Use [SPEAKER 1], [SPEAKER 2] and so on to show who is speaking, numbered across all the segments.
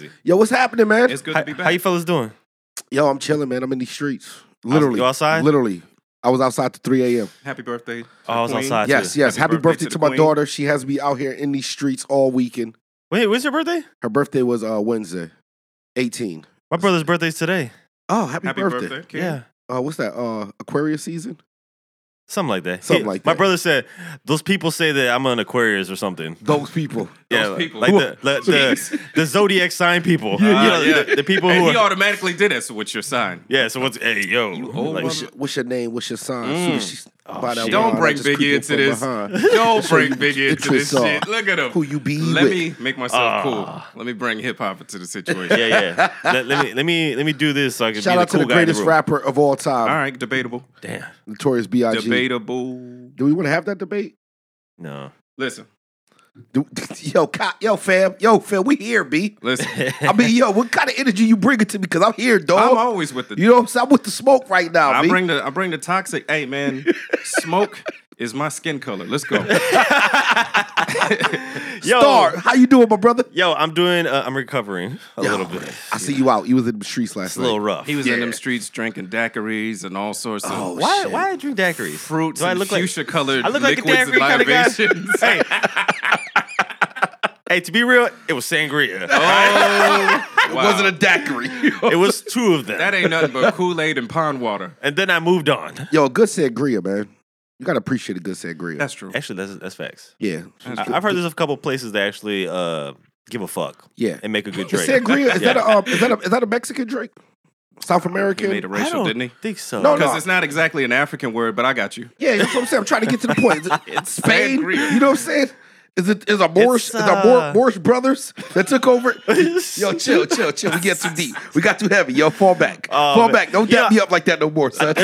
[SPEAKER 1] you.
[SPEAKER 2] Yo, what's happening, man?
[SPEAKER 1] It's good
[SPEAKER 3] How,
[SPEAKER 1] to be
[SPEAKER 3] how
[SPEAKER 1] back.
[SPEAKER 3] you fellas doing?
[SPEAKER 2] Yo, I'm chilling, man. I'm in these streets. Literally.
[SPEAKER 3] you outside?
[SPEAKER 2] Literally. I was outside to 3 a.m.
[SPEAKER 1] Happy birthday. to
[SPEAKER 3] Oh, I was
[SPEAKER 1] Queen.
[SPEAKER 3] outside.
[SPEAKER 2] Yes,
[SPEAKER 3] That's it.
[SPEAKER 2] yes. Happy,
[SPEAKER 1] Happy
[SPEAKER 2] birthday,
[SPEAKER 1] birthday
[SPEAKER 2] to,
[SPEAKER 1] to the
[SPEAKER 2] my
[SPEAKER 1] queen.
[SPEAKER 2] daughter. She has me out here in these streets all weekend.
[SPEAKER 3] Wait, when's your birthday?
[SPEAKER 2] Her birthday was uh, Wednesday, 18.
[SPEAKER 3] My brother's birthday's today.
[SPEAKER 2] Oh, happy,
[SPEAKER 1] Happy
[SPEAKER 2] birthday.
[SPEAKER 1] birthday. kid.
[SPEAKER 3] Yeah.
[SPEAKER 2] Uh, what's that? Uh, Aquarius season?
[SPEAKER 3] Something like that.
[SPEAKER 2] Something like
[SPEAKER 3] My
[SPEAKER 2] that.
[SPEAKER 3] brother said, those people say that I'm an Aquarius or something.
[SPEAKER 2] Those people.
[SPEAKER 3] yeah,
[SPEAKER 1] Those people.
[SPEAKER 3] like the, the, the, the zodiac sign people. You know,
[SPEAKER 1] Ah, yeah.
[SPEAKER 3] the, the people
[SPEAKER 1] And
[SPEAKER 3] who
[SPEAKER 1] he
[SPEAKER 3] are,
[SPEAKER 1] automatically did it. So what's your sign?
[SPEAKER 3] yeah. So what's hey yo?
[SPEAKER 1] old
[SPEAKER 3] like,
[SPEAKER 2] What's your, what's your name? What's your sign?
[SPEAKER 3] Mm.
[SPEAKER 2] Soon as she-
[SPEAKER 3] Oh,
[SPEAKER 2] by that
[SPEAKER 3] shit.
[SPEAKER 2] wine,
[SPEAKER 3] Don't
[SPEAKER 2] I
[SPEAKER 1] bring
[SPEAKER 2] just
[SPEAKER 1] Big
[SPEAKER 2] creep
[SPEAKER 1] E
[SPEAKER 2] up
[SPEAKER 1] into
[SPEAKER 2] from
[SPEAKER 1] this.
[SPEAKER 2] behind.
[SPEAKER 1] Don't
[SPEAKER 2] Show
[SPEAKER 1] bring
[SPEAKER 2] you
[SPEAKER 1] Biggie into
[SPEAKER 2] interests
[SPEAKER 1] this
[SPEAKER 2] are.
[SPEAKER 1] shit. Look at him.
[SPEAKER 2] Who you be
[SPEAKER 1] Let
[SPEAKER 2] with.
[SPEAKER 1] me make myself
[SPEAKER 3] Ah.
[SPEAKER 1] cool. Let me bring hip hop into the situation.
[SPEAKER 3] yeah, yeah. Let, let me let me let me do this so I can
[SPEAKER 2] Shout
[SPEAKER 3] be the
[SPEAKER 2] out
[SPEAKER 3] cool
[SPEAKER 2] to the
[SPEAKER 3] guy in
[SPEAKER 2] greatest
[SPEAKER 3] room.
[SPEAKER 2] rapper of all time,
[SPEAKER 1] All right, debatable.
[SPEAKER 3] Damn.
[SPEAKER 2] Notorious B.I.G.
[SPEAKER 1] Debatable.
[SPEAKER 2] Do we want to have that debate?
[SPEAKER 3] No.
[SPEAKER 1] Listen,
[SPEAKER 2] Do, yo, co- yo, fam, yo, fam, we here, B.
[SPEAKER 1] listen.
[SPEAKER 2] I mean, yo, what kind of energy you bringing to me? Because I'm here, dog.
[SPEAKER 1] I'm always with the
[SPEAKER 2] Oh, you know what I'm saying? I'm with the smoke right now,
[SPEAKER 1] I
[SPEAKER 2] B.
[SPEAKER 1] bring the I bring the toxic. Hey man, smoke is my skin color. Let's go.
[SPEAKER 3] Yo,
[SPEAKER 2] Star, how you doing, my brother?
[SPEAKER 3] yo, I'm doing. Uh, I'm recovering a
[SPEAKER 2] Yo,
[SPEAKER 3] little bit.
[SPEAKER 2] I see you out. You was in the streets last
[SPEAKER 3] It's a
[SPEAKER 2] night.
[SPEAKER 3] little rough.
[SPEAKER 1] He was in
[SPEAKER 2] Yeah.
[SPEAKER 1] them streets drinking daiquiris and all sorts of
[SPEAKER 2] Oh,
[SPEAKER 3] why?
[SPEAKER 2] shit.
[SPEAKER 3] Why I drink daiquiris?
[SPEAKER 1] fruits
[SPEAKER 3] Do I
[SPEAKER 1] and
[SPEAKER 3] look like-
[SPEAKER 1] fuchsia colored
[SPEAKER 3] I look like a
[SPEAKER 1] liquids
[SPEAKER 3] daiquiri kinda
[SPEAKER 1] and
[SPEAKER 3] guy.
[SPEAKER 1] libations.
[SPEAKER 3] hey, hey, to be real, it was sangria.
[SPEAKER 1] oh, wow.
[SPEAKER 2] Wasn't a daiquiri.
[SPEAKER 3] It was two of them.
[SPEAKER 1] that ain't nothing but Kool Aid and pond water.
[SPEAKER 3] and then I moved on.
[SPEAKER 2] yo, good sangria, man. You gotta appreciate a good sangria.
[SPEAKER 1] That's true.
[SPEAKER 3] Actually, that's that's facts.
[SPEAKER 2] yeah,
[SPEAKER 3] I, have heard there's a couple places that actually uh, give a fuck
[SPEAKER 2] yeah.
[SPEAKER 3] and make a good
[SPEAKER 2] Is
[SPEAKER 3] drink.
[SPEAKER 2] sangria is that a
[SPEAKER 3] Yeah.
[SPEAKER 2] um, is that a is that a Mexican drink? South
[SPEAKER 1] He
[SPEAKER 2] American?
[SPEAKER 1] made it
[SPEAKER 3] I
[SPEAKER 1] racial,
[SPEAKER 3] don't
[SPEAKER 1] didn't he?
[SPEAKER 3] think so.
[SPEAKER 2] No, no.
[SPEAKER 1] Because it's not exactly an African word, but I got you.
[SPEAKER 2] Yeah, that's what I'm saying. I'm trying to get to the point. Is it-
[SPEAKER 1] It's
[SPEAKER 2] Spain,
[SPEAKER 1] sangria.
[SPEAKER 2] you know what I'm saying? Is it is a Moorish
[SPEAKER 3] It's,
[SPEAKER 2] is a Moor,
[SPEAKER 3] uh,
[SPEAKER 2] Moorish brothers that took over? Yo, chill, chill, chill. We get too deep. We got too heavy. Yo, fall back,
[SPEAKER 3] Oh,
[SPEAKER 2] fall
[SPEAKER 3] man.
[SPEAKER 2] back. Don't
[SPEAKER 3] Yeah.
[SPEAKER 2] dap me up like that no more, son.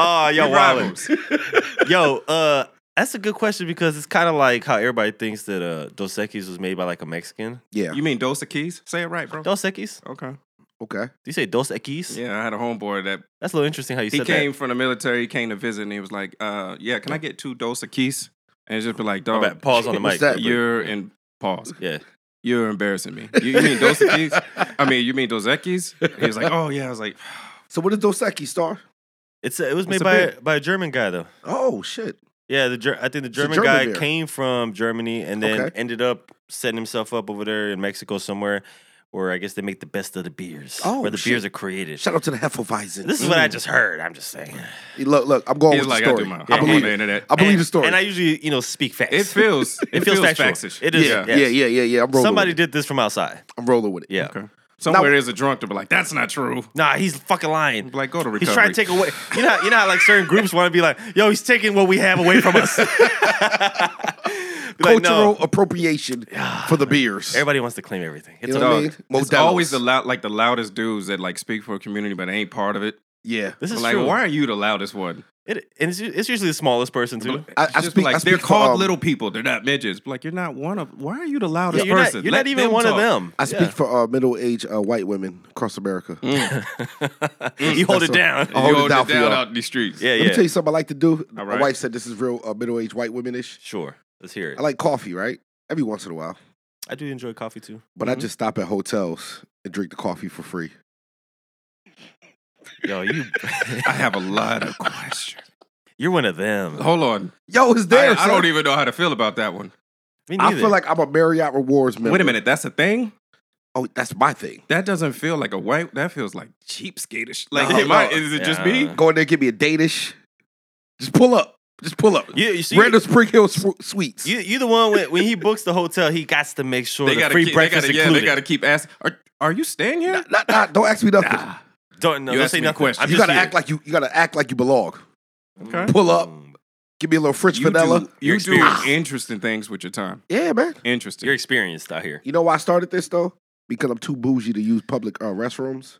[SPEAKER 3] Oh, yo,
[SPEAKER 1] Your
[SPEAKER 3] Wilder.
[SPEAKER 1] rivals.
[SPEAKER 3] yo, uh, that's a good question because it's kind of like how everybody thinks that uh, Dos Equis was made by like a Mexican.
[SPEAKER 2] yeah.
[SPEAKER 1] You mean Dosa Keys? Say it right, bro.
[SPEAKER 3] Dos Equis? Do
[SPEAKER 1] Okay.
[SPEAKER 2] Okay.
[SPEAKER 3] you say Dos Equis?
[SPEAKER 1] Yeah, I had a homeboy that
[SPEAKER 3] That's a little interesting how you
[SPEAKER 1] he
[SPEAKER 3] said
[SPEAKER 1] came from the military. He came to visit, and he was like, uh, "Yeah, can I get two Dosa Keys?" And it's just be like,
[SPEAKER 3] that. My
[SPEAKER 1] "Dog,
[SPEAKER 3] bad. Pause on the
[SPEAKER 2] What's
[SPEAKER 3] mic.
[SPEAKER 2] that?
[SPEAKER 1] you're in pause.
[SPEAKER 3] Yeah.
[SPEAKER 1] You're embarrassing me. You, you mean Dosa Keys? I mean, you mean Dos Equis?" He was like, "Oh yeah." I was like,
[SPEAKER 2] So what is Dos Equis, Star?
[SPEAKER 3] It's it was made
[SPEAKER 1] a
[SPEAKER 3] by
[SPEAKER 1] beer.
[SPEAKER 3] by a German guy though.
[SPEAKER 2] Oh shit.
[SPEAKER 3] Yeah, the Ger- I think
[SPEAKER 2] a
[SPEAKER 3] the German,
[SPEAKER 2] German
[SPEAKER 3] guy
[SPEAKER 2] beer.
[SPEAKER 3] came from Germany and then
[SPEAKER 2] Okay.
[SPEAKER 3] ended up setting himself up over there in Mexico somewhere, where I guess they make the best of the beers,
[SPEAKER 2] Oh,
[SPEAKER 3] where the
[SPEAKER 2] shit. Mm.
[SPEAKER 3] beers are created.
[SPEAKER 2] Shout out to the Hefeweizen. Mm.
[SPEAKER 3] This is what I just heard. I'm just saying.
[SPEAKER 2] look, look. I'm going
[SPEAKER 1] "He's
[SPEAKER 2] with
[SPEAKER 1] like,
[SPEAKER 2] the
[SPEAKER 1] I
[SPEAKER 2] story.
[SPEAKER 1] do my
[SPEAKER 2] I
[SPEAKER 1] homework on
[SPEAKER 2] believe
[SPEAKER 1] the
[SPEAKER 2] it.
[SPEAKER 1] internet."
[SPEAKER 2] I believe
[SPEAKER 3] And-
[SPEAKER 2] the story.
[SPEAKER 3] And I usually, you know, speak facts.
[SPEAKER 1] It feels
[SPEAKER 3] it feels
[SPEAKER 1] factual.
[SPEAKER 3] factious. It is.
[SPEAKER 2] yeah,
[SPEAKER 3] yes.
[SPEAKER 2] yeah, yeah, yeah, yeah. I'm rolling.
[SPEAKER 3] Somebody
[SPEAKER 2] with it.
[SPEAKER 3] did this from outside.
[SPEAKER 2] I'm rolling with it.
[SPEAKER 3] Yeah.
[SPEAKER 1] Okay. Somewhere there's a drunk to be like, "That's not true."
[SPEAKER 3] Nah, he's fucking lying.
[SPEAKER 1] Like, go to recovery.
[SPEAKER 3] He's trying to take away. You know, how- you know, how, like certain groups want to be like, "Yo, he's taking what we have away from us." Be like, no.
[SPEAKER 2] Cultural appropriation for the beers.
[SPEAKER 3] Everybody wants to claim everything. It's
[SPEAKER 2] You
[SPEAKER 3] a
[SPEAKER 2] know what I
[SPEAKER 1] Dog,
[SPEAKER 2] mean?
[SPEAKER 1] it's
[SPEAKER 2] Modelos.
[SPEAKER 1] always the loud, like the loudest dudes that like speak for a community, but they ain't part of it.
[SPEAKER 2] Yeah.
[SPEAKER 3] This is
[SPEAKER 1] like,
[SPEAKER 3] true.
[SPEAKER 1] why are you the loudest one?
[SPEAKER 3] It, and it's, u- it's usually the smallest person too.
[SPEAKER 2] I- I
[SPEAKER 1] It's just
[SPEAKER 2] speak-
[SPEAKER 1] like
[SPEAKER 2] I
[SPEAKER 1] they're
[SPEAKER 2] speak for,
[SPEAKER 1] called
[SPEAKER 2] um,
[SPEAKER 1] little people. They're not midgets. Like you're not one of. Why are you the
[SPEAKER 3] Yeah,
[SPEAKER 1] loudest
[SPEAKER 3] you're
[SPEAKER 1] person?
[SPEAKER 3] not, you're
[SPEAKER 1] Let
[SPEAKER 3] not even
[SPEAKER 1] them
[SPEAKER 3] one of
[SPEAKER 1] talk.
[SPEAKER 3] them.
[SPEAKER 2] I speak for uh, middle-aged uh, white women across America.
[SPEAKER 3] you hold
[SPEAKER 2] That's
[SPEAKER 3] it
[SPEAKER 2] what-
[SPEAKER 3] down.
[SPEAKER 2] I'll hold
[SPEAKER 1] you
[SPEAKER 2] it
[SPEAKER 1] hold
[SPEAKER 2] down
[SPEAKER 1] it
[SPEAKER 2] for
[SPEAKER 1] down
[SPEAKER 2] y'all.
[SPEAKER 1] out in these streets.
[SPEAKER 3] yeah,
[SPEAKER 2] Let me
[SPEAKER 3] yeah.
[SPEAKER 2] tell you something I like to do. My
[SPEAKER 1] All right.
[SPEAKER 2] wife said this is real uh, middle-aged white womanish.
[SPEAKER 3] Sure. Let's hear it.
[SPEAKER 2] I like coffee, right? Every once in a while,
[SPEAKER 3] I do enjoy coffee too.
[SPEAKER 2] but I
[SPEAKER 1] Mhm.
[SPEAKER 2] just stop at hotels and drink the coffee for free.
[SPEAKER 3] Yo, you
[SPEAKER 1] I have a lot of questions.
[SPEAKER 3] you're one of them.
[SPEAKER 2] Oh,
[SPEAKER 1] Hold on.
[SPEAKER 2] Yo, it's
[SPEAKER 1] I,
[SPEAKER 2] there.
[SPEAKER 1] I
[SPEAKER 2] son.
[SPEAKER 1] don't even know how to feel about that one.
[SPEAKER 3] Me
[SPEAKER 2] I
[SPEAKER 3] neither.
[SPEAKER 2] feel like I'm a Marriott Rewards member.
[SPEAKER 1] Wait a minute. That's a thing.
[SPEAKER 2] Oh, that's my thing.
[SPEAKER 1] That doesn't feel like a white. That feels like cheapskatish. Like,
[SPEAKER 2] No,
[SPEAKER 1] am I-
[SPEAKER 2] no.
[SPEAKER 1] is it just
[SPEAKER 3] Yeah.
[SPEAKER 1] me?
[SPEAKER 2] Go in there, give me a Danish. Just pull up. Just pull up.
[SPEAKER 3] you, you see,
[SPEAKER 2] Random Spring Hill Su- Suites.
[SPEAKER 3] you you the one when, when he books the hotel, he got to make sure
[SPEAKER 1] They
[SPEAKER 3] the
[SPEAKER 1] gotta
[SPEAKER 3] free
[SPEAKER 1] keep, they
[SPEAKER 3] breakfast
[SPEAKER 1] gotta, yeah,
[SPEAKER 3] included.
[SPEAKER 1] they gotta keep asking. Are, are you staying here?
[SPEAKER 2] Nah, nah, nah, don't ask me nothing.
[SPEAKER 3] don't no,
[SPEAKER 1] You
[SPEAKER 3] don't
[SPEAKER 1] asked
[SPEAKER 3] say
[SPEAKER 1] me a
[SPEAKER 3] nothing.
[SPEAKER 1] question.
[SPEAKER 3] I'm
[SPEAKER 2] you
[SPEAKER 3] just
[SPEAKER 2] gotta
[SPEAKER 3] here.
[SPEAKER 2] act like you. You gotta act like you belong.
[SPEAKER 1] Okay.
[SPEAKER 2] Pull up. Give me a little French
[SPEAKER 1] You
[SPEAKER 2] vanilla.
[SPEAKER 1] do, you do
[SPEAKER 3] experience.
[SPEAKER 1] interesting things with your time.
[SPEAKER 2] Yeah, man.
[SPEAKER 1] Interesting.
[SPEAKER 3] You're experienced out here.
[SPEAKER 2] You know why I started this though? Because I'm too bougie to use public uh, restrooms.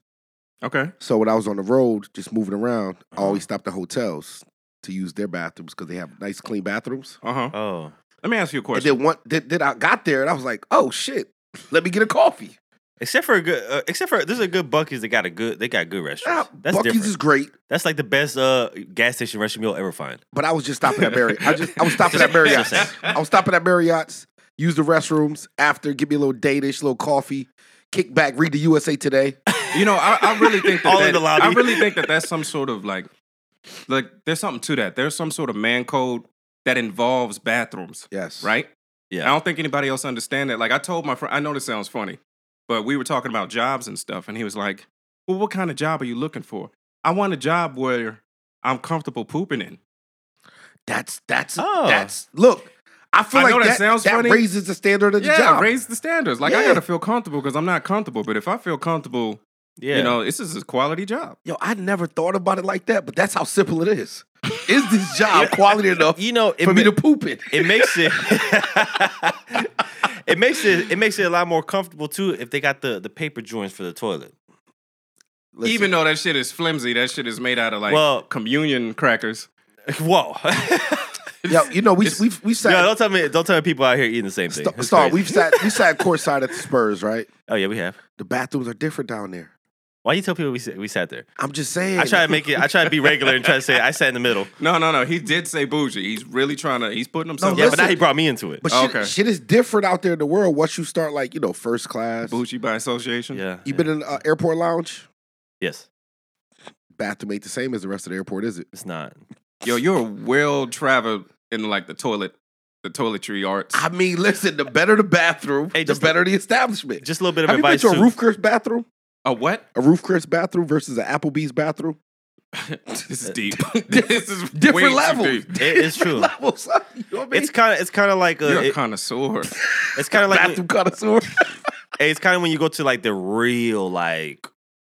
[SPEAKER 1] okay.
[SPEAKER 2] So when I was on the road, just moving around,
[SPEAKER 1] Uh-huh.
[SPEAKER 2] I always stopped at hotels to use their bathrooms because they have nice, clean bathrooms.
[SPEAKER 1] Uh huh.
[SPEAKER 3] Oh,
[SPEAKER 1] Let me ask you a
[SPEAKER 2] And
[SPEAKER 1] question.
[SPEAKER 2] then one, then, then I got there and I was like, oh shit, let me get a coffee.
[SPEAKER 3] except for a good, uh, except for this is a good Bucky's. They got a good, they got good restaurants.
[SPEAKER 2] Ah,
[SPEAKER 3] That's
[SPEAKER 2] Bucky's
[SPEAKER 3] different.
[SPEAKER 2] is great,
[SPEAKER 3] That's like the best uh, gas station restaurant you'll ever find.
[SPEAKER 2] but I was just stopping at Marriott. I just I was stopping at Marriott's. I was stopping at Marriott's. use the restrooms after, give me a little date-ish, little coffee, kick back, read the USA Today.
[SPEAKER 1] You know, I, I really think that,
[SPEAKER 3] All in
[SPEAKER 1] that-
[SPEAKER 3] the lobby.
[SPEAKER 1] I really think that that's some sort of like, like there's something to that. There's some sort of man code that involves bathrooms,
[SPEAKER 2] Yes.
[SPEAKER 1] right? I
[SPEAKER 3] Yeah.
[SPEAKER 1] don't think anybody else understand that. Like I told my friend, I know this sounds funny, but we were talking about jobs and stuff, and he was like, "Well, what kind of job are you looking for? I want a job where I'm comfortable pooping in."
[SPEAKER 2] That's that's
[SPEAKER 3] Oh.
[SPEAKER 2] that's look. I feel
[SPEAKER 1] I
[SPEAKER 2] like
[SPEAKER 1] know that
[SPEAKER 2] that,
[SPEAKER 1] sounds
[SPEAKER 2] that
[SPEAKER 1] funny.
[SPEAKER 2] raises the standard of the
[SPEAKER 1] yeah,
[SPEAKER 2] job.
[SPEAKER 1] raise the standards. Like I
[SPEAKER 2] Yeah.
[SPEAKER 1] gotta feel comfortable because I'm not comfortable. But if I feel comfortable,
[SPEAKER 3] Yeah.
[SPEAKER 1] you know, this is a quality job.
[SPEAKER 2] Yo, I never thought about it like that, but that's how simple it is. Is this job quality enough
[SPEAKER 3] you know, it
[SPEAKER 2] for me
[SPEAKER 3] ma-
[SPEAKER 2] to poop in?
[SPEAKER 3] it makes it it makes it it makes it a lot more comfortable too if they got the the paper joints for the toilet.
[SPEAKER 2] Listen,
[SPEAKER 1] Even though that shit is flimsy, that shit is made out of like
[SPEAKER 3] Well-
[SPEAKER 1] communion crackers.
[SPEAKER 3] Whoa.
[SPEAKER 2] yo, you know we we we
[SPEAKER 3] Yo,
[SPEAKER 2] sat
[SPEAKER 3] don't tell me don't tell me people out here eating the same thing.
[SPEAKER 2] st-
[SPEAKER 3] It's
[SPEAKER 2] star.
[SPEAKER 3] crazy.
[SPEAKER 2] We've sat we sat courtside at the Spurs, right?
[SPEAKER 3] Oh yeah, we have.
[SPEAKER 2] The bathrooms are different down there.
[SPEAKER 3] Why you tell people we sat, we sat there?
[SPEAKER 2] I'm just saying.
[SPEAKER 3] I try to make it. I try to be regular and try to say I sat in the middle.
[SPEAKER 1] No, no, no. He did say bougie. He's really trying to. He's putting himself.
[SPEAKER 2] No,
[SPEAKER 3] Yeah,
[SPEAKER 1] out
[SPEAKER 3] but now
[SPEAKER 2] listen.
[SPEAKER 3] he brought me into it.
[SPEAKER 2] But shit,
[SPEAKER 1] Okay.
[SPEAKER 2] shit is different out there in the world. Once you start like you know first class,
[SPEAKER 1] there. bougie by association.
[SPEAKER 3] yeah.
[SPEAKER 2] you been in uh, airport lounge.
[SPEAKER 3] Yes.
[SPEAKER 2] Bathroom ain't the same as the rest of the airport, is it?
[SPEAKER 3] It's not.
[SPEAKER 1] Yo, you're well traveled in like the toilet, the toiletry arts.
[SPEAKER 2] I mean, listen. The better the bathroom,
[SPEAKER 3] Hey,
[SPEAKER 2] the
[SPEAKER 3] just-
[SPEAKER 2] better the establishment.
[SPEAKER 3] Just a little bit of
[SPEAKER 2] Have you been
[SPEAKER 3] advice.
[SPEAKER 2] to a
[SPEAKER 3] too.
[SPEAKER 2] roof Chris bathroom?
[SPEAKER 1] A what?
[SPEAKER 2] A roof Chris bathroom versus an Applebee's bathroom?
[SPEAKER 1] This is deep. this is way
[SPEAKER 2] Different
[SPEAKER 1] too
[SPEAKER 2] levels.
[SPEAKER 1] deep.
[SPEAKER 2] Different
[SPEAKER 3] It is true.
[SPEAKER 2] levels. You know what I mean?
[SPEAKER 3] It's kind of. It's kind of like.
[SPEAKER 1] You're
[SPEAKER 3] A,
[SPEAKER 1] a
[SPEAKER 3] it-
[SPEAKER 1] connoisseur.
[SPEAKER 3] it's kind of like.
[SPEAKER 2] bathroom connoisseur.
[SPEAKER 3] Hey, it's kind of when you go to like the real like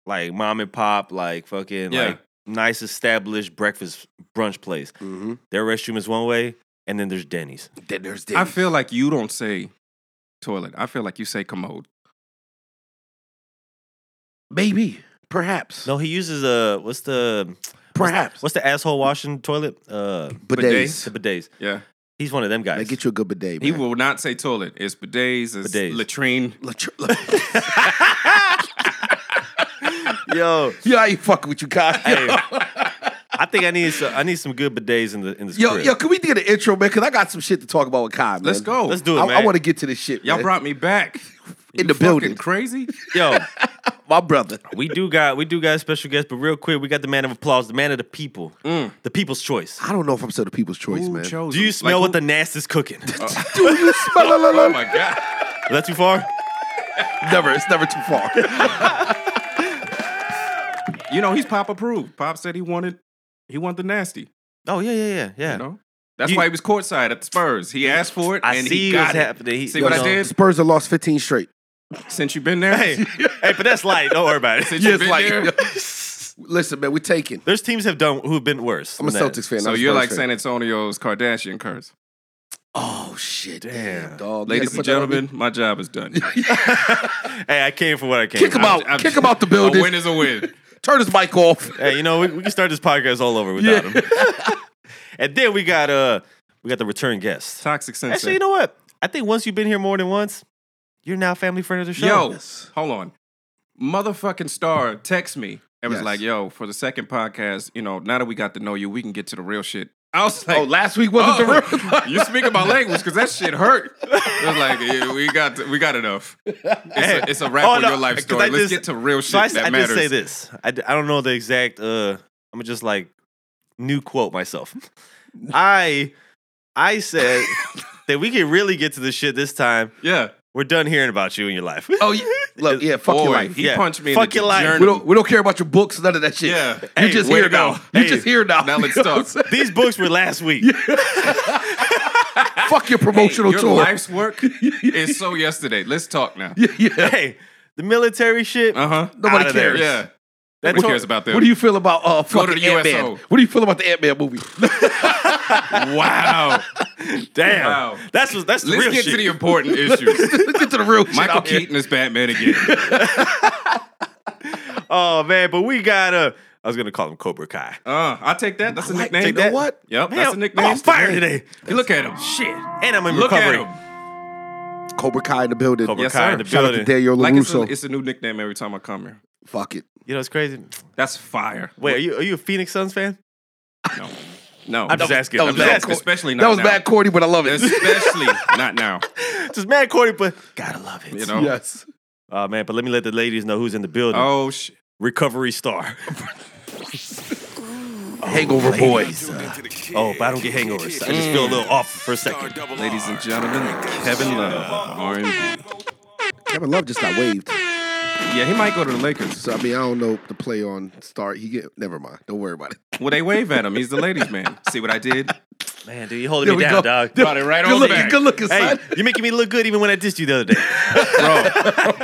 [SPEAKER 3] like mom and pop like fucking
[SPEAKER 1] Yeah.
[SPEAKER 3] like nice established breakfast brunch place.
[SPEAKER 2] mm-hmm.
[SPEAKER 3] Their restroom is one way, and then there's Denny's.
[SPEAKER 2] Then there's
[SPEAKER 1] I
[SPEAKER 2] Denny's.
[SPEAKER 1] feel like you don't say toilet. I feel like you say commode.
[SPEAKER 2] maybe, perhaps,
[SPEAKER 3] No, he uses a what's the
[SPEAKER 2] perhaps.
[SPEAKER 3] what's the asshole washing toilet? Uh,
[SPEAKER 2] bidets?
[SPEAKER 3] the bidets.
[SPEAKER 1] Yeah.
[SPEAKER 3] He's one of them
[SPEAKER 2] They
[SPEAKER 3] guys.
[SPEAKER 2] get you a good bidet.
[SPEAKER 1] He
[SPEAKER 2] man.
[SPEAKER 1] will not say toilet. It's bidets. It's
[SPEAKER 3] Bidets.
[SPEAKER 1] latrine.
[SPEAKER 2] Let your- let-
[SPEAKER 3] Yo,
[SPEAKER 2] Yo, I ain't fucking with you, Kyle.
[SPEAKER 3] Hey.
[SPEAKER 2] Yo,
[SPEAKER 3] I think I need some, I need some good bidets in the in this
[SPEAKER 2] yo,
[SPEAKER 3] crib.
[SPEAKER 2] yo, can we get an intro, man? Because I got some shit to talk about with Kyle, man.
[SPEAKER 1] Let's go.
[SPEAKER 3] Let's do it,
[SPEAKER 2] I,
[SPEAKER 3] man.
[SPEAKER 2] want to get to this shit,
[SPEAKER 1] Y'all
[SPEAKER 2] man.
[SPEAKER 1] brought me back
[SPEAKER 2] In
[SPEAKER 1] You
[SPEAKER 2] the
[SPEAKER 1] fucking
[SPEAKER 2] building.
[SPEAKER 1] Crazy.
[SPEAKER 3] yo,
[SPEAKER 2] My brother.
[SPEAKER 3] we do got we do got a special guest, but real quick, we got the man of applause, the man of the people,
[SPEAKER 1] Mm.
[SPEAKER 3] the people's choice.
[SPEAKER 2] I don't know if I'm still the people's choice,
[SPEAKER 1] Who
[SPEAKER 2] man.
[SPEAKER 1] chose
[SPEAKER 3] Do you
[SPEAKER 1] him?
[SPEAKER 3] smell
[SPEAKER 1] Like,
[SPEAKER 3] what the nasty's cooking?
[SPEAKER 2] Do you smell a
[SPEAKER 1] who- Oh
[SPEAKER 2] little?
[SPEAKER 1] my god.
[SPEAKER 3] Is that too far?
[SPEAKER 2] Never. It's never too far.
[SPEAKER 1] You know he's pop approved. Pop said he wanted. He wanted the nasty.
[SPEAKER 3] Oh yeah, yeah, yeah, yeah.
[SPEAKER 1] You know. That's
[SPEAKER 3] You-
[SPEAKER 1] why he was courtside at the Spurs. He asked for it,
[SPEAKER 3] I
[SPEAKER 1] and
[SPEAKER 3] see
[SPEAKER 1] he got
[SPEAKER 3] what's
[SPEAKER 1] it.
[SPEAKER 3] happening. He-
[SPEAKER 1] See
[SPEAKER 3] you
[SPEAKER 1] what I
[SPEAKER 3] know.
[SPEAKER 1] did?
[SPEAKER 2] Spurs have lost 15 straight.
[SPEAKER 1] Since you've been there,
[SPEAKER 3] Hey, hey, but that's light. Don't worry about it.
[SPEAKER 1] since you've been there,
[SPEAKER 2] listen, man, we're taking.
[SPEAKER 3] There's teams have done who've been worse.
[SPEAKER 2] I'm a
[SPEAKER 3] than that.
[SPEAKER 2] Celtics fan.
[SPEAKER 1] so
[SPEAKER 2] not a
[SPEAKER 1] you're
[SPEAKER 2] Spurs
[SPEAKER 1] like
[SPEAKER 2] fan.
[SPEAKER 1] San Antonio's Kardashian curse.
[SPEAKER 2] oh shit, damn,
[SPEAKER 3] Damn.
[SPEAKER 2] dog. You
[SPEAKER 1] Ladies
[SPEAKER 2] had
[SPEAKER 1] and
[SPEAKER 2] to put that on
[SPEAKER 1] gentlemen, my job is done.
[SPEAKER 3] hey, I came for what I came.
[SPEAKER 2] Kick 'em
[SPEAKER 3] for.
[SPEAKER 2] out. Kick him out the building.
[SPEAKER 1] A win is a win.
[SPEAKER 2] me. Turn his mic off.
[SPEAKER 3] Hey, you know we, we can start this podcast all over without him. and then we got uh we got the return guest.
[SPEAKER 1] Toxic sensei.
[SPEAKER 3] Actually, you know what? I think once you've been here more than once, you're now family friend of the show.
[SPEAKER 1] Yo,
[SPEAKER 2] Yes.
[SPEAKER 1] hold on. Motherfucking Star text me and was
[SPEAKER 2] Yes.
[SPEAKER 1] like, yo, for the second podcast, you know, now that we got to know you, we can get to the real shit. I was like,
[SPEAKER 2] oh, last week wasn't
[SPEAKER 1] oh,
[SPEAKER 2] the real.
[SPEAKER 1] you speaking my language because that shit hurt. I was like, yeah, we got we got enough. It's, a, it's a wrap
[SPEAKER 3] Oh,
[SPEAKER 1] on
[SPEAKER 3] no,
[SPEAKER 1] your life
[SPEAKER 3] 'cause
[SPEAKER 1] story.
[SPEAKER 3] I
[SPEAKER 1] Let's
[SPEAKER 3] just-
[SPEAKER 1] get to real shit
[SPEAKER 3] So I, s-
[SPEAKER 1] that
[SPEAKER 3] I
[SPEAKER 1] matters.
[SPEAKER 3] just say this. I, d- I don't know the exact. uh I'm just like new quote myself. I I said that we can really get to the shit this time.
[SPEAKER 1] Yeah.
[SPEAKER 3] We're done hearing about you and your life.
[SPEAKER 2] Oh, yeah. Look, yeah, fuck your
[SPEAKER 1] Boy,
[SPEAKER 2] life.
[SPEAKER 1] He
[SPEAKER 3] Yeah.
[SPEAKER 1] punched me
[SPEAKER 3] Fuck
[SPEAKER 1] in
[SPEAKER 3] your
[SPEAKER 1] the
[SPEAKER 3] life.
[SPEAKER 1] journey.
[SPEAKER 2] We don't, we don't care about your books, none of that shit.
[SPEAKER 1] Yeah.
[SPEAKER 2] You
[SPEAKER 3] Hey,
[SPEAKER 2] just
[SPEAKER 3] way
[SPEAKER 2] here
[SPEAKER 3] to go.
[SPEAKER 2] now. You
[SPEAKER 3] Hey.
[SPEAKER 2] just here now.
[SPEAKER 1] Now let's
[SPEAKER 2] You know what I'm
[SPEAKER 1] talk.
[SPEAKER 2] saying?
[SPEAKER 3] These books were last week.
[SPEAKER 2] Fuck your promotional
[SPEAKER 1] Your
[SPEAKER 2] tour.
[SPEAKER 1] life's work is so yesterday. Let's talk now.
[SPEAKER 2] yeah.
[SPEAKER 3] Hey, the military shit.
[SPEAKER 1] Uh huh.
[SPEAKER 2] Nobody
[SPEAKER 3] Outta there.
[SPEAKER 2] cares.
[SPEAKER 1] Yeah.
[SPEAKER 3] That's
[SPEAKER 1] Nobody
[SPEAKER 3] what-
[SPEAKER 1] cares about that.
[SPEAKER 2] What do you feel about uh
[SPEAKER 1] Go to
[SPEAKER 2] fucking
[SPEAKER 1] the
[SPEAKER 2] Ant Man?
[SPEAKER 1] USO.
[SPEAKER 2] What do you feel about the Ant Man movie?
[SPEAKER 1] Wow.
[SPEAKER 3] Damn.
[SPEAKER 1] Wow.
[SPEAKER 3] That's what. That's the
[SPEAKER 1] Let's
[SPEAKER 3] real
[SPEAKER 1] get
[SPEAKER 3] shit.
[SPEAKER 1] to the important issues.
[SPEAKER 2] Let's get to the real shit.
[SPEAKER 1] Michael
[SPEAKER 2] out here.
[SPEAKER 1] Keaton is Batman again.
[SPEAKER 3] oh man, but we got a. I was gonna call him Cobra Kai.
[SPEAKER 1] Uh, I take that. That's a
[SPEAKER 2] like-
[SPEAKER 1] nickname.
[SPEAKER 2] you know
[SPEAKER 1] That-
[SPEAKER 2] what?
[SPEAKER 1] Yep,
[SPEAKER 3] Man,
[SPEAKER 1] that's a nickname.
[SPEAKER 3] I'm on fire today.
[SPEAKER 1] You look at him.
[SPEAKER 3] Shit, and I'm in
[SPEAKER 1] Look
[SPEAKER 3] recovery.
[SPEAKER 1] at him.
[SPEAKER 2] Cobra Kai in the building.
[SPEAKER 3] Cobra
[SPEAKER 1] Yes,
[SPEAKER 3] Kai
[SPEAKER 1] sir.
[SPEAKER 3] in the
[SPEAKER 2] Shout out to
[SPEAKER 3] building.
[SPEAKER 2] Daniel
[SPEAKER 1] Like it's a,
[SPEAKER 2] LaRusso.
[SPEAKER 1] it's a new nickname every time I come here.
[SPEAKER 2] Fuck it.
[SPEAKER 3] you know it's crazy.
[SPEAKER 1] That's fire.
[SPEAKER 3] Wait, are you are you a Phoenix Suns fan?
[SPEAKER 1] No. No,
[SPEAKER 3] I'm just
[SPEAKER 1] That
[SPEAKER 3] asking.
[SPEAKER 2] that
[SPEAKER 3] I'm
[SPEAKER 1] was
[SPEAKER 2] was
[SPEAKER 3] just
[SPEAKER 1] bad.
[SPEAKER 2] bad.
[SPEAKER 3] asking.
[SPEAKER 1] especially not
[SPEAKER 2] That was
[SPEAKER 1] now.
[SPEAKER 2] bad, Cordy, but I love it.
[SPEAKER 1] Especially not now.
[SPEAKER 3] Just mad corny, but gotta love it.
[SPEAKER 1] You know?
[SPEAKER 2] yes.
[SPEAKER 3] Oh man, but let me let the ladies know who's in the building.
[SPEAKER 1] Oh shit.
[SPEAKER 3] Recovery star.
[SPEAKER 2] Hangover boys.
[SPEAKER 3] Oh, but I don't get hangovers. I just feel a little off for a second.
[SPEAKER 1] Ladies and gentlemen, Kevin Love, R&B.
[SPEAKER 2] Kevin Love just got waived.
[SPEAKER 1] Yeah, he might go to the Lakers.
[SPEAKER 2] So I mean, I don't know the play on start. He get never mind. Don't worry about it.
[SPEAKER 1] Well, they wave at him. He's the ladies' man. See what I did?
[SPEAKER 3] Man, dude, you holding
[SPEAKER 2] There we
[SPEAKER 3] me down,
[SPEAKER 2] go.
[SPEAKER 3] dog.
[SPEAKER 1] Brought it right
[SPEAKER 2] good
[SPEAKER 1] on
[SPEAKER 2] looking,
[SPEAKER 1] back.
[SPEAKER 2] good looking,
[SPEAKER 3] Hey,
[SPEAKER 2] son.
[SPEAKER 3] you're making me look good even when I dissed you the other day.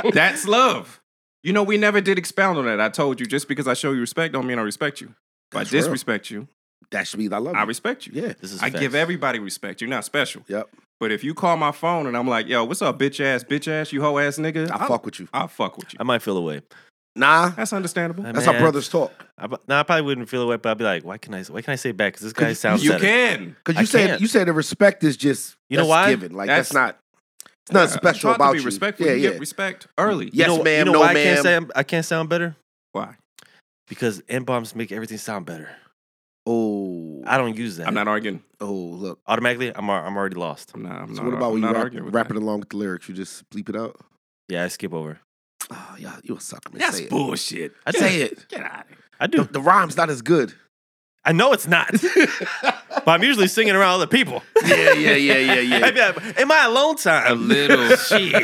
[SPEAKER 1] Bro, that's love. You know, we never did expound on that. I told you, just because I show you respect don't mean I respect you. If I
[SPEAKER 2] That's real.
[SPEAKER 1] disrespect you,
[SPEAKER 2] That should be. I love.
[SPEAKER 1] I
[SPEAKER 2] it.
[SPEAKER 1] respect you.
[SPEAKER 2] Yeah.
[SPEAKER 3] This is
[SPEAKER 1] I
[SPEAKER 3] facts.
[SPEAKER 1] give everybody respect. You're not special.
[SPEAKER 2] Yep.
[SPEAKER 1] But if you call my phone and I'm like, yo, what's up, bitch ass, bitch ass, you hoe ass nigga?
[SPEAKER 2] I fuck with you.
[SPEAKER 1] I'll fuck with you.
[SPEAKER 3] I might feel away.
[SPEAKER 2] Nah.
[SPEAKER 1] That's understandable.
[SPEAKER 3] I
[SPEAKER 2] That's
[SPEAKER 3] mean,
[SPEAKER 2] how brothers talk.
[SPEAKER 3] I, bu- no, I probably wouldn't feel away, but I'd be like, why can I? Why can I say it back? Because this guy sounds.
[SPEAKER 1] you
[SPEAKER 3] better.
[SPEAKER 1] can.
[SPEAKER 2] Because
[SPEAKER 3] I
[SPEAKER 2] you said
[SPEAKER 3] can't.
[SPEAKER 2] you said the respect is just
[SPEAKER 3] You know
[SPEAKER 2] that's
[SPEAKER 3] why?
[SPEAKER 2] given. Like that's,
[SPEAKER 1] That's-
[SPEAKER 2] not. It's nothing
[SPEAKER 1] Yeah,
[SPEAKER 2] special
[SPEAKER 1] taught
[SPEAKER 2] about
[SPEAKER 1] to be
[SPEAKER 2] you.
[SPEAKER 1] respectful.
[SPEAKER 2] Yeah,
[SPEAKER 1] you
[SPEAKER 2] yeah.
[SPEAKER 1] get respect early.
[SPEAKER 2] Yes,
[SPEAKER 3] you know,
[SPEAKER 2] ma'am,
[SPEAKER 3] You know
[SPEAKER 2] no,
[SPEAKER 3] why I can't say
[SPEAKER 2] ma'am.
[SPEAKER 3] I'm- I can't sound better
[SPEAKER 1] Why?
[SPEAKER 3] because n bombs make everything sound better.
[SPEAKER 2] oh.
[SPEAKER 3] I don't use that.
[SPEAKER 1] I'm not arguing.
[SPEAKER 2] oh look.
[SPEAKER 3] automatically. I'm al- I'm already lost.
[SPEAKER 1] I'm not. I'm
[SPEAKER 2] So
[SPEAKER 1] not,
[SPEAKER 2] what about
[SPEAKER 1] I'm
[SPEAKER 2] when you
[SPEAKER 1] not
[SPEAKER 2] rap,
[SPEAKER 1] arguing with
[SPEAKER 2] rapping along with the lyrics? You just bleep it out.
[SPEAKER 3] Yeah, I skip over.
[SPEAKER 2] Oh yeah, you a sucker.
[SPEAKER 1] that.
[SPEAKER 2] Man.
[SPEAKER 1] That's
[SPEAKER 2] say it.
[SPEAKER 1] bullshit.
[SPEAKER 3] I
[SPEAKER 2] Say it.
[SPEAKER 1] Get out of here.
[SPEAKER 3] I
[SPEAKER 2] The,
[SPEAKER 3] do.
[SPEAKER 2] the rhyme's not as good.
[SPEAKER 3] I know it's not, but I'm usually singing around other people.
[SPEAKER 2] yeah, yeah, yeah, yeah, yeah.
[SPEAKER 3] Maybe I- in my alone time,
[SPEAKER 1] A little shit.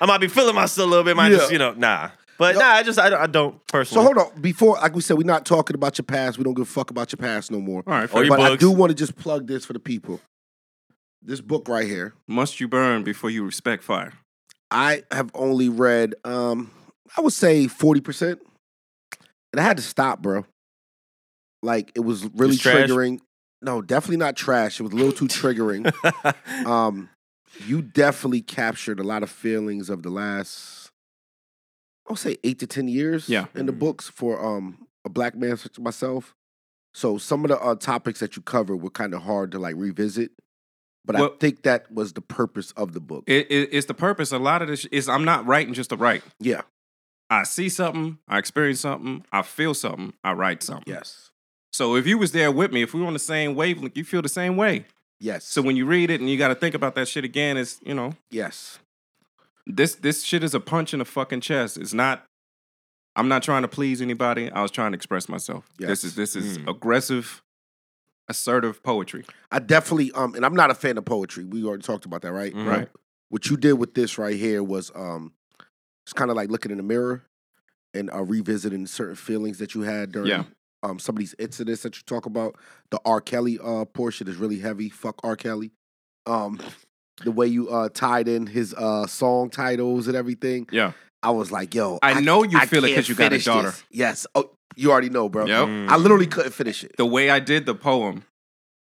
[SPEAKER 3] I might be feeling myself a little bit. Might
[SPEAKER 2] Yeah.
[SPEAKER 3] just you know, nah. But
[SPEAKER 2] Yo-
[SPEAKER 3] nah, I just I don't, I don't
[SPEAKER 2] So
[SPEAKER 3] personally.
[SPEAKER 2] hold on. Before, like we said, we're not talking about your past. We don't give a fuck about your past no more.
[SPEAKER 1] All right.
[SPEAKER 3] Or
[SPEAKER 1] fair.
[SPEAKER 3] you-
[SPEAKER 2] but I
[SPEAKER 3] books.
[SPEAKER 2] do want to just plug this for the people. This book right here,
[SPEAKER 1] Must you burn before you respect fire?
[SPEAKER 2] I have only read, um, I would say forty percent, and I had to stop, bro. Like it was really
[SPEAKER 3] It's trash?
[SPEAKER 2] triggering. No, definitely not trash. It was a little too triggering. um, you definitely captured a lot of feelings of the last, I'll say eight to ten years.
[SPEAKER 1] Yeah.
[SPEAKER 2] in the books for um a black man such as myself. So some of the uh, topics that you covered were kind of hard to like revisit, but
[SPEAKER 1] Well-
[SPEAKER 2] I think that was the purpose of the book.
[SPEAKER 1] It, it, it's the purpose. A lot of this is I'm not writing just to write.
[SPEAKER 2] yeah.
[SPEAKER 1] Mm. I see something, I experience something, I feel something, I write something.
[SPEAKER 2] Yes.
[SPEAKER 1] So if you was there with me, if we were on the same wavelength, you feel the same way.
[SPEAKER 2] Yes.
[SPEAKER 1] So when you read it and you got to think about that shit again, it's you know
[SPEAKER 2] yes.
[SPEAKER 1] this this shit is a punch in the fucking chest. It's not. I'm not trying to please anybody. I was trying to express myself. This
[SPEAKER 2] Yes. Hmm.
[SPEAKER 1] is this is
[SPEAKER 3] Mm.
[SPEAKER 1] aggressive, assertive poetry.
[SPEAKER 2] I definitely um, and I'm not a fan of poetry. We already talked about that, right?
[SPEAKER 3] Mhm.
[SPEAKER 1] Right.
[SPEAKER 2] What you did with this right here was um, it's kind of like looking in the mirror and uh, revisiting certain feelings that you had during
[SPEAKER 1] Yeah.
[SPEAKER 2] um some of these incidents that you talk about. The R. Kelly uh portion is really heavy. Fuck R. Kelly. Um, the way you uh tied in his uh song titles and everything,
[SPEAKER 1] Yeah.
[SPEAKER 2] I was like, yo,
[SPEAKER 1] I know you
[SPEAKER 2] I
[SPEAKER 1] feel it
[SPEAKER 2] can't
[SPEAKER 1] 'cause you got a
[SPEAKER 2] finish
[SPEAKER 1] daughter.
[SPEAKER 2] this. Yes. Oh, you already know, bro.
[SPEAKER 1] Yep.
[SPEAKER 3] Mm.
[SPEAKER 2] I literally couldn't finish it.
[SPEAKER 1] The way I did the poem,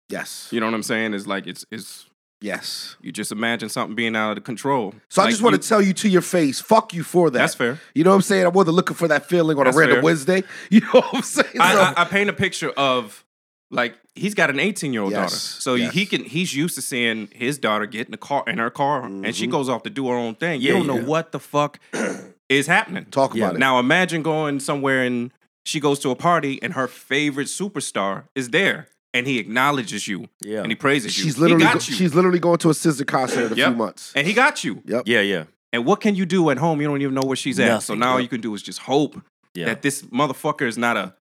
[SPEAKER 2] Yes.
[SPEAKER 1] you know what I'm saying, is like it's it's
[SPEAKER 2] Yes.
[SPEAKER 1] you just imagine something being out of control.
[SPEAKER 2] So I
[SPEAKER 1] Like
[SPEAKER 2] just want
[SPEAKER 1] you-
[SPEAKER 2] to tell you to your face, fuck you for that.
[SPEAKER 1] That's fair.
[SPEAKER 2] You know what I'm saying? I wasn't looking for that feeling on
[SPEAKER 1] That's
[SPEAKER 2] a random
[SPEAKER 1] fair.
[SPEAKER 2] Wednesday. You know what I'm saying? So-
[SPEAKER 1] I, I, I paint a picture of like he's got an 18 year old
[SPEAKER 2] Yes,
[SPEAKER 1] daughter, so
[SPEAKER 2] yes.
[SPEAKER 1] he can he's used to seeing his daughter get in the car in her car, and she
[SPEAKER 2] Mhm.
[SPEAKER 1] goes off to do her own thing. you
[SPEAKER 3] Yeah,
[SPEAKER 1] don't know
[SPEAKER 3] yeah.
[SPEAKER 1] what the fuck is happening.
[SPEAKER 2] Talk
[SPEAKER 3] Yeah,
[SPEAKER 2] about it.
[SPEAKER 1] Now imagine going somewhere and she goes to a party and her favorite superstar is there, and he acknowledges you
[SPEAKER 3] Yeah.
[SPEAKER 1] and he praises you.
[SPEAKER 2] she's literally
[SPEAKER 1] he got
[SPEAKER 2] go-
[SPEAKER 1] you,
[SPEAKER 2] she's literally going to a scissor concert in a
[SPEAKER 1] Yep.
[SPEAKER 2] few months.
[SPEAKER 1] and he got you.
[SPEAKER 3] Yeah. Yeah.
[SPEAKER 1] And what can you do at home? You don't even know where she's at. So
[SPEAKER 3] Nothing.
[SPEAKER 1] now all you can do is just hope
[SPEAKER 3] Yeah.
[SPEAKER 1] that this motherfucker is not a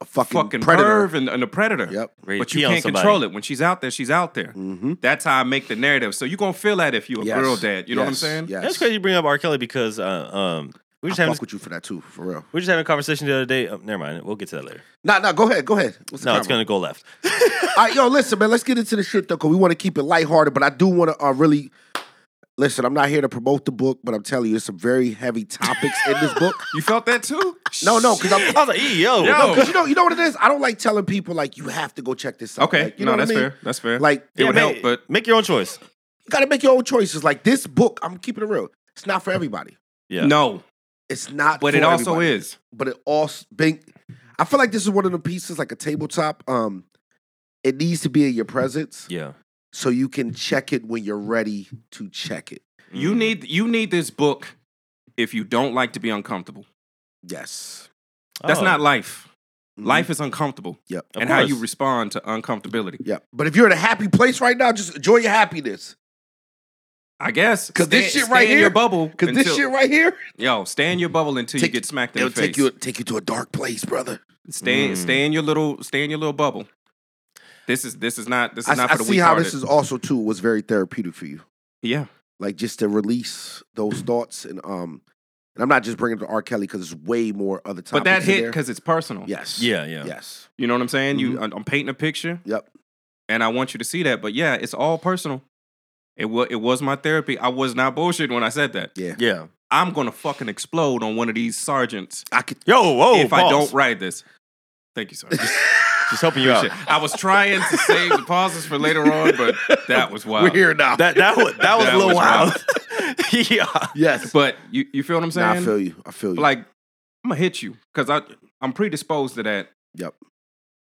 [SPEAKER 2] A
[SPEAKER 1] fucking,
[SPEAKER 2] fucking, predator.
[SPEAKER 1] perv and, and a predator.
[SPEAKER 2] Yep.
[SPEAKER 3] Ready to
[SPEAKER 1] But you
[SPEAKER 3] pee on
[SPEAKER 1] can't
[SPEAKER 3] somebody.
[SPEAKER 1] control it. When she's out there, she's out there.
[SPEAKER 2] Mm-hmm.
[SPEAKER 1] That's how I make the narrative. So you're gonna feel that if you a
[SPEAKER 2] Yes.
[SPEAKER 1] girl dad. You know what I'm
[SPEAKER 2] Yes.
[SPEAKER 1] saying?
[SPEAKER 2] Yes.
[SPEAKER 3] That's crazy you bring up R. Kelly because uh, um, we were
[SPEAKER 2] I
[SPEAKER 3] just having
[SPEAKER 2] fuck with you for that too, for real.
[SPEAKER 3] we were just having a conversation the other day. Oh, never mind, we'll get to that later.
[SPEAKER 2] Nah, nah, go ahead, go ahead. What's the
[SPEAKER 3] No, it's
[SPEAKER 2] comment?
[SPEAKER 3] gonna go left.
[SPEAKER 2] All right, yo, listen, man, let's get into the shit though, because we want to keep it lighthearted, but I do want to uh, really listen. I'm not here to promote the book, but I'm telling you, there's some very heavy topics in this book.
[SPEAKER 1] You felt that too?
[SPEAKER 2] No, no, because I'm
[SPEAKER 3] I was like, "Ee,
[SPEAKER 1] Yo.
[SPEAKER 3] yo, no,
[SPEAKER 2] because you know, you know what it is. I don't like telling people like you have to go check this out.
[SPEAKER 1] Okay.
[SPEAKER 2] Like, you
[SPEAKER 1] no,
[SPEAKER 2] know what I
[SPEAKER 1] that's
[SPEAKER 2] mean?
[SPEAKER 1] fair. That's fair.
[SPEAKER 2] Like
[SPEAKER 1] it would
[SPEAKER 3] ma-
[SPEAKER 1] help, but
[SPEAKER 3] make your own choice."
[SPEAKER 2] you gotta make your own choices. Like this book, I'm keeping it real. It's not for everybody.
[SPEAKER 3] Yeah.
[SPEAKER 1] no.
[SPEAKER 2] It's not.
[SPEAKER 1] But
[SPEAKER 2] for
[SPEAKER 1] it also
[SPEAKER 2] everybody.
[SPEAKER 1] is.
[SPEAKER 2] But it also being, I feel like this is one of the pieces, like a tabletop. Um, it needs to be in your presence
[SPEAKER 3] Yeah,
[SPEAKER 2] so you can check it when you're ready to check it.
[SPEAKER 3] Mm.
[SPEAKER 1] You
[SPEAKER 3] Mm-hmm.
[SPEAKER 1] need you need this book if you don't like to be uncomfortable.
[SPEAKER 2] Yes. Mm-hmm.
[SPEAKER 1] That's
[SPEAKER 3] Oh.
[SPEAKER 1] not life. Life is uncomfortable,
[SPEAKER 2] Yep.
[SPEAKER 3] Of
[SPEAKER 1] and how you
[SPEAKER 3] course.
[SPEAKER 1] respond to uncomfortability.
[SPEAKER 2] Yep. But if you're in a happy place right now, just enjoy your happiness.
[SPEAKER 1] I guess
[SPEAKER 2] 'Cause this
[SPEAKER 1] Stay-
[SPEAKER 2] shit right
[SPEAKER 1] stay in
[SPEAKER 2] here-
[SPEAKER 1] your bubble.
[SPEAKER 2] Cause this
[SPEAKER 1] until-
[SPEAKER 2] shit right here,
[SPEAKER 1] yo, stay in your bubble until
[SPEAKER 2] Take-
[SPEAKER 1] you get smacked in
[SPEAKER 2] it'll
[SPEAKER 1] the face.
[SPEAKER 2] take you take you to a dark place, brother.
[SPEAKER 1] Stay,
[SPEAKER 2] Hmm.
[SPEAKER 3] Mm.
[SPEAKER 1] stay in your little, stay in your little bubble. This is this is not this is
[SPEAKER 2] I,
[SPEAKER 1] not
[SPEAKER 2] I
[SPEAKER 1] for the
[SPEAKER 2] see
[SPEAKER 1] weak
[SPEAKER 2] how
[SPEAKER 1] hearted.
[SPEAKER 2] this is also too was very therapeutic for you,
[SPEAKER 1] yeah,
[SPEAKER 2] like just to release those thoughts and um, and I'm not just bringing it to R. Kelly because it's way more other topics.
[SPEAKER 1] but that
[SPEAKER 2] in
[SPEAKER 1] hit
[SPEAKER 2] there.
[SPEAKER 1] because it's personal.
[SPEAKER 2] yes,
[SPEAKER 3] Yeah, yeah.
[SPEAKER 2] yes,
[SPEAKER 1] you know what I'm saying. You, I'm- I'm painting a picture.
[SPEAKER 2] Yep.
[SPEAKER 1] and I want you to see that. But yeah, it's all personal. It was it was my therapy. I was not bullshit when I said that.
[SPEAKER 2] yeah.
[SPEAKER 3] Yeah.
[SPEAKER 1] I'm gonna fucking explode on one of these sergeants
[SPEAKER 2] I could.
[SPEAKER 3] Yo, whoa.
[SPEAKER 2] Oh,
[SPEAKER 1] if I
[SPEAKER 3] pause.
[SPEAKER 1] don't write this. Thank you, sergeant.
[SPEAKER 3] just helping you out.
[SPEAKER 1] Shit. I was trying to save the pauses for later on, but that was wild.
[SPEAKER 2] We're here now.
[SPEAKER 3] That that was that was
[SPEAKER 1] That
[SPEAKER 3] a little
[SPEAKER 1] was
[SPEAKER 3] wild. yeah.
[SPEAKER 2] yes.
[SPEAKER 1] But you, you feel what I'm
[SPEAKER 2] Nah,
[SPEAKER 1] saying?
[SPEAKER 2] I feel you. I feel you.
[SPEAKER 1] Like I'm gonna hit you because I I'm predisposed to that.
[SPEAKER 2] Yep.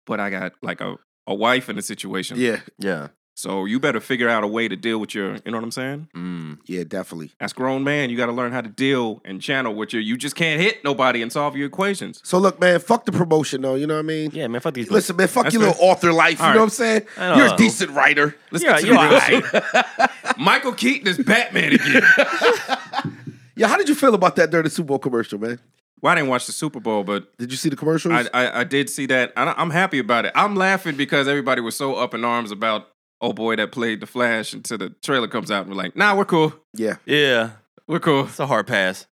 [SPEAKER 1] But I got like a, a wife in the situation.
[SPEAKER 2] yeah,
[SPEAKER 3] Yeah.
[SPEAKER 1] So you better figure out a way to deal with your. You know what I'm saying?
[SPEAKER 3] Mm.
[SPEAKER 2] yeah, definitely.
[SPEAKER 1] As grown man, you got to learn how to deal and channel with your. You just can't hit nobody and solve your equations.
[SPEAKER 2] So look, man, fuck the promotion though. You know what I mean?
[SPEAKER 3] Yeah, man. Fuck these.
[SPEAKER 2] Listen, man, fuck
[SPEAKER 1] That's
[SPEAKER 2] your little author life.
[SPEAKER 1] All
[SPEAKER 2] you
[SPEAKER 1] right.
[SPEAKER 2] know what I'm saying?
[SPEAKER 3] I don't
[SPEAKER 2] You're
[SPEAKER 3] know.
[SPEAKER 2] a decent writer.
[SPEAKER 1] Let's get
[SPEAKER 3] Yeah,
[SPEAKER 1] to
[SPEAKER 3] you're
[SPEAKER 1] the real shit. Michael Keaton is Batman again.
[SPEAKER 2] Yeah, how did you feel about that during the Super Bowl commercial, man?
[SPEAKER 1] well, I didn't watch the Super Bowl, but
[SPEAKER 2] Did you see the commercials?
[SPEAKER 1] I, I, I did see that. I, I'm happy about it. I'm laughing because everybody was so up in arms about oh boy that played the Flash until the trailer comes out and we're like, nah, we're cool,
[SPEAKER 2] yeah.
[SPEAKER 3] Yeah.
[SPEAKER 1] we're cool.
[SPEAKER 3] It's a hard pass.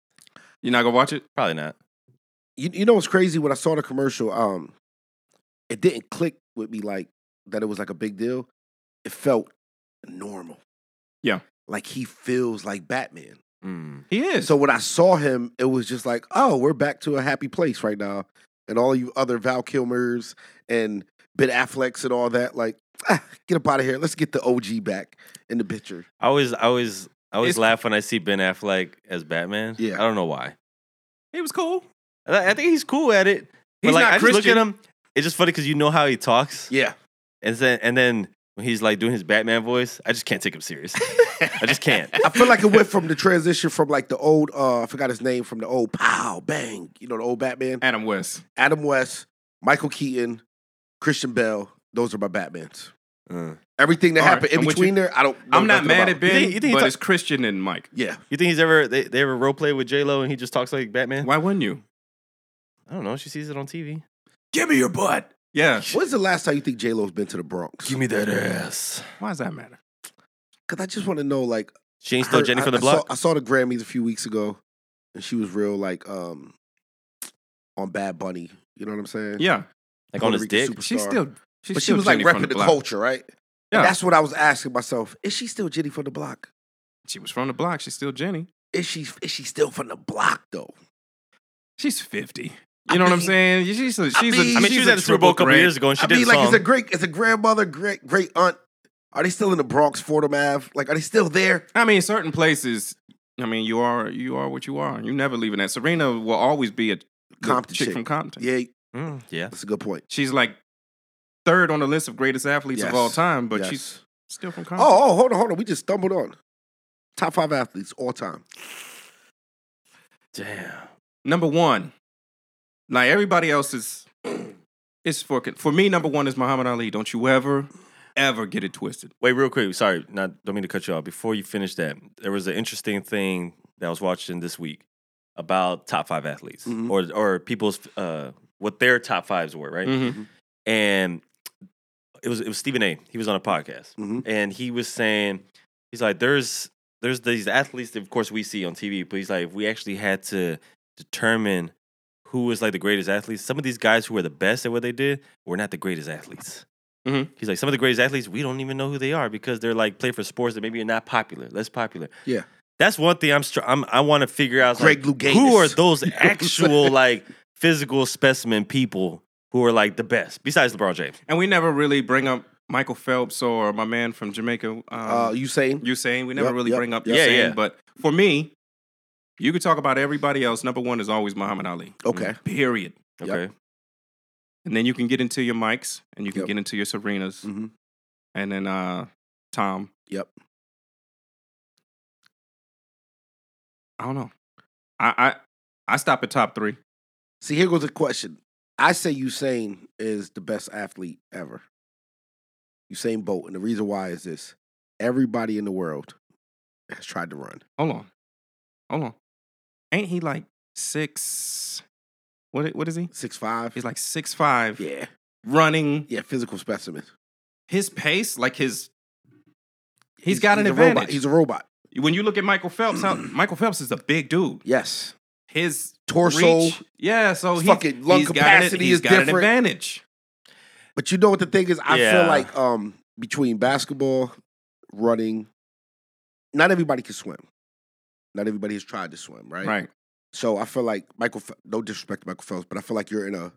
[SPEAKER 1] You're not gonna watch it?
[SPEAKER 3] Probably not.
[SPEAKER 2] You, you know what's crazy? When I saw the commercial, um, it didn't click with me like that it was like a big deal. It felt normal.
[SPEAKER 1] Yeah.
[SPEAKER 2] Like he feels like Batman.
[SPEAKER 3] Mm.
[SPEAKER 1] He is.
[SPEAKER 2] So when I saw him, it was just like, oh, we're back to a happy place right now. And all you other Val Kilmers and Ben Afflecks and all that, like, ah, get up out of here. Let's get the OG back in the picture.
[SPEAKER 3] I always, I always, I always
[SPEAKER 1] It's-
[SPEAKER 3] laugh when I see Ben Affleck as Batman.
[SPEAKER 2] Yeah.
[SPEAKER 3] I don't know why.
[SPEAKER 1] he was cool.
[SPEAKER 3] I I think he's cool at it. But
[SPEAKER 1] He's
[SPEAKER 3] like,
[SPEAKER 1] not
[SPEAKER 3] I just look
[SPEAKER 1] Christian.
[SPEAKER 3] at him. It's just funny because you know how he talks,
[SPEAKER 2] Yeah.
[SPEAKER 3] and then and then when he's like doing his Batman voice, I just can't take him serious. I just can't.
[SPEAKER 2] I feel like it went from the transition from like the old, uh, I forgot his name, from the old pow, bang, you know, the old Batman.
[SPEAKER 1] Adam West.
[SPEAKER 2] Adam West, Michael Keaton, Christian Bell. Those are my Batmans.
[SPEAKER 3] Uh.
[SPEAKER 2] Everything that
[SPEAKER 1] All right,
[SPEAKER 2] happened in
[SPEAKER 1] I'm with
[SPEAKER 2] between
[SPEAKER 1] you.
[SPEAKER 2] there, I don't. know
[SPEAKER 1] I'm not
[SPEAKER 2] nothing
[SPEAKER 1] mad
[SPEAKER 2] about.
[SPEAKER 1] at Ben,
[SPEAKER 3] You think- you think he
[SPEAKER 1] but
[SPEAKER 3] talk-
[SPEAKER 1] it's Christian and Mike.
[SPEAKER 2] Yeah,
[SPEAKER 3] You think he's ever they, they ever role play with J Lo and he just talks like Batman?
[SPEAKER 1] Why wouldn't you?
[SPEAKER 3] I don't know. She sees it on TV.
[SPEAKER 1] Give me your butt. Yeah.
[SPEAKER 2] when's the last time you think J Lo's been to the Bronx?
[SPEAKER 3] me that ass.
[SPEAKER 1] Why does that matter?
[SPEAKER 2] Because I just want to know, like,
[SPEAKER 3] She ain't
[SPEAKER 2] I
[SPEAKER 3] still
[SPEAKER 2] heard-
[SPEAKER 3] Jenny
[SPEAKER 2] I-
[SPEAKER 3] from the
[SPEAKER 2] I
[SPEAKER 3] block.
[SPEAKER 2] Saw, I saw the Grammys a few weeks ago, and she was real like um on Bad Bunny. You know what I'm saying?
[SPEAKER 1] Yeah.
[SPEAKER 3] like on
[SPEAKER 2] Puerto
[SPEAKER 3] his
[SPEAKER 2] Rican
[SPEAKER 3] dick.
[SPEAKER 2] superstar.
[SPEAKER 1] She's still. She's
[SPEAKER 2] but she
[SPEAKER 1] still
[SPEAKER 2] was like
[SPEAKER 1] Jenny from
[SPEAKER 2] repping the,
[SPEAKER 1] block.
[SPEAKER 2] culture, right? And
[SPEAKER 1] Yeah.
[SPEAKER 2] that's what I was asking myself: Is she still Jenny from the block?
[SPEAKER 1] She was from the block. She's still Jenny.
[SPEAKER 2] Is she? Is she still from the block though?
[SPEAKER 1] She's 50. You
[SPEAKER 2] I
[SPEAKER 1] know what I'm
[SPEAKER 2] mean-
[SPEAKER 1] saying? She's a, she's a,
[SPEAKER 2] mean-
[SPEAKER 3] I mean, she
[SPEAKER 1] she's
[SPEAKER 3] was at the Super Bowl a couple
[SPEAKER 1] triple
[SPEAKER 3] years ago and she
[SPEAKER 2] I
[SPEAKER 3] did
[SPEAKER 2] mean,
[SPEAKER 3] a
[SPEAKER 2] like,
[SPEAKER 3] song.
[SPEAKER 2] it's a great, it's a grandmother, great, great aunt. Are they still in the Bronx, Fordham Ave? Like, are they still there?
[SPEAKER 1] I mean, certain places. I mean, you are you are what you are. You're never leaving that. Serena will always be a
[SPEAKER 2] Compton
[SPEAKER 1] chick,
[SPEAKER 2] chick.
[SPEAKER 1] from Compton.
[SPEAKER 2] Yeah,
[SPEAKER 3] Mm, yeah.
[SPEAKER 2] that's a good point.
[SPEAKER 1] She's like third on the list of greatest athletes
[SPEAKER 2] Yes.
[SPEAKER 1] of all time, but
[SPEAKER 2] Yes.
[SPEAKER 1] she's still from Compton.
[SPEAKER 2] Oh, oh, hold on, hold on. We just stumbled on top five athletes all time.
[SPEAKER 3] Damn.
[SPEAKER 1] Number one. Now everybody else is is fucking for me. Number one is Muhammad Ali. Don't you ever ever get it twisted.
[SPEAKER 3] Wait, real quick. Sorry, not don't mean to cut you off. Before you finish that, there was an interesting thing that I was watching this week about top five athletes
[SPEAKER 2] Mhm.
[SPEAKER 3] or or people's uh, what their top fives were, right?
[SPEAKER 2] Mm-hmm.
[SPEAKER 1] Mhm.
[SPEAKER 3] And it was it was Stephen A. He was on a podcast,
[SPEAKER 2] Mhm.
[SPEAKER 3] and he was saying he's like, there's there's these athletes that of course we see on TV, but he's like, if we actually had to determine who is like the greatest athletes, some of these guys who were the best at what they did were not the greatest athletes.
[SPEAKER 1] Mhm.
[SPEAKER 2] Mm-hmm.
[SPEAKER 3] He's like, some of the greatest athletes, we don't even know who they are because they're like play for sports that maybe are not popular, less popular.
[SPEAKER 2] Yeah.
[SPEAKER 3] That's one thing I'm, str- I'm I want to figure out. like,
[SPEAKER 2] Greg Louganis.
[SPEAKER 3] who are those
[SPEAKER 2] what I'm
[SPEAKER 3] actual like physical specimen people who are like the best besides LeBron James?
[SPEAKER 1] And we never really bring up Michael Phelps or my man from Jamaica, um,
[SPEAKER 2] Uh, you saying?
[SPEAKER 1] Usain. We never
[SPEAKER 2] yep,
[SPEAKER 1] really
[SPEAKER 2] yep,
[SPEAKER 1] bring up
[SPEAKER 3] yep.
[SPEAKER 1] Usain.
[SPEAKER 3] Yeah, yeah.
[SPEAKER 1] But for me, you could talk about everybody else. Number one is always Muhammad Ali.
[SPEAKER 2] Okay.
[SPEAKER 1] Period.
[SPEAKER 2] Yep.
[SPEAKER 3] Okay.
[SPEAKER 1] And then you can get into your mics and you can
[SPEAKER 2] Yep.
[SPEAKER 1] get into your Serenas
[SPEAKER 2] Mm-hmm.
[SPEAKER 1] and then uh, Tom.
[SPEAKER 2] Yep.
[SPEAKER 1] I don't know. I, I I stop at top three.
[SPEAKER 2] See, here goes a question. I say Usain is the best athlete ever. Usain Bolt, and the reason why is this: everybody in the world has tried to run.
[SPEAKER 1] Hold on. Hold on. Ain't he like six? What, i- what is he?
[SPEAKER 2] Six five.
[SPEAKER 1] He's like six five,
[SPEAKER 2] yeah,
[SPEAKER 1] running
[SPEAKER 2] yeah, physical specimen.
[SPEAKER 1] his pace, like his. he's
[SPEAKER 2] he's
[SPEAKER 1] got an
[SPEAKER 2] he's A robot.
[SPEAKER 1] advantage.
[SPEAKER 2] He's a robot.
[SPEAKER 1] when you look at Michael Phelps, how Michael Phelps is a big dude.
[SPEAKER 2] Yes,
[SPEAKER 1] His
[SPEAKER 2] torso.
[SPEAKER 1] reach- yeah. So he,
[SPEAKER 2] fucking lung
[SPEAKER 1] he's got an-
[SPEAKER 2] capacity
[SPEAKER 1] he's
[SPEAKER 2] is
[SPEAKER 1] got an
[SPEAKER 2] different.
[SPEAKER 1] advantage.
[SPEAKER 2] But you know what the thing is? I feel
[SPEAKER 3] Yeah.
[SPEAKER 2] like um between basketball, running, not everybody can swim. Not everybody has tried to swim, right?
[SPEAKER 1] Right.
[SPEAKER 2] So I feel like Michael. Ph- No disrespect to Michael Phelps, but I feel like you're in a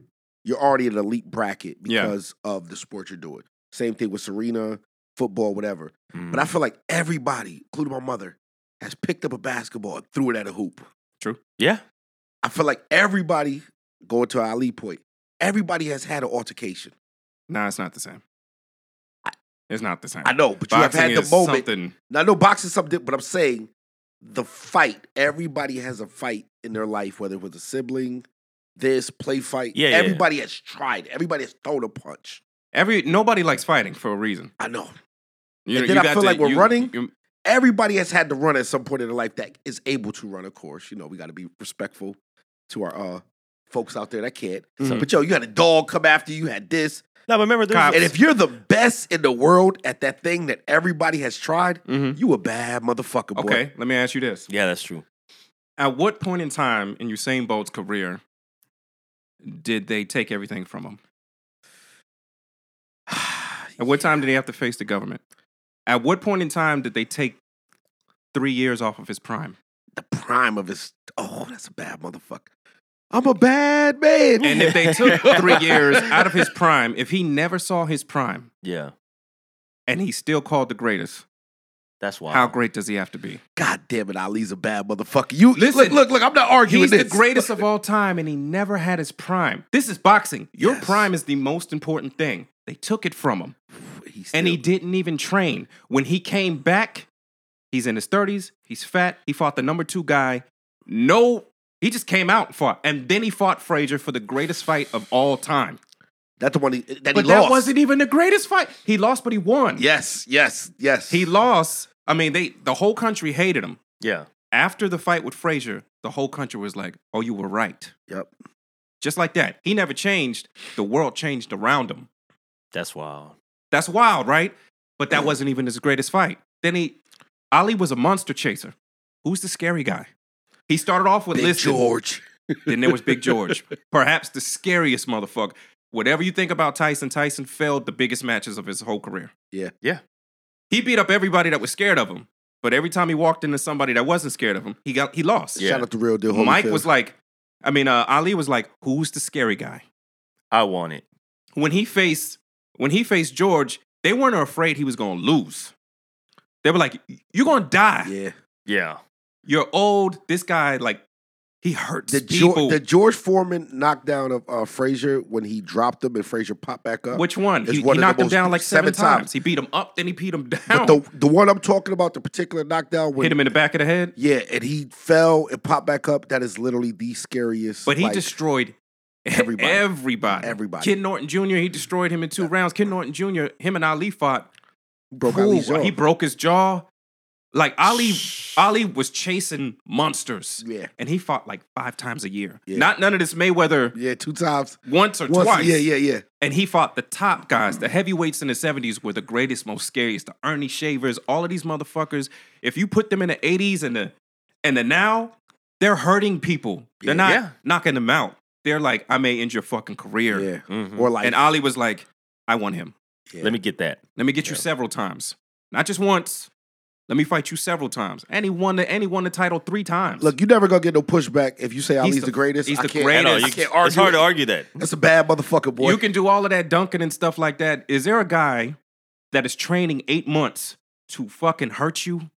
[SPEAKER 2] you're already in an elite bracket
[SPEAKER 1] Yeah.
[SPEAKER 2] because of the sport you're doing. Same thing with Serena, football, whatever. But I
[SPEAKER 1] Mm.
[SPEAKER 2] feel like everybody, including my mother, has picked up a basketball and threw it at a hoop.
[SPEAKER 3] yeah,
[SPEAKER 2] I feel like everybody going to Ali point. Everybody has had an altercation.
[SPEAKER 1] No, it's not the same. It's not the same.
[SPEAKER 2] I know, but you
[SPEAKER 1] Boxing
[SPEAKER 2] have had the
[SPEAKER 1] is
[SPEAKER 2] moment.
[SPEAKER 1] Something,
[SPEAKER 2] Now, I know boxing's something, but I'm saying the fight. Everybody has a fight in their life, whether it was a sibling, this play fight.
[SPEAKER 3] Yeah, yeah, yeah.
[SPEAKER 2] everybody has tried. Everybody has thrown a punch.
[SPEAKER 1] every nobody likes fighting for a reason.
[SPEAKER 2] I know.
[SPEAKER 1] You,
[SPEAKER 2] And then
[SPEAKER 1] know, you
[SPEAKER 2] I
[SPEAKER 1] got
[SPEAKER 2] feel
[SPEAKER 1] to-
[SPEAKER 2] like we're
[SPEAKER 1] you-
[SPEAKER 2] running.
[SPEAKER 1] you-
[SPEAKER 2] Everybody has had to run at some point in their life that is able to run. Of course, you know we got to be respectful to our uh folks out there that can't.
[SPEAKER 1] Mhm.
[SPEAKER 2] But yo, you had a dog come after you. you Had this,
[SPEAKER 3] no. But remember, there's,
[SPEAKER 1] Cops.
[SPEAKER 2] and if you're the best in the world at that thing that everybody has tried,
[SPEAKER 1] mhm.
[SPEAKER 2] you a bad motherfucker. Oh, Boy.
[SPEAKER 1] Okay, let me ask you this:
[SPEAKER 3] yeah, that's true.
[SPEAKER 1] At what point in time in Usain Bolt's career did they take everything from him? At what time did he have to face the government? At what point in time did they take three years off of his prime?
[SPEAKER 2] the prime of his. Oh, that's a bad motherfucker. I'm a bad man.
[SPEAKER 1] And if they took three years out of his prime, if he never saw his prime
[SPEAKER 3] Yeah,
[SPEAKER 1] and he's still called the greatest,
[SPEAKER 3] that's why.
[SPEAKER 1] how great does he have to be?
[SPEAKER 2] God damn it, Ali's a bad motherfucker. You
[SPEAKER 1] Listen,
[SPEAKER 2] look, look, look. I'm not arguing
[SPEAKER 1] He's
[SPEAKER 2] this.
[SPEAKER 1] the greatest of all time, and he never had his prime. This is boxing. Your
[SPEAKER 2] Yes.
[SPEAKER 1] prime is the most important thing. They took it from him,
[SPEAKER 2] He's
[SPEAKER 1] and he
[SPEAKER 2] still-
[SPEAKER 1] didn't even train. When he came back, he's in his 30s. He's fat. He fought the number two guy. No, he just came out and fought. And then he fought Frazier for the greatest fight of all time.
[SPEAKER 2] That's the one he, that
[SPEAKER 1] But
[SPEAKER 2] he lost.
[SPEAKER 1] that wasn't even the greatest fight. He lost, but he won.
[SPEAKER 2] Yes, yes, yes.
[SPEAKER 1] He lost. I mean, they the whole country hated him.
[SPEAKER 3] Yeah,
[SPEAKER 1] After the fight with Frazier, the whole country was like, oh, you were right.
[SPEAKER 2] Yep.
[SPEAKER 1] Just like that. He never changed. The world changed around him.
[SPEAKER 3] that's wild.
[SPEAKER 1] That's wild, right? But
[SPEAKER 2] Mm.
[SPEAKER 1] that wasn't even his greatest fight. Then he, Ali was a monster chaser. Who's the scary guy? He started off with
[SPEAKER 2] Big
[SPEAKER 1] Liston.
[SPEAKER 2] George.
[SPEAKER 1] Then there was Big George, perhaps the scariest motherfucker. Whatever you think about Tyson, Tyson failed the biggest matches of his whole career.
[SPEAKER 2] Yeah.
[SPEAKER 3] Yeah.
[SPEAKER 1] He beat up everybody that was scared of him. But every time he walked into somebody that wasn't scared of him, he got he lost.
[SPEAKER 3] Yeah.
[SPEAKER 2] Shout out to real deal.
[SPEAKER 1] Mike
[SPEAKER 2] Holyfield.
[SPEAKER 1] was like, I mean, uh, Ali was like, who's the scary guy?
[SPEAKER 3] I want it.
[SPEAKER 1] when he faced when he faced George, they weren't afraid he was gonna lose. They were like, "You're gonna die.
[SPEAKER 2] yeah.
[SPEAKER 3] Yeah,
[SPEAKER 1] You're old. This guy, like, he hurts
[SPEAKER 2] The,
[SPEAKER 1] people."
[SPEAKER 2] George, the George Foreman knockdown of uh, Frazier when he dropped him and Frazier popped back up.
[SPEAKER 1] Which one?
[SPEAKER 2] is
[SPEAKER 1] He, he
[SPEAKER 2] one of the
[SPEAKER 1] knocked him
[SPEAKER 2] most-
[SPEAKER 1] down like seven,
[SPEAKER 2] seven times.
[SPEAKER 1] times. He beat him up, then he beat him down.
[SPEAKER 2] but the the one I'm talking about, the particular knockdown, when,
[SPEAKER 1] hit him in the back of the head.
[SPEAKER 2] yeah, and he fell and popped back up. That is literally the scariest.
[SPEAKER 1] But he
[SPEAKER 2] like,
[SPEAKER 1] destroyed e-,
[SPEAKER 2] everybody.
[SPEAKER 1] Everybody.
[SPEAKER 2] Everybody.
[SPEAKER 1] Kid Norton Jr. He destroyed him in two rounds. Kid Norton Jr. Him and Ali fought.
[SPEAKER 2] broke
[SPEAKER 1] Cool.
[SPEAKER 2] Ali's jaw.
[SPEAKER 1] He broke his jaw. Like Ali, Ali was chasing monsters.
[SPEAKER 2] Yeah.
[SPEAKER 1] and he fought like five times a year.
[SPEAKER 2] Yeah.
[SPEAKER 1] Not none of this Mayweather
[SPEAKER 2] Yeah, two times.
[SPEAKER 1] once or
[SPEAKER 2] Once-
[SPEAKER 1] twice.
[SPEAKER 2] Yeah, yeah, yeah.
[SPEAKER 1] And he fought the top guys. The heavyweights in the 70s were the greatest, most scariest. The Ernie Shavers, all of these motherfuckers. If you put them in the 80s and the and the now, they're hurting people. They're
[SPEAKER 2] Yeah.
[SPEAKER 1] not
[SPEAKER 3] Yeah.
[SPEAKER 1] knocking them out. They're like, I may end your fucking career.
[SPEAKER 2] Yeah.
[SPEAKER 3] Mhm.
[SPEAKER 2] Or like
[SPEAKER 1] Mm-hmm. And Ali was like, I want him.
[SPEAKER 2] yeah.
[SPEAKER 3] let me get that.
[SPEAKER 1] Let me get you
[SPEAKER 3] Yeah.
[SPEAKER 1] several times. Not just once. Let me fight you several times. And he won the and he won the title three times.
[SPEAKER 2] look, you never gonna get no pushback if you say Ali's the,
[SPEAKER 1] the-
[SPEAKER 2] greatest.
[SPEAKER 1] he's
[SPEAKER 2] I
[SPEAKER 1] the
[SPEAKER 2] can't,
[SPEAKER 1] greatest.
[SPEAKER 3] I know,
[SPEAKER 1] is.
[SPEAKER 3] you
[SPEAKER 2] I can't
[SPEAKER 3] it's hard
[SPEAKER 2] argue.
[SPEAKER 3] to argue that.
[SPEAKER 2] That's a bad motherfucker, boy.
[SPEAKER 1] You can do all of that dunking and stuff like that. Is there a guy that is training eight months to fucking hurt you?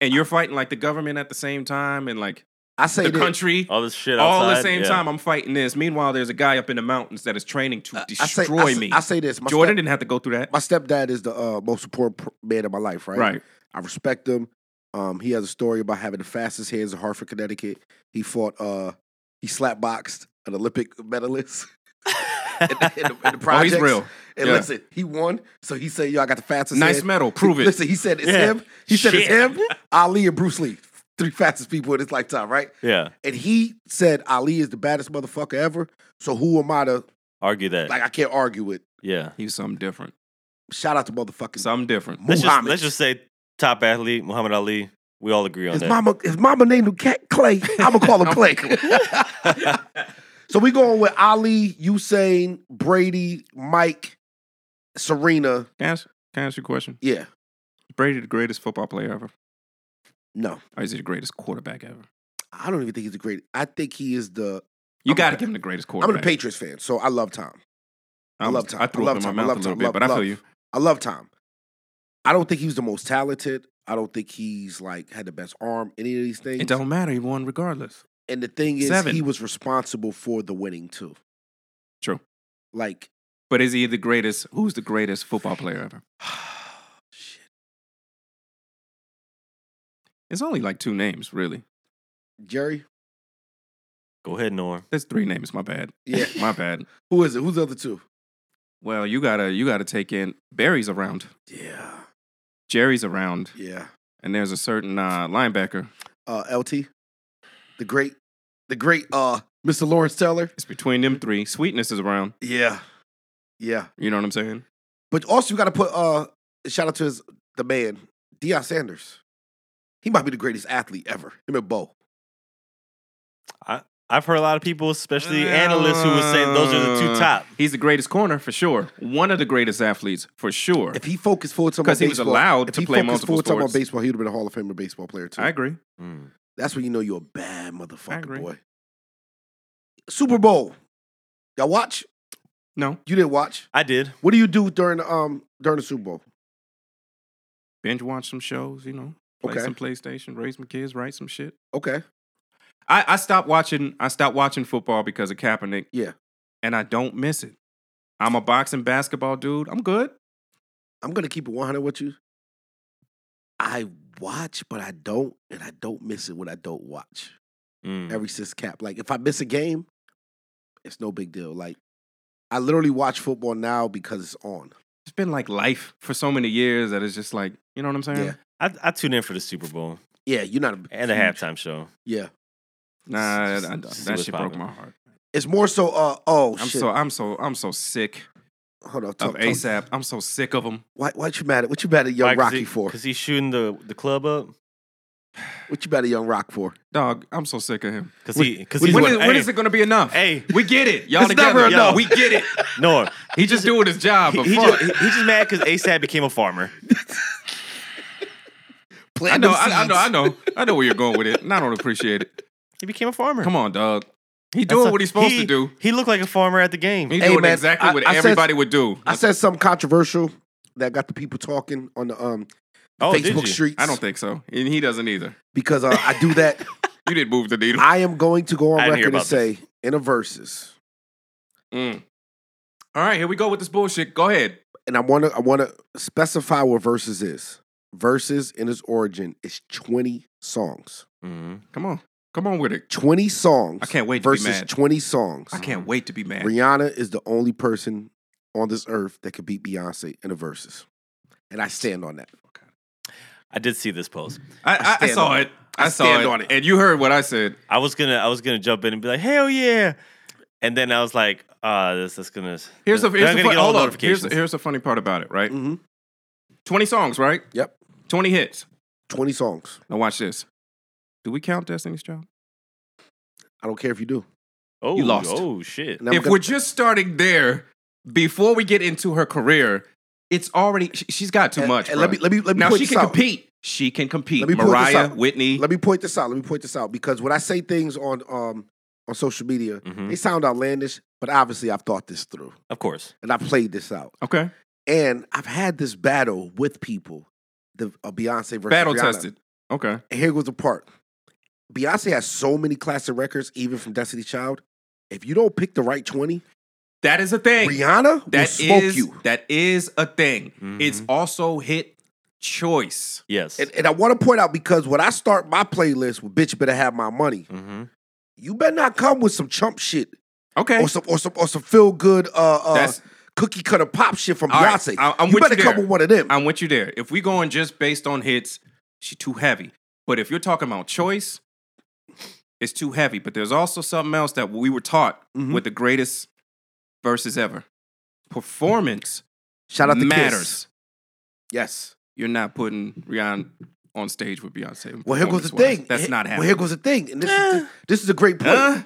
[SPEAKER 1] And you're fighting like the government at the same time and like
[SPEAKER 2] I say
[SPEAKER 1] the
[SPEAKER 2] that-
[SPEAKER 1] country.
[SPEAKER 3] All this shit.
[SPEAKER 1] All
[SPEAKER 3] Oh, outside,
[SPEAKER 1] the same
[SPEAKER 3] yeah.
[SPEAKER 1] time, I'm fighting this. Meanwhile, there's a guy up in the mountains that is training to
[SPEAKER 2] I- I say- I
[SPEAKER 1] destroy
[SPEAKER 2] say-
[SPEAKER 1] me.
[SPEAKER 2] I say this. My
[SPEAKER 1] Jordan
[SPEAKER 2] Jordan.
[SPEAKER 1] didn't have to go through that.
[SPEAKER 2] my stepdad is the uh, most important pr- man in my life, right?
[SPEAKER 1] Right.
[SPEAKER 2] I respect him. Um, he has a story about having the fastest hands in Hartford, Connecticut. He fought. Uh, he slap boxed an Olympic medalist in,
[SPEAKER 3] That's
[SPEAKER 2] in the, in the
[SPEAKER 1] Oh, he's
[SPEAKER 2] projects.
[SPEAKER 1] real.
[SPEAKER 2] And
[SPEAKER 1] Yeah.
[SPEAKER 2] listen, he won, so he said, "Yo, I got the fastest."
[SPEAKER 1] Nice
[SPEAKER 2] hand.
[SPEAKER 1] medal. Prove it.
[SPEAKER 2] Listen, he said it's
[SPEAKER 3] Yeah.
[SPEAKER 2] him. He said it's him,
[SPEAKER 3] Shit.
[SPEAKER 2] Ali, and Bruce Lee, three fastest people in his lifetime, right?
[SPEAKER 3] yeah.
[SPEAKER 2] And he said Ali is the baddest motherfucker ever. So who am I to
[SPEAKER 3] Argue that.
[SPEAKER 2] like? I can't argue with.
[SPEAKER 3] yeah.
[SPEAKER 1] He was something different.
[SPEAKER 2] Shout out to motherfucking
[SPEAKER 1] Something different.
[SPEAKER 3] Let's just,
[SPEAKER 2] Muhammad.
[SPEAKER 3] let's just say top athlete Muhammad Ali. We all agree on
[SPEAKER 2] His
[SPEAKER 3] that.
[SPEAKER 2] mama, his mama named him Ca- Clay. I'm gonna
[SPEAKER 1] Oh
[SPEAKER 2] call him Clay. so we going with Ali, Usain, Brady, Mike, Serena.
[SPEAKER 1] Can I ask, can I ask you a question?
[SPEAKER 2] Yeah,
[SPEAKER 1] Is Brady the greatest football player ever?
[SPEAKER 2] no,
[SPEAKER 1] Or is he the greatest quarterback ever?
[SPEAKER 2] I don't even think he's the great. I think he is the.
[SPEAKER 1] You
[SPEAKER 2] I'm
[SPEAKER 1] got to
[SPEAKER 2] a-
[SPEAKER 1] give him the greatest
[SPEAKER 2] I'm a
[SPEAKER 1] quarterback.
[SPEAKER 2] Patriots fan, so I love Tom. I
[SPEAKER 1] I'm-
[SPEAKER 2] love Tom.
[SPEAKER 1] I threw
[SPEAKER 2] I love
[SPEAKER 1] up
[SPEAKER 2] Tom.
[SPEAKER 1] in my
[SPEAKER 2] I
[SPEAKER 1] mouth
[SPEAKER 2] love
[SPEAKER 1] a little
[SPEAKER 2] Tom.
[SPEAKER 1] bit,
[SPEAKER 2] Love-
[SPEAKER 1] but I
[SPEAKER 2] love.
[SPEAKER 1] feel you.
[SPEAKER 2] I love Tom. I don't think he was the most talented. I don't think he's like had the best arm. Any of these things.
[SPEAKER 1] It don't matter. He won regardless.
[SPEAKER 2] And the thing is,
[SPEAKER 1] Seven.
[SPEAKER 2] he was responsible for the winning too.
[SPEAKER 1] True.
[SPEAKER 2] Like,
[SPEAKER 1] But is he the greatest? Who's the greatest football player ever?
[SPEAKER 2] shit.
[SPEAKER 1] It's only like two names, really.
[SPEAKER 2] Jerry.
[SPEAKER 3] Go ahead, Norm.
[SPEAKER 1] There's three names. My bad.
[SPEAKER 2] Yeah.
[SPEAKER 1] My bad.
[SPEAKER 2] Who is it? Who's the other two?
[SPEAKER 1] Well, you gotta you gotta take in Barry's around,
[SPEAKER 2] Yeah.
[SPEAKER 1] Jerry's around,
[SPEAKER 2] Yeah.
[SPEAKER 1] and there's a certain uh, linebacker.
[SPEAKER 2] Uh, LT, the great, the great, uh, Mr. Lawrence Taylor.
[SPEAKER 1] It's between them three. Sweetness is around.
[SPEAKER 2] Yeah. Yeah.
[SPEAKER 1] You know what I'm saying?
[SPEAKER 2] But also, you got to put uh, shout out to his the man, Deion Sanders. He might be the greatest athlete ever. Him and Bo.
[SPEAKER 3] I've heard a lot of people, especially analysts, who would say those are the two top.
[SPEAKER 1] He's the greatest corner for sure. One of the greatest athletes for sure.
[SPEAKER 2] If he focused full time,
[SPEAKER 1] 'Cause he was allowed
[SPEAKER 2] if
[SPEAKER 1] to
[SPEAKER 2] he
[SPEAKER 1] play
[SPEAKER 2] focused
[SPEAKER 1] multiple
[SPEAKER 2] full time on
[SPEAKER 1] sports.
[SPEAKER 2] baseball, he'd have been a Hall of Famer baseball player too.
[SPEAKER 1] I agree.
[SPEAKER 3] Mm.
[SPEAKER 2] That's when you know you're a bad
[SPEAKER 1] I
[SPEAKER 2] motherfucker,
[SPEAKER 1] agree.
[SPEAKER 2] boy. Super Bowl. Y'all watch?
[SPEAKER 1] No,
[SPEAKER 2] You didn't watch?
[SPEAKER 3] I did.
[SPEAKER 2] What do you do during um during the Super Bowl?
[SPEAKER 1] binge watch some shows. You know, play
[SPEAKER 2] Okay.
[SPEAKER 1] some PlayStation, raise some kids, write some shit.
[SPEAKER 2] Okay.
[SPEAKER 1] I, I stopped watching. I stopped watching football because of Kaepernick.
[SPEAKER 2] Yeah.
[SPEAKER 1] and I don't miss it. I'm a boxing basketball dude. I'm good.
[SPEAKER 2] I'm gonna keep it 100 with you. I watch, but I don't, and I don't miss it when I don't watch.
[SPEAKER 1] Hmm.
[SPEAKER 3] Mm.
[SPEAKER 2] Every since cap. Like if I miss a game, it's no big deal. Like I literally watch football now because it's on.
[SPEAKER 1] It's been like life for so many years that it's just like you know what I'm saying.
[SPEAKER 2] Yeah.
[SPEAKER 3] I, I tuned in for the Super Bowl
[SPEAKER 2] Yeah, you're not a
[SPEAKER 3] and the halftime show.
[SPEAKER 2] Yeah.
[SPEAKER 1] Nah,
[SPEAKER 3] Just-
[SPEAKER 1] I- I-
[SPEAKER 3] just see
[SPEAKER 1] that
[SPEAKER 3] what's
[SPEAKER 1] shit broke
[SPEAKER 3] poppin'.
[SPEAKER 1] my heart.
[SPEAKER 2] It's more so uh oh
[SPEAKER 1] I'm
[SPEAKER 2] shit.
[SPEAKER 1] so I'm so I'm so sick
[SPEAKER 2] Hold on,
[SPEAKER 1] of
[SPEAKER 2] talk, talk.
[SPEAKER 1] ASAP. I'm so sick of him.
[SPEAKER 2] Why, why you mad at what you mad at young Rocky for?
[SPEAKER 3] Because he's shooting the, the club up.
[SPEAKER 2] What you mad at young Rock for?
[SPEAKER 1] Dog, I'm so sick of him.
[SPEAKER 3] Because
[SPEAKER 2] When-
[SPEAKER 3] he because
[SPEAKER 2] when
[SPEAKER 3] he's
[SPEAKER 1] When
[SPEAKER 3] what,
[SPEAKER 1] is,
[SPEAKER 3] hey,
[SPEAKER 1] when is it gonna be enough?
[SPEAKER 3] hey
[SPEAKER 1] We get it. Y'all
[SPEAKER 2] It's
[SPEAKER 1] together.
[SPEAKER 2] never enough.
[SPEAKER 1] We get it.
[SPEAKER 3] Norm.
[SPEAKER 1] He just doing his job.
[SPEAKER 3] He,
[SPEAKER 1] But
[SPEAKER 3] he
[SPEAKER 1] fuck.
[SPEAKER 3] just, he, he just mad because ASAP became a farmer.
[SPEAKER 1] I
[SPEAKER 2] Plant
[SPEAKER 1] know,
[SPEAKER 2] them
[SPEAKER 1] I, I know, I
[SPEAKER 2] seeds.
[SPEAKER 1] know, I know where you're going with it, and I don't appreciate it.
[SPEAKER 3] He became a farmer.
[SPEAKER 1] Come on, dog. He doing
[SPEAKER 3] That's a-
[SPEAKER 1] what he's supposed
[SPEAKER 3] he-
[SPEAKER 1] to do.
[SPEAKER 3] He looked like a farmer at the game.
[SPEAKER 1] He
[SPEAKER 2] Hey,
[SPEAKER 1] doing
[SPEAKER 2] man,
[SPEAKER 1] exactly
[SPEAKER 2] I-
[SPEAKER 1] what
[SPEAKER 2] I said-
[SPEAKER 1] everybody would do.
[SPEAKER 2] I said something controversial that got the people talking on the um
[SPEAKER 3] oh, did
[SPEAKER 2] Facebook
[SPEAKER 3] you?
[SPEAKER 2] streets.
[SPEAKER 1] I don't think so, and he doesn't either.
[SPEAKER 2] because uh, I do that.
[SPEAKER 1] You didn't move the needle.
[SPEAKER 2] I am going to go
[SPEAKER 3] I
[SPEAKER 2] on
[SPEAKER 3] didn't
[SPEAKER 2] record
[SPEAKER 3] hear
[SPEAKER 2] and
[SPEAKER 3] about this.
[SPEAKER 2] say in a versus,
[SPEAKER 1] Mm. All right, here we go with this bullshit. Go ahead.
[SPEAKER 2] and I want to I want to specify what versus is. Versus in its origin is twenty songs.
[SPEAKER 3] Mhm.
[SPEAKER 1] Come on, come on with it.
[SPEAKER 2] Twenty songs.
[SPEAKER 1] I can't wait to be
[SPEAKER 2] Versus
[SPEAKER 1] mad.
[SPEAKER 2] twenty songs.
[SPEAKER 1] I can't wait to be mad.
[SPEAKER 2] Rihanna is the only person on this earth that could beat Beyonce in a versus, and I stand on that.
[SPEAKER 3] I did see this post.
[SPEAKER 1] I, I, I
[SPEAKER 2] stand
[SPEAKER 1] saw
[SPEAKER 2] on
[SPEAKER 1] it. I,
[SPEAKER 2] I
[SPEAKER 1] saw
[SPEAKER 2] stand
[SPEAKER 1] it.
[SPEAKER 2] on it.
[SPEAKER 1] and you heard what I said.
[SPEAKER 3] I was gonna I was gonna jump in and be like, hell yeah. And then I was like, uh, this is gonna
[SPEAKER 1] Here's the here's
[SPEAKER 3] they're not
[SPEAKER 1] the
[SPEAKER 3] gonna
[SPEAKER 1] fun,
[SPEAKER 3] get all
[SPEAKER 1] hold
[SPEAKER 3] the
[SPEAKER 1] on. Here's,
[SPEAKER 3] notifications.
[SPEAKER 1] here's the funny part about it, right?
[SPEAKER 2] Mm-hmm.
[SPEAKER 1] Twenty songs, right?
[SPEAKER 2] Yep.
[SPEAKER 1] Twenty hits.
[SPEAKER 2] Twenty songs.
[SPEAKER 1] Now watch this. Do we count Destiny's Child?
[SPEAKER 2] I don't care if you do.
[SPEAKER 3] oh,
[SPEAKER 1] you lost.
[SPEAKER 3] Oh shit.
[SPEAKER 2] And I'm
[SPEAKER 1] if
[SPEAKER 2] gonna-
[SPEAKER 1] we're just starting there, before we get into her career, it's already she, she's got too
[SPEAKER 2] and-
[SPEAKER 1] much.
[SPEAKER 2] and let
[SPEAKER 1] bruh.
[SPEAKER 2] me let me let me
[SPEAKER 1] now
[SPEAKER 2] point
[SPEAKER 1] she
[SPEAKER 2] this
[SPEAKER 1] can
[SPEAKER 2] out.
[SPEAKER 1] compete. She can compete.
[SPEAKER 2] Let me point this
[SPEAKER 1] Mariah,
[SPEAKER 2] out.
[SPEAKER 1] Whitney.
[SPEAKER 2] Let me point this out. Let me point this out because when I say things on um on social media,
[SPEAKER 3] Mhm.
[SPEAKER 1] Mm-hmm.
[SPEAKER 2] they sound outlandish, but obviously I've thought this through
[SPEAKER 3] Of course.
[SPEAKER 2] and I've played this out,
[SPEAKER 1] okay,
[SPEAKER 2] and I've had this battle with people. The uh, Beyonce versus
[SPEAKER 1] battle
[SPEAKER 2] Rihanna.
[SPEAKER 1] tested. Okay,
[SPEAKER 2] And here goes the part. Beyonce has so many classic records, even from Destiny Child. If you don't pick the right twenty,
[SPEAKER 1] that is a thing.
[SPEAKER 2] Rihanna will
[SPEAKER 1] That
[SPEAKER 2] smoke
[SPEAKER 1] is-
[SPEAKER 2] you.
[SPEAKER 1] that is a thing. It's
[SPEAKER 3] Mhm.
[SPEAKER 1] also hit choice.
[SPEAKER 3] Yes.
[SPEAKER 2] And, and I want to point out because when I start my playlist with "Bitch Better Have My Money,"
[SPEAKER 3] hmm
[SPEAKER 2] you better not come with some chump shit
[SPEAKER 1] Okay.
[SPEAKER 2] or some or some or some feel good uh, uh
[SPEAKER 1] That's-
[SPEAKER 2] cookie cutter pop shit from
[SPEAKER 1] All right,
[SPEAKER 2] Beyonce.
[SPEAKER 1] I- I'm
[SPEAKER 2] you
[SPEAKER 1] with
[SPEAKER 2] better
[SPEAKER 1] you
[SPEAKER 2] come
[SPEAKER 1] there.
[SPEAKER 2] with one of them.
[SPEAKER 1] I'm with you there. If we going just based on hits, she too heavy. But if you're talking about choice, it's too heavy. But there's also something else that we were taught
[SPEAKER 2] Mhm.
[SPEAKER 1] with the greatest verses ever. Performance
[SPEAKER 2] Shout out to
[SPEAKER 1] matters.
[SPEAKER 2] Kiss. Yes.
[SPEAKER 1] You're not putting Rihanna on stage with Beyonce.
[SPEAKER 2] Well, here goes the
[SPEAKER 1] performance-wise.
[SPEAKER 2] thing.
[SPEAKER 1] That's not
[SPEAKER 2] Well,
[SPEAKER 1] happening. Uh.
[SPEAKER 2] here goes the thing, eh. and this
[SPEAKER 3] Eh.
[SPEAKER 2] is this is a great point.
[SPEAKER 1] Huh?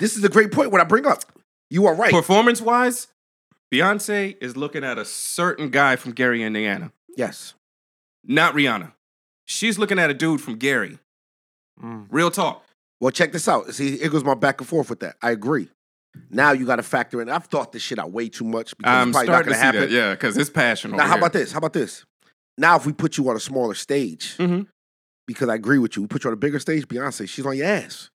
[SPEAKER 2] This is a great point. What I bring up, you are right.
[SPEAKER 1] Performance wise, Beyonce is looking at a certain guy from Gary, Indiana,
[SPEAKER 2] yes.
[SPEAKER 1] not Rihanna. She's looking at a dude from Gary.
[SPEAKER 3] Mm.
[SPEAKER 1] Real talk.
[SPEAKER 2] Well, check this out. See, it goes my back and forth with that. I agree. Now you got to factor in. I've thought this shit out way too much because
[SPEAKER 1] I'm
[SPEAKER 2] it's probably not
[SPEAKER 1] starting
[SPEAKER 2] going
[SPEAKER 1] to
[SPEAKER 2] to
[SPEAKER 1] see
[SPEAKER 2] happen.
[SPEAKER 1] that. Yeah, because it's passion.
[SPEAKER 2] Now, how about this? How about this? Now, if we put you on a smaller stage,
[SPEAKER 1] Mhm.
[SPEAKER 2] because I agree with you, we put you on a bigger stage. Beyonce, she's on your ass.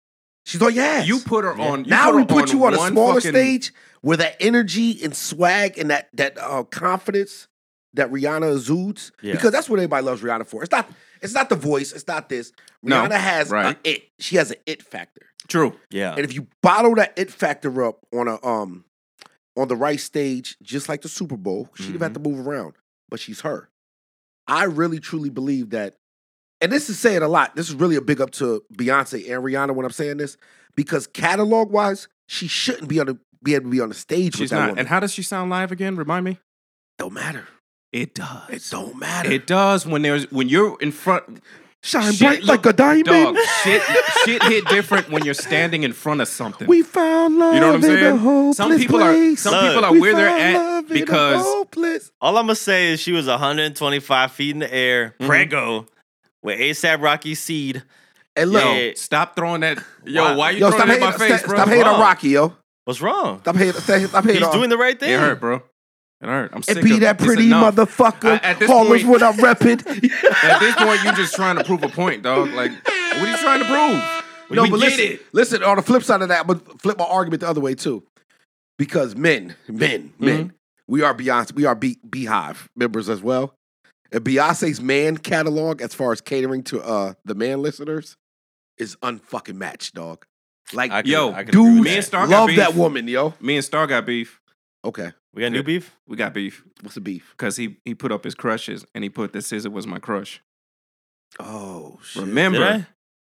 [SPEAKER 2] She's on your ass.
[SPEAKER 1] You put her on. you
[SPEAKER 2] now
[SPEAKER 1] her
[SPEAKER 2] we put you on a
[SPEAKER 1] one
[SPEAKER 2] smaller
[SPEAKER 1] fucking-
[SPEAKER 2] stage where that energy and swag and that that uh, confidence that Rihanna exudes,
[SPEAKER 3] Yeah.
[SPEAKER 2] because that's what everybody loves Rihanna for. It's not it's not the voice. It's not this.
[SPEAKER 1] No,
[SPEAKER 2] Rihanna has
[SPEAKER 1] right.
[SPEAKER 2] a it. She has an it factor.
[SPEAKER 1] True.
[SPEAKER 3] Yeah.
[SPEAKER 2] And if you bottle that it factor up on a um on the right stage, just like the Super Bowl, she'd have had
[SPEAKER 1] Mm-hmm.
[SPEAKER 2] to move around. But she's her. I really truly believe that, and this is saying a lot. This is really a big up to Beyonce and Rihanna when I'm saying this, because catalog wise, she shouldn't be on the be able to be on the stage with
[SPEAKER 1] She's
[SPEAKER 2] that
[SPEAKER 1] not.
[SPEAKER 2] woman.
[SPEAKER 1] And how does she sound live again? Remind me.
[SPEAKER 2] don't matter.
[SPEAKER 1] It does.
[SPEAKER 2] It don't matter.
[SPEAKER 1] It does when there's when you're in front.
[SPEAKER 2] Shine
[SPEAKER 1] Shit,
[SPEAKER 2] bright like a
[SPEAKER 1] look,
[SPEAKER 2] diamond.
[SPEAKER 1] Dog, shit, shit hit different when you're standing in front of something.
[SPEAKER 2] We found love
[SPEAKER 1] You know what I'm
[SPEAKER 2] in a
[SPEAKER 1] saying?
[SPEAKER 2] hopeless
[SPEAKER 1] Some people are
[SPEAKER 2] place.
[SPEAKER 1] some
[SPEAKER 3] Love.
[SPEAKER 1] people are
[SPEAKER 2] we
[SPEAKER 1] where they're
[SPEAKER 2] found
[SPEAKER 1] at
[SPEAKER 2] love in a
[SPEAKER 1] because
[SPEAKER 2] hopeless-
[SPEAKER 3] All I'm gonna say is she was 125 feet in the air,
[SPEAKER 1] Mhm.
[SPEAKER 3] prego, with ASAP Rocky seed.
[SPEAKER 2] and look,
[SPEAKER 1] yo,
[SPEAKER 3] Yeah.
[SPEAKER 1] stop throwing that. Yo,
[SPEAKER 3] Why-
[SPEAKER 1] why you
[SPEAKER 2] Yo,
[SPEAKER 1] throwing
[SPEAKER 2] stop
[SPEAKER 1] that in
[SPEAKER 2] hating,
[SPEAKER 1] my face,
[SPEAKER 2] stop,
[SPEAKER 1] bro?
[SPEAKER 2] stop hating on
[SPEAKER 3] Wow.
[SPEAKER 2] Rocky, yo.
[SPEAKER 3] What's wrong?
[SPEAKER 2] Stop hating, stop, stop hating
[SPEAKER 3] He's
[SPEAKER 2] on.
[SPEAKER 3] doing the right thing.
[SPEAKER 1] It hurt, bro. It hurt. I'm
[SPEAKER 2] and
[SPEAKER 1] sick
[SPEAKER 2] be
[SPEAKER 1] of
[SPEAKER 2] that
[SPEAKER 1] it. It's
[SPEAKER 2] pretty
[SPEAKER 1] enough.
[SPEAKER 2] motherfucker.
[SPEAKER 1] I- at this
[SPEAKER 2] Call us
[SPEAKER 1] point-
[SPEAKER 2] what I'm repping.
[SPEAKER 1] At this point, you just trying to prove a point, dog. Like, what are you trying to prove?
[SPEAKER 2] no,
[SPEAKER 1] we
[SPEAKER 2] but
[SPEAKER 1] get
[SPEAKER 2] listen,
[SPEAKER 1] it.
[SPEAKER 2] listen. On the flip side of that, but flip my argument the other way too, because men, men,
[SPEAKER 1] Mm-hmm.
[SPEAKER 2] men, we are Beyonce, we are Be- Beehive members as well. And Beyonce's man catalog, as far as catering to uh the man listeners, is unfucking matched, dog. Like
[SPEAKER 3] I could-
[SPEAKER 1] Yo,
[SPEAKER 3] I could agree
[SPEAKER 2] dudes
[SPEAKER 3] with
[SPEAKER 1] me and
[SPEAKER 3] that.
[SPEAKER 1] Star got
[SPEAKER 2] love
[SPEAKER 1] beef.
[SPEAKER 2] that woman, yo.
[SPEAKER 1] Me and Star got beef.
[SPEAKER 2] Okay,
[SPEAKER 3] we got new beef.
[SPEAKER 1] We got beef
[SPEAKER 2] what's the beef?
[SPEAKER 1] because he he put up his crushes and he put that Scissor was my crush.
[SPEAKER 2] Oh shit!
[SPEAKER 3] Did
[SPEAKER 1] Remember,
[SPEAKER 3] I?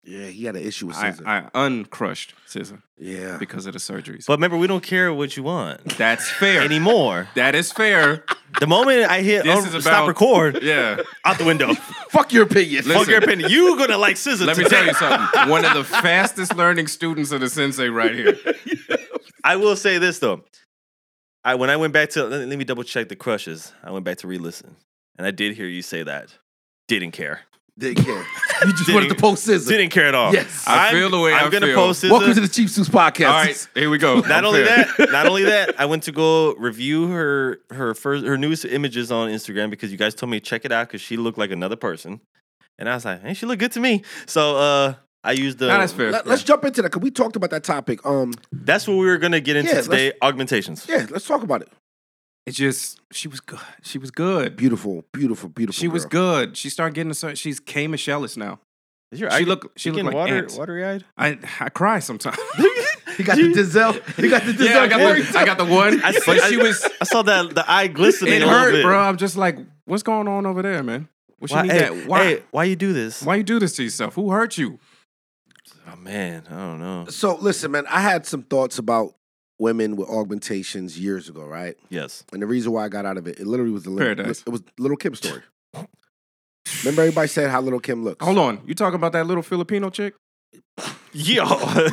[SPEAKER 2] yeah, he had an issue with
[SPEAKER 1] I,
[SPEAKER 2] Caesar.
[SPEAKER 1] I uncrushed Scissor
[SPEAKER 2] yeah,
[SPEAKER 1] because of the surgeries.
[SPEAKER 3] But remember, we don't care what you want
[SPEAKER 1] That's fair.
[SPEAKER 3] anymore.
[SPEAKER 1] that is fair.
[SPEAKER 3] The moment I hit
[SPEAKER 1] This
[SPEAKER 3] un-
[SPEAKER 1] is about-
[SPEAKER 3] stop record,
[SPEAKER 1] Yeah.
[SPEAKER 3] out the window.
[SPEAKER 2] fuck your opinion.
[SPEAKER 1] Listen.
[SPEAKER 3] Fuck your opinion. You gonna like scissors?
[SPEAKER 1] Let me tell you something. One of the fastest learning students of the sensei right here.
[SPEAKER 3] I will say this though. I when I went back to let, let me double check the crushes. I went back to re-listen, and I did hear you say that. Didn't care.
[SPEAKER 2] Didn't care. You just
[SPEAKER 3] Didn't-
[SPEAKER 2] wanted to post scissors.
[SPEAKER 3] Didn't care at all.
[SPEAKER 2] Yes.
[SPEAKER 1] I
[SPEAKER 3] I'm-
[SPEAKER 1] feel the way
[SPEAKER 3] I'm
[SPEAKER 1] I
[SPEAKER 3] gonna
[SPEAKER 1] feel.
[SPEAKER 3] post scissors.
[SPEAKER 2] Welcome to the Cheap Suits podcast.
[SPEAKER 1] All right, here we go.
[SPEAKER 3] not
[SPEAKER 1] I'm
[SPEAKER 3] only
[SPEAKER 1] fair.
[SPEAKER 3] that, not only that, I went to go review her her first her newest images on Instagram because you guys told me to check it out because she looked like another person, and I was like, hey, she looked good to me. So uh, I used the
[SPEAKER 1] Nah, that's fair.
[SPEAKER 2] Let, us jump into that because we talked about that topic. Um,
[SPEAKER 3] That's what we were gonna get into
[SPEAKER 2] Yeah, let's-
[SPEAKER 3] today. Augmentations.
[SPEAKER 2] yeah, let's talk about it.
[SPEAKER 1] It just she was good. She was good.
[SPEAKER 2] Beautiful, beautiful, beautiful.
[SPEAKER 1] She was
[SPEAKER 2] girl.
[SPEAKER 1] good. She started getting a certain. She's K Michelle's now.
[SPEAKER 3] Is your
[SPEAKER 1] She
[SPEAKER 3] eye-
[SPEAKER 1] look- she
[SPEAKER 3] you
[SPEAKER 1] look
[SPEAKER 3] getting
[SPEAKER 1] like
[SPEAKER 3] water
[SPEAKER 1] ants.
[SPEAKER 3] watery eyed.
[SPEAKER 1] I I cry sometimes.
[SPEAKER 2] He got the Denzel. He got the Denzel.
[SPEAKER 1] yeah, I got,
[SPEAKER 2] Curry
[SPEAKER 1] the, I got the one.
[SPEAKER 3] I see-
[SPEAKER 1] but she
[SPEAKER 3] I-
[SPEAKER 1] was
[SPEAKER 3] I saw that the eye glistening.
[SPEAKER 1] it
[SPEAKER 3] a little
[SPEAKER 1] hurt,
[SPEAKER 3] bit.
[SPEAKER 1] bro. I'm just like, what's going on over there, man? What you
[SPEAKER 3] Why,
[SPEAKER 1] need
[SPEAKER 3] hey,
[SPEAKER 1] that? Why?
[SPEAKER 3] hey, why you do this?
[SPEAKER 1] Why you do this to yourself? Who hurt you?
[SPEAKER 3] Oh man, I don't know.
[SPEAKER 2] So listen, man, I had some thoughts about women with augmentations years ago, right?
[SPEAKER 3] Yes.
[SPEAKER 2] And the reason why I got out of it, it literally was the little,
[SPEAKER 1] Paradise.
[SPEAKER 2] it was Little Kim story. Remember, everybody said how Little Kim looks.
[SPEAKER 1] Hold on, you talking about that little Filipino chick?
[SPEAKER 3] Yo.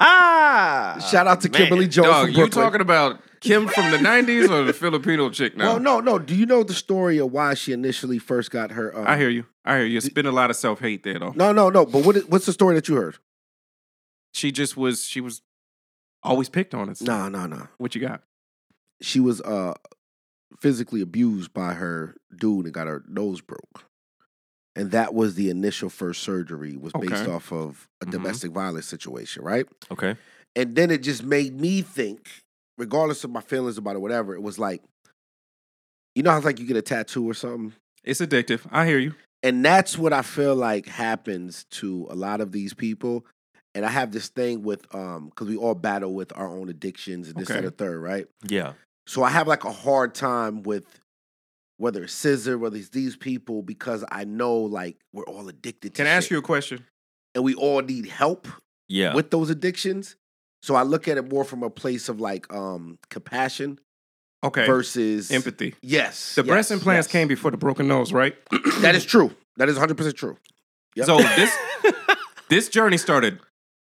[SPEAKER 2] Shout out to Kimberly Jones
[SPEAKER 1] Dog,
[SPEAKER 2] from
[SPEAKER 1] you
[SPEAKER 2] Brooklyn.
[SPEAKER 1] talking about Kim from the '90s or the Filipino chick now?
[SPEAKER 2] Well, no, no. Do you know the story of why she initially first got her? Um,
[SPEAKER 1] I hear you. I hear you. It's been a lot of self hate there, though.
[SPEAKER 2] No, no, no. But what is, what's the story that you heard?
[SPEAKER 1] She just was. She was always picked on us.
[SPEAKER 2] No, no, no.
[SPEAKER 1] What you got?
[SPEAKER 2] She was uh physically abused by her dude and got her nose broke, and that was the initial first surgery. Was based
[SPEAKER 1] Okay.
[SPEAKER 2] off of a
[SPEAKER 1] Mhm.
[SPEAKER 2] domestic violence situation, right?
[SPEAKER 3] Okay.
[SPEAKER 2] And then it just made me think, regardless of my feelings about it, whatever. It was like, you know how it's like you get a tattoo or something.
[SPEAKER 1] It's addictive. I hear you.
[SPEAKER 2] And that's what I feel like happens to a lot of these people. And I have this thing with um because we all battle with our own addictions and this
[SPEAKER 1] Okay.
[SPEAKER 2] and the third, right?
[SPEAKER 3] Yeah.
[SPEAKER 2] So I have like a hard time with whether it's Scissor, whether it's these people, because I know like we're all addicted. to
[SPEAKER 1] Can I ask
[SPEAKER 2] shit,
[SPEAKER 1] you a question?
[SPEAKER 2] And we all need help
[SPEAKER 3] Yeah.
[SPEAKER 2] with those addictions. So I look at it more from a place of like um compassion
[SPEAKER 1] Okay.
[SPEAKER 2] versus
[SPEAKER 1] Empathy.
[SPEAKER 2] Yes,
[SPEAKER 1] The breast
[SPEAKER 2] yes,
[SPEAKER 1] implants
[SPEAKER 2] yes.
[SPEAKER 1] came before the broken nose, right?
[SPEAKER 2] That is true. That is 100 percent true. Yep.
[SPEAKER 1] So this this journey started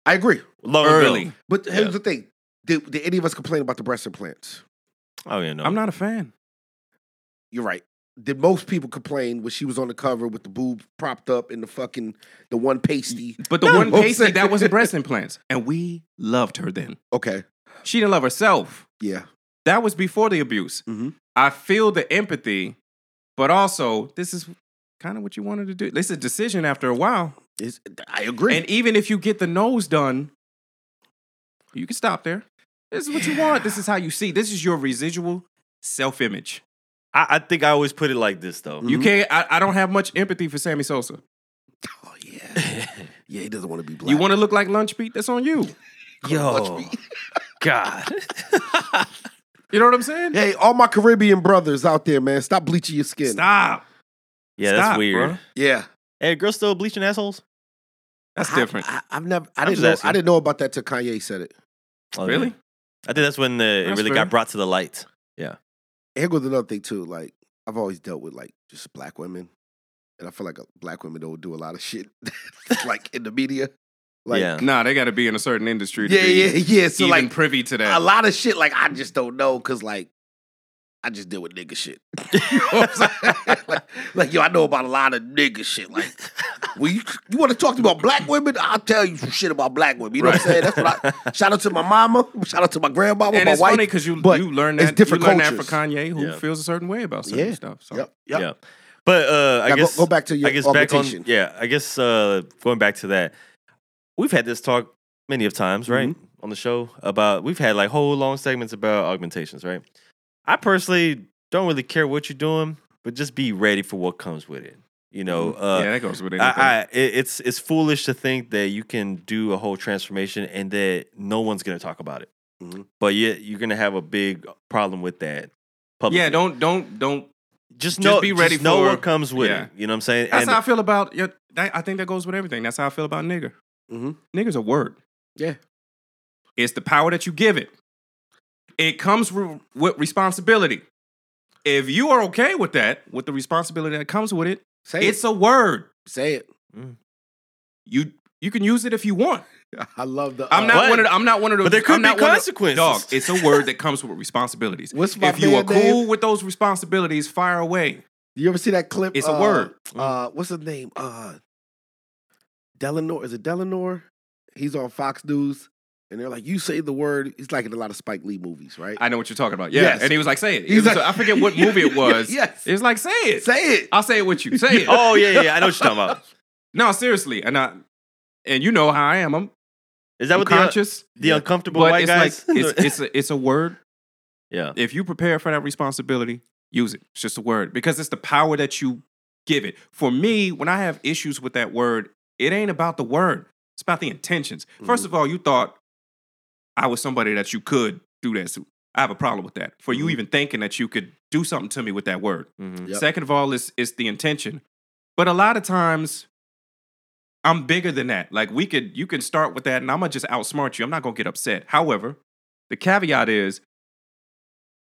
[SPEAKER 2] I agree.
[SPEAKER 3] Long ago.
[SPEAKER 1] early.
[SPEAKER 2] But here's
[SPEAKER 3] Yeah.
[SPEAKER 2] the thing: did, did any of us complain about the breast implants?
[SPEAKER 3] Oh yeah, no.
[SPEAKER 1] I'm not a fan.
[SPEAKER 2] You're right. Did most people complain when she was on the cover with the boob propped up and the fucking the one pasty?
[SPEAKER 1] But the
[SPEAKER 2] No,
[SPEAKER 1] one
[SPEAKER 2] I'm
[SPEAKER 1] pasty
[SPEAKER 2] saying-
[SPEAKER 1] that wasn't breast implants, and we loved her then.
[SPEAKER 2] Okay,
[SPEAKER 1] She didn't love herself.
[SPEAKER 2] yeah,
[SPEAKER 1] That was before the abuse.
[SPEAKER 2] Mhm.
[SPEAKER 1] I feel the empathy, but also this is kind of what you wanted to do. This is a decision after a while,
[SPEAKER 2] It's- I agree.
[SPEAKER 1] and even if you get the nose done, you can stop there. This is what you want. This is how you see. This is your residual self-image.
[SPEAKER 3] I, I think I always put it like this though.
[SPEAKER 1] You
[SPEAKER 2] Mhm.
[SPEAKER 1] can't. I, I don't have much empathy for Sammy Sosa.
[SPEAKER 2] oh yeah, yeah. He doesn't want to be black.
[SPEAKER 1] You want to look like Lunch Pete? That's on you.
[SPEAKER 3] Yo, God.
[SPEAKER 1] You know what I'm saying?
[SPEAKER 2] Hey, all my Caribbean brothers out there, man, stop bleaching your skin.
[SPEAKER 1] Stop.
[SPEAKER 3] yeah,
[SPEAKER 1] Stop,
[SPEAKER 3] that's weird.
[SPEAKER 1] bruh.
[SPEAKER 2] Yeah,
[SPEAKER 3] Hey, girls still bleaching assholes?
[SPEAKER 1] That's
[SPEAKER 2] I-
[SPEAKER 1] different.
[SPEAKER 2] I, have never. I
[SPEAKER 3] I'm
[SPEAKER 2] didn't.
[SPEAKER 3] just
[SPEAKER 2] Know,
[SPEAKER 3] asking.
[SPEAKER 2] I didn't know about that till Kanye said it.
[SPEAKER 3] Oh,
[SPEAKER 1] really?
[SPEAKER 3] yeah. I think that's when uh, it
[SPEAKER 1] That's
[SPEAKER 3] really
[SPEAKER 1] fair.
[SPEAKER 3] got brought to the light.
[SPEAKER 2] here goes another thing too. Like I've always dealt with like just black women, and I feel like uh, black women don't do a lot of shit like in the media. Like
[SPEAKER 3] yeah.
[SPEAKER 1] Nah, they got to be in a certain industry. To
[SPEAKER 2] yeah,
[SPEAKER 1] be
[SPEAKER 2] yeah, yeah. So
[SPEAKER 1] even
[SPEAKER 2] like
[SPEAKER 1] privy to
[SPEAKER 2] a
[SPEAKER 1] that.
[SPEAKER 2] lot of shit like I just don't know because like I just deal with nigga shit. You know what I'm saying? like, like, yo, I know about a lot of nigga shit. Like when you you want to talk about black women, I'll tell you some shit about black women. You know what I'm saying? That's what I shout out to my mama, shout out to my grandmama,
[SPEAKER 1] and
[SPEAKER 2] my
[SPEAKER 1] it's
[SPEAKER 2] wife.
[SPEAKER 1] funny because you
[SPEAKER 2] but
[SPEAKER 1] you learn
[SPEAKER 2] it's
[SPEAKER 1] that
[SPEAKER 2] different
[SPEAKER 1] you learn that
[SPEAKER 2] cultures.
[SPEAKER 1] for Kanye, who
[SPEAKER 3] Yeah.
[SPEAKER 1] feels a certain way about certain
[SPEAKER 2] Yeah.
[SPEAKER 1] stuff. So
[SPEAKER 2] Yep, yep.
[SPEAKER 3] Yeah. But uh, I
[SPEAKER 2] Now go-
[SPEAKER 3] guess
[SPEAKER 2] go, back to your
[SPEAKER 3] I guess back on
[SPEAKER 2] augmentation.
[SPEAKER 3] yeah. I guess uh, going back to that, we've had this talk many of times, right,
[SPEAKER 1] Mm-hmm.
[SPEAKER 3] on the show about we've had like whole long segments about augmentations, right? I personally don't really care what you're doing, but just be ready for what comes with it. You know, uh,
[SPEAKER 1] Mm-hmm. yeah, that goes with anything.
[SPEAKER 3] I, I it- it's it's foolish to think that you can do a whole transformation and that no one's gonna talk about it.
[SPEAKER 2] Mhm.
[SPEAKER 3] But yet you're gonna have a big problem with that. Public.
[SPEAKER 1] Mm-hmm. yeah, don't don't don't. just
[SPEAKER 3] just know
[SPEAKER 1] be ready
[SPEAKER 3] just know
[SPEAKER 1] for-
[SPEAKER 3] what comes with
[SPEAKER 1] yeah.
[SPEAKER 3] it. You know what I'm saying?
[SPEAKER 1] That's
[SPEAKER 3] And-
[SPEAKER 1] how I feel about. Yeah, that, I think that goes with everything. That's how I feel about nigger.
[SPEAKER 2] Mhm.
[SPEAKER 1] Nigger's a word.
[SPEAKER 2] Yeah.
[SPEAKER 1] it's the power that you give it. It comes re- with responsibility. If you are okay with that, with the responsibility that comes with it,
[SPEAKER 2] Say it.
[SPEAKER 1] it's a word.
[SPEAKER 2] Say it.
[SPEAKER 1] You you can use it if you want.
[SPEAKER 2] I love the.
[SPEAKER 1] I'm
[SPEAKER 2] uh,
[SPEAKER 1] not
[SPEAKER 3] But-
[SPEAKER 1] one of the, I'm not one of those.
[SPEAKER 3] but there could
[SPEAKER 1] I'm
[SPEAKER 3] be
[SPEAKER 1] not one of the-
[SPEAKER 3] consequences.
[SPEAKER 1] Dog, it's a word that comes with responsibilities.
[SPEAKER 2] What's my
[SPEAKER 1] if you are
[SPEAKER 2] man name?
[SPEAKER 1] cool with those responsibilities, fire away.
[SPEAKER 2] You ever see that clip?
[SPEAKER 1] It's a
[SPEAKER 2] uh,
[SPEAKER 1] word.
[SPEAKER 2] Uh, what's his name? Uh, Delanor. Is it Delanor? He's on Fox News, and they're like, "You say the word." He's like in a lot of Spike Lee movies, right?
[SPEAKER 1] I know what you're talking about. Yeah.
[SPEAKER 2] Yes.
[SPEAKER 1] And he was like, say it. It
[SPEAKER 2] He's
[SPEAKER 1] was-
[SPEAKER 2] like-
[SPEAKER 1] I forget what movie it was.
[SPEAKER 2] Yes.
[SPEAKER 1] It was like, say it. uh,
[SPEAKER 2] say it.
[SPEAKER 1] I'll say it with you. Say it.
[SPEAKER 3] oh yeah, yeah, yeah, I know what you're talking about.
[SPEAKER 1] No, seriously. And I and you know how I am. I'm,
[SPEAKER 3] Is that
[SPEAKER 1] I'm
[SPEAKER 3] what the uh,
[SPEAKER 1] conscious.
[SPEAKER 3] the
[SPEAKER 2] Yeah.
[SPEAKER 3] uncomfortable
[SPEAKER 1] but
[SPEAKER 3] white
[SPEAKER 1] it's
[SPEAKER 3] guys?
[SPEAKER 1] like it's it's a, it's a word.
[SPEAKER 3] yeah,
[SPEAKER 1] If you prepare for that responsibility, use it. It's just a word because it's the power that you give it. For me, when I have issues with that word, it ain't about the word. It's about the intentions. First of all, you thought I was somebody that you could do this. I have a problem with that. For you
[SPEAKER 2] Mhm.
[SPEAKER 1] even thinking that you could do something to me with that word.
[SPEAKER 3] Mhm.
[SPEAKER 2] Yep.
[SPEAKER 1] Second of all, it's it's the intention. But a lot of times, I'm bigger than that. Like we could, you can start with that, and I'm gonna just outsmart you. I'm not gonna get upset. However, the caveat is,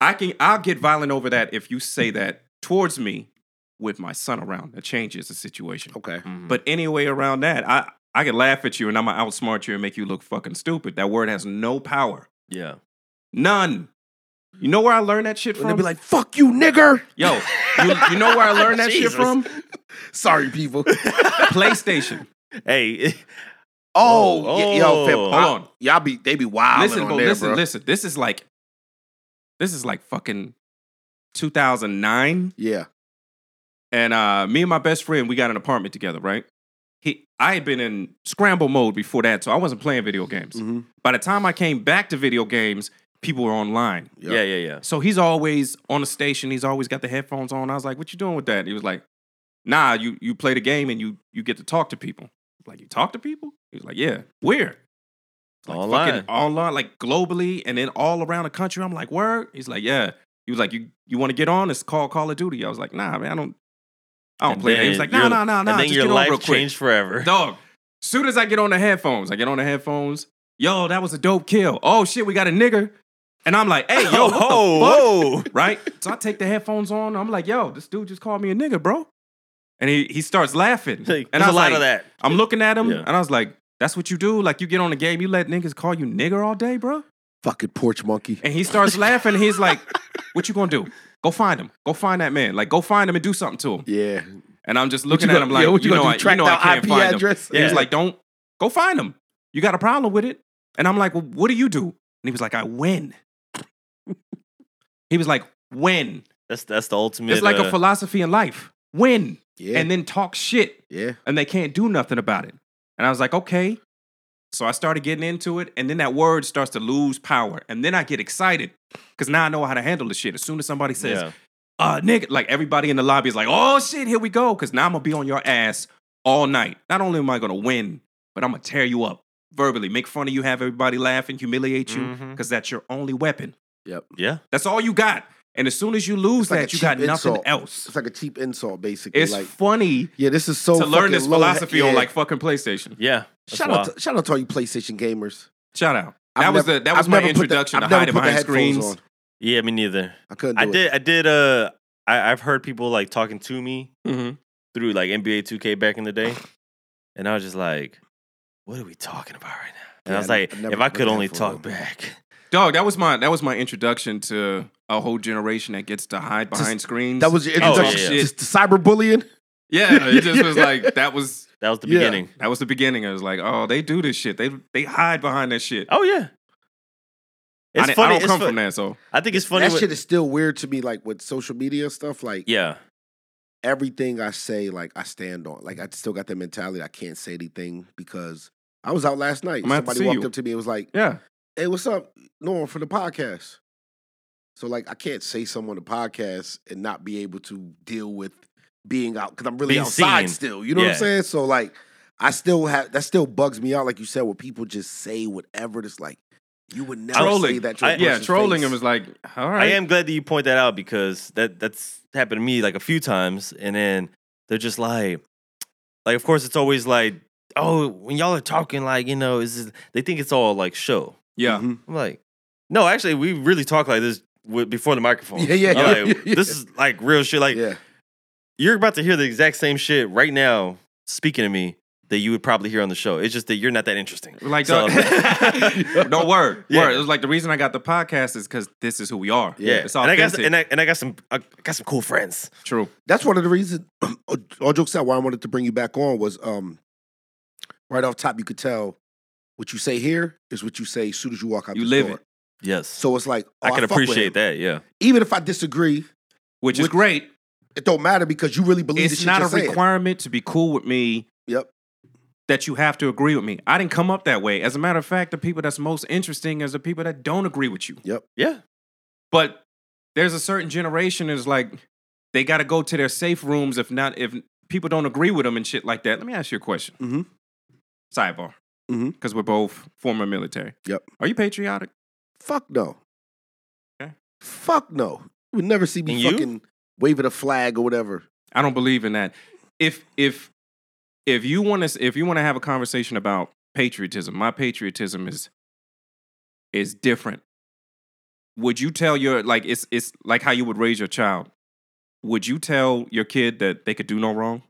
[SPEAKER 1] I can I'll get violent over that if you say that towards me with my son around. That changes the situation.
[SPEAKER 2] Okay.
[SPEAKER 3] Mhm.
[SPEAKER 1] But anyway, around that, I I can laugh at you, and I'm gonna outsmart you and make you look fucking stupid. That word has no power,
[SPEAKER 3] yeah,
[SPEAKER 1] none. You know where I learned that shit
[SPEAKER 2] And they'll be
[SPEAKER 1] from?
[SPEAKER 2] like, "Fuck you, nigger."
[SPEAKER 1] Yo, you, you know where I learned that shit
[SPEAKER 3] Jesus.
[SPEAKER 1] from?
[SPEAKER 2] Sorry, people.
[SPEAKER 1] PlayStation.
[SPEAKER 3] hey,
[SPEAKER 2] Oh,
[SPEAKER 3] Whoa.
[SPEAKER 2] y- yo, fam,
[SPEAKER 3] Hold
[SPEAKER 2] I-
[SPEAKER 1] on.
[SPEAKER 2] Y'all be they be wild.
[SPEAKER 1] listen,
[SPEAKER 2] on
[SPEAKER 1] bro,
[SPEAKER 2] there,
[SPEAKER 1] listen,
[SPEAKER 2] bro.
[SPEAKER 1] listen. This is like, this is like fucking 2009.
[SPEAKER 2] Yeah.
[SPEAKER 1] And uh, me and my best friend, we got an apartment together, right? He, I had been in scramble mode before that, so I wasn't playing video games.
[SPEAKER 2] Mhm.
[SPEAKER 1] By the time I came back to video games, people were online.
[SPEAKER 2] Yep.
[SPEAKER 3] yeah, yeah, yeah.
[SPEAKER 1] So he's always on the station. He's always got the headphones on. I was like, "What you doing with that?" He was like, "Nah, you you play the game and you you get to talk to people." I'm Like you talk to people? He was like, yeah, where? Like
[SPEAKER 3] Online.
[SPEAKER 1] fucking online, like globally, and then all around the country. I'm like, word. He's like, yeah. He was like, you you want to get on? It's called Call of Duty. I was like, nah, man, I don't. I don't
[SPEAKER 3] And
[SPEAKER 1] play. that. He was
[SPEAKER 3] then
[SPEAKER 1] like, no,
[SPEAKER 3] your-
[SPEAKER 1] no, no, no.
[SPEAKER 3] and then
[SPEAKER 1] just
[SPEAKER 3] your
[SPEAKER 1] get on
[SPEAKER 3] life
[SPEAKER 1] real quick.
[SPEAKER 3] changed forever.
[SPEAKER 1] Dog, soon as I get on the headphones, I get on the headphones. Yo, that was a dope kill. Oh shit, we got a nigger. And I'm like, hey, yo, what the fuck?
[SPEAKER 3] whoa,
[SPEAKER 1] right? So I take the headphones on. I'm like, yo, this dude just called me a nigga, bro. And he, he starts laughing.
[SPEAKER 3] There's
[SPEAKER 1] and I
[SPEAKER 3] a
[SPEAKER 1] was
[SPEAKER 3] lot
[SPEAKER 1] like,
[SPEAKER 3] of that.
[SPEAKER 1] I'm looking at him
[SPEAKER 3] Yeah.
[SPEAKER 1] and I was like, that's what you do? Like you get on the game, you let niggas call you nigger all day, bro?
[SPEAKER 2] Fucking porch monkey.
[SPEAKER 1] And he starts laughing. He's like, what you gonna do? Go find him. Go find that man. Like go find him and do something to him.
[SPEAKER 2] Yeah.
[SPEAKER 1] And I'm just looking
[SPEAKER 2] you
[SPEAKER 1] at
[SPEAKER 2] gonna-
[SPEAKER 1] him like,
[SPEAKER 2] yeah, what
[SPEAKER 1] you,
[SPEAKER 2] you
[SPEAKER 1] know,
[SPEAKER 2] gonna
[SPEAKER 1] I,
[SPEAKER 2] do,
[SPEAKER 1] you
[SPEAKER 2] track
[SPEAKER 1] know, I
[SPEAKER 2] down
[SPEAKER 1] can't
[SPEAKER 2] IP
[SPEAKER 1] find
[SPEAKER 2] address?
[SPEAKER 1] him. And He was
[SPEAKER 3] Yeah.
[SPEAKER 1] like, don't go find him. You got a problem with it? And I'm like, well, what do you do? And he was like, I win. he was like, when?
[SPEAKER 3] That's that's the ultimate.
[SPEAKER 1] It's like
[SPEAKER 3] uh,
[SPEAKER 1] a philosophy in life. Win
[SPEAKER 2] Yeah.
[SPEAKER 1] and then talk shit,
[SPEAKER 2] yeah.
[SPEAKER 1] and they can't do nothing about it. And I was like, okay. So I started getting into it, and then that word starts to lose power, and then I get excited because now I know how to handle the shit. As soon as somebody says,
[SPEAKER 3] yeah.
[SPEAKER 1] "Uh, nigga," like everybody in the lobby is like, "Oh shit, here we go!" Because now I'm gonna be on your ass all night. Not only am I gonna win, but I'm gonna tear you up verbally, make fun of you, have everybody laugh and humiliate
[SPEAKER 2] Mm-hmm.
[SPEAKER 1] you,
[SPEAKER 3] Mhm.
[SPEAKER 1] because that's your only weapon.
[SPEAKER 3] yeah,
[SPEAKER 1] That's all you got. And as soon as you lose
[SPEAKER 2] It's like a
[SPEAKER 1] that, you
[SPEAKER 2] cheap
[SPEAKER 1] got nothing
[SPEAKER 2] insult.
[SPEAKER 1] else.
[SPEAKER 2] It's like a cheap insult, basically.
[SPEAKER 1] It's
[SPEAKER 2] like,
[SPEAKER 1] funny
[SPEAKER 2] yeah, this is so
[SPEAKER 1] to learn
[SPEAKER 2] fucking
[SPEAKER 1] this
[SPEAKER 2] low-
[SPEAKER 1] philosophy
[SPEAKER 2] yeah.
[SPEAKER 1] on like fucking PlayStation.
[SPEAKER 3] yeah. That's
[SPEAKER 2] Shout
[SPEAKER 3] wild.
[SPEAKER 2] out, to, shout out to all you PlayStation gamers.
[SPEAKER 1] Shout out.
[SPEAKER 2] I've
[SPEAKER 1] That was
[SPEAKER 2] never-
[SPEAKER 1] the- that was
[SPEAKER 2] I've
[SPEAKER 1] my
[SPEAKER 2] never put the-
[SPEAKER 1] introduction to
[SPEAKER 2] I've never
[SPEAKER 1] hiding
[SPEAKER 2] put the
[SPEAKER 1] behind
[SPEAKER 2] headphones
[SPEAKER 1] screens.
[SPEAKER 2] on.
[SPEAKER 3] yeah, me neither.
[SPEAKER 2] I couldn't. Do
[SPEAKER 3] I
[SPEAKER 2] it.
[SPEAKER 3] did. I did. Uh, I, I've heard people like talking to me
[SPEAKER 1] Mm-hmm.
[SPEAKER 3] through like NBA 2K back in the day, and I was just like, "What are we talking about right now?" And
[SPEAKER 2] Yeah,
[SPEAKER 3] I was like,
[SPEAKER 2] I never
[SPEAKER 3] "If I
[SPEAKER 2] put
[SPEAKER 3] could
[SPEAKER 2] that
[SPEAKER 3] only
[SPEAKER 2] for
[SPEAKER 3] talk
[SPEAKER 2] them.
[SPEAKER 3] back."
[SPEAKER 1] Dog, that was my that was my introduction to a whole generation that gets to hide
[SPEAKER 2] Just-
[SPEAKER 1] behind screens.
[SPEAKER 2] That was your
[SPEAKER 3] Oh,
[SPEAKER 2] introduction
[SPEAKER 3] yeah.
[SPEAKER 2] just to cyberbullying.
[SPEAKER 1] yeah. It just was like that was
[SPEAKER 3] That was the
[SPEAKER 2] Yeah.
[SPEAKER 3] beginning.
[SPEAKER 1] that was the beginning. It was like, oh, they do this shit. They they hide behind that shit.
[SPEAKER 3] Oh yeah.
[SPEAKER 1] I,
[SPEAKER 3] It's
[SPEAKER 1] didn't-
[SPEAKER 3] funny.
[SPEAKER 1] I don't
[SPEAKER 3] it's
[SPEAKER 1] come
[SPEAKER 3] fu-
[SPEAKER 1] from that, so
[SPEAKER 3] I think it's funny.
[SPEAKER 2] That
[SPEAKER 3] what-
[SPEAKER 2] shit is still weird to me. Like with social media stuff, like
[SPEAKER 3] yeah.
[SPEAKER 2] everything I say, like I stand on. Like I still got that mentality. I can't say anything because I was out last night.
[SPEAKER 1] I'm gonna have to
[SPEAKER 2] Somebody
[SPEAKER 1] see
[SPEAKER 2] walked
[SPEAKER 1] you.
[SPEAKER 2] up to me and was like,
[SPEAKER 1] yeah.
[SPEAKER 2] "Hey, what's up, Norm, for the podcast?" So like I can't say someone the podcast and not be able to deal with being out because I'm really
[SPEAKER 3] Being
[SPEAKER 2] outside
[SPEAKER 3] seen.
[SPEAKER 2] still. You know what
[SPEAKER 3] Yeah.
[SPEAKER 2] I'm saying? So like I still have that still bugs me out. Like you said, where people just say whatever. It's like you would never say
[SPEAKER 1] Trolling.
[SPEAKER 2] that. to a
[SPEAKER 3] I-
[SPEAKER 1] yeah,
[SPEAKER 2] person's
[SPEAKER 1] trolling
[SPEAKER 2] face.
[SPEAKER 1] him is like, all
[SPEAKER 3] I
[SPEAKER 1] right.
[SPEAKER 3] am glad that you point that out because that that's happened to me like a few times, and then they're just like, like of course it's always like, oh, when y'all are talking, like you know, is this- they think it's all like show.
[SPEAKER 1] Yeah.
[SPEAKER 2] Mhm.
[SPEAKER 3] I'm like, no, actually, we really talk like this with, before the microphone.
[SPEAKER 2] Yeah, yeah,
[SPEAKER 3] I'm
[SPEAKER 2] yeah,
[SPEAKER 3] like,
[SPEAKER 2] yeah.
[SPEAKER 3] This is like real shit. Like
[SPEAKER 2] yeah,
[SPEAKER 3] you're about to hear the exact same shit right now, speaking to me that you would probably hear on the show. It's just that you're not that interesting.
[SPEAKER 1] Like, uh,
[SPEAKER 3] So-
[SPEAKER 1] dog- no word.
[SPEAKER 3] Yeah.
[SPEAKER 1] Word. It was like the reason I got the podcast is because this is who we are.
[SPEAKER 3] Yeah,
[SPEAKER 1] It's
[SPEAKER 3] and I got
[SPEAKER 1] authentic.
[SPEAKER 3] some, and I, and I got some I got some cool friends.
[SPEAKER 1] True.
[SPEAKER 2] that's one of the reasons. All jokes out. Why I wanted to bring you back on was um, right off top, you could tell what you say here is what you say as soon as you walk out.
[SPEAKER 1] You
[SPEAKER 2] the
[SPEAKER 1] live
[SPEAKER 2] door.
[SPEAKER 1] it.
[SPEAKER 3] Yes,
[SPEAKER 2] So it's like oh,
[SPEAKER 3] I can
[SPEAKER 2] fuck with
[SPEAKER 3] appreciate
[SPEAKER 2] him.
[SPEAKER 3] that. Yeah.
[SPEAKER 2] Even if I disagree,
[SPEAKER 1] Which is
[SPEAKER 2] Which-
[SPEAKER 1] great.
[SPEAKER 2] it don't matter because you really believe
[SPEAKER 1] It's
[SPEAKER 2] the
[SPEAKER 1] not
[SPEAKER 2] shit
[SPEAKER 1] a
[SPEAKER 2] you're saying.
[SPEAKER 1] requirement to be cool with me
[SPEAKER 2] Yep.
[SPEAKER 1] that you have to agree with me. I didn't come up that way. As a matter of fact, the people that's most interesting is the people that don't agree with you.
[SPEAKER 3] Yeah.
[SPEAKER 1] But there's a certain generation is like they got to go to their safe rooms if not if people don't agree with them and shit like that. Let me ask you a question.
[SPEAKER 2] Mhm.
[SPEAKER 1] Sidebar.
[SPEAKER 2] Mhm.
[SPEAKER 1] Because we're both former military.
[SPEAKER 2] Yep.
[SPEAKER 1] Are you patriotic?
[SPEAKER 2] Fuck no.
[SPEAKER 1] Okay.
[SPEAKER 2] Fuck no. You would never see me
[SPEAKER 3] And you?
[SPEAKER 2] fucking waving a flag or whatever.
[SPEAKER 1] I don't believe in that. If if if you want to if you want to have a conversation about patriotism, my patriotism is is different. Would you tell your like it's it's like how you would raise your child? Would you tell your kid that they could do no wrong?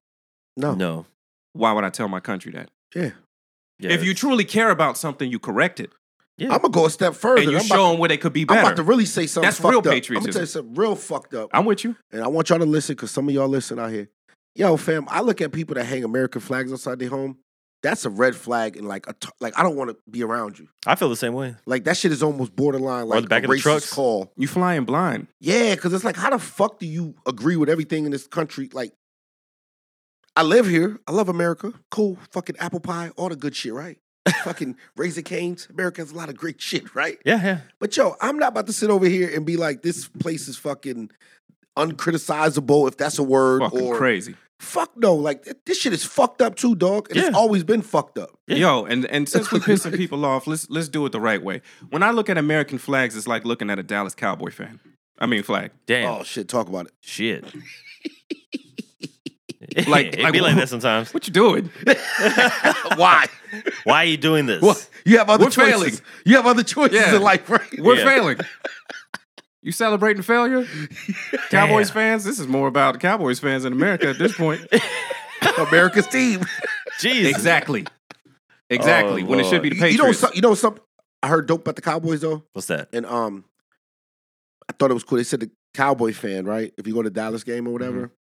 [SPEAKER 2] No.
[SPEAKER 3] No.
[SPEAKER 1] Why would I tell my country that?
[SPEAKER 2] Yeah.
[SPEAKER 3] Yeah,
[SPEAKER 1] if you truly care about something, you correct it
[SPEAKER 3] Yeah.
[SPEAKER 2] I'm gonna go a step further.
[SPEAKER 1] and you
[SPEAKER 2] I'm,
[SPEAKER 1] show
[SPEAKER 2] about,
[SPEAKER 1] them where they could be
[SPEAKER 2] I'm
[SPEAKER 1] better.
[SPEAKER 2] about to really say something.
[SPEAKER 1] That's
[SPEAKER 2] fucked
[SPEAKER 1] real
[SPEAKER 2] up. I'm
[SPEAKER 1] patriotism.
[SPEAKER 2] gonna tell you something real fucked up.
[SPEAKER 1] I'm with you.
[SPEAKER 2] and I want y'all to listen because some of y'all listen out here. Yo, fam, I look at people that hang American flags outside their home. That's a red flag, and like, a t- like I don't want to be around you.
[SPEAKER 3] I feel the same way.
[SPEAKER 2] Like that shit is almost borderline
[SPEAKER 3] the
[SPEAKER 2] like
[SPEAKER 3] back
[SPEAKER 2] a
[SPEAKER 3] of the
[SPEAKER 2] racist
[SPEAKER 3] trucks.
[SPEAKER 2] call.
[SPEAKER 1] You flying blind.
[SPEAKER 2] Yeah, because it's like, how the fuck do you agree with everything in this country? Like, I live here. I love America. Cool, fucking apple pie, all the good shit, right? fucking raisin canes. America has a lot of great shit, right?
[SPEAKER 3] Yeah, yeah.
[SPEAKER 2] But yo, I'm not about to sit over here and be like, this place is fucking uncriticizable, if that's a word,
[SPEAKER 1] Fucking
[SPEAKER 2] or
[SPEAKER 1] crazy.
[SPEAKER 2] Fuck no. Like th- this shit is fucked up too, dog. And
[SPEAKER 3] Yeah.
[SPEAKER 2] it's always been fucked up.
[SPEAKER 3] Yeah.
[SPEAKER 1] Yo, and and since we're pissing people off, let's let's do it the right way. When I look at American flags, it's like looking at a Dallas Cowboy fan. I mean, flag.
[SPEAKER 3] Damn.
[SPEAKER 2] Oh shit, talk about it.
[SPEAKER 3] Shit.
[SPEAKER 1] Like-
[SPEAKER 3] like, it
[SPEAKER 1] like
[SPEAKER 3] be like
[SPEAKER 1] wh-
[SPEAKER 3] that sometimes.
[SPEAKER 1] What you doing?
[SPEAKER 2] Why?
[SPEAKER 3] Why are you doing this?
[SPEAKER 2] What? You have other
[SPEAKER 1] We're
[SPEAKER 2] choices.
[SPEAKER 1] failing.
[SPEAKER 2] You have other choices
[SPEAKER 1] Yeah.
[SPEAKER 2] in life, right?
[SPEAKER 1] We're
[SPEAKER 3] Yeah.
[SPEAKER 1] failing. You celebrating failure? Cowboys fans, this is more about Cowboys fans in America at this point.
[SPEAKER 2] America's team.
[SPEAKER 3] Jesus.
[SPEAKER 1] exactly. Exactly. when it should be the
[SPEAKER 2] Oh, You, you know
[SPEAKER 1] Patriots.
[SPEAKER 2] some- you know something I heard dope about the Cowboys though?
[SPEAKER 3] What's that?
[SPEAKER 2] and um, I thought it was cool. They said the Cowboy fan, right? If you go to Dallas game
[SPEAKER 1] Mm-hmm.
[SPEAKER 2] or whatever,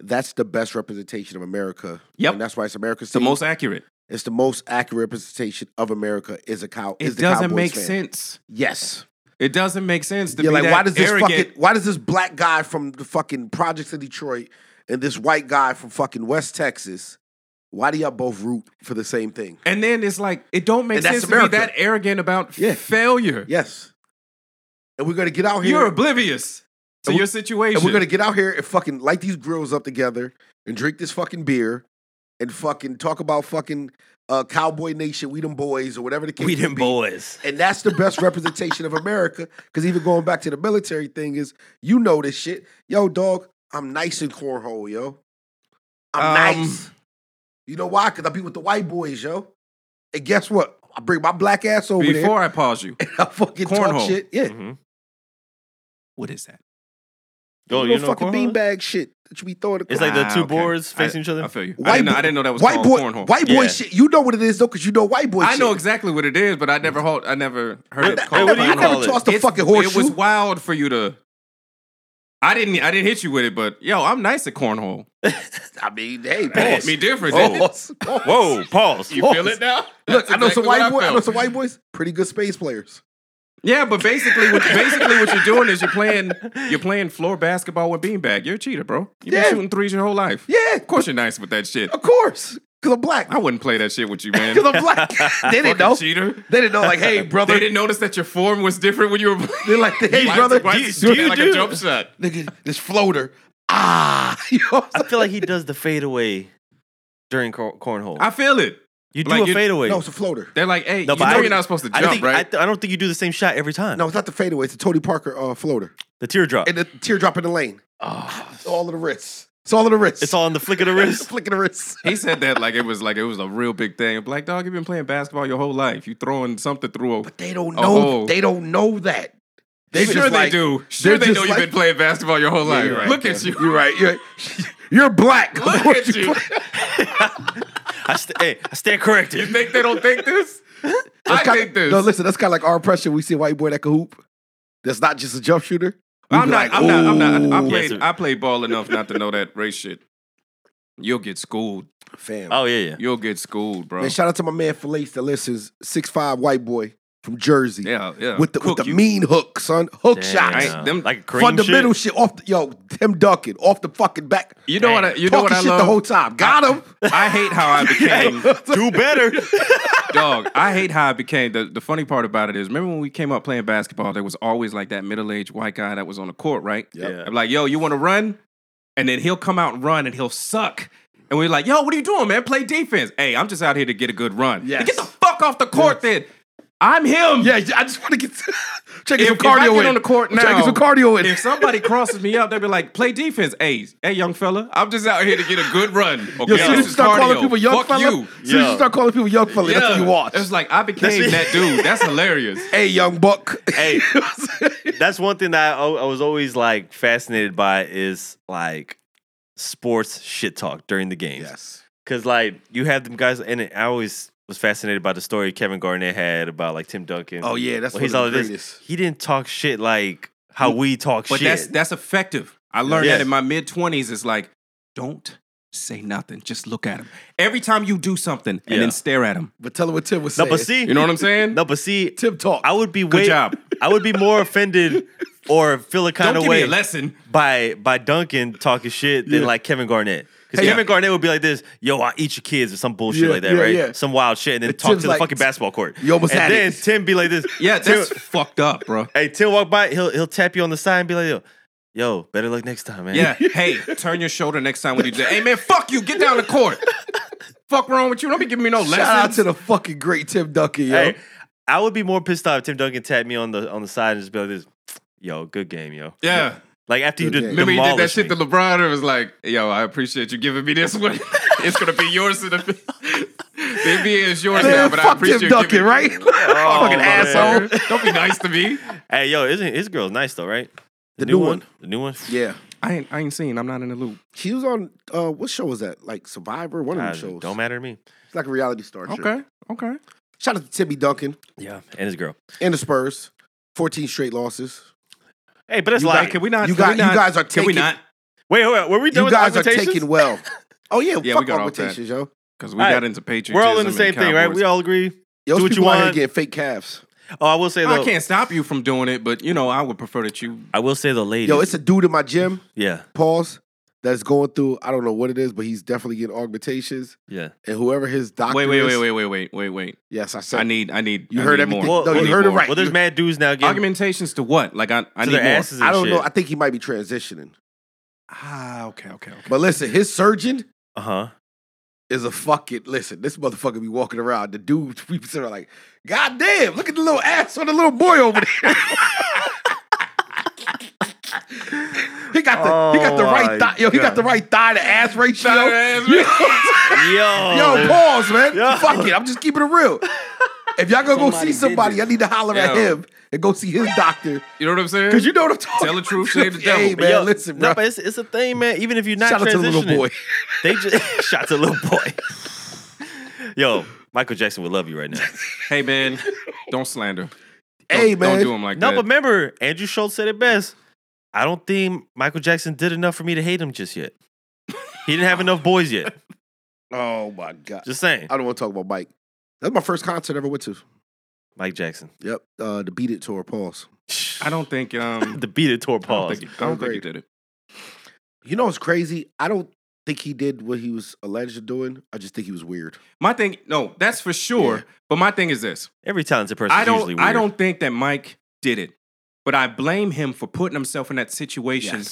[SPEAKER 2] that's the best representation of America.
[SPEAKER 1] Yep.
[SPEAKER 2] and that's why it's America's
[SPEAKER 1] it's the
[SPEAKER 2] team.
[SPEAKER 1] most accurate.
[SPEAKER 2] It's the most accurate representation of America is a cow.
[SPEAKER 1] It
[SPEAKER 2] is the
[SPEAKER 1] doesn't
[SPEAKER 2] Cowboys
[SPEAKER 1] make
[SPEAKER 2] fan.
[SPEAKER 1] sense.
[SPEAKER 2] Yes,
[SPEAKER 1] It doesn't make sense to
[SPEAKER 2] yeah.
[SPEAKER 1] be
[SPEAKER 2] Like,
[SPEAKER 1] that
[SPEAKER 2] why does this
[SPEAKER 1] arrogant.
[SPEAKER 2] fucking why does this black guy from the fucking projects of Detroit and this white guy from fucking West Texas? Why do y'all both root for the same thing?
[SPEAKER 1] and then it's like it don't make
[SPEAKER 2] And that's
[SPEAKER 1] sense to
[SPEAKER 2] America.
[SPEAKER 1] be that arrogant about
[SPEAKER 2] Yeah.
[SPEAKER 1] failure.
[SPEAKER 2] Yes, and we're gonna get out here.
[SPEAKER 1] You're oblivious to
[SPEAKER 2] And we-
[SPEAKER 1] your situation.
[SPEAKER 2] And we're gonna get out here and fucking light these grills up together and drink this fucking beer and fucking talk about fucking uh, Cowboy Nation, we them boys, or whatever the case.
[SPEAKER 3] We
[SPEAKER 2] may
[SPEAKER 3] them
[SPEAKER 2] be.
[SPEAKER 3] boys.
[SPEAKER 2] And that's the best representation of America. Because even going back to the military thing is, you know this shit, yo, dog. I'm nice in cornhole, yo. I'm
[SPEAKER 1] Um,
[SPEAKER 2] nice. You know why? Because I be with the white boys, yo. And guess what? I bring my black ass over
[SPEAKER 1] Before I pause you,
[SPEAKER 2] there. And I fucking
[SPEAKER 1] Cornhole.
[SPEAKER 2] talk shit. Yeah.
[SPEAKER 3] Mm-hmm.
[SPEAKER 1] what is that?
[SPEAKER 3] Oh,
[SPEAKER 2] little
[SPEAKER 3] you know
[SPEAKER 2] fucking
[SPEAKER 3] cornhole?
[SPEAKER 2] beanbag shit that you be throwing.
[SPEAKER 3] It's like the
[SPEAKER 1] Ah,
[SPEAKER 3] two
[SPEAKER 1] okay.
[SPEAKER 3] boards facing
[SPEAKER 1] I-
[SPEAKER 3] each other.
[SPEAKER 1] I feel you. I
[SPEAKER 2] White
[SPEAKER 1] didn't, know,
[SPEAKER 2] boy-
[SPEAKER 1] I didn't know that was
[SPEAKER 2] white
[SPEAKER 1] called
[SPEAKER 2] boy,
[SPEAKER 1] cornhole.
[SPEAKER 2] white boy
[SPEAKER 3] Yeah.
[SPEAKER 2] shit. You know what it is though, because you know white boy.
[SPEAKER 1] I
[SPEAKER 2] shit.
[SPEAKER 1] know exactly what it is, but I never hold, I never heard
[SPEAKER 3] I-
[SPEAKER 1] it
[SPEAKER 3] I-
[SPEAKER 1] called.
[SPEAKER 3] what do
[SPEAKER 2] I
[SPEAKER 3] you
[SPEAKER 1] cornhole.
[SPEAKER 2] never
[SPEAKER 3] call it?
[SPEAKER 2] tossed a
[SPEAKER 1] It's-
[SPEAKER 2] fucking horseshoe.
[SPEAKER 1] It was wild for you to. I didn't. I didn't hit you with it, but yo, I'm nice at cornhol.
[SPEAKER 2] I mean, hey,
[SPEAKER 1] That hit
[SPEAKER 2] pause.
[SPEAKER 1] me different. didn't it?
[SPEAKER 2] Pause. Pause.
[SPEAKER 3] Whoa, pause.
[SPEAKER 1] You
[SPEAKER 3] pause.
[SPEAKER 1] feel it now?
[SPEAKER 2] Look,
[SPEAKER 1] That's
[SPEAKER 2] I know some
[SPEAKER 1] exactly
[SPEAKER 2] white
[SPEAKER 1] what
[SPEAKER 2] boys. I know
[SPEAKER 1] felt.
[SPEAKER 2] some white boys. Pretty good space players.
[SPEAKER 1] Yeah, but basically, what, basically what you're doing is you're playing you're playing floor basketball with beanbag. You're a cheater, bro. You've
[SPEAKER 2] Yeah.
[SPEAKER 1] been shooting threes your whole life.
[SPEAKER 2] Yeah,
[SPEAKER 1] Of course, you're nice with that shit.
[SPEAKER 2] of course. Cause I'm black.
[SPEAKER 1] I wouldn't play that shit with you, man.
[SPEAKER 2] Cause I'm black. they didn't
[SPEAKER 1] Fucking
[SPEAKER 2] know.
[SPEAKER 1] cheater.
[SPEAKER 2] They didn't know. Like, hey,
[SPEAKER 1] They
[SPEAKER 2] brother.
[SPEAKER 1] didn't notice that your form was different when you were playing.
[SPEAKER 2] They're like, hey,
[SPEAKER 1] Why-
[SPEAKER 2] brother.
[SPEAKER 1] why
[SPEAKER 3] do-
[SPEAKER 1] is
[SPEAKER 3] do
[SPEAKER 1] it
[SPEAKER 3] you
[SPEAKER 1] like
[SPEAKER 3] do?
[SPEAKER 1] a jump shot?
[SPEAKER 2] Nigga, this floater. Ah, you know what I'm
[SPEAKER 3] I feel like he does the fadeaway during cor- cornhole.
[SPEAKER 1] I feel it.
[SPEAKER 3] you do
[SPEAKER 1] like
[SPEAKER 3] a
[SPEAKER 1] you-
[SPEAKER 3] fadeaway.
[SPEAKER 2] saying? No, it's a floater.
[SPEAKER 1] They're like, hey,
[SPEAKER 3] No,
[SPEAKER 1] you
[SPEAKER 3] but
[SPEAKER 1] know
[SPEAKER 3] I-
[SPEAKER 1] you're not supposed to jump,
[SPEAKER 3] I don't think I,
[SPEAKER 1] right?
[SPEAKER 3] th- I don't think you do the same shot every time.
[SPEAKER 2] No, it's not the fadeaway. It's a Tony Parker uh, floater.
[SPEAKER 3] the teardrop.
[SPEAKER 2] And the teardrop in the lane.
[SPEAKER 3] Oh,
[SPEAKER 2] It's all of the wrists. It's all of the wrists.
[SPEAKER 3] it's all in the flick of the
[SPEAKER 2] It's
[SPEAKER 3] wrist.
[SPEAKER 2] flicking the wrists.
[SPEAKER 1] he said that like it was like it was a real big thing. Black dog, you've been playing basketball your whole life. You throwing something through a.
[SPEAKER 2] But they don't
[SPEAKER 1] Oh,
[SPEAKER 2] know.
[SPEAKER 1] oh.
[SPEAKER 2] They don't know that. They
[SPEAKER 1] sure
[SPEAKER 2] just
[SPEAKER 1] they
[SPEAKER 2] like-
[SPEAKER 1] do. Sure they
[SPEAKER 2] just
[SPEAKER 1] know you've
[SPEAKER 2] like-
[SPEAKER 1] been playing basketball your whole life.
[SPEAKER 2] you're right,
[SPEAKER 1] Look at you.
[SPEAKER 2] You're right. You're, you're black.
[SPEAKER 1] Look at you.
[SPEAKER 3] I, st- hey, I stand
[SPEAKER 1] You
[SPEAKER 3] corrected.
[SPEAKER 1] think they don't think this? I
[SPEAKER 2] That's kinda-
[SPEAKER 1] think this.
[SPEAKER 2] No, listen. That's kind of like our impression. when We see a white boy that can hoop. That's not just a jump shooter. We
[SPEAKER 1] I'm
[SPEAKER 2] be
[SPEAKER 1] not,
[SPEAKER 2] like,
[SPEAKER 1] I'm not. I'm not. i
[SPEAKER 2] "Ooh,
[SPEAKER 1] played.
[SPEAKER 3] sir.
[SPEAKER 1] I played ball enough not to know that race shit. You'll get schooled.
[SPEAKER 2] Fam.
[SPEAKER 3] Oh yeah, yeah.
[SPEAKER 1] You'll get schooled, bro.
[SPEAKER 2] Man, shout out to my man Felice that listens. Six five white boy from Jersey.
[SPEAKER 1] yeah, yeah.
[SPEAKER 2] With the
[SPEAKER 1] Cook
[SPEAKER 2] with the
[SPEAKER 1] you.
[SPEAKER 2] mean hook, son. Hook
[SPEAKER 3] Damn.
[SPEAKER 2] shots.
[SPEAKER 1] Ain't them-
[SPEAKER 3] like a cream
[SPEAKER 2] Fundamental
[SPEAKER 3] shit.
[SPEAKER 2] shit. off the yo, him dunking off the fucking back.
[SPEAKER 1] You know what? I, you know
[SPEAKER 2] talking
[SPEAKER 1] what I
[SPEAKER 2] shit the whole
[SPEAKER 1] love.
[SPEAKER 2] time. Got him.
[SPEAKER 1] I hate how I became
[SPEAKER 3] Do better.
[SPEAKER 1] dog. I hate how I became. The, the funny part about it is, remember when we came up playing basketball? There was always like that middle aged white guy that was on the court, right?
[SPEAKER 3] Yeah.
[SPEAKER 1] I'm like, yo, you want to run? And then he'll come out and run, and he'll suck. And we're like, yo, what are you doing, man? Play defense. Hey, I'm just out here to get a good run.
[SPEAKER 2] Yes.
[SPEAKER 1] Then get the fuck off the court, then. I'm him.
[SPEAKER 2] Yeah, yeah, I just want to get check
[SPEAKER 1] If-
[SPEAKER 2] some
[SPEAKER 1] if I
[SPEAKER 2] cardio
[SPEAKER 1] get
[SPEAKER 2] in.
[SPEAKER 1] on the court
[SPEAKER 2] Try to get
[SPEAKER 1] now,
[SPEAKER 2] some cardio in.
[SPEAKER 1] if somebody crosses me up, they'd be like, "Play defense, hey, hey, young fella. I'm just out here to get a good run." Okay,
[SPEAKER 2] Yo, as soon
[SPEAKER 1] This
[SPEAKER 2] as you
[SPEAKER 1] is
[SPEAKER 2] start calling
[SPEAKER 1] cardio.
[SPEAKER 2] people young
[SPEAKER 1] Fuck
[SPEAKER 2] fella,
[SPEAKER 1] you.
[SPEAKER 2] as soon as you
[SPEAKER 3] Yo.
[SPEAKER 2] start calling people young fella, that's what you watch.
[SPEAKER 1] It's like I became that
[SPEAKER 3] That's-
[SPEAKER 1] dude. That's hilarious.
[SPEAKER 2] hey, young buck.
[SPEAKER 3] Hey.
[SPEAKER 2] You know what I'm saying?
[SPEAKER 3] That's one thing that I, al- I was always like fascinated by is like sports shit talk during the games. Cause like you have them guys, and I always was fascinated by the story Kevin Garnett had about like Tim Duncan.
[SPEAKER 2] Oh yeah, that's
[SPEAKER 3] Well,
[SPEAKER 2] what
[SPEAKER 3] he's
[SPEAKER 2] he's
[SPEAKER 3] all
[SPEAKER 2] all
[SPEAKER 3] of this.
[SPEAKER 2] this.
[SPEAKER 3] He didn't talk shit like how we talk
[SPEAKER 1] But
[SPEAKER 3] shit.
[SPEAKER 1] that's that's effective. I learned
[SPEAKER 3] Yeah.
[SPEAKER 1] that in my mid twenties. It's like, don't say nothing. Just look at him. Every time you do something, and
[SPEAKER 3] Yeah.
[SPEAKER 1] then stare at him.
[SPEAKER 2] But tell him what Tim was
[SPEAKER 3] no,
[SPEAKER 2] saying.
[SPEAKER 3] but see,
[SPEAKER 1] You know what I'm saying?
[SPEAKER 3] no, but see,
[SPEAKER 2] Tim talk.
[SPEAKER 3] I would be
[SPEAKER 1] Good
[SPEAKER 3] way,
[SPEAKER 1] job.
[SPEAKER 3] I would be more offended or feel a
[SPEAKER 1] Don't
[SPEAKER 3] kind
[SPEAKER 1] give
[SPEAKER 3] of way
[SPEAKER 1] me a lesson.
[SPEAKER 3] by by Duncan talking shit than
[SPEAKER 2] Yeah.
[SPEAKER 3] like Kevin Garnett. Because
[SPEAKER 2] Hey,
[SPEAKER 3] Kevin Garnett would be like this, yo, I eat your kids or some bullshit
[SPEAKER 2] Yeah,
[SPEAKER 3] like that,
[SPEAKER 2] yeah,
[SPEAKER 3] right?
[SPEAKER 2] yeah.
[SPEAKER 3] Some wild shit, and then
[SPEAKER 2] And
[SPEAKER 3] talk
[SPEAKER 2] Tim's
[SPEAKER 3] to the
[SPEAKER 2] like,
[SPEAKER 3] fucking basketball court.
[SPEAKER 2] you almost
[SPEAKER 3] and
[SPEAKER 2] had
[SPEAKER 3] then
[SPEAKER 2] it.
[SPEAKER 3] Tim be like this.
[SPEAKER 1] Yeah,
[SPEAKER 3] Tim-
[SPEAKER 1] that's fucked up, bro.
[SPEAKER 3] Hey, Tim walk by, he'll he'll tap you on the side and be like, yo, yo, better luck next time, man.
[SPEAKER 1] Yeah. Hey, turn your shoulder next time when you do. Hey, man, fuck you. Get down the court. fuck wrong with you? Don't be giving me no
[SPEAKER 2] Shout out
[SPEAKER 1] lessons.
[SPEAKER 2] to the fucking great Tim Duncan, yo.
[SPEAKER 3] Hey, I would be more pissed off if Tim Duncan tapped me on the on the side and just be like this, yo, good game, yo.
[SPEAKER 1] yeah.
[SPEAKER 3] Like after you
[SPEAKER 2] Good
[SPEAKER 3] did
[SPEAKER 2] game.
[SPEAKER 1] Remember you did that
[SPEAKER 3] demolish
[SPEAKER 1] shit to
[SPEAKER 3] me.
[SPEAKER 1] LeBron? It was like, yo, I appreciate you giving me this one. it's gonna be yours in the. the NBA is yours now,
[SPEAKER 2] Man,
[SPEAKER 1] but I
[SPEAKER 2] fuck
[SPEAKER 1] appreciate
[SPEAKER 2] Tim
[SPEAKER 1] you
[SPEAKER 2] Duncan,
[SPEAKER 1] giving-
[SPEAKER 2] right?
[SPEAKER 3] Oh,
[SPEAKER 2] fucking
[SPEAKER 3] man.
[SPEAKER 2] asshole.
[SPEAKER 1] Don't be nice to me.
[SPEAKER 3] Hey, yo, isn't his girl's nice though, right?
[SPEAKER 2] The new one.
[SPEAKER 3] The new one.
[SPEAKER 2] Yeah.
[SPEAKER 1] I ain't, I ain't seen. I'm not in the loop.
[SPEAKER 2] She was on uh what show was that? Like Survivor? One of
[SPEAKER 3] Ah,
[SPEAKER 2] them shows.
[SPEAKER 3] Don't matter to me.
[SPEAKER 2] It's like a reality star show.
[SPEAKER 1] Okay, okay.
[SPEAKER 2] Shout out to Timmy Duncan
[SPEAKER 3] Yeah, and his girl.
[SPEAKER 2] and the Spurs. 14 straight losses.
[SPEAKER 3] Hey, but it's
[SPEAKER 1] You
[SPEAKER 3] like,
[SPEAKER 1] guys- can we not?
[SPEAKER 2] you
[SPEAKER 1] can we
[SPEAKER 2] guys- you
[SPEAKER 1] not-
[SPEAKER 2] guys are
[SPEAKER 1] Can we
[SPEAKER 2] taking-
[SPEAKER 1] not?
[SPEAKER 3] wait, wait, were we done
[SPEAKER 2] you
[SPEAKER 3] with
[SPEAKER 2] guys are
[SPEAKER 3] augmentations?
[SPEAKER 2] taking well. Oh yeah,
[SPEAKER 1] Yeah, we
[SPEAKER 2] fuck
[SPEAKER 1] got off that.
[SPEAKER 2] augmentations, yo.
[SPEAKER 1] Because we
[SPEAKER 3] All right.
[SPEAKER 1] got into patriotism.
[SPEAKER 3] We're all in the
[SPEAKER 1] and
[SPEAKER 3] same thing, right?
[SPEAKER 1] Cowboys.
[SPEAKER 3] We all agree.
[SPEAKER 2] Yo,
[SPEAKER 3] Do
[SPEAKER 2] those
[SPEAKER 3] what you
[SPEAKER 2] people out here
[SPEAKER 3] want.
[SPEAKER 2] getting fake calves.
[SPEAKER 3] Oh, I will say though.
[SPEAKER 1] I can't stop you from doing it, but you know, I would prefer that you.
[SPEAKER 3] I will say the ladies.
[SPEAKER 2] Yo, it's a dude in my gym,
[SPEAKER 3] yeah,
[SPEAKER 2] pause, that's going through, I don't know what it is, but he's definitely getting augmentations.
[SPEAKER 3] yeah.
[SPEAKER 2] And whoever his doctor
[SPEAKER 1] Wait, wait,
[SPEAKER 2] is-
[SPEAKER 1] wait, wait, wait, wait, wait, wait.
[SPEAKER 2] Yes, I said
[SPEAKER 1] I need, I need.
[SPEAKER 2] You
[SPEAKER 1] I
[SPEAKER 2] heard
[SPEAKER 1] need
[SPEAKER 2] everything.
[SPEAKER 1] more.
[SPEAKER 2] Well,
[SPEAKER 1] I
[SPEAKER 2] you
[SPEAKER 1] need
[SPEAKER 2] heard it
[SPEAKER 1] more.
[SPEAKER 2] right.
[SPEAKER 3] Well, there's mad dudes now getting
[SPEAKER 1] Argumentations to what? Like I, I
[SPEAKER 3] to
[SPEAKER 1] need
[SPEAKER 3] their
[SPEAKER 1] more.
[SPEAKER 3] asses. And
[SPEAKER 2] I don't
[SPEAKER 3] shit.
[SPEAKER 2] know. I think he might be transitioning.
[SPEAKER 1] Ah, okay, okay, okay.
[SPEAKER 2] But listen, his surgeon
[SPEAKER 3] Uh huh.
[SPEAKER 2] is a fucking listen, this motherfucker be walking around. The dude we consider like, God damn, look at the little ass on the little boy over there. he got the he got the
[SPEAKER 3] Oh
[SPEAKER 2] right
[SPEAKER 3] my
[SPEAKER 2] thigh. Yo, he got
[SPEAKER 3] God.
[SPEAKER 2] the right thigh to ass ratio.
[SPEAKER 1] Thigh to ass
[SPEAKER 2] You know what I'm saying?
[SPEAKER 3] Yo,
[SPEAKER 2] Yo, pause, man.
[SPEAKER 3] Yo.
[SPEAKER 2] Fuck it. I'm just keeping it real. If y'all gonna go
[SPEAKER 3] Somebody
[SPEAKER 2] see
[SPEAKER 3] did
[SPEAKER 2] somebody,
[SPEAKER 3] this.
[SPEAKER 2] I need to holler at
[SPEAKER 1] Yo.
[SPEAKER 2] him and go see his doctor.
[SPEAKER 1] You know what I'm saying?
[SPEAKER 2] Cause you know what I'm talking
[SPEAKER 1] Tell the truth,
[SPEAKER 2] about.
[SPEAKER 1] save the devil.
[SPEAKER 2] Hey,
[SPEAKER 1] But
[SPEAKER 2] man,
[SPEAKER 3] Yo,
[SPEAKER 2] listen,
[SPEAKER 3] no,
[SPEAKER 2] bro.
[SPEAKER 3] but it's, it's a thing, man. Even if you're not
[SPEAKER 2] Shout out to the
[SPEAKER 3] transitioning,
[SPEAKER 2] little boy.
[SPEAKER 3] they just shout to the little boy. Yo, Michael Jackson would love you right now.
[SPEAKER 1] hey man, don't slander. Don't,
[SPEAKER 2] Hey, man.
[SPEAKER 1] don't do him like
[SPEAKER 3] no,
[SPEAKER 1] that.
[SPEAKER 3] but remember, Andrew Schultz said it best. I don't think Michael Jackson did enough for me to hate him just yet. He didn't have enough boys yet.
[SPEAKER 2] Oh my god.
[SPEAKER 3] Just saying,
[SPEAKER 2] I don't want to talk about Mike. That's my first concert I ever went to.
[SPEAKER 3] Mike Jackson.
[SPEAKER 2] Yep. Uh, the Beat It tour, pause.
[SPEAKER 1] I don't think. Um,
[SPEAKER 3] The beat it tore
[SPEAKER 1] I don't
[SPEAKER 3] pause.
[SPEAKER 1] think, he- I don't think he
[SPEAKER 2] Third grade.
[SPEAKER 1] did it.
[SPEAKER 2] You know what's crazy? I don't think he did what he was alleged to doing. I just think he was weird.
[SPEAKER 1] My thing, no, that's for sure.
[SPEAKER 2] Yeah.
[SPEAKER 1] But my thing is this:
[SPEAKER 3] Every talented person
[SPEAKER 1] I
[SPEAKER 3] is usually
[SPEAKER 1] don't,
[SPEAKER 3] weird.
[SPEAKER 1] I don't think that Mike did it, but I blame him for putting himself in that situation.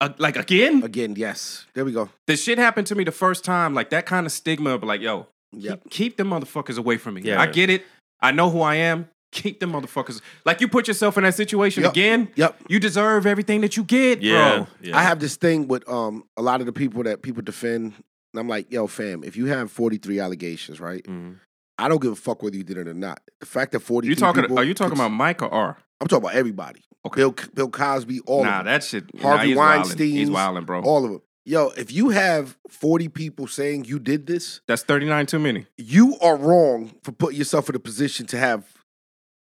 [SPEAKER 1] Uh, like again,
[SPEAKER 2] Again, yes. There we go.
[SPEAKER 1] the shit happened to me the first time. Like that kind of stigma of like, yo,
[SPEAKER 2] Yep.
[SPEAKER 1] keep, keep them motherfuckers away from me.
[SPEAKER 3] Yeah.
[SPEAKER 1] I get it. I know who I am. Keep them motherfuckers. Like you put yourself in that situation
[SPEAKER 2] Yup.
[SPEAKER 1] again.
[SPEAKER 2] Yep.
[SPEAKER 1] You deserve everything that you get,
[SPEAKER 3] Yeah,
[SPEAKER 1] bro.
[SPEAKER 3] yeah.
[SPEAKER 2] I have this thing with um a lot of the people that people defend. And I'm like, yo, fam, if you have 43 allegations, right?
[SPEAKER 3] Mhm.
[SPEAKER 2] I don't give a fuck whether you did it or not. The fact that 43
[SPEAKER 1] You talking?
[SPEAKER 2] people
[SPEAKER 1] Are you talking
[SPEAKER 2] cons-
[SPEAKER 1] about Mike or R?
[SPEAKER 2] I'm talking about everybody.
[SPEAKER 1] Okay.
[SPEAKER 2] Bill Bill Cosby, all
[SPEAKER 1] nah,
[SPEAKER 2] of them.
[SPEAKER 1] that shit. nah,
[SPEAKER 2] Harvey
[SPEAKER 1] he's wildin'. He's
[SPEAKER 2] Weinstein's,
[SPEAKER 1] wilding, bro.
[SPEAKER 2] all of them. Yo, if you have 40 people saying you did this,
[SPEAKER 1] That's thirty nine too many.
[SPEAKER 2] you are wrong for putting yourself in a position to have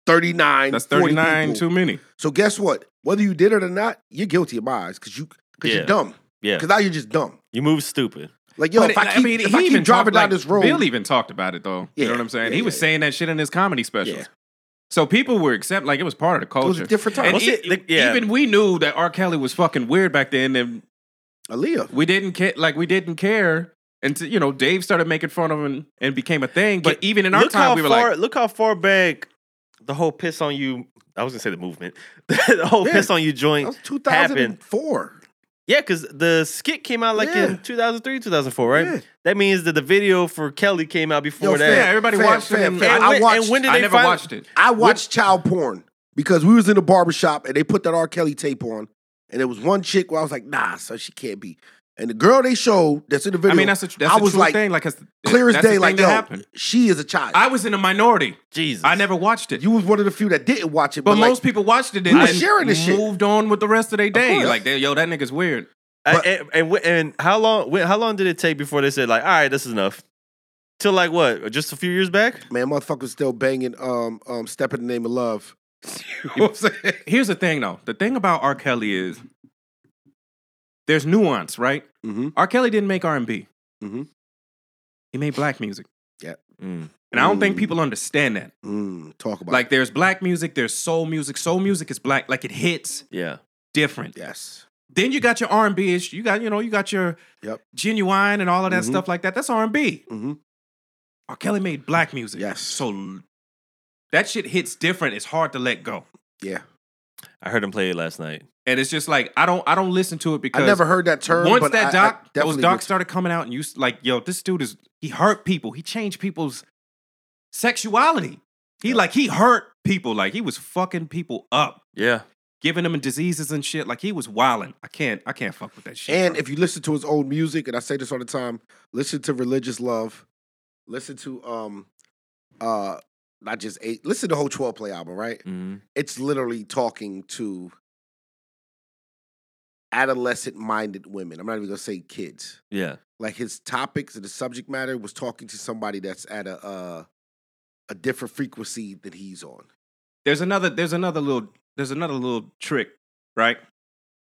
[SPEAKER 2] 39
[SPEAKER 1] That's
[SPEAKER 2] 39
[SPEAKER 1] 39 too many.
[SPEAKER 2] so guess what whether you did it or not you're guilty of my eyes because you because
[SPEAKER 3] Yeah.
[SPEAKER 2] you're dumb
[SPEAKER 3] Yeah.
[SPEAKER 2] because now you're just dumb
[SPEAKER 3] You move stupid.
[SPEAKER 2] like yo
[SPEAKER 1] But
[SPEAKER 2] if
[SPEAKER 1] it-
[SPEAKER 2] i keep, if I keep
[SPEAKER 1] even
[SPEAKER 2] driving
[SPEAKER 1] talked-
[SPEAKER 2] down
[SPEAKER 1] like,
[SPEAKER 2] this road
[SPEAKER 1] Bill even talked about it though. you
[SPEAKER 2] Yeah,
[SPEAKER 1] know what I'm saying?
[SPEAKER 2] yeah,
[SPEAKER 1] he was
[SPEAKER 2] yeah,
[SPEAKER 1] saying that shit in his comedy specials.
[SPEAKER 2] Yeah.
[SPEAKER 1] So people were accept like it was part of the
[SPEAKER 2] it was a
[SPEAKER 1] culture.
[SPEAKER 2] different time
[SPEAKER 1] And
[SPEAKER 3] Was
[SPEAKER 1] e-
[SPEAKER 3] it- like, yeah.
[SPEAKER 1] even we knew that R. Kelly was fucking weird back then, and
[SPEAKER 2] Aaliyah
[SPEAKER 1] we didn't care. Like we didn't care until you know Dave started making fun of him and, and became a thing. But even in our
[SPEAKER 3] look how
[SPEAKER 1] time, we were
[SPEAKER 3] far,
[SPEAKER 1] like,
[SPEAKER 3] look how far back the whole piss on you. I was gonna say the movement, the whole
[SPEAKER 2] Yeah.
[SPEAKER 3] piss on you
[SPEAKER 2] that
[SPEAKER 3] joint.
[SPEAKER 2] was 2004
[SPEAKER 3] Yeah, because the skit came out like
[SPEAKER 2] Yeah.
[SPEAKER 3] in 2003, 2004, right?
[SPEAKER 2] Yeah.
[SPEAKER 3] That means that the video for Kelly came out before
[SPEAKER 2] Yo,
[SPEAKER 3] that.
[SPEAKER 1] yeah, everybody
[SPEAKER 2] Fam,
[SPEAKER 1] watched
[SPEAKER 2] fam,
[SPEAKER 1] it.
[SPEAKER 2] fam,
[SPEAKER 1] And,
[SPEAKER 3] And,
[SPEAKER 1] I,
[SPEAKER 2] I
[SPEAKER 3] when,
[SPEAKER 2] watched-
[SPEAKER 3] and when did
[SPEAKER 1] I
[SPEAKER 3] they
[SPEAKER 1] never
[SPEAKER 3] finally-
[SPEAKER 1] watched it.
[SPEAKER 2] i watched child porn because we was in the barbershop and they put that r kelly tape on and there was one chick where i was like nah so she can't be and the girl they showed that's in the video
[SPEAKER 1] I mean, that's a, that's
[SPEAKER 2] I
[SPEAKER 1] a
[SPEAKER 2] was
[SPEAKER 1] true
[SPEAKER 2] like,
[SPEAKER 1] thing. Like that's the-
[SPEAKER 2] clear as
[SPEAKER 1] that's the
[SPEAKER 2] day
[SPEAKER 1] thing
[SPEAKER 2] like
[SPEAKER 1] that
[SPEAKER 2] yo
[SPEAKER 1] happened.
[SPEAKER 2] she is a child
[SPEAKER 1] I was in a minority.
[SPEAKER 3] Jesus,
[SPEAKER 1] I never watched it.
[SPEAKER 2] You was one of the few that didn't watch it,
[SPEAKER 1] But,
[SPEAKER 2] but, like,
[SPEAKER 1] most people watched it
[SPEAKER 2] we
[SPEAKER 1] and
[SPEAKER 2] were
[SPEAKER 1] then
[SPEAKER 2] sharing this shit.
[SPEAKER 1] moved on with the rest of their day.
[SPEAKER 2] course.
[SPEAKER 1] like, they- yo, that nigga's weird.
[SPEAKER 3] I-
[SPEAKER 2] but-
[SPEAKER 3] and, and when- and how long? When, how long did it take before they said like, all right, this is enough? Till like what? Just a few years back?
[SPEAKER 2] man, motherfuckers still banging um um step in the name of love. you know what I'm saying?
[SPEAKER 1] Here's the thing, though. The thing about R. Kelly is there's nuance, right?
[SPEAKER 2] Mm-hmm.
[SPEAKER 1] R. Kelly didn't make R and B.
[SPEAKER 2] Mhm.
[SPEAKER 1] He made black music,
[SPEAKER 3] Mm.
[SPEAKER 1] and I don't think
[SPEAKER 2] Mm.
[SPEAKER 1] people understand that.
[SPEAKER 2] Mm, talk about
[SPEAKER 1] Like, there's black music, there's soul music. Soul music is black, like it hits
[SPEAKER 3] Yeah,
[SPEAKER 1] different.
[SPEAKER 2] it. yes,
[SPEAKER 1] Then you got your R and B ish. You got, you know, you got your
[SPEAKER 2] Yep.
[SPEAKER 1] genuine and all of that
[SPEAKER 2] Mhm.
[SPEAKER 1] stuff like that. That's R and B.
[SPEAKER 2] mm-hmm.
[SPEAKER 1] R. Kelly made black music.
[SPEAKER 2] Yes.
[SPEAKER 1] So that shit hits different. It's hard to let go.
[SPEAKER 2] yeah.
[SPEAKER 3] I heard him play it last night.
[SPEAKER 1] and it's just like I don't I don't listen to it because
[SPEAKER 2] I never heard that term.
[SPEAKER 1] once
[SPEAKER 2] but I- I
[SPEAKER 1] that doc those
[SPEAKER 2] definitely
[SPEAKER 1] docs
[SPEAKER 2] did-
[SPEAKER 1] started coming out and you s- like yo this dude is he hurt people he changed people's sexuality he like he hurt people like he was fucking people up
[SPEAKER 3] Yeah.
[SPEAKER 1] giving them diseases and shit like he was wilding I can't I can't fuck with that shit
[SPEAKER 2] And
[SPEAKER 1] bro.
[SPEAKER 2] if you listen to his old music, and I say this all the time, listen to Religious Love, listen to um uh not just eight, listen to the whole 12 play album, right?
[SPEAKER 3] Mm-hmm.
[SPEAKER 2] It's literally talking to adolescent minded women. I'm not even gonna say kids.
[SPEAKER 3] Yeah.
[SPEAKER 2] Like his topics and the subject matter was talking to somebody that's at a uh a different frequency that he's on.
[SPEAKER 1] there's another there's another little there's another little trick right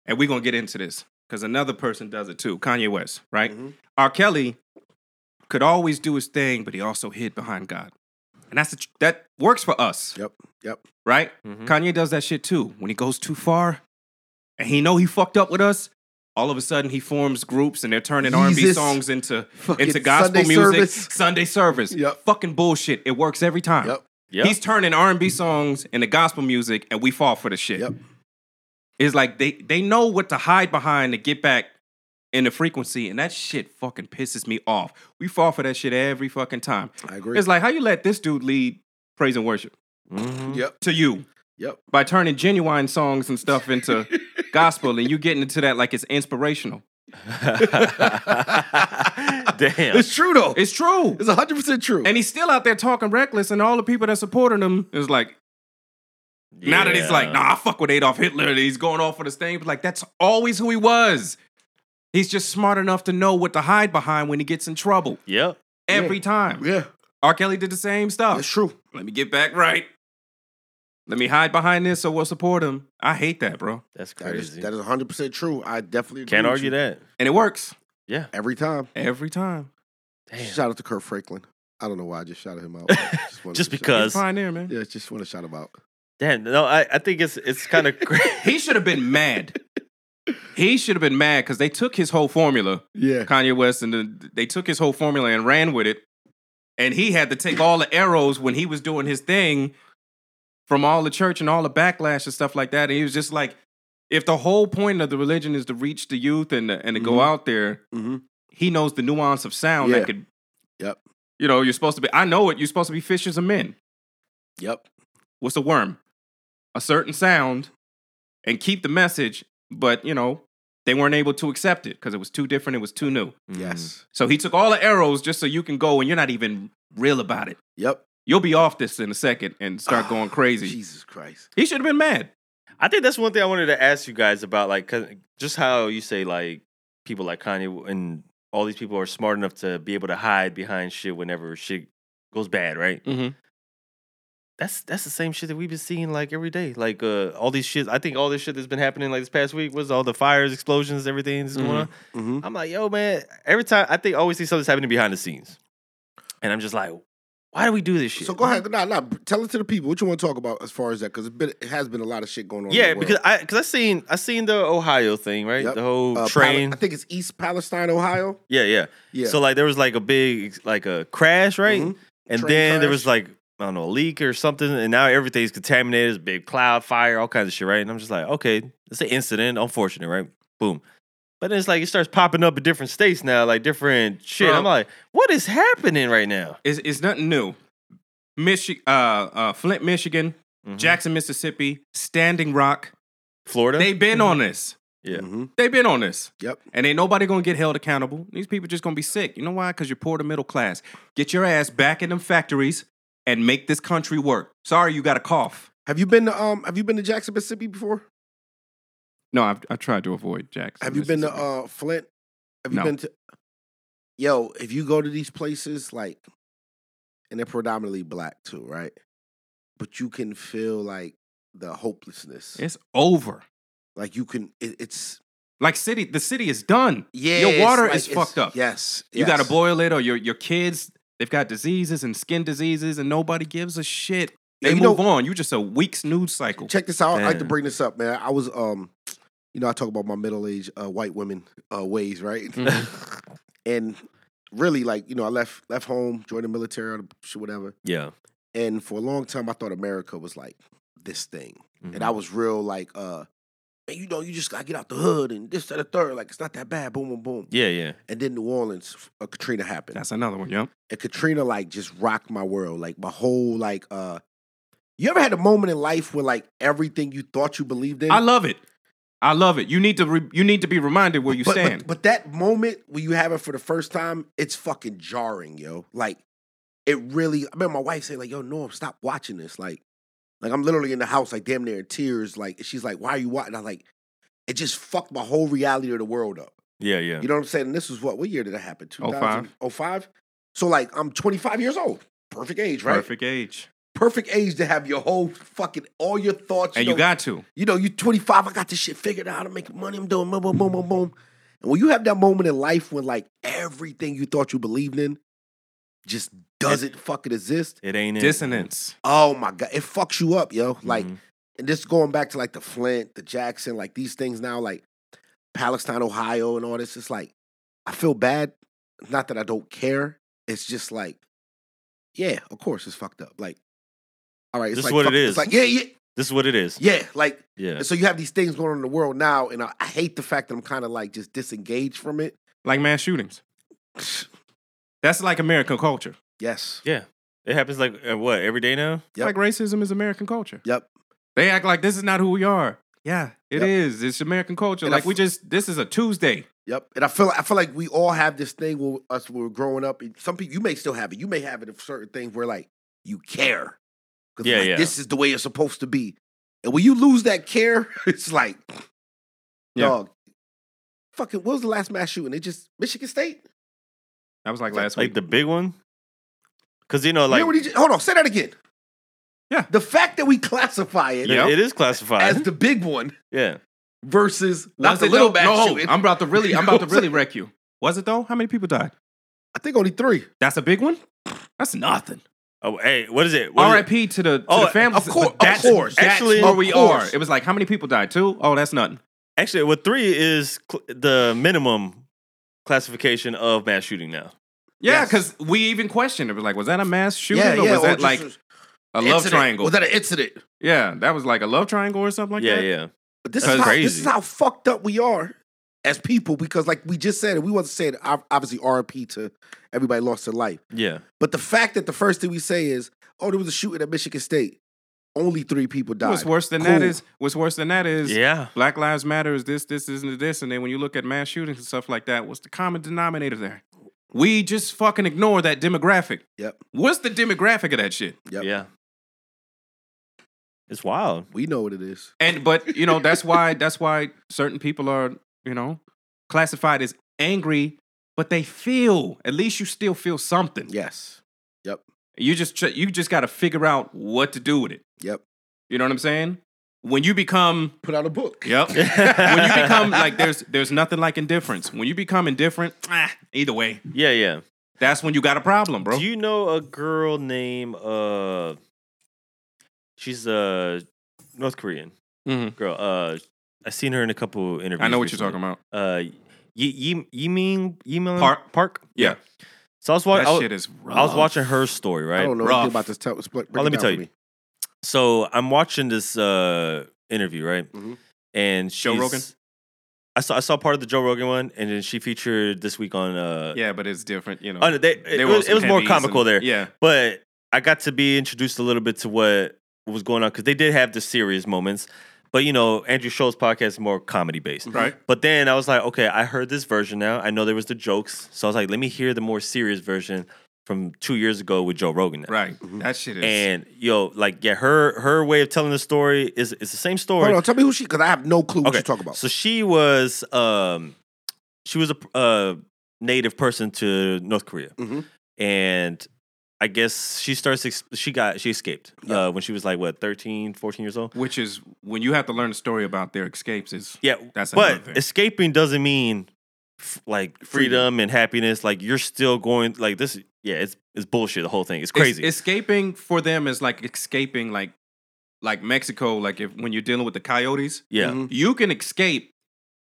[SPEAKER 1] and we're gonna get into this because another person does it too Kanye West right
[SPEAKER 2] Mhm.
[SPEAKER 1] R. Kelly could always do his thing but he also hid behind God and that's the, tr- that works for us
[SPEAKER 2] Yep, yep.
[SPEAKER 1] right
[SPEAKER 3] Mhm.
[SPEAKER 1] Kanye does that shit too. When he goes too far, and he know he fucked up with us, all of a sudden he forms groups and they're turning R&B
[SPEAKER 2] Yeezus.
[SPEAKER 1] songs into
[SPEAKER 2] Fucking
[SPEAKER 1] into gospel
[SPEAKER 2] Sunday
[SPEAKER 1] music,
[SPEAKER 2] service.
[SPEAKER 1] Sunday service.
[SPEAKER 2] Yep.
[SPEAKER 1] Fucking bullshit. It works every time.
[SPEAKER 2] Yep.
[SPEAKER 3] Yeah.
[SPEAKER 1] He's turning R&B songs into gospel music, and we fall for the shit.
[SPEAKER 2] Yep.
[SPEAKER 1] It's like they they know what to hide behind to get back in the frequency, and that shit fucking pisses me off. We fall for that shit every fucking time.
[SPEAKER 2] I agree.
[SPEAKER 1] It's like how you let this dude lead praise and worship
[SPEAKER 3] Mhm.
[SPEAKER 2] yep,
[SPEAKER 1] to you
[SPEAKER 2] yep.
[SPEAKER 1] by turning genuine songs and stuff into gospel, and you getting into that like it's inspirational.
[SPEAKER 3] Damn.
[SPEAKER 2] It's true though.
[SPEAKER 1] It's true,
[SPEAKER 2] It's hundred percent true.
[SPEAKER 1] and he's still out there talking reckless, and all the people that supporting him is like now that he's like,
[SPEAKER 3] Yeah.
[SPEAKER 1] nah, I fuck with Adolf Hitler, and he's going off for this thing. But like that's always who he was. He's just smart enough to know what to hide behind when he gets in trouble
[SPEAKER 3] Yep.
[SPEAKER 1] every time.
[SPEAKER 2] yeah,
[SPEAKER 1] R. Kelly did the same stuff.
[SPEAKER 2] it's true.
[SPEAKER 1] Let me get back right. Let me hide behind this, so we'll support him. I hate that, bro,
[SPEAKER 3] That's
[SPEAKER 2] That is
[SPEAKER 3] crazy.
[SPEAKER 2] that is 100 percent true. I definitely agree
[SPEAKER 3] Can't
[SPEAKER 2] with
[SPEAKER 3] argue
[SPEAKER 2] you.
[SPEAKER 3] that.
[SPEAKER 1] and it works
[SPEAKER 3] Yeah.
[SPEAKER 2] every time.
[SPEAKER 1] every time.
[SPEAKER 3] Damn.
[SPEAKER 2] Shout out to Kurt Franklin. I don't know why I just shouted him out. Just, wanted to
[SPEAKER 3] Just
[SPEAKER 2] shout-
[SPEAKER 1] He's
[SPEAKER 3] because.
[SPEAKER 1] a pioneer, man.
[SPEAKER 2] yeah, just want to shout him out.
[SPEAKER 3] Damn. No, I, I think it's it's kind of crazy.
[SPEAKER 1] He should have been mad. He should have been mad because they took his whole formula,
[SPEAKER 2] Yeah,
[SPEAKER 1] Kanye West, and then they took his whole formula and ran with it. And he had to take all the arrows when he was doing his thing from all the church and all the backlash and stuff like that. And he was just like, if the whole point of the religion is to reach the youth and and to go
[SPEAKER 2] Mhm.
[SPEAKER 1] out there,
[SPEAKER 2] mm-hmm.
[SPEAKER 1] he knows the nuance of sound
[SPEAKER 2] Yeah.
[SPEAKER 1] that could.
[SPEAKER 2] Yep.
[SPEAKER 1] You know, you're supposed to be. I know it. You're supposed to be fishers of men.
[SPEAKER 2] yep.
[SPEAKER 1] what's a worm? A certain sound and keep the message, but you know, they weren't able to accept it because it was too different, it was too new.
[SPEAKER 3] Mm.
[SPEAKER 2] Yes.
[SPEAKER 1] So he took all the arrows just so you can go and you're not even real about it.
[SPEAKER 2] Yep.
[SPEAKER 1] You'll be off this in a second and start going crazy.
[SPEAKER 2] Ah, Jesus Christ.
[SPEAKER 1] He should have been mad.
[SPEAKER 3] I think that's one thing I wanted to ask you guys about, like, 'cause- just how you say, like, people like Kanye and all these people are smart enough to be able to hide behind shit whenever shit goes bad, right?
[SPEAKER 1] Mhm.
[SPEAKER 3] That's that's the same shit that we've been seeing like every day, like uh, all these shit. I think all this shit that's been happening like this past week was all the fires, explosions, everything that's
[SPEAKER 1] Mhm.
[SPEAKER 3] going on.
[SPEAKER 2] Mm-hmm.
[SPEAKER 3] I'm like, yo, man. Every time I think I always see something's happening behind the scenes, and I'm just like, why do we do this shit?
[SPEAKER 2] So go ahead. Nah, nah. Tell it to the people what you want to talk about as far as that because it, been, it has been a lot of shit going on.
[SPEAKER 3] Yeah,
[SPEAKER 2] in the world.
[SPEAKER 3] because I because I seen I seen the Ohio thing, right?
[SPEAKER 2] Yep.
[SPEAKER 3] The whole
[SPEAKER 2] Uh, Pal-
[SPEAKER 3] train.
[SPEAKER 2] I think it's East Palestine, Ohio.
[SPEAKER 3] yeah, yeah,
[SPEAKER 2] Yeah.
[SPEAKER 3] So like there was like a big like a crash, right?
[SPEAKER 2] Mhm.
[SPEAKER 3] And
[SPEAKER 2] Train
[SPEAKER 3] then there
[SPEAKER 2] crash.
[SPEAKER 3] was like I don't know a leak or something, and now everything's contaminated. It's a big cloud, fire, all kinds of shit, right? And I'm just like, okay, it's an incident, unfortunate, right? Boom. But then it's like it starts popping up in different states now, like different shit.
[SPEAKER 1] Bro.
[SPEAKER 3] I'm like, what is happening right now?
[SPEAKER 1] It's, it's nothing new. Michi- uh, uh, Flint, Michigan,
[SPEAKER 2] Mm-hmm.
[SPEAKER 3] Mhm.
[SPEAKER 1] Jackson, Mississippi, Standing Rock.
[SPEAKER 3] Florida. Mm-hmm.
[SPEAKER 1] They've been on this.
[SPEAKER 3] yeah.
[SPEAKER 2] Mhm.
[SPEAKER 1] They've been on this.
[SPEAKER 2] Mm-hmm. Yep.
[SPEAKER 1] And ain't nobody gonna get held accountable. These people just gonna be sick. You know why? Because you're poor to middle class. Get your ass back in them factories and make this country work. Sorry, you got a cough.
[SPEAKER 2] Have you been to um? Have you been to Jackson, Mississippi before?
[SPEAKER 1] No, I've, I tried to avoid Jackson.
[SPEAKER 2] Have you been to
[SPEAKER 1] Mississippi.
[SPEAKER 2] uh, Flint? Have you
[SPEAKER 1] No.
[SPEAKER 2] been to? Yo, if you go to these places, like, and they're predominantly black too, right? But you can feel like the hopelessness.
[SPEAKER 1] It's over.
[SPEAKER 2] like you can, it, it's
[SPEAKER 1] Like city, the city is done.
[SPEAKER 2] yeah.
[SPEAKER 1] Your
[SPEAKER 2] it's
[SPEAKER 1] water
[SPEAKER 2] like-
[SPEAKER 1] is
[SPEAKER 2] it's-
[SPEAKER 1] fucked up.
[SPEAKER 2] Yes,
[SPEAKER 1] You gotta
[SPEAKER 2] yes.
[SPEAKER 1] boil it, or your your kids they've got diseases and skin diseases, and nobody gives a shit.
[SPEAKER 2] Yeah,
[SPEAKER 1] They
[SPEAKER 2] you
[SPEAKER 1] move
[SPEAKER 2] know-
[SPEAKER 1] on. You just a week's news cycle.
[SPEAKER 2] Check this out. I like to
[SPEAKER 3] Man.
[SPEAKER 2] bring this up, man. I was um, you know, I talk about my middle aged uh, white women uh, ways, right?
[SPEAKER 3] Mm-hmm.
[SPEAKER 2] and really, like you know, I left left home, joined the military, or shit, whatever.
[SPEAKER 3] yeah.
[SPEAKER 2] And for a long time, I thought America was like this thing. and I
[SPEAKER 3] Mhm.
[SPEAKER 2] was real like uh man, you know, you just gotta get out the hood and this that, and the third. Like it's not that bad. Boom, boom, boom.
[SPEAKER 3] Yeah, yeah.
[SPEAKER 2] And then New Orleans, uh, Katrina happened,
[SPEAKER 1] That's another one, yep.
[SPEAKER 2] and Katrina like just rocked my world. Like my whole like. uh You ever had a moment in life where like everything you thought you believed in?
[SPEAKER 1] I love it. I love it. You need to re- you need to be reminded where you
[SPEAKER 2] but, but-
[SPEAKER 1] stand.
[SPEAKER 2] But, that moment when you have it for the first time, it's fucking jarring, yo. Like it really. I remember my wife saying like, "Yo, Norm, stop watching this." Like, like I'm literally in the house, like damn near in tears. Like she's like, "Why are you watching?" I am like, it just fucked my whole reality of the world up.
[SPEAKER 3] Yeah, yeah.
[SPEAKER 2] You know what I'm saying? And this was what? What year did that happen?
[SPEAKER 1] 05.
[SPEAKER 2] 2005. So like, I'm 25 years old. Perfect age, right? Perfect.
[SPEAKER 1] Perfect age.
[SPEAKER 2] age to have your whole fucking all your thoughts.
[SPEAKER 1] And you
[SPEAKER 2] know,
[SPEAKER 1] got to.
[SPEAKER 2] you know, you 25, I got this shit figured out. I'm making money, I'm doing boom, boom, boom, boom, boom. And when you have that moment in life when like everything you thought you believed in just doesn't fucking exist,
[SPEAKER 3] It ain't it.
[SPEAKER 1] Dissonance.
[SPEAKER 2] oh my God, it fucks you up, yo. Like,
[SPEAKER 3] Mhm.
[SPEAKER 2] and just going back to like the Flint, the Jackson, like these things now, like Palestine, Ohio, and all this, it's like, I feel bad. Not that I don't care. It's just like, yeah, of course it's fucked up. Like, all right, it's
[SPEAKER 3] This
[SPEAKER 2] like
[SPEAKER 3] what it
[SPEAKER 2] fuck-
[SPEAKER 3] is.
[SPEAKER 2] It's like, yeah, yeah,
[SPEAKER 3] this is what it is.
[SPEAKER 2] yeah. Like,
[SPEAKER 3] Yeah.
[SPEAKER 2] and so you have these things going on in the world now, and I, I hate the fact that I'm kind of like just disengaged from it.
[SPEAKER 1] Like mass shootings. That's like American culture.
[SPEAKER 2] Yes.
[SPEAKER 3] Yeah. It happens like uh, what every day now.
[SPEAKER 2] Yep.
[SPEAKER 1] Like racism is American culture.
[SPEAKER 2] Yep.
[SPEAKER 1] They act like this is not who we are. Yeah, it
[SPEAKER 2] Yep.
[SPEAKER 1] is. It's American culture.
[SPEAKER 2] And I
[SPEAKER 1] like we
[SPEAKER 2] f-
[SPEAKER 1] just this is a Tuesday.
[SPEAKER 2] Yep. And I feel I feel like we all have this thing with us when we're growing up. And some people you may still have it. You may have it in certain things where like you care. 'Cause,
[SPEAKER 3] Yeah,
[SPEAKER 2] like,
[SPEAKER 3] yeah.
[SPEAKER 2] This is the way it's supposed to be. And when you lose that care, it's like,
[SPEAKER 1] Yeah.
[SPEAKER 2] dog. Fucking what was the last mass shooting? It just Michigan State?
[SPEAKER 1] That was like
[SPEAKER 2] Like-
[SPEAKER 1] last
[SPEAKER 3] Like
[SPEAKER 1] week.
[SPEAKER 3] the big one. Cause you know,
[SPEAKER 2] Like,
[SPEAKER 3] like
[SPEAKER 2] what he just, hold on, say that again.
[SPEAKER 1] Yeah.
[SPEAKER 2] The fact that we classify it
[SPEAKER 3] it-
[SPEAKER 1] Yep.
[SPEAKER 3] it is classified.
[SPEAKER 2] as the big one
[SPEAKER 3] yeah.
[SPEAKER 2] versus not
[SPEAKER 1] Was
[SPEAKER 2] the
[SPEAKER 1] it
[SPEAKER 2] little
[SPEAKER 1] though?
[SPEAKER 2] bad
[SPEAKER 1] no,
[SPEAKER 2] shooting.
[SPEAKER 1] I'm about to really, I'm about
[SPEAKER 2] You know
[SPEAKER 1] to
[SPEAKER 2] what I'm
[SPEAKER 1] really wreck you. Was it though? How many people died?
[SPEAKER 2] I think only three.
[SPEAKER 1] That's a big one. That's nothing.
[SPEAKER 3] Oh, hey, what is it? What is it?
[SPEAKER 1] R.I.P. to the to
[SPEAKER 3] Oh,
[SPEAKER 1] the families.
[SPEAKER 2] of cour-
[SPEAKER 1] but that's,
[SPEAKER 2] of course.
[SPEAKER 1] that's
[SPEAKER 3] Actually-
[SPEAKER 1] where
[SPEAKER 2] of
[SPEAKER 1] we
[SPEAKER 2] course.
[SPEAKER 1] are. It was like how many people died? Two. Oh, that's nothing.
[SPEAKER 3] Actually, what three is cl- the minimum classification of mass shooting now.
[SPEAKER 1] Yeah,
[SPEAKER 2] Yes.
[SPEAKER 1] because we even questioned. It was like, was that a mass shooting or was
[SPEAKER 2] or just
[SPEAKER 1] that like a love
[SPEAKER 2] incident.
[SPEAKER 1] triangle?
[SPEAKER 2] Was that an incident?
[SPEAKER 1] yeah, that was like a love triangle or something like
[SPEAKER 3] yeah,
[SPEAKER 1] that.
[SPEAKER 3] yeah.
[SPEAKER 2] But this
[SPEAKER 3] That's
[SPEAKER 2] is how, This
[SPEAKER 3] crazy.
[SPEAKER 2] is how fucked up we are as people because, like we just said, we wasn't saying ob- obviously RP to everybody lost their life,
[SPEAKER 3] Yeah.
[SPEAKER 2] but the fact that the first thing we say is, "Oh, there was a shooting at Michigan State. Only three people died."
[SPEAKER 1] What's worse than that
[SPEAKER 2] Cool.
[SPEAKER 1] is what's worse than that is
[SPEAKER 3] Yeah.
[SPEAKER 1] Black Lives Matter is this, this isn't this, and then when you look at mass shootings and stuff like that, what's the common denominator there? We just fucking ignore that demographic.
[SPEAKER 2] Yep.
[SPEAKER 1] What's the demographic of that shit?
[SPEAKER 2] Yep.
[SPEAKER 3] Yeah. It's wild.
[SPEAKER 2] We know what it is.
[SPEAKER 1] And but you know that's why that's why certain people are you know classified as angry, but they feel at least you still feel something.
[SPEAKER 2] Yes.
[SPEAKER 1] You just tr- you just got to figure out what to do with it.
[SPEAKER 2] Yep.
[SPEAKER 1] You know what I'm saying? When you become
[SPEAKER 2] Put out a book.
[SPEAKER 1] Yep. when you become like there's there's nothing like indifference. When you become indifferent, ah, either way,
[SPEAKER 3] Yeah, yeah.
[SPEAKER 1] that's when you got a problem, bro.
[SPEAKER 3] Do you know a girl named uh she's a North Korean
[SPEAKER 2] Mm-hmm.
[SPEAKER 1] Mhm.
[SPEAKER 3] girl. Uh I seen her in a couple interviews.
[SPEAKER 1] I know what you're talking about.
[SPEAKER 3] Uh you you mean you mean
[SPEAKER 1] Park.
[SPEAKER 3] Park?
[SPEAKER 1] Yeah.
[SPEAKER 3] So I was, wa- I,
[SPEAKER 1] that
[SPEAKER 3] was,
[SPEAKER 1] shit is rough.
[SPEAKER 3] I was watching her story, right?
[SPEAKER 2] I don't know
[SPEAKER 1] Rough.
[SPEAKER 2] anything about this. Tell, break
[SPEAKER 3] Oh,
[SPEAKER 2] it
[SPEAKER 3] let me
[SPEAKER 2] down
[SPEAKER 3] tell
[SPEAKER 2] for
[SPEAKER 3] you. So I'm watching this uh interview, right?
[SPEAKER 2] Mhm.
[SPEAKER 3] And
[SPEAKER 1] Joe
[SPEAKER 3] she's-
[SPEAKER 1] Rogan?
[SPEAKER 3] I saw I saw part of the Joe Rogan one, and then she featured this week on uh
[SPEAKER 1] Yeah, but it's different, you know.
[SPEAKER 3] oh, no, they,
[SPEAKER 1] They were
[SPEAKER 3] it,
[SPEAKER 1] on
[SPEAKER 3] was, it
[SPEAKER 1] some
[SPEAKER 3] was more
[SPEAKER 1] heavies
[SPEAKER 3] comical
[SPEAKER 1] and-
[SPEAKER 3] there.
[SPEAKER 1] Yeah.
[SPEAKER 3] But I got to be introduced a little bit to what was going on because they did have the serious moments. But you know, Andrew Schultz's podcast is more comedy based.
[SPEAKER 1] Right.
[SPEAKER 3] But then I was like, okay, I heard this version now. I know there was the jokes. So I was like, let me hear the more serious version from two years ago with Joe Rogan. now.
[SPEAKER 1] Right.
[SPEAKER 2] Mm-hmm.
[SPEAKER 1] That shit is
[SPEAKER 3] And yo, like yeah, her her way of telling the story is it's the same story.
[SPEAKER 2] Hold on, tell me who she because I have no clue what
[SPEAKER 3] Okay,
[SPEAKER 2] you're talking about.
[SPEAKER 3] So she was um she was a uh, native person to North Korea,
[SPEAKER 2] Mhm.
[SPEAKER 3] and I guess she starts ex- she got she escaped
[SPEAKER 2] Yeah.
[SPEAKER 3] uh, when she was like what 13, 14 years old.
[SPEAKER 1] which is when you have to learn a story about their escapes is
[SPEAKER 3] Yeah,
[SPEAKER 1] That's another
[SPEAKER 3] but
[SPEAKER 1] thing.
[SPEAKER 3] escaping doesn't mean f- like freedom and happiness. Like you're still going like this. Yeah, it's it's bullshit. The whole thing it's crazy.
[SPEAKER 1] Es- escaping for them is like escaping like like Mexico, like if when you're dealing with the coyotes.
[SPEAKER 3] yeah,
[SPEAKER 2] Mhm.
[SPEAKER 1] you can escape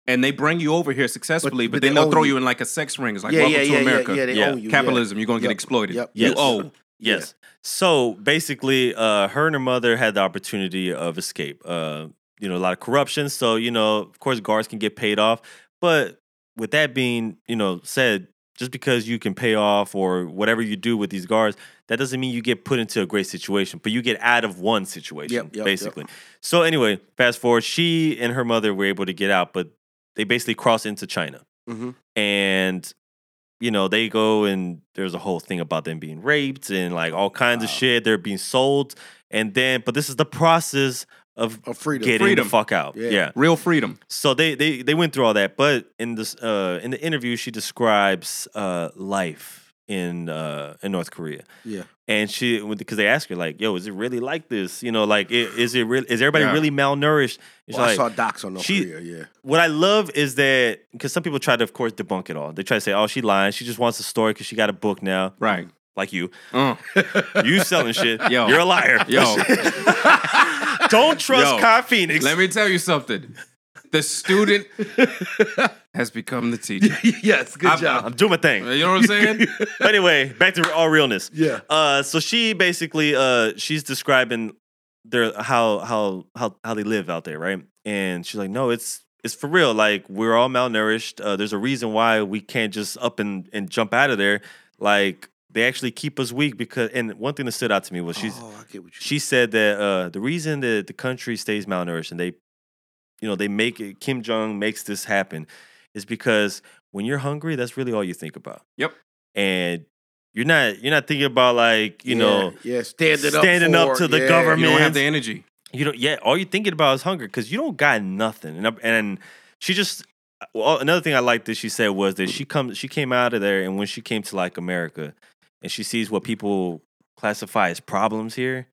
[SPEAKER 1] and they bring you over here successfully, but,
[SPEAKER 2] but
[SPEAKER 1] then
[SPEAKER 2] they
[SPEAKER 1] they'll
[SPEAKER 2] own
[SPEAKER 1] throw
[SPEAKER 2] you.
[SPEAKER 1] you in like a sex ring. It's like,
[SPEAKER 2] yeah,
[SPEAKER 1] welcome
[SPEAKER 2] yeah,
[SPEAKER 1] to
[SPEAKER 2] yeah,
[SPEAKER 1] America.
[SPEAKER 2] yeah, yeah. They
[SPEAKER 3] Yeah.
[SPEAKER 2] own you.
[SPEAKER 1] Capitalism, you're going to get
[SPEAKER 2] Yep.
[SPEAKER 1] exploited.
[SPEAKER 2] Yep.
[SPEAKER 1] You
[SPEAKER 3] Yes.
[SPEAKER 1] owe.
[SPEAKER 3] yes. So basically, uh, her and her mother had the opportunity of escape. Uh, you know a lot of corruption. So you know, of course, guards can get paid off. But with that being you know said, just because you can pay off or whatever you do with these guards, that doesn't mean you get put into a great situation. But you get out of one situation
[SPEAKER 2] Yep, yep, yep.
[SPEAKER 3] basically. So anyway, fast forward, she and her mother were able to get out, but they basically cross into China
[SPEAKER 2] Mhm.
[SPEAKER 3] and you know they go and there's a whole thing about them being raped and like all kinds of
[SPEAKER 1] Wow.
[SPEAKER 3] shit they're being sold and then but this is the process of
[SPEAKER 2] Of freedom.
[SPEAKER 3] getting
[SPEAKER 1] Freedom.
[SPEAKER 3] the fuck out
[SPEAKER 2] Yeah.
[SPEAKER 3] yeah,
[SPEAKER 1] Real freedom.
[SPEAKER 3] so they, they they went through all that but in this uh in the interview she describes uh life in uh in north korea
[SPEAKER 2] Yeah.
[SPEAKER 3] and she because they ask her like yo is it really like this you know like i- is it really is everybody
[SPEAKER 1] Yeah.
[SPEAKER 3] really malnourished And she's
[SPEAKER 2] Well, I
[SPEAKER 3] like-
[SPEAKER 2] saw docs on North
[SPEAKER 3] she-
[SPEAKER 2] Korea. Yeah.
[SPEAKER 3] what I love is that because some people try to, of course, debunk it all. They try to say, "Oh, she lying. She just wants a story because she got a book now."
[SPEAKER 1] Right.
[SPEAKER 3] Like you,
[SPEAKER 1] Uh,
[SPEAKER 3] you selling shit.
[SPEAKER 1] Yo.
[SPEAKER 3] You're a liar.
[SPEAKER 1] yo,
[SPEAKER 3] don't trust
[SPEAKER 1] Yo.
[SPEAKER 3] Kai Phoenix.
[SPEAKER 1] let me tell you something. The student has become the teacher.
[SPEAKER 2] yes. Good
[SPEAKER 1] I'm-
[SPEAKER 3] I'm doing my thing.
[SPEAKER 1] You know what I'm saying?
[SPEAKER 3] But anyway, back to all realness.
[SPEAKER 2] yeah.
[SPEAKER 3] Uh, so she basically, uh, she's describing their how how how how they live out there, right? And she's like, "No, it's." It's for real. Like we're all malnourished. Uh, there's a reason why we can't just up and, and jump out of there. Like they actually keep us weak because. And one thing that stood out to me was she's
[SPEAKER 2] oh, I get what you.
[SPEAKER 3] she said that uh, the reason that the country stays malnourished and they, you know, they make it, Kim Jong makes this happen is because when you're hungry, that's really all you think about.
[SPEAKER 1] Yep.
[SPEAKER 3] And you're not you're not thinking about like you
[SPEAKER 2] yeah,
[SPEAKER 3] know
[SPEAKER 2] Yeah. Standing up.
[SPEAKER 3] standing up
[SPEAKER 2] for-
[SPEAKER 3] to the
[SPEAKER 2] yeah,
[SPEAKER 1] You
[SPEAKER 3] government.
[SPEAKER 1] don't have the energy.
[SPEAKER 3] you don't yeah all you're thinking about is hunger because you don't got nothing and I- and she just well another thing I liked that she said was that she comes she came out of there and when she came to like America and she sees what people classify as problems here,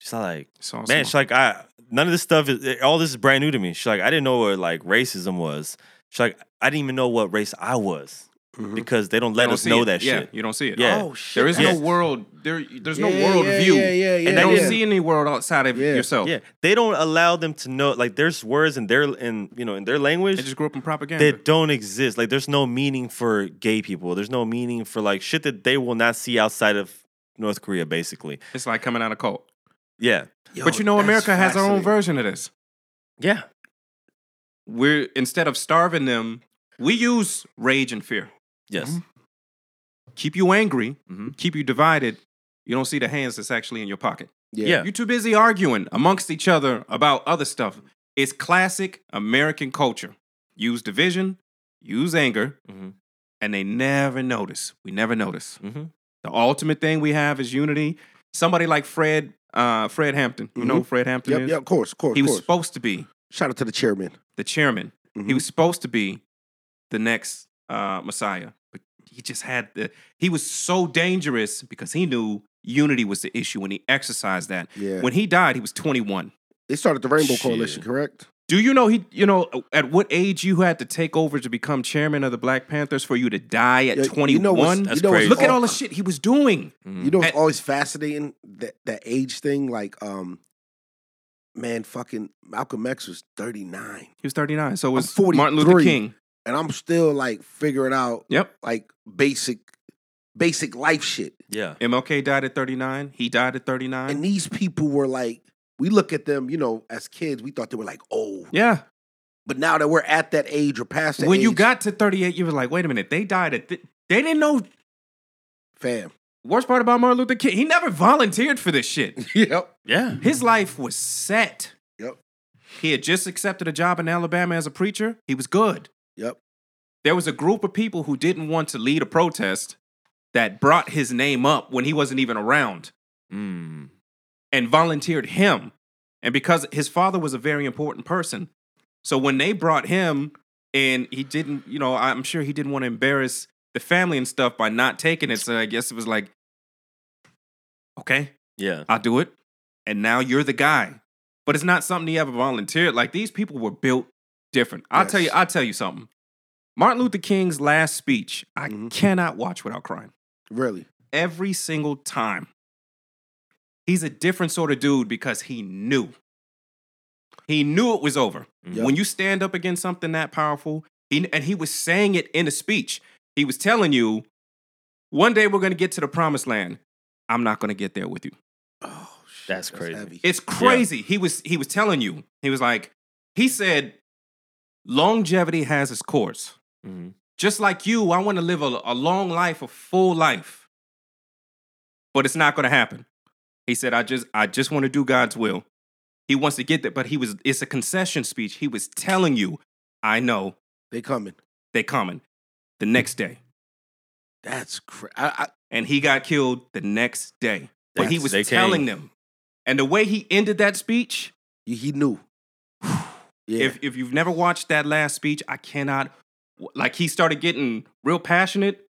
[SPEAKER 3] she's like
[SPEAKER 1] It's awesome.
[SPEAKER 3] man, she's like, I none of this stuff is all this is brand new to me. She's like, I didn't know what like racism was. She's like, I didn't even know what race I was
[SPEAKER 2] Mhm.
[SPEAKER 3] because they don't
[SPEAKER 1] You
[SPEAKER 3] let
[SPEAKER 1] Mm. don't
[SPEAKER 3] us
[SPEAKER 1] see
[SPEAKER 3] know
[SPEAKER 1] it.
[SPEAKER 3] that
[SPEAKER 1] yeah,
[SPEAKER 3] shit.
[SPEAKER 1] You don't see it.
[SPEAKER 3] Yeah.
[SPEAKER 2] Oh shit.
[SPEAKER 1] There is
[SPEAKER 3] Yeah.
[SPEAKER 1] no world. There, there's no
[SPEAKER 2] Yeah,
[SPEAKER 1] world
[SPEAKER 2] yeah,
[SPEAKER 1] view.
[SPEAKER 2] Yeah. Yeah. Yeah.
[SPEAKER 1] and you don't
[SPEAKER 2] yeah.
[SPEAKER 1] see any world outside of
[SPEAKER 2] Yeah.
[SPEAKER 1] yourself.
[SPEAKER 3] Yeah, they don't allow them to know like there's words in their in you know in their language
[SPEAKER 1] They just grew up in propaganda.
[SPEAKER 3] that don't exist. Like there's no meaning for gay people. There's no meaning for like shit that they will not see outside of North Korea, basically.
[SPEAKER 1] It's like coming out of cult.
[SPEAKER 3] Yeah,
[SPEAKER 2] Yo,
[SPEAKER 1] but you know,
[SPEAKER 2] that's
[SPEAKER 1] America has our own
[SPEAKER 2] fascinating.
[SPEAKER 1] version of this.
[SPEAKER 3] yeah,
[SPEAKER 1] We're instead of starving them, we use rage and fear.
[SPEAKER 3] yes,
[SPEAKER 1] Mhm. Keep you angry,
[SPEAKER 2] Mm-hmm.
[SPEAKER 3] Mhm.
[SPEAKER 1] keep you divided. You don't see the hands that's actually in your pocket.
[SPEAKER 3] yeah.
[SPEAKER 1] You're too busy arguing amongst each other about other stuff. It's classic American culture. Use division, use anger,
[SPEAKER 2] Mm-hmm.
[SPEAKER 3] Mhm.
[SPEAKER 1] and they never notice. We never notice.
[SPEAKER 3] Mhm.
[SPEAKER 1] The ultimate thing we have is unity. Somebody like Fred, uh, Fred Hampton. You know who Fred Hampton
[SPEAKER 2] Mm-hmm. Yep.
[SPEAKER 1] is?
[SPEAKER 2] Yep. Of course. Of course.
[SPEAKER 1] He
[SPEAKER 2] of
[SPEAKER 1] was
[SPEAKER 2] course.
[SPEAKER 1] supposed to be
[SPEAKER 2] Shout out to the chairman.
[SPEAKER 1] the chairman.
[SPEAKER 2] Mhm.
[SPEAKER 1] He was supposed to be the next uh, Messiah, but he just had the. He was so dangerous because he knew unity was the issue, and he exercised that.
[SPEAKER 2] Yeah.
[SPEAKER 1] When he died, he was 21.
[SPEAKER 2] They started the Rainbow
[SPEAKER 3] Shit.
[SPEAKER 2] Coalition, correct?
[SPEAKER 1] Do you know he? You know at what age you had to take over to become chairman of the Black Panthers for you to die at
[SPEAKER 2] Yeah,
[SPEAKER 1] 21?
[SPEAKER 2] You know what's,
[SPEAKER 3] That's
[SPEAKER 2] you know what's
[SPEAKER 3] crazy.
[SPEAKER 1] Look at
[SPEAKER 2] al-
[SPEAKER 1] all the shit he was doing.
[SPEAKER 3] Mhm.
[SPEAKER 2] You know what's
[SPEAKER 1] And-
[SPEAKER 2] always fascinating that that age thing. Like, um, man, fucking Malcolm X was thirty nine,
[SPEAKER 1] He was 39, so it was
[SPEAKER 2] 43.
[SPEAKER 1] Martin Luther King.
[SPEAKER 2] and I'm still like figuring out
[SPEAKER 1] Yep.
[SPEAKER 2] like basic, basic life shit.
[SPEAKER 3] yeah,
[SPEAKER 1] MLK died at 39. He died at 39.
[SPEAKER 2] And these people were like, we look at them, you know, as kids, we thought they were like old,
[SPEAKER 1] yeah.
[SPEAKER 2] but now that we're at that age or past that
[SPEAKER 1] When you
[SPEAKER 2] age,
[SPEAKER 1] got to 38, you were like, wait a minute. They died at. Th- they didn't know.
[SPEAKER 2] fam,
[SPEAKER 1] Worst part about Martin Luther King, he never volunteered for this shit.
[SPEAKER 2] yep,
[SPEAKER 3] yeah.
[SPEAKER 1] His life was set.
[SPEAKER 2] Yep.
[SPEAKER 1] He had just accepted a job in Alabama as a preacher. He was good.
[SPEAKER 2] yep,
[SPEAKER 1] There was a group of people who didn't want to lead a protest that brought his name up when he wasn't even around.
[SPEAKER 3] Mm.
[SPEAKER 1] and volunteered him. And because his father was a very important person, so when they brought him and he didn't, you know, I'm sure he didn't want to embarrass the family and stuff by not taking it. So I guess it was like, okay,
[SPEAKER 3] Yeah,
[SPEAKER 1] I'll do it. And now you're the guy. But it's not something he ever volunteered. Like these people were built different. I'll tell you,
[SPEAKER 2] Yes.
[SPEAKER 1] I'll tell you something. Martin Luther King's last speech, I
[SPEAKER 2] Mhm.
[SPEAKER 1] cannot watch without crying
[SPEAKER 2] really,
[SPEAKER 1] every single time. He's a different sort of dude because he knew. He knew it was over.
[SPEAKER 3] Yep.
[SPEAKER 1] When you stand up against something that powerful, he, and he was saying it in a speech, he was telling you, one day we're going to get to the promised land. I'm not going to get there with you.
[SPEAKER 2] oh
[SPEAKER 3] That's crazy.
[SPEAKER 2] heavy.
[SPEAKER 1] It's crazy. He was he was telling you. He was like, he said, longevity has its course.
[SPEAKER 3] Mhm.
[SPEAKER 1] Just like you, I want to live a, a long life, a full life. But it's not going to happen. He said, I just I just want to do God's will. He wants to get that, but he was it's a concession speech. He was telling you, I know
[SPEAKER 2] They coming.
[SPEAKER 1] they coming the next day.
[SPEAKER 2] That's crazy. I,
[SPEAKER 1] And he got killed the next day. But he
[SPEAKER 3] That's-
[SPEAKER 1] was
[SPEAKER 3] they came.
[SPEAKER 1] telling them. And the way he ended that speech,
[SPEAKER 2] I, he knew. Yeah.
[SPEAKER 1] If if you've never watched that last speech, I cannot. Like he started getting real passionate,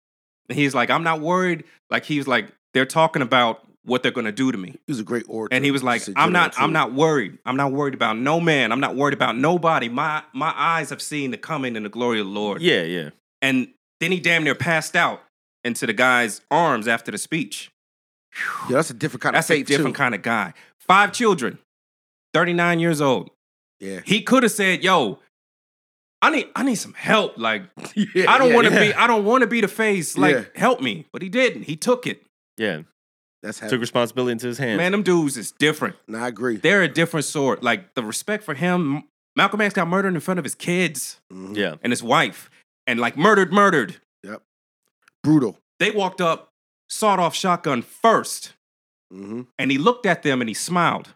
[SPEAKER 1] and he's like, "I'm not worried." Like he's like, "They're talking about what they're gonna do to me,"
[SPEAKER 2] he was a great orator.
[SPEAKER 1] and he was like,
[SPEAKER 2] Just in
[SPEAKER 1] "I'm not.
[SPEAKER 2] general,
[SPEAKER 1] I'm
[SPEAKER 2] too.
[SPEAKER 1] not worried. I'm not worried about no man. I'm not worried about nobody. My my eyes have seen the coming and the glory of the Lord."
[SPEAKER 3] Yeah, yeah.
[SPEAKER 1] And then he damn near passed out into the guy's arms after the speech.
[SPEAKER 2] Yeah, that's a different kind
[SPEAKER 1] That's
[SPEAKER 2] of
[SPEAKER 1] a
[SPEAKER 2] faith
[SPEAKER 1] different
[SPEAKER 2] too.
[SPEAKER 1] kind of guy. Five children, thirty nine years old.
[SPEAKER 2] Yeah.
[SPEAKER 1] He could have said, "Yo, I need I need some help. Like
[SPEAKER 2] yeah.
[SPEAKER 1] I don't
[SPEAKER 2] yeah,
[SPEAKER 1] want to
[SPEAKER 2] yeah.
[SPEAKER 1] be I don't want to be the face. Like
[SPEAKER 2] Yeah.
[SPEAKER 1] help me." But he didn't. He took it.
[SPEAKER 3] Yeah.
[SPEAKER 2] That's
[SPEAKER 3] Took
[SPEAKER 2] heavy.
[SPEAKER 3] responsibility into his hands.
[SPEAKER 1] Man, them dudes is different.
[SPEAKER 2] No, I agree.
[SPEAKER 1] They're a different sort. Like the respect for him. M- Malcolm X got murdered in front of his kids
[SPEAKER 2] Mhm.
[SPEAKER 3] yeah.
[SPEAKER 1] and his wife, and like murdered, murdered.
[SPEAKER 2] Brutal.
[SPEAKER 1] They walked up, sawed off shotgun first.
[SPEAKER 2] Mm-hmm.
[SPEAKER 1] and he looked at them and he smiled.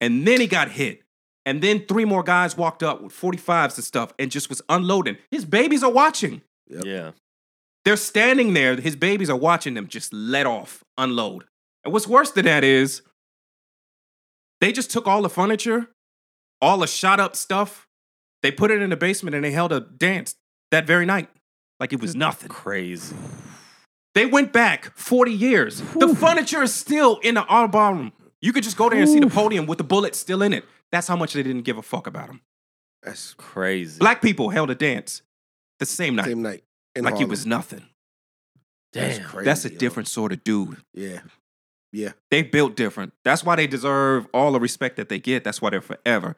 [SPEAKER 1] And then he got hit. And then three more guys walked up with 45s and stuff and just was unloading. His babies are watching.
[SPEAKER 2] Yep.
[SPEAKER 3] Yeah.
[SPEAKER 1] They're standing there. His babies are watching them just let off, unload. And what's worse than that is they just took all the furniture, all the shot up stuff, they put it in the basement and they held a dance that very night. Like it was nothing.
[SPEAKER 3] Crazy.
[SPEAKER 1] They went back 40 years. The furniture is still in the art ballroom. You could just go there and see the podium with the bullet still in it. That's how much they didn't give a fuck about him.
[SPEAKER 2] That's
[SPEAKER 3] Crazy.
[SPEAKER 1] Black people held a dance the same night,
[SPEAKER 2] same night. in
[SPEAKER 1] like it
[SPEAKER 2] Harlem.
[SPEAKER 1] was nothing.
[SPEAKER 2] That's
[SPEAKER 3] Damn.
[SPEAKER 2] crazy,
[SPEAKER 1] That's a
[SPEAKER 2] yo.
[SPEAKER 1] different sort of dude.
[SPEAKER 2] Yeah.
[SPEAKER 1] They built different. That's why they deserve all the respect that they get. That's why they're forever.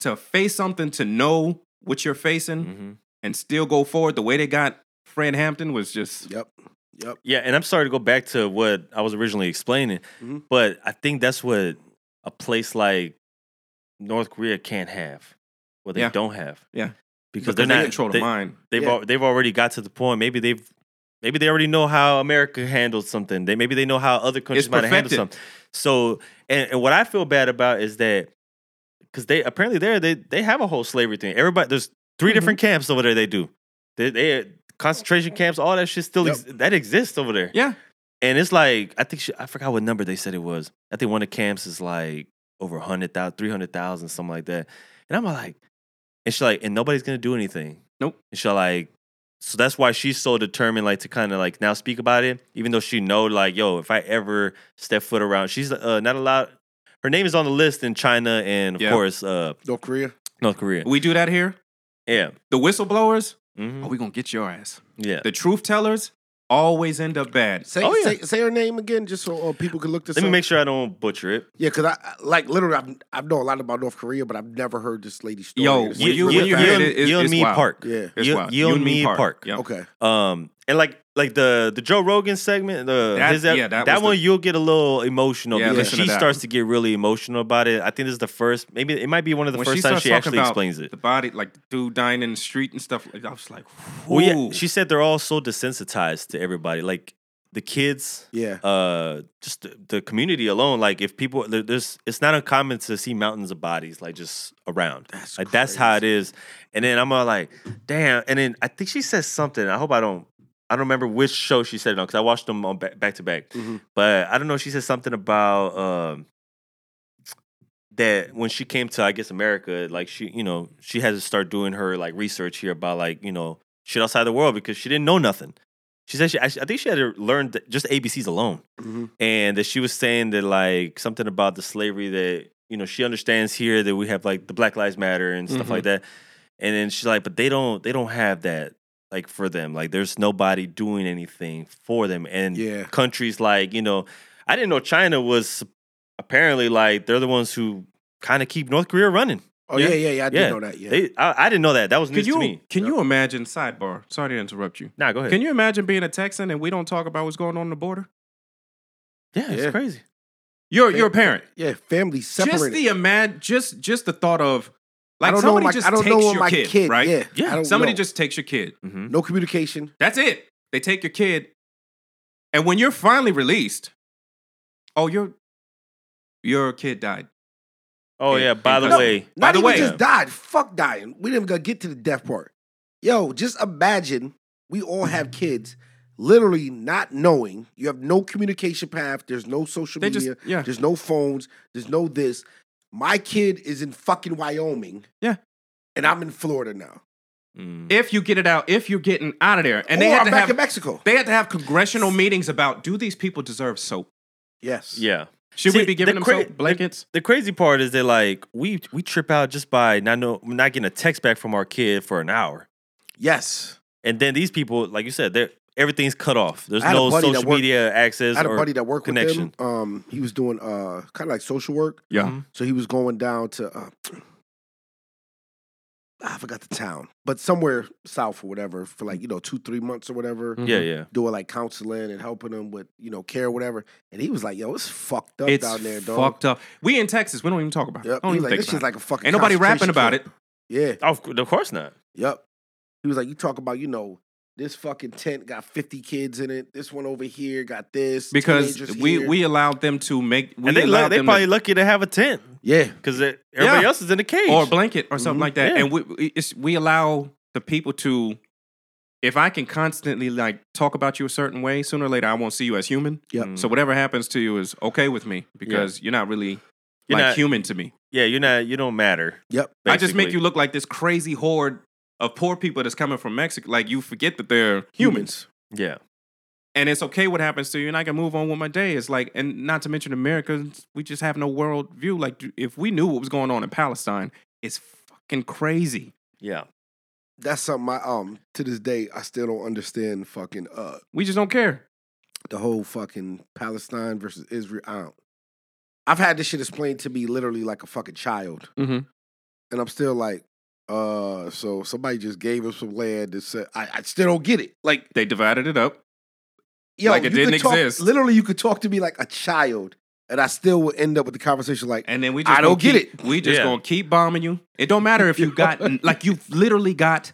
[SPEAKER 1] To face something, to know what you're facing,
[SPEAKER 3] hmm
[SPEAKER 1] and still go forward the way they got Fred Hampton was just
[SPEAKER 2] Yep. Yep.
[SPEAKER 3] Yeah, and I'm sorry to go back to what I was originally explaining,
[SPEAKER 1] Mm-hmm.
[SPEAKER 2] Mhm.
[SPEAKER 3] but I think that's what a place like North Korea can't have, what they
[SPEAKER 1] Yeah.
[SPEAKER 3] don't have.
[SPEAKER 1] Yeah.
[SPEAKER 3] because, they're
[SPEAKER 1] they
[SPEAKER 3] not
[SPEAKER 1] control the
[SPEAKER 3] they,
[SPEAKER 1] mind.
[SPEAKER 3] They've
[SPEAKER 2] Yeah.
[SPEAKER 3] al- they've already got to the point. Maybe they've maybe they already know how America handles something. They maybe they know how other countries
[SPEAKER 1] It's
[SPEAKER 3] might handle
[SPEAKER 1] perfected.
[SPEAKER 3] something. So, and, and what I feel bad about is that because they apparently there they they have a whole slavery thing. Everybody there's 3
[SPEAKER 1] Mhm.
[SPEAKER 3] different camps over there. They do they, they concentration camps. All that shit still
[SPEAKER 2] Yep.
[SPEAKER 3] ex- that exists over there.
[SPEAKER 1] Yeah.
[SPEAKER 3] And it's like I think she, I forgot what number they said it was. I think one of the camps is like over 100,000, 300,000, something like that. And I'm like, and she's like, and nobody's gonna do anything.
[SPEAKER 1] Nope.
[SPEAKER 3] And she like, so that's why she's so determined, like to kind of like now speak about it, even though she know like, yo, if I ever step foot around, she's uh, not allowed. Her name is on the list in China and of
[SPEAKER 1] Yeah.
[SPEAKER 3] course uh,
[SPEAKER 2] North Korea.
[SPEAKER 3] North Korea.
[SPEAKER 1] We do that here.
[SPEAKER 3] Yeah,
[SPEAKER 1] The whistleblowers,
[SPEAKER 3] hmm
[SPEAKER 1] oh, we gonna get your ass.
[SPEAKER 3] yeah.
[SPEAKER 1] The truth tellers always end up bad.
[SPEAKER 2] Say,
[SPEAKER 3] Oh, yeah.
[SPEAKER 2] say say her name again, just so uh, people can look this
[SPEAKER 3] Let me
[SPEAKER 2] up.
[SPEAKER 3] make sure I don't butcher it.
[SPEAKER 2] yeah, because I I- like literally, I've I've known a lot about North Korea, but I've never heard this lady's story.
[SPEAKER 1] Yo,
[SPEAKER 2] It's
[SPEAKER 1] when you-
[SPEAKER 2] really
[SPEAKER 1] when you
[SPEAKER 2] fast.
[SPEAKER 1] hear
[SPEAKER 3] and-
[SPEAKER 1] it, it's-
[SPEAKER 3] you and
[SPEAKER 1] it's
[SPEAKER 3] me
[SPEAKER 1] wild.
[SPEAKER 3] park.
[SPEAKER 2] yeah,
[SPEAKER 1] It's
[SPEAKER 3] You-
[SPEAKER 1] wild.
[SPEAKER 3] you and me park.
[SPEAKER 1] Yeah.
[SPEAKER 2] okay,
[SPEAKER 3] Um, and like like the the Joe Rogan segment, the
[SPEAKER 1] That-
[SPEAKER 3] his ep-
[SPEAKER 1] yeah, that
[SPEAKER 3] that
[SPEAKER 1] was
[SPEAKER 3] one
[SPEAKER 1] the-
[SPEAKER 3] you'll get a little emotional
[SPEAKER 1] Yeah,
[SPEAKER 3] because
[SPEAKER 1] listen to
[SPEAKER 3] she
[SPEAKER 1] that.
[SPEAKER 3] starts to get really emotional about it. I think this is the first, maybe it might be one of the
[SPEAKER 1] When
[SPEAKER 3] first
[SPEAKER 1] she starts
[SPEAKER 3] times she
[SPEAKER 1] talking
[SPEAKER 3] actually
[SPEAKER 1] about
[SPEAKER 3] explains it.
[SPEAKER 1] The body, like the dude dying in the street and stuff. Like, I was like,
[SPEAKER 3] Well, yeah,
[SPEAKER 1] whoa.
[SPEAKER 3] she said they're all so desensitized to everybody, like the kids,
[SPEAKER 2] yeah,
[SPEAKER 3] uh, just the, the community alone. Like if people, there, there's, it's not uncommon to see mountains of bodies like just around.
[SPEAKER 2] that's
[SPEAKER 3] Like that's how it
[SPEAKER 2] crazy.
[SPEAKER 3] is. And then I'm all like, damn. And then I think she says something. I hope I don't. I don't remember which show she said it on because I watched them on back, back to back.
[SPEAKER 2] Mhm.
[SPEAKER 3] But I don't know. She said something about um, that when she came to I guess America, like she, you know, she had to start doing her like research here about like you know shit outside the world because she didn't know nothing. She said she, I, I think she had to learn th- just ABCs alone
[SPEAKER 2] Mhm.
[SPEAKER 1] Mm-hmm.
[SPEAKER 3] and that she was saying that like something about the slavery that you know she understands here that we have like the Black Lives Matter and stuff like that, and then she's like, but they don't they don't have that like for them like there's nobody doing anything for them and
[SPEAKER 2] Yeah,
[SPEAKER 3] countries like you know I didn't know China was apparently like they're the ones who kind of keep North Korea running.
[SPEAKER 2] oh
[SPEAKER 1] Yeah.
[SPEAKER 2] yeah, yeah, yeah. I
[SPEAKER 3] Yeah.
[SPEAKER 2] did know that. Yeah,
[SPEAKER 3] They I, I didn't know that that was
[SPEAKER 1] Can
[SPEAKER 3] news to
[SPEAKER 1] you
[SPEAKER 3] me.
[SPEAKER 1] can you imagine? Sidebar. Sorry to interrupt you.
[SPEAKER 3] Nah, go ahead.
[SPEAKER 1] Can you imagine being a Texan and we don't talk about what's going on, on the border?
[SPEAKER 3] yeah, it's
[SPEAKER 2] Yeah.
[SPEAKER 3] crazy.
[SPEAKER 1] You're you're a parent.
[SPEAKER 2] Yeah, family
[SPEAKER 1] Just
[SPEAKER 2] separated.
[SPEAKER 1] the man, just just the thought of
[SPEAKER 2] I
[SPEAKER 1] like
[SPEAKER 2] don't
[SPEAKER 1] somebody
[SPEAKER 2] know. Like,
[SPEAKER 1] just
[SPEAKER 2] I don't
[SPEAKER 1] takes
[SPEAKER 2] know
[SPEAKER 1] your
[SPEAKER 2] my
[SPEAKER 1] kid,
[SPEAKER 2] kid,
[SPEAKER 1] right?
[SPEAKER 2] Yeah,
[SPEAKER 3] Yeah,
[SPEAKER 2] I don't
[SPEAKER 1] Somebody
[SPEAKER 2] know.
[SPEAKER 1] just takes your kid.
[SPEAKER 3] Mhm.
[SPEAKER 2] no communication.
[SPEAKER 1] That's it. They take your kid, and when you're finally released, oh, your your kid died.
[SPEAKER 3] Oh
[SPEAKER 1] Hey,
[SPEAKER 3] yeah. By the
[SPEAKER 1] because-
[SPEAKER 3] way,
[SPEAKER 1] By
[SPEAKER 2] Not
[SPEAKER 1] the
[SPEAKER 2] even
[SPEAKER 1] way-
[SPEAKER 2] just died. Fuck dying. We didn't even get to the death part. Yo, just imagine we all have kids, literally not knowing. You have no communication path. There's no social
[SPEAKER 1] They just
[SPEAKER 2] media.
[SPEAKER 1] yeah.
[SPEAKER 2] There's no phones. There's no this. My kid is in fucking Wyoming.
[SPEAKER 1] Yeah.
[SPEAKER 2] And I'm in Florida now.
[SPEAKER 3] Mm.
[SPEAKER 1] If you get it out, if you're getting out of there, and they
[SPEAKER 2] or
[SPEAKER 1] had
[SPEAKER 2] I'm
[SPEAKER 1] to
[SPEAKER 2] back
[SPEAKER 1] have
[SPEAKER 2] in Mexico.
[SPEAKER 1] they had to have congressional meetings about do these people deserve soap?
[SPEAKER 2] Yes.
[SPEAKER 3] yeah.
[SPEAKER 1] Should
[SPEAKER 3] See,
[SPEAKER 1] we be giving
[SPEAKER 3] the
[SPEAKER 1] them
[SPEAKER 3] cra-
[SPEAKER 1] soap blankets?
[SPEAKER 3] The crazy part is that like we we trip out just by not know not getting a text back from our kid for an hour,
[SPEAKER 2] Yes.
[SPEAKER 3] and then these people, like you said, they are everything's cut off. There's
[SPEAKER 2] I had a
[SPEAKER 3] no
[SPEAKER 2] buddy that
[SPEAKER 3] social
[SPEAKER 2] worked-
[SPEAKER 3] media access.
[SPEAKER 2] I had a
[SPEAKER 3] or-
[SPEAKER 2] buddy that worked
[SPEAKER 3] connection.
[SPEAKER 2] with him. Um, he was doing uh kind of like social work.
[SPEAKER 1] Yeah.
[SPEAKER 3] Mhm.
[SPEAKER 2] So he was going down to uh, I forgot the town, but somewhere south or whatever for like you know two three months or whatever,
[SPEAKER 1] Mm-hmm.
[SPEAKER 3] Yeah, yeah.
[SPEAKER 2] doing like counseling and helping them with you know care or whatever. And he was like, "Yo, it's fucked up
[SPEAKER 1] It's
[SPEAKER 2] down there, dog."
[SPEAKER 1] fucked up. We in Texas, we don't even talk about it.
[SPEAKER 2] Yep.
[SPEAKER 1] I don't
[SPEAKER 2] He was
[SPEAKER 1] even
[SPEAKER 2] like,
[SPEAKER 1] think
[SPEAKER 2] "This
[SPEAKER 1] about
[SPEAKER 2] shit's like a fucking."
[SPEAKER 1] Ain't nobody rapping
[SPEAKER 2] concentration
[SPEAKER 1] about
[SPEAKER 2] camp."
[SPEAKER 1] it.
[SPEAKER 2] Yeah.
[SPEAKER 3] Oh, of cou- of course not.
[SPEAKER 2] Yep. He was like, "You talk about you know." This fucking tent got fifty kids in it. This one over here got this.
[SPEAKER 1] because
[SPEAKER 2] teenagers
[SPEAKER 1] we
[SPEAKER 2] here."
[SPEAKER 1] we allowed them to make we
[SPEAKER 3] and they
[SPEAKER 1] allowed
[SPEAKER 3] luck, they
[SPEAKER 1] them
[SPEAKER 3] probably
[SPEAKER 1] to,
[SPEAKER 3] lucky to have a tent
[SPEAKER 2] yeah,
[SPEAKER 3] because everybody
[SPEAKER 1] Yeah.
[SPEAKER 3] else is in a cage.
[SPEAKER 1] or a blanket or something
[SPEAKER 2] Mhm.
[SPEAKER 1] like that,
[SPEAKER 3] Yeah.
[SPEAKER 1] and we we- it's, we allow the people to. If I can constantly like talk about you a certain way, sooner or later I won't see you as human.
[SPEAKER 2] Yep.
[SPEAKER 3] Mm.
[SPEAKER 1] So whatever happens to you is okay with me because you're not really
[SPEAKER 3] You're
[SPEAKER 1] like
[SPEAKER 3] not-
[SPEAKER 1] human to me.
[SPEAKER 3] yeah, you're not. You don't matter.
[SPEAKER 2] yep.
[SPEAKER 1] I just make
[SPEAKER 3] basically.
[SPEAKER 1] you look like this crazy horde of poor people that's coming from Mexico. Like you forget that they're humans.
[SPEAKER 3] Yeah.
[SPEAKER 1] and it's okay what happens to you, and I can move on with my day. It's like, and not to mention Americans, we just have no world view. Like, dude, if we knew what was going on in Palestine, it's fucking crazy.
[SPEAKER 3] Yeah.
[SPEAKER 2] That's something I um to this day I still don't understand. Fucking uh,
[SPEAKER 1] We just don't care.
[SPEAKER 2] the whole fucking Palestine versus Israel. I don't. I've had this shit explained to me literally like a fucking child,
[SPEAKER 1] Mhm.
[SPEAKER 2] and I'm still like, uh, so somebody just gave us some land that said I, I still don't get it. Like,
[SPEAKER 1] They divided it up.
[SPEAKER 2] yo,
[SPEAKER 1] Like it
[SPEAKER 2] you could
[SPEAKER 1] didn't
[SPEAKER 2] talk-
[SPEAKER 1] exist.
[SPEAKER 2] Literally, you could talk to me like a child, and I still would end up with the conversation like,
[SPEAKER 1] And then we just
[SPEAKER 2] I don't
[SPEAKER 1] gonna
[SPEAKER 2] get
[SPEAKER 1] keep- We just
[SPEAKER 3] Yeah.
[SPEAKER 1] gonna keep bombing you. It don't matter if you got like you've literally got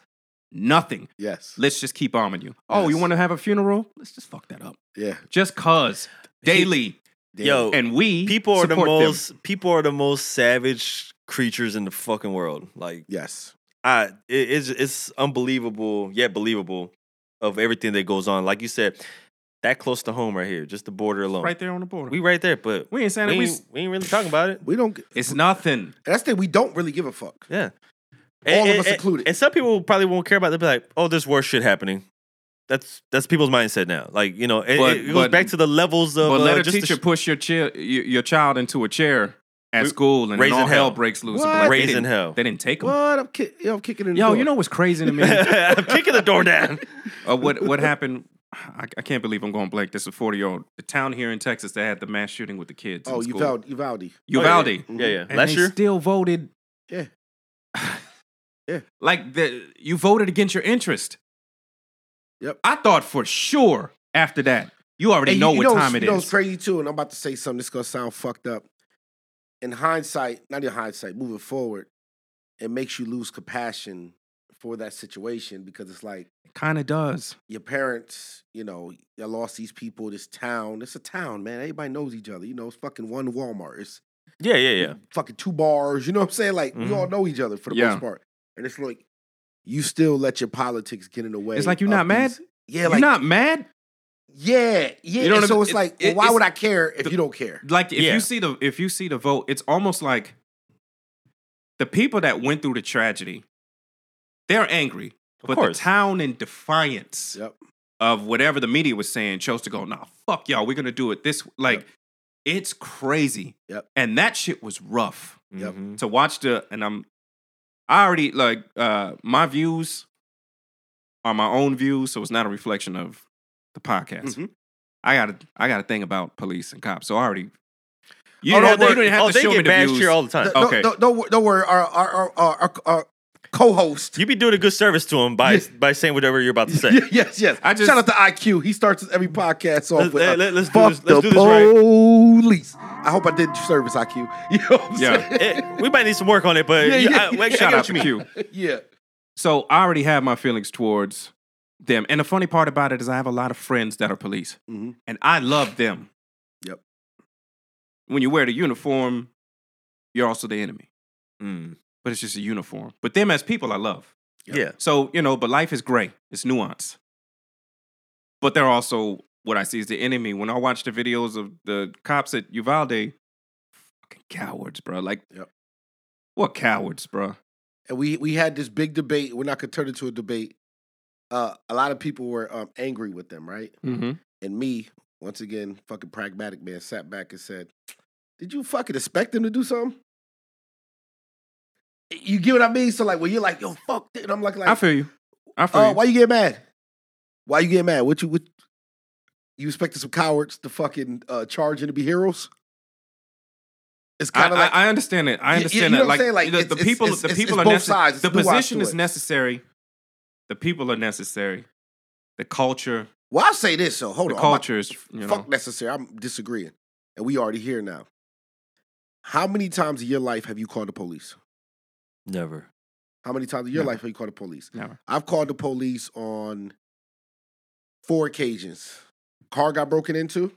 [SPEAKER 1] nothing.
[SPEAKER 2] yes,
[SPEAKER 1] Let's just keep bombing you. Oh, you
[SPEAKER 2] Yes.
[SPEAKER 1] want to have a funeral? Let's just fuck that up.
[SPEAKER 2] yeah,
[SPEAKER 1] Just cause daily,
[SPEAKER 2] damn.
[SPEAKER 3] Yo,
[SPEAKER 1] and we
[SPEAKER 3] people are the
[SPEAKER 1] support them.
[SPEAKER 3] most people are the most savage creatures in the fucking world. Like
[SPEAKER 2] yes,
[SPEAKER 3] I it, it's it's unbelievable yet believable of everything that goes on. Like you said, that close to home right here, just the border alone.
[SPEAKER 1] right there on the border.
[SPEAKER 3] We
[SPEAKER 1] We,
[SPEAKER 3] right there, but we,
[SPEAKER 1] ain't saying that we.
[SPEAKER 3] ain't, we ain't really talking about it.
[SPEAKER 2] we don't. get-
[SPEAKER 1] It's nothing.
[SPEAKER 2] That's the thing. We don't really give a fuck.
[SPEAKER 3] Yeah.
[SPEAKER 2] All of us included.
[SPEAKER 3] And some people probably won't care about it. They'll be like, oh, there's worse shit happening. That's that's people's mindset now. Like, you know, it,
[SPEAKER 1] But-
[SPEAKER 3] it goes
[SPEAKER 1] but-
[SPEAKER 3] back to the levels of
[SPEAKER 1] but let
[SPEAKER 3] uh,
[SPEAKER 1] a
[SPEAKER 3] just the
[SPEAKER 1] teacher
[SPEAKER 3] sh-
[SPEAKER 1] push your chair, your, your child into a chair at
[SPEAKER 3] We-
[SPEAKER 1] school, and then
[SPEAKER 3] raising
[SPEAKER 1] all hell
[SPEAKER 3] hell.
[SPEAKER 1] breaks loose.
[SPEAKER 2] What?
[SPEAKER 1] I'm like, they
[SPEAKER 3] raising
[SPEAKER 1] didn't-
[SPEAKER 3] hell.
[SPEAKER 1] They didn't take them.
[SPEAKER 2] What? I'm, ki- yo, I'm kicking in. the
[SPEAKER 1] Yo,
[SPEAKER 2] door.
[SPEAKER 1] you know what's crazy to me?
[SPEAKER 3] I'm kicking the door down.
[SPEAKER 1] uh, what what happened? I, I can't believe I'm going blank. This is a 40 year old. The town here in Texas that had the mass shooting with the kids.
[SPEAKER 2] Oh,
[SPEAKER 1] in school.
[SPEAKER 2] Uvalde. Uvalde.
[SPEAKER 1] Uvalde.
[SPEAKER 3] oh, Yeah, yeah.
[SPEAKER 1] And
[SPEAKER 3] Last
[SPEAKER 1] they
[SPEAKER 3] year?
[SPEAKER 1] still voted.
[SPEAKER 2] Yeah. Yeah.
[SPEAKER 1] Like the you voted against your interest.
[SPEAKER 2] Yep.
[SPEAKER 1] I thought for sure after that you already know what time it
[SPEAKER 2] you
[SPEAKER 1] is.
[SPEAKER 2] Know it's crazy too, and I'm about to say something that's gonna sound fucked up. In hindsight, not in hindsight, moving forward, it makes you lose compassion for that situation because it's like
[SPEAKER 1] Kind of does.
[SPEAKER 2] your parents, you know, you lost these people, this town. It's a town, man. Everybody knows each other. You know, it's fucking one Walmart. It's
[SPEAKER 3] Yeah, yeah, yeah.
[SPEAKER 2] fucking two bars. You know what I'm saying? Like we all
[SPEAKER 3] Mhm.
[SPEAKER 2] know each other for the
[SPEAKER 1] Mm-hmm. Yeah.
[SPEAKER 2] most part, and it's like you still let your politics get in the way.
[SPEAKER 1] It's like you're
[SPEAKER 2] of
[SPEAKER 1] not mad?
[SPEAKER 2] these- Yeah,
[SPEAKER 1] You're
[SPEAKER 2] like
[SPEAKER 1] not mad.
[SPEAKER 2] Yeah, yeah.
[SPEAKER 1] You
[SPEAKER 2] and
[SPEAKER 1] know what I
[SPEAKER 2] so
[SPEAKER 1] mean?
[SPEAKER 2] it's
[SPEAKER 1] It-
[SPEAKER 2] like,
[SPEAKER 1] it-
[SPEAKER 2] well, why
[SPEAKER 1] it's-
[SPEAKER 2] would I care if
[SPEAKER 1] the-
[SPEAKER 2] you don't care?
[SPEAKER 1] like if
[SPEAKER 3] Yeah.
[SPEAKER 1] you see the if you see the vote it's almost like the people that went through the tragedy they're angry
[SPEAKER 3] Of
[SPEAKER 1] but
[SPEAKER 3] course.
[SPEAKER 1] the town in defiance
[SPEAKER 2] Yep.
[SPEAKER 1] of whatever the media was saying chose to go nah fuck y'all we're gonna do it this like
[SPEAKER 2] Yep.
[SPEAKER 1] it's crazy
[SPEAKER 2] Yep.
[SPEAKER 1] and that shit was rough
[SPEAKER 2] Yep.
[SPEAKER 3] Mhm.
[SPEAKER 1] to watch the and i'm i already like uh my views are my own views so it's not a reflection of the podcast
[SPEAKER 2] Mhm.
[SPEAKER 1] i got a i got a thing about police and cops so i already you
[SPEAKER 3] oh,
[SPEAKER 1] didn't
[SPEAKER 3] no,
[SPEAKER 1] have,
[SPEAKER 3] they,
[SPEAKER 1] you didn't have
[SPEAKER 3] oh,
[SPEAKER 1] to
[SPEAKER 3] they
[SPEAKER 1] show
[SPEAKER 3] get
[SPEAKER 1] me the
[SPEAKER 3] bashed
[SPEAKER 1] views
[SPEAKER 3] here all the time.
[SPEAKER 2] Th- no,
[SPEAKER 1] okay.
[SPEAKER 2] Don't, don't, wor- don't worry. Our, our, our, our, our, our co-host.
[SPEAKER 3] You be doing a good service to him by by saying whatever you're about to say.
[SPEAKER 2] Yeah, yes, yes.
[SPEAKER 1] I just-
[SPEAKER 2] shout out to IQ. He starts every podcast off
[SPEAKER 3] Let-
[SPEAKER 2] with
[SPEAKER 3] let-
[SPEAKER 2] uh,
[SPEAKER 3] let- let's do
[SPEAKER 2] "Fuck
[SPEAKER 3] this- let's
[SPEAKER 2] the
[SPEAKER 3] do this right."
[SPEAKER 2] police." I hope I did service IQ. You know what I'm
[SPEAKER 1] Yeah.
[SPEAKER 2] saying?
[SPEAKER 3] Eh, we might need some work on it, but
[SPEAKER 2] Yeah,
[SPEAKER 3] yeah,
[SPEAKER 2] yeah,
[SPEAKER 3] I, I, I get
[SPEAKER 1] Shout out
[SPEAKER 3] what
[SPEAKER 1] to
[SPEAKER 3] you mean.
[SPEAKER 1] Q.
[SPEAKER 2] yeah.
[SPEAKER 1] So I already have my feelings towards them. And the funny part about it is I have a lot of friends that are police.
[SPEAKER 2] Mhm.
[SPEAKER 1] And I love them.
[SPEAKER 2] Yep.
[SPEAKER 1] When you wear the uniform, you're also the enemy.
[SPEAKER 3] Mm,
[SPEAKER 1] But it's just a uniform. But them as people I love.
[SPEAKER 3] yeah,
[SPEAKER 1] So, you know, but life is gray. It's nuance. But they're also what I see is the enemy. When I watch the videos of the cops at Uvalde, fucking cowards, bro. Like
[SPEAKER 2] Yep.
[SPEAKER 1] what cowards, bro?
[SPEAKER 2] and we we had this big debate. We're not gonna turn it to a debate. Uh, a lot of people were um, angry with them, right?
[SPEAKER 1] Mm-hmm.
[SPEAKER 2] And me, once again, fucking pragmatic man, sat back and said, "Did you fucking expect them to do something?" You get what I mean? So like, when you're like, "Yo, fuck," it," and I'm like, like
[SPEAKER 1] I feel you. I feel
[SPEAKER 2] Uh,
[SPEAKER 1] you.
[SPEAKER 2] why you get mad? Why you get mad? What you what, you expecting some cowards to fucking uh, charge in to be heroes? It's
[SPEAKER 1] I,
[SPEAKER 2] kind of like
[SPEAKER 1] I, I understand it.
[SPEAKER 2] You-
[SPEAKER 1] I
[SPEAKER 2] you-
[SPEAKER 1] understand
[SPEAKER 2] you know
[SPEAKER 1] it.
[SPEAKER 2] what I'm
[SPEAKER 1] Like,
[SPEAKER 2] saying? Like,
[SPEAKER 1] the,
[SPEAKER 2] it's-
[SPEAKER 1] the
[SPEAKER 2] it's-
[SPEAKER 1] people,
[SPEAKER 2] it's-
[SPEAKER 1] the
[SPEAKER 2] it's-
[SPEAKER 1] people
[SPEAKER 2] it's
[SPEAKER 1] are
[SPEAKER 2] both
[SPEAKER 1] necessary.
[SPEAKER 2] sides.
[SPEAKER 1] The
[SPEAKER 2] It's nuanced
[SPEAKER 1] position
[SPEAKER 2] to
[SPEAKER 1] is
[SPEAKER 2] it.
[SPEAKER 1] necessary. The people are necessary. The culture,
[SPEAKER 2] well, I'll say this though. Hold
[SPEAKER 1] the
[SPEAKER 2] on, I'm about-
[SPEAKER 1] culture is you know.
[SPEAKER 2] fuck necessary. I'm disagreeing, and we already here now. How many times in your life have you called the police?
[SPEAKER 3] never.
[SPEAKER 2] How many times in your
[SPEAKER 1] Never.
[SPEAKER 2] life have you called the police?
[SPEAKER 1] Never.
[SPEAKER 2] I've called the police on four occasions. Car got broken into.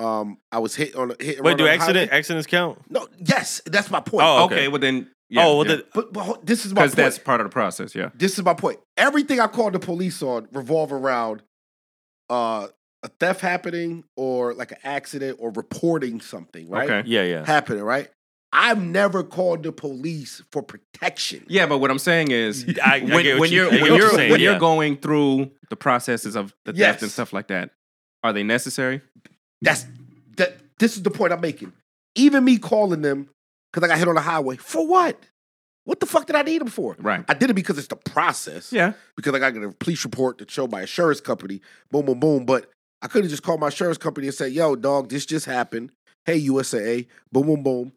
[SPEAKER 2] Um, I was hit on a hit. and
[SPEAKER 3] Wait,
[SPEAKER 2] run on the
[SPEAKER 3] do
[SPEAKER 2] highway.
[SPEAKER 3] accident accidents count?
[SPEAKER 2] No, yes, that's my point.
[SPEAKER 3] Oh,
[SPEAKER 1] okay.
[SPEAKER 3] okay.
[SPEAKER 1] well then. Yeah,
[SPEAKER 3] oh, well,
[SPEAKER 1] yeah.
[SPEAKER 3] the-
[SPEAKER 2] But, but ho- this is my
[SPEAKER 1] because
[SPEAKER 2] point.
[SPEAKER 1] that's part of the process. Yeah.
[SPEAKER 2] this is my point. Everything I called the police on revolve around uh, a theft happening or like an accident or reporting something, right?
[SPEAKER 1] Okay.
[SPEAKER 3] yeah, yeah.
[SPEAKER 2] Happening, right? I've never called the police for protection.
[SPEAKER 1] Yeah, but what I'm saying is,
[SPEAKER 3] I, I
[SPEAKER 1] when,
[SPEAKER 3] get what
[SPEAKER 1] when
[SPEAKER 3] you,
[SPEAKER 1] you're
[SPEAKER 3] I get
[SPEAKER 1] when
[SPEAKER 3] what
[SPEAKER 1] you're
[SPEAKER 3] saying,
[SPEAKER 1] when you're
[SPEAKER 3] yeah.
[SPEAKER 1] going through the processes of the
[SPEAKER 2] Yes.
[SPEAKER 1] theft and stuff like that, are they necessary?
[SPEAKER 2] That's that. This is the point I'm making. Even me calling them because I got hit on the highway for what? What the fuck did I need them for?
[SPEAKER 1] Right.
[SPEAKER 2] I did it because it's the process.
[SPEAKER 1] Yeah.
[SPEAKER 2] because I got to get a police report to show my insurance company. Boom, boom, boom. But I could have just called my insurance company and said, "Yo, dog, this just happened. Hey, USAA. Boom, boom, boom.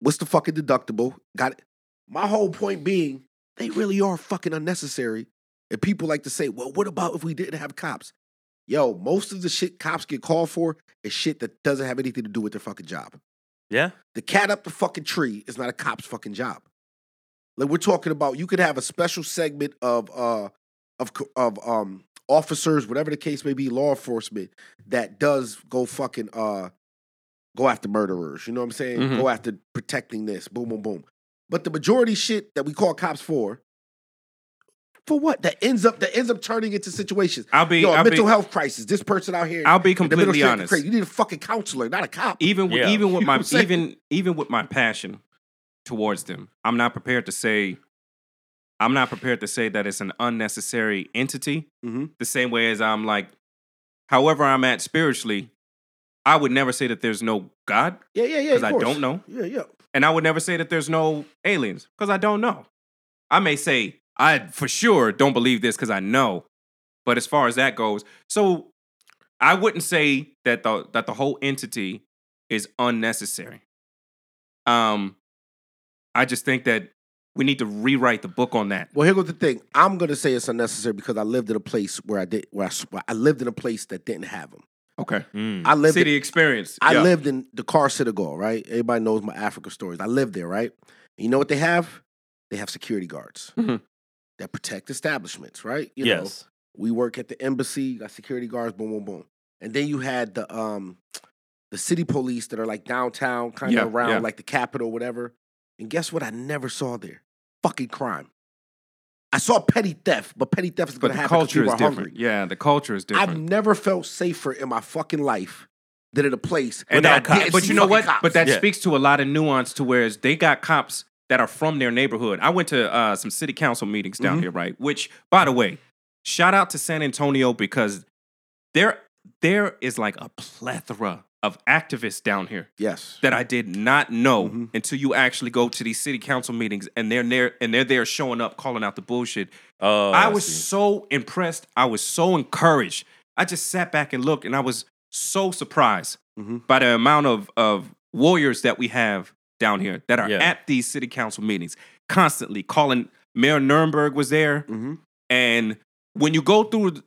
[SPEAKER 2] What's the fucking deductible? Got it." My whole point being, they really are fucking unnecessary. And people like to say, "Well, what about if we didn't have cops?" Yo, most of the shit cops get called for is shit that doesn't have anything to do with their fucking job.
[SPEAKER 3] yeah,
[SPEAKER 2] The cat up the fucking tree is not a cop's fucking job. Like we're talking about, you could have a special segment of uh of co- of um officers, whatever the case may be, law enforcement that does go fucking uh go after murderers. You know what I'm saying?
[SPEAKER 1] Mhm.
[SPEAKER 2] Go after protecting this. Boom, boom, boom. But the majority shit that we call cops for, for what? That ends up that ends up turning into situations.
[SPEAKER 1] I'll be.
[SPEAKER 2] Yo, a
[SPEAKER 1] I'll
[SPEAKER 2] mental
[SPEAKER 1] be,
[SPEAKER 2] health crisis. This person out here,
[SPEAKER 1] I'll be
[SPEAKER 2] in the middle of
[SPEAKER 1] completely
[SPEAKER 2] shit,
[SPEAKER 1] honest.
[SPEAKER 2] crazy. You need a fucking counselor, not a cop.
[SPEAKER 1] even with,
[SPEAKER 3] Yeah.
[SPEAKER 1] even with
[SPEAKER 2] You know
[SPEAKER 1] my
[SPEAKER 2] what I'm saying?
[SPEAKER 1] even even with my passion towards them, I'm not prepared to say I'm not prepared to say that it's an unnecessary entity.
[SPEAKER 2] Mhm.
[SPEAKER 1] The same way as I'm like, however I'm at spiritually, I would never say that there's no God
[SPEAKER 2] Yeah, yeah, yeah.
[SPEAKER 1] because
[SPEAKER 2] of
[SPEAKER 1] I
[SPEAKER 2] course.
[SPEAKER 1] don't know,
[SPEAKER 2] Yeah, yeah.
[SPEAKER 1] and I would never say that there's no aliens because I don't know. I may say I for sure don't believe this because I know, but as far as that goes, so I wouldn't say that the that the whole entity is unnecessary. Um, I just think that we need to rewrite the book on that.
[SPEAKER 2] Well, here goes the thing. I'm gonna say it's unnecessary because I lived in a place where I did where I, s- where I lived in a place that didn't have them.
[SPEAKER 1] Okay,
[SPEAKER 3] Mm.
[SPEAKER 2] I lived.
[SPEAKER 1] city
[SPEAKER 2] In,
[SPEAKER 1] experience.
[SPEAKER 2] I
[SPEAKER 1] Yeah.
[SPEAKER 2] lived in the car Citadel, right? Everybody knows my Africa stories. I lived there, right? And you know what they have? They have security guards
[SPEAKER 1] Mhm.
[SPEAKER 2] that protect establishments, right? You know,
[SPEAKER 3] yes.
[SPEAKER 2] we work at the embassy, got security guards, boom, boom, boom. And then you had the um the city police that are like downtown, kind
[SPEAKER 1] Yeah,
[SPEAKER 2] of around
[SPEAKER 1] yeah.
[SPEAKER 2] like the capital, whatever. And guess what? I never saw there fucking crime. I saw petty theft, but petty theft is
[SPEAKER 1] but
[SPEAKER 2] going to
[SPEAKER 1] the
[SPEAKER 2] happen because
[SPEAKER 1] culture
[SPEAKER 2] people
[SPEAKER 1] is
[SPEAKER 2] are
[SPEAKER 1] different.
[SPEAKER 2] hungry.
[SPEAKER 1] Yeah, the culture is
[SPEAKER 2] I've
[SPEAKER 1] different.
[SPEAKER 2] never felt safer in my fucking life than at a place
[SPEAKER 1] and
[SPEAKER 2] that I
[SPEAKER 1] that,
[SPEAKER 3] cops.
[SPEAKER 2] didn't
[SPEAKER 1] but
[SPEAKER 2] see
[SPEAKER 1] you know
[SPEAKER 2] fucking
[SPEAKER 1] what?
[SPEAKER 2] cops.
[SPEAKER 1] But that
[SPEAKER 3] Yeah.
[SPEAKER 1] speaks to a lot of nuance to whereas they got cops that are from their neighborhood. I went to uh, some city council meetings down
[SPEAKER 2] Mhm.
[SPEAKER 1] here, right? Which, by the way, shout out to San Antonio because there there is like a plethora of activists down here
[SPEAKER 2] yes,
[SPEAKER 1] that I did not know
[SPEAKER 2] Mhm.
[SPEAKER 1] until you actually go to these city council meetings and they're there and they're there showing up calling out the bullshit.
[SPEAKER 3] Oh,
[SPEAKER 1] I was
[SPEAKER 3] see.
[SPEAKER 1] so impressed. I was so encouraged. I just sat back and looked, and I was so surprised
[SPEAKER 3] Mm-hmm.
[SPEAKER 2] Mhm.
[SPEAKER 1] by the amount of, of warriors that we have down here that are
[SPEAKER 3] Yeah.
[SPEAKER 1] at these city council meetings. constantly calling. Mayor Nuremberg was there,
[SPEAKER 2] Mhm.
[SPEAKER 1] and when you go through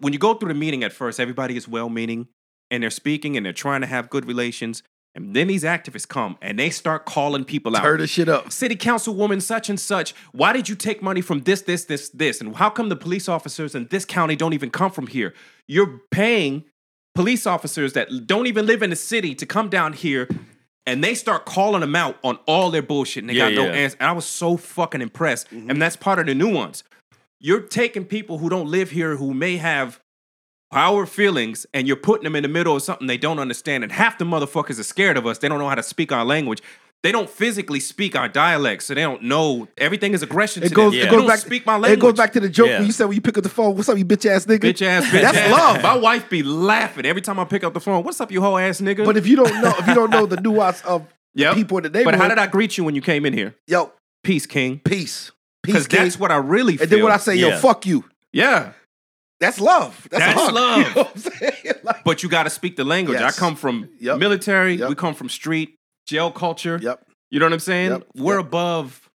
[SPEAKER 1] when you go through the meeting at first, everybody is well meaning and they're speaking and they're trying to have good relations. And then these activists come and they start calling people out.
[SPEAKER 2] Turn the shit up.
[SPEAKER 1] City councilwoman such and such, why did you take money from this, this, this, this? And how come the police officers in this county don't even come from here? You're paying police officers that don't even live in the city to come down here and they start calling them out on all their bullshit and they
[SPEAKER 3] Yeah,
[SPEAKER 1] got no
[SPEAKER 3] yeah. Mm-hmm.
[SPEAKER 1] answer. And I was so fucking impressed. And that's part of the nuance. You're taking people who don't live here who may have our feelings and you're putting them in the middle of something they don't understand. And half the motherfuckers are scared of us. They don't know how to speak our language. They don't physically speak our dialect, so they don't know everything is aggression
[SPEAKER 2] It
[SPEAKER 1] to
[SPEAKER 2] goes,
[SPEAKER 1] them.
[SPEAKER 3] Yeah.
[SPEAKER 2] it
[SPEAKER 1] You
[SPEAKER 2] goes
[SPEAKER 1] don't
[SPEAKER 2] back.
[SPEAKER 1] speak my
[SPEAKER 2] It
[SPEAKER 1] language.
[SPEAKER 2] goes back to the joke
[SPEAKER 3] Yeah.
[SPEAKER 2] when you said when you pick up the phone, "What's up, you bitch ass nigga?"
[SPEAKER 1] bitch ass, bitch
[SPEAKER 2] That's
[SPEAKER 1] ass.
[SPEAKER 2] love.
[SPEAKER 1] My wife be laughing every time I pick up the phone. What's up, you whole ass nigga?
[SPEAKER 2] But if you don't know, if you don't know the nuance of
[SPEAKER 1] Yep.
[SPEAKER 2] people in the
[SPEAKER 1] But
[SPEAKER 2] neighborhood,
[SPEAKER 1] how did I greet you when you came in here?
[SPEAKER 2] yo,
[SPEAKER 1] Peace, King.
[SPEAKER 2] peace, peace,
[SPEAKER 1] Because
[SPEAKER 2] king.
[SPEAKER 1] that's what I really feel.
[SPEAKER 2] and then when I say, yo,
[SPEAKER 3] Yeah.
[SPEAKER 2] fuck you,
[SPEAKER 1] yeah,
[SPEAKER 2] that's love. That's, a
[SPEAKER 1] That's
[SPEAKER 2] hug.
[SPEAKER 1] love.
[SPEAKER 2] You know what I'm saying? Like-
[SPEAKER 1] but you got to speak the language.
[SPEAKER 2] Yes.
[SPEAKER 1] I come from
[SPEAKER 2] Yep.
[SPEAKER 1] military.
[SPEAKER 2] Yep.
[SPEAKER 1] We come from street jail culture.
[SPEAKER 2] yep.
[SPEAKER 1] You know what I'm saying?
[SPEAKER 2] Yep.
[SPEAKER 1] We're
[SPEAKER 2] Yep.
[SPEAKER 1] above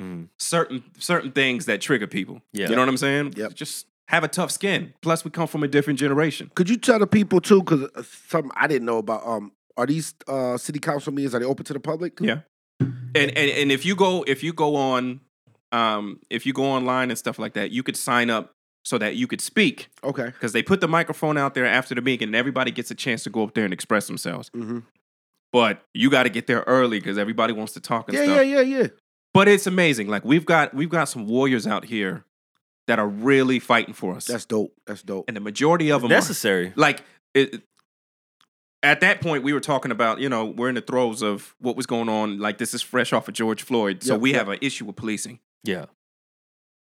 [SPEAKER 3] Mhm.
[SPEAKER 1] certain certain things that trigger people.
[SPEAKER 3] Yeah.
[SPEAKER 1] You know what I'm saying?
[SPEAKER 2] Yep.
[SPEAKER 1] Just have a tough skin. Plus, we come from a different generation.
[SPEAKER 2] Could you tell the people too? Because something I didn't know about. Um, are these uh city council meetings are they open to the public?
[SPEAKER 1] Yeah. And and, and if you go if you go on um if you go online and stuff like that, you could sign up so that you could speak
[SPEAKER 2] Okay.
[SPEAKER 1] because they put the microphone out there after the meeting and everybody gets a chance to go up there and express themselves.
[SPEAKER 2] Mhm.
[SPEAKER 1] But you got to get there early because everybody wants to talk and
[SPEAKER 2] Yeah,
[SPEAKER 1] stuff.
[SPEAKER 2] yeah, yeah, yeah.
[SPEAKER 1] But it's amazing. Like we've got we've got some warriors out here that are really fighting for us.
[SPEAKER 2] That's dope. That's dope.
[SPEAKER 1] and the majority of them are,
[SPEAKER 3] Necessary.
[SPEAKER 1] like it, at that point we were talking about you know we're in the throes of what was going on like this is fresh off of george floyd so
[SPEAKER 2] Yep,
[SPEAKER 1] we
[SPEAKER 2] yep.
[SPEAKER 1] have an issue with policing
[SPEAKER 3] Yeah.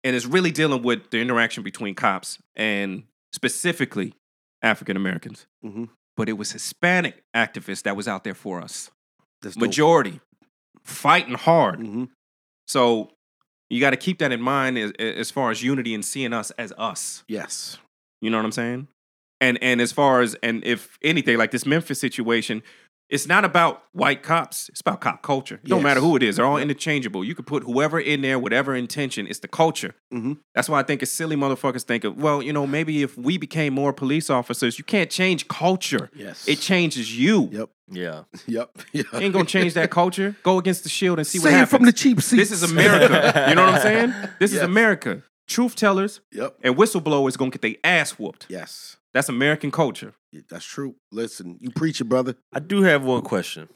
[SPEAKER 1] and it's really dealing with the interaction between cops and specifically african americans
[SPEAKER 2] Mhm.
[SPEAKER 1] but it was hispanic activists that was out there for us
[SPEAKER 2] That's
[SPEAKER 1] majority fighting hard
[SPEAKER 2] hmm
[SPEAKER 1] so you got to keep that in mind as, as far as unity and seeing us as us
[SPEAKER 2] Yes.
[SPEAKER 1] you know what I'm saying? And and as far as and if anything, like this Memphis situation, it's not about white cops. It's about cop culture. It don't
[SPEAKER 2] Yes.
[SPEAKER 1] matter who it is. They're all interchangeable. You could put whoever in there, whatever intention. It's the culture.
[SPEAKER 2] Mhm.
[SPEAKER 1] That's why I think it's silly motherfuckers think of, well, you know, maybe if we became more police officers, you can't change culture.
[SPEAKER 2] Yes.
[SPEAKER 1] It changes you.
[SPEAKER 2] Yep.
[SPEAKER 3] Yeah.
[SPEAKER 2] Yep.
[SPEAKER 1] You ain't gonna change that culture. Go against the shield and see what
[SPEAKER 2] Say it
[SPEAKER 1] happens.
[SPEAKER 2] from the cheap seats.
[SPEAKER 1] this is America. you know what I'm saying? This is
[SPEAKER 2] Yes.
[SPEAKER 1] America. Truth tellers
[SPEAKER 2] Yep.
[SPEAKER 1] and whistleblowers gonna get their ass whooped.
[SPEAKER 2] Yes.
[SPEAKER 1] That's American culture.
[SPEAKER 2] Yeah, That's true. Listen, you preach it, brother.
[SPEAKER 3] I do have one question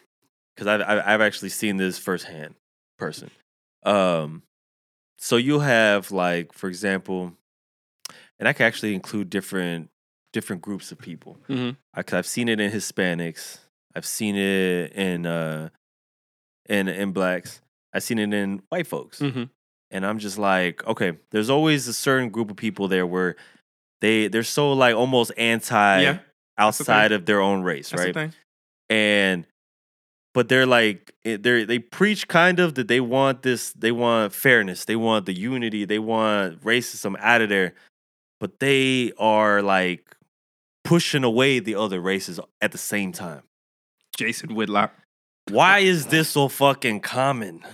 [SPEAKER 3] because I've, I've I've actually seen this firsthand, person. Um, so you'll have like, for example, and I can actually include different different groups of people.
[SPEAKER 1] Mhm.
[SPEAKER 3] I, cause I've seen it in Hispanics. I've seen it in uh, in in blacks. I've seen it in white folks.
[SPEAKER 1] Mm-hmm.
[SPEAKER 3] and I'm just like, okay, there's always a certain group of people there where they they're so like almost anti
[SPEAKER 1] Yeah,
[SPEAKER 3] outside of their own race,
[SPEAKER 1] That's
[SPEAKER 3] right?
[SPEAKER 1] the thing.
[SPEAKER 3] And but they're like they they preach kind of that they want this, they want fairness, they want the unity, they want racism out of there, but they are like pushing away the other races at the same time.
[SPEAKER 1] Jason Whitlock.
[SPEAKER 3] Why is this so fucking common?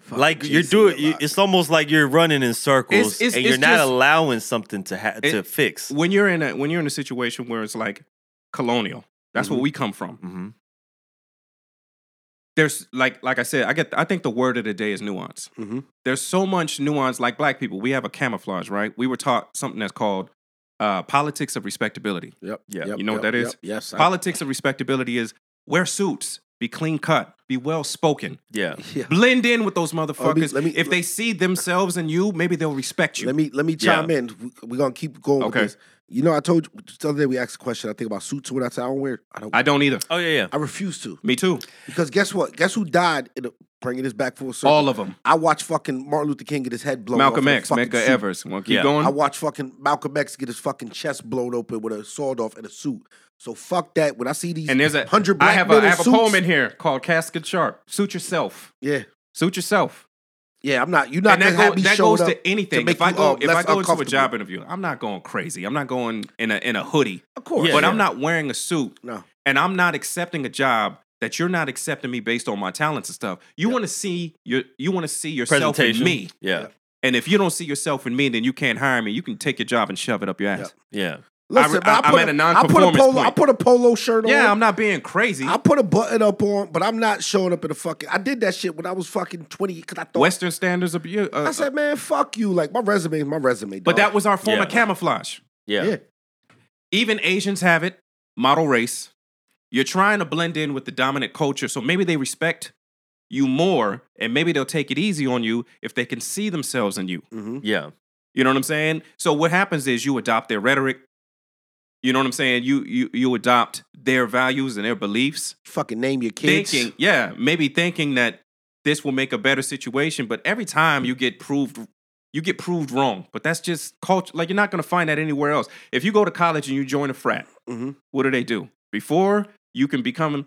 [SPEAKER 2] Fuck
[SPEAKER 3] like you're
[SPEAKER 2] Jason
[SPEAKER 3] doing you,
[SPEAKER 2] Whitlock.
[SPEAKER 3] it's almost like you're running in circles
[SPEAKER 1] It's- it's-
[SPEAKER 3] and you're
[SPEAKER 1] it's
[SPEAKER 3] not
[SPEAKER 1] just-
[SPEAKER 3] allowing something to ha- to
[SPEAKER 1] It-
[SPEAKER 3] fix
[SPEAKER 1] When you're in a when you're in a situation where it's like colonial, that's where
[SPEAKER 2] Mhm.
[SPEAKER 1] we come from.
[SPEAKER 3] Mhm.
[SPEAKER 1] There's like like I said, I get I think the word of the day is nuance.
[SPEAKER 2] Mhm.
[SPEAKER 1] There's so much nuance. Like black people, we have a camouflage, right? We were taught something that's called uh, politics of respectability.
[SPEAKER 2] Yep.
[SPEAKER 3] Yeah.
[SPEAKER 2] Yep.
[SPEAKER 1] You know what
[SPEAKER 2] yep,
[SPEAKER 1] that is?
[SPEAKER 2] yep, Yes. I-
[SPEAKER 1] Politics of respectability is wear suits, be clean cut, be well spoken,
[SPEAKER 3] yeah
[SPEAKER 2] yeah. Oh,
[SPEAKER 1] blend in with those motherfuckers.
[SPEAKER 2] let me-
[SPEAKER 1] if they see themselves in you, maybe they'll respect you.
[SPEAKER 2] Let me let me
[SPEAKER 3] Yeah.
[SPEAKER 2] chime in. We- We're gonna keep going
[SPEAKER 1] Okay.
[SPEAKER 2] with this. You know, I told you just the other day we asked a question. I think about suits. What I said, I don't wear. I don't. I,
[SPEAKER 1] I don't either.
[SPEAKER 3] oh yeah yeah
[SPEAKER 2] refuse to
[SPEAKER 1] Me too.
[SPEAKER 2] because guess what? Guess who died? In a, bringing this back full circle.
[SPEAKER 1] All of them.
[SPEAKER 2] I watched fucking Martin Luther King get his head blown.
[SPEAKER 1] Malcolm
[SPEAKER 2] off in a
[SPEAKER 1] X,
[SPEAKER 2] fucking
[SPEAKER 1] Medgar
[SPEAKER 2] suit.
[SPEAKER 1] Evers. Want to keep
[SPEAKER 3] Yeah.
[SPEAKER 1] going?
[SPEAKER 2] I watched fucking Malcolm X get his fucking chest blown open with a sword off and a suit. So fuck that. When I see these
[SPEAKER 1] And there's a
[SPEAKER 2] hundred black
[SPEAKER 1] I have a
[SPEAKER 2] men
[SPEAKER 1] I
[SPEAKER 2] in
[SPEAKER 1] have a
[SPEAKER 2] suits-
[SPEAKER 1] poem in here called Casket Sharp. Suit yourself.
[SPEAKER 2] Yeah,
[SPEAKER 1] Suit yourself.
[SPEAKER 2] yeah. I'm not. You're not
[SPEAKER 1] and that,
[SPEAKER 2] gonna have
[SPEAKER 1] go,
[SPEAKER 2] me
[SPEAKER 1] that
[SPEAKER 2] showed
[SPEAKER 1] goes
[SPEAKER 2] up.
[SPEAKER 1] to anything.
[SPEAKER 2] make
[SPEAKER 1] if I
[SPEAKER 2] you,
[SPEAKER 1] go
[SPEAKER 2] uh,
[SPEAKER 1] if I
[SPEAKER 2] less
[SPEAKER 1] go into a
[SPEAKER 2] uncomfortable.
[SPEAKER 1] job interview, I'm not going crazy. I'm not going in a in a hoodie.
[SPEAKER 2] Of course.
[SPEAKER 3] Yeah,
[SPEAKER 1] but
[SPEAKER 3] yeah.
[SPEAKER 1] I'm not wearing a suit
[SPEAKER 2] No.
[SPEAKER 1] and I'm not accepting a job that you're not accepting me based on my talents and stuff. You
[SPEAKER 2] Yeah.
[SPEAKER 1] want to see your you want to see yourself in
[SPEAKER 3] Presentation.
[SPEAKER 1] me.
[SPEAKER 3] Yeah.
[SPEAKER 1] And if you don't see yourself in me, then you can't hire me. You can take your job and shove it up your ass.
[SPEAKER 3] Yeah.
[SPEAKER 2] Listen,
[SPEAKER 1] I-
[SPEAKER 2] I,
[SPEAKER 1] I'm
[SPEAKER 2] put
[SPEAKER 1] at a
[SPEAKER 2] I put a
[SPEAKER 1] non-conformist
[SPEAKER 2] polo.
[SPEAKER 1] point.
[SPEAKER 2] I put a polo shirt on.
[SPEAKER 1] Yeah, I'm not being crazy.
[SPEAKER 2] I put a button up on, but I'm not showing up in a fucking. I did that shit when I was fucking twenty because I thought.
[SPEAKER 1] Western standards of you. Uh,
[SPEAKER 2] I said, man, fuck you. Like my resume, is my resume.
[SPEAKER 1] but
[SPEAKER 2] dog.
[SPEAKER 1] that was our form of
[SPEAKER 3] Yeah.
[SPEAKER 1] camouflage.
[SPEAKER 3] Yeah.
[SPEAKER 2] yeah.
[SPEAKER 1] Even Asians have it. Model race. You're trying to blend in with the dominant culture, so maybe they respect you more, and maybe they'll take it easy on you if they can see themselves in you.
[SPEAKER 2] hmm
[SPEAKER 3] Yeah.
[SPEAKER 1] You know what I'm saying? So what happens is you adopt their rhetoric. You know what I'm saying? You you you adopt their values and their beliefs,
[SPEAKER 2] Fucking name your kids.
[SPEAKER 1] thinking, yeah, maybe thinking that this will make a better situation, but every time you get proved you get proved wrong. But that's just culture. Like you're not going to find that anywhere else. If you go to college and you join a frat,
[SPEAKER 2] Mhm.
[SPEAKER 1] what do they do? Before you can become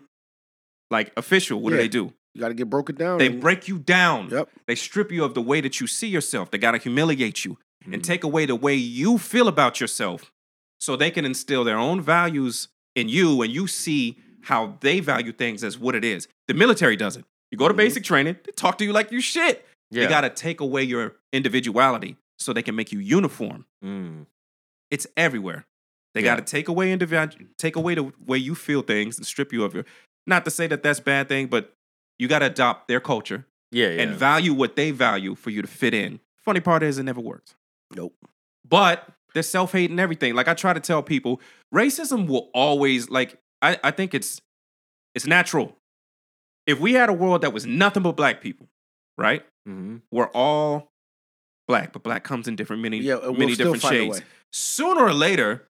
[SPEAKER 1] like official, what do
[SPEAKER 2] Yeah.
[SPEAKER 1] they do?
[SPEAKER 2] You got to get broken down.
[SPEAKER 1] They
[SPEAKER 2] and-
[SPEAKER 1] break you down.
[SPEAKER 2] Yep.
[SPEAKER 1] They strip you of the way that you see yourself. They got to humiliate you
[SPEAKER 3] Mm-hmm.
[SPEAKER 1] and take away the way you feel about yourself so they can instill their own values in you and you see how they value things as what it is. The military does it. You go to
[SPEAKER 2] Mhm.
[SPEAKER 1] basic training, they talk to you like you shit.
[SPEAKER 3] Mm-hmm. Yeah.
[SPEAKER 1] They got to take away your individuality so they can make you uniform.
[SPEAKER 3] Mm.
[SPEAKER 1] It's everywhere. They
[SPEAKER 3] Yeah.
[SPEAKER 1] got to take away individu- take away the way you feel things and strip you of your not to say that that's a bad thing, but you got to adopt their culture
[SPEAKER 3] Yeah. Yeah.
[SPEAKER 1] and value what they value for you to fit in. Funny part is it never works.
[SPEAKER 2] Nope.
[SPEAKER 1] But they're self hate and everything. Like I try to tell people, racism will always like I, I think it's it's natural. If we had a world that was nothing but black people, right?
[SPEAKER 3] hmm
[SPEAKER 1] We're all black, but black comes in different many
[SPEAKER 2] Yeah, and we'll
[SPEAKER 1] many
[SPEAKER 2] still
[SPEAKER 1] different
[SPEAKER 2] find a
[SPEAKER 1] shades.
[SPEAKER 2] way.
[SPEAKER 1] Sooner or later,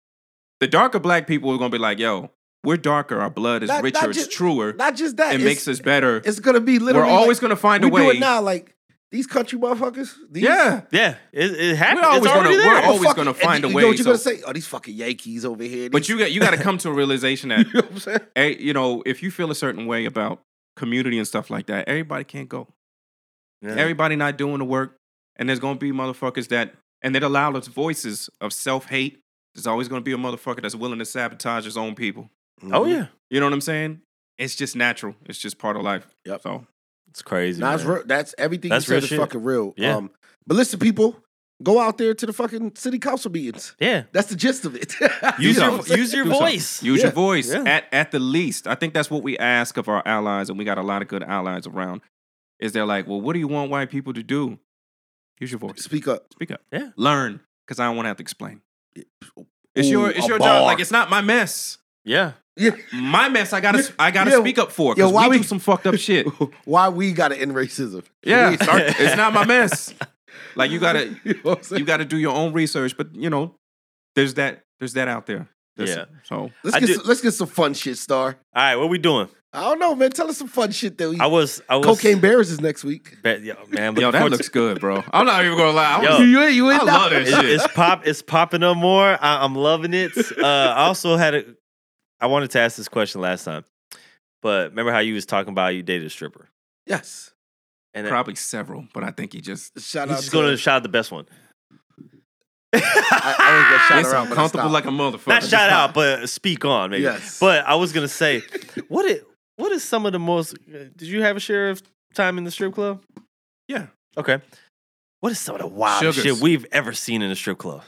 [SPEAKER 1] the darker black people are gonna be like, yo, we're darker, our blood is
[SPEAKER 2] Not- not
[SPEAKER 1] richer,
[SPEAKER 2] just-
[SPEAKER 1] it's truer,
[SPEAKER 2] Not just that.
[SPEAKER 1] it
[SPEAKER 2] it's,
[SPEAKER 1] makes us better.
[SPEAKER 2] It's gonna be
[SPEAKER 1] We're
[SPEAKER 2] literally.
[SPEAKER 1] always
[SPEAKER 2] like,
[SPEAKER 1] gonna find a
[SPEAKER 2] we do
[SPEAKER 1] way.
[SPEAKER 2] it now. Like these country motherfuckers. These,
[SPEAKER 1] yeah.
[SPEAKER 3] Yeah. It, it happened.
[SPEAKER 1] always
[SPEAKER 3] it's
[SPEAKER 1] wanna-
[SPEAKER 3] already
[SPEAKER 1] we're
[SPEAKER 3] there.
[SPEAKER 2] I'm a
[SPEAKER 1] always
[SPEAKER 2] fucking-
[SPEAKER 1] gonna
[SPEAKER 2] and
[SPEAKER 1] find a
[SPEAKER 2] you
[SPEAKER 1] way,
[SPEAKER 2] Know what you
[SPEAKER 1] so-
[SPEAKER 2] gonna say? Oh, these fucking Yankees over here.
[SPEAKER 1] But
[SPEAKER 2] these-
[SPEAKER 1] you got you got to come to a realization that
[SPEAKER 2] you know what I'm saying?
[SPEAKER 1] eh, you know if you feel a certain way about community and stuff like that, everybody can't go.
[SPEAKER 3] Yeah.
[SPEAKER 1] Everybody not doing the work, and there's gonna be motherfuckers that and that allow those voices of self hate. There's always gonna be a motherfucker that's willing to sabotage his own people.
[SPEAKER 3] oh yeah.
[SPEAKER 1] You know what I'm saying? It's just natural. It's just part of life.
[SPEAKER 2] Yep.
[SPEAKER 1] So
[SPEAKER 3] It's crazy.
[SPEAKER 2] Nah, it's
[SPEAKER 3] man.
[SPEAKER 2] real. That's everything
[SPEAKER 3] That's
[SPEAKER 2] you said
[SPEAKER 3] real
[SPEAKER 2] is
[SPEAKER 3] shit.
[SPEAKER 2] fucking real.
[SPEAKER 3] Yeah.
[SPEAKER 2] Um, but listen, people, go out there to the fucking city council meetings.
[SPEAKER 3] Yeah.
[SPEAKER 2] That's the gist of it.
[SPEAKER 3] Use
[SPEAKER 1] Do
[SPEAKER 3] your
[SPEAKER 1] something.
[SPEAKER 3] use your
[SPEAKER 1] Do something.
[SPEAKER 3] voice.
[SPEAKER 1] use
[SPEAKER 2] Yeah.
[SPEAKER 1] your voice
[SPEAKER 3] Yeah.
[SPEAKER 1] at at the least. I think that's what we ask of our allies, and we got a lot of good allies around. Is they're like, well, what do you want white people to do? Use your voice.
[SPEAKER 2] Speak up.
[SPEAKER 1] Speak up.
[SPEAKER 3] Yeah.
[SPEAKER 1] Learn, because I don't want to have to explain. It's your
[SPEAKER 2] Ooh,
[SPEAKER 1] it's
[SPEAKER 2] a
[SPEAKER 1] your
[SPEAKER 2] bar.
[SPEAKER 1] job. Like it's not my mess.
[SPEAKER 3] Yeah.
[SPEAKER 1] My mess. I gotta I gotta
[SPEAKER 2] Yeah.
[SPEAKER 1] speak up for.
[SPEAKER 2] Yeah,
[SPEAKER 1] Cause
[SPEAKER 2] why
[SPEAKER 1] we,
[SPEAKER 2] we-
[SPEAKER 1] do some fucked up shit.
[SPEAKER 2] Why we gotta end racism?
[SPEAKER 1] Yeah,
[SPEAKER 2] We-
[SPEAKER 1] it's not my mess. Like you gotta
[SPEAKER 2] You know what I'm saying?
[SPEAKER 1] you gotta do your own research. But you know, there's that there's that out there. There's-
[SPEAKER 3] Yeah.
[SPEAKER 1] So
[SPEAKER 2] let's
[SPEAKER 3] I
[SPEAKER 2] get
[SPEAKER 3] did-
[SPEAKER 2] some, let's get some fun shit, Star.
[SPEAKER 3] All right. What we doing?
[SPEAKER 2] I don't know, man. Tell us some fun shit though.
[SPEAKER 3] I was. I was.
[SPEAKER 2] Cocaine Bears is next week.
[SPEAKER 3] Ba- yeah, man.
[SPEAKER 1] yo, that
[SPEAKER 3] looking forward to-
[SPEAKER 1] looks good, bro. I'm not even gonna lie. I
[SPEAKER 3] Yo.
[SPEAKER 1] was-
[SPEAKER 2] You in? You in? now?
[SPEAKER 1] I love that shit.
[SPEAKER 3] it's, it's pop. It's popping up more. I, I'm loving it. Uh, I also had a. I wanted to ask this question last time, but remember how you was talking about you dated a stripper,
[SPEAKER 2] Yes.
[SPEAKER 3] and
[SPEAKER 1] probably several, but I think he just
[SPEAKER 2] Shout
[SPEAKER 3] he's
[SPEAKER 2] out
[SPEAKER 3] just
[SPEAKER 2] to
[SPEAKER 3] going to shout out the best one.
[SPEAKER 2] I, I was gonna shout
[SPEAKER 1] It's
[SPEAKER 2] her out, but I
[SPEAKER 1] uncomfortable
[SPEAKER 2] stopped.
[SPEAKER 1] like a motherfucker.
[SPEAKER 3] Not shout out, but speak on maybe.
[SPEAKER 2] Yes.
[SPEAKER 3] But I was gonna say, what it what is some of the most? Did you have a share of time in the strip club?
[SPEAKER 1] Yeah.
[SPEAKER 3] Okay. What is some of the wildest
[SPEAKER 1] Sugars.
[SPEAKER 3] shit we've ever seen in a strip club?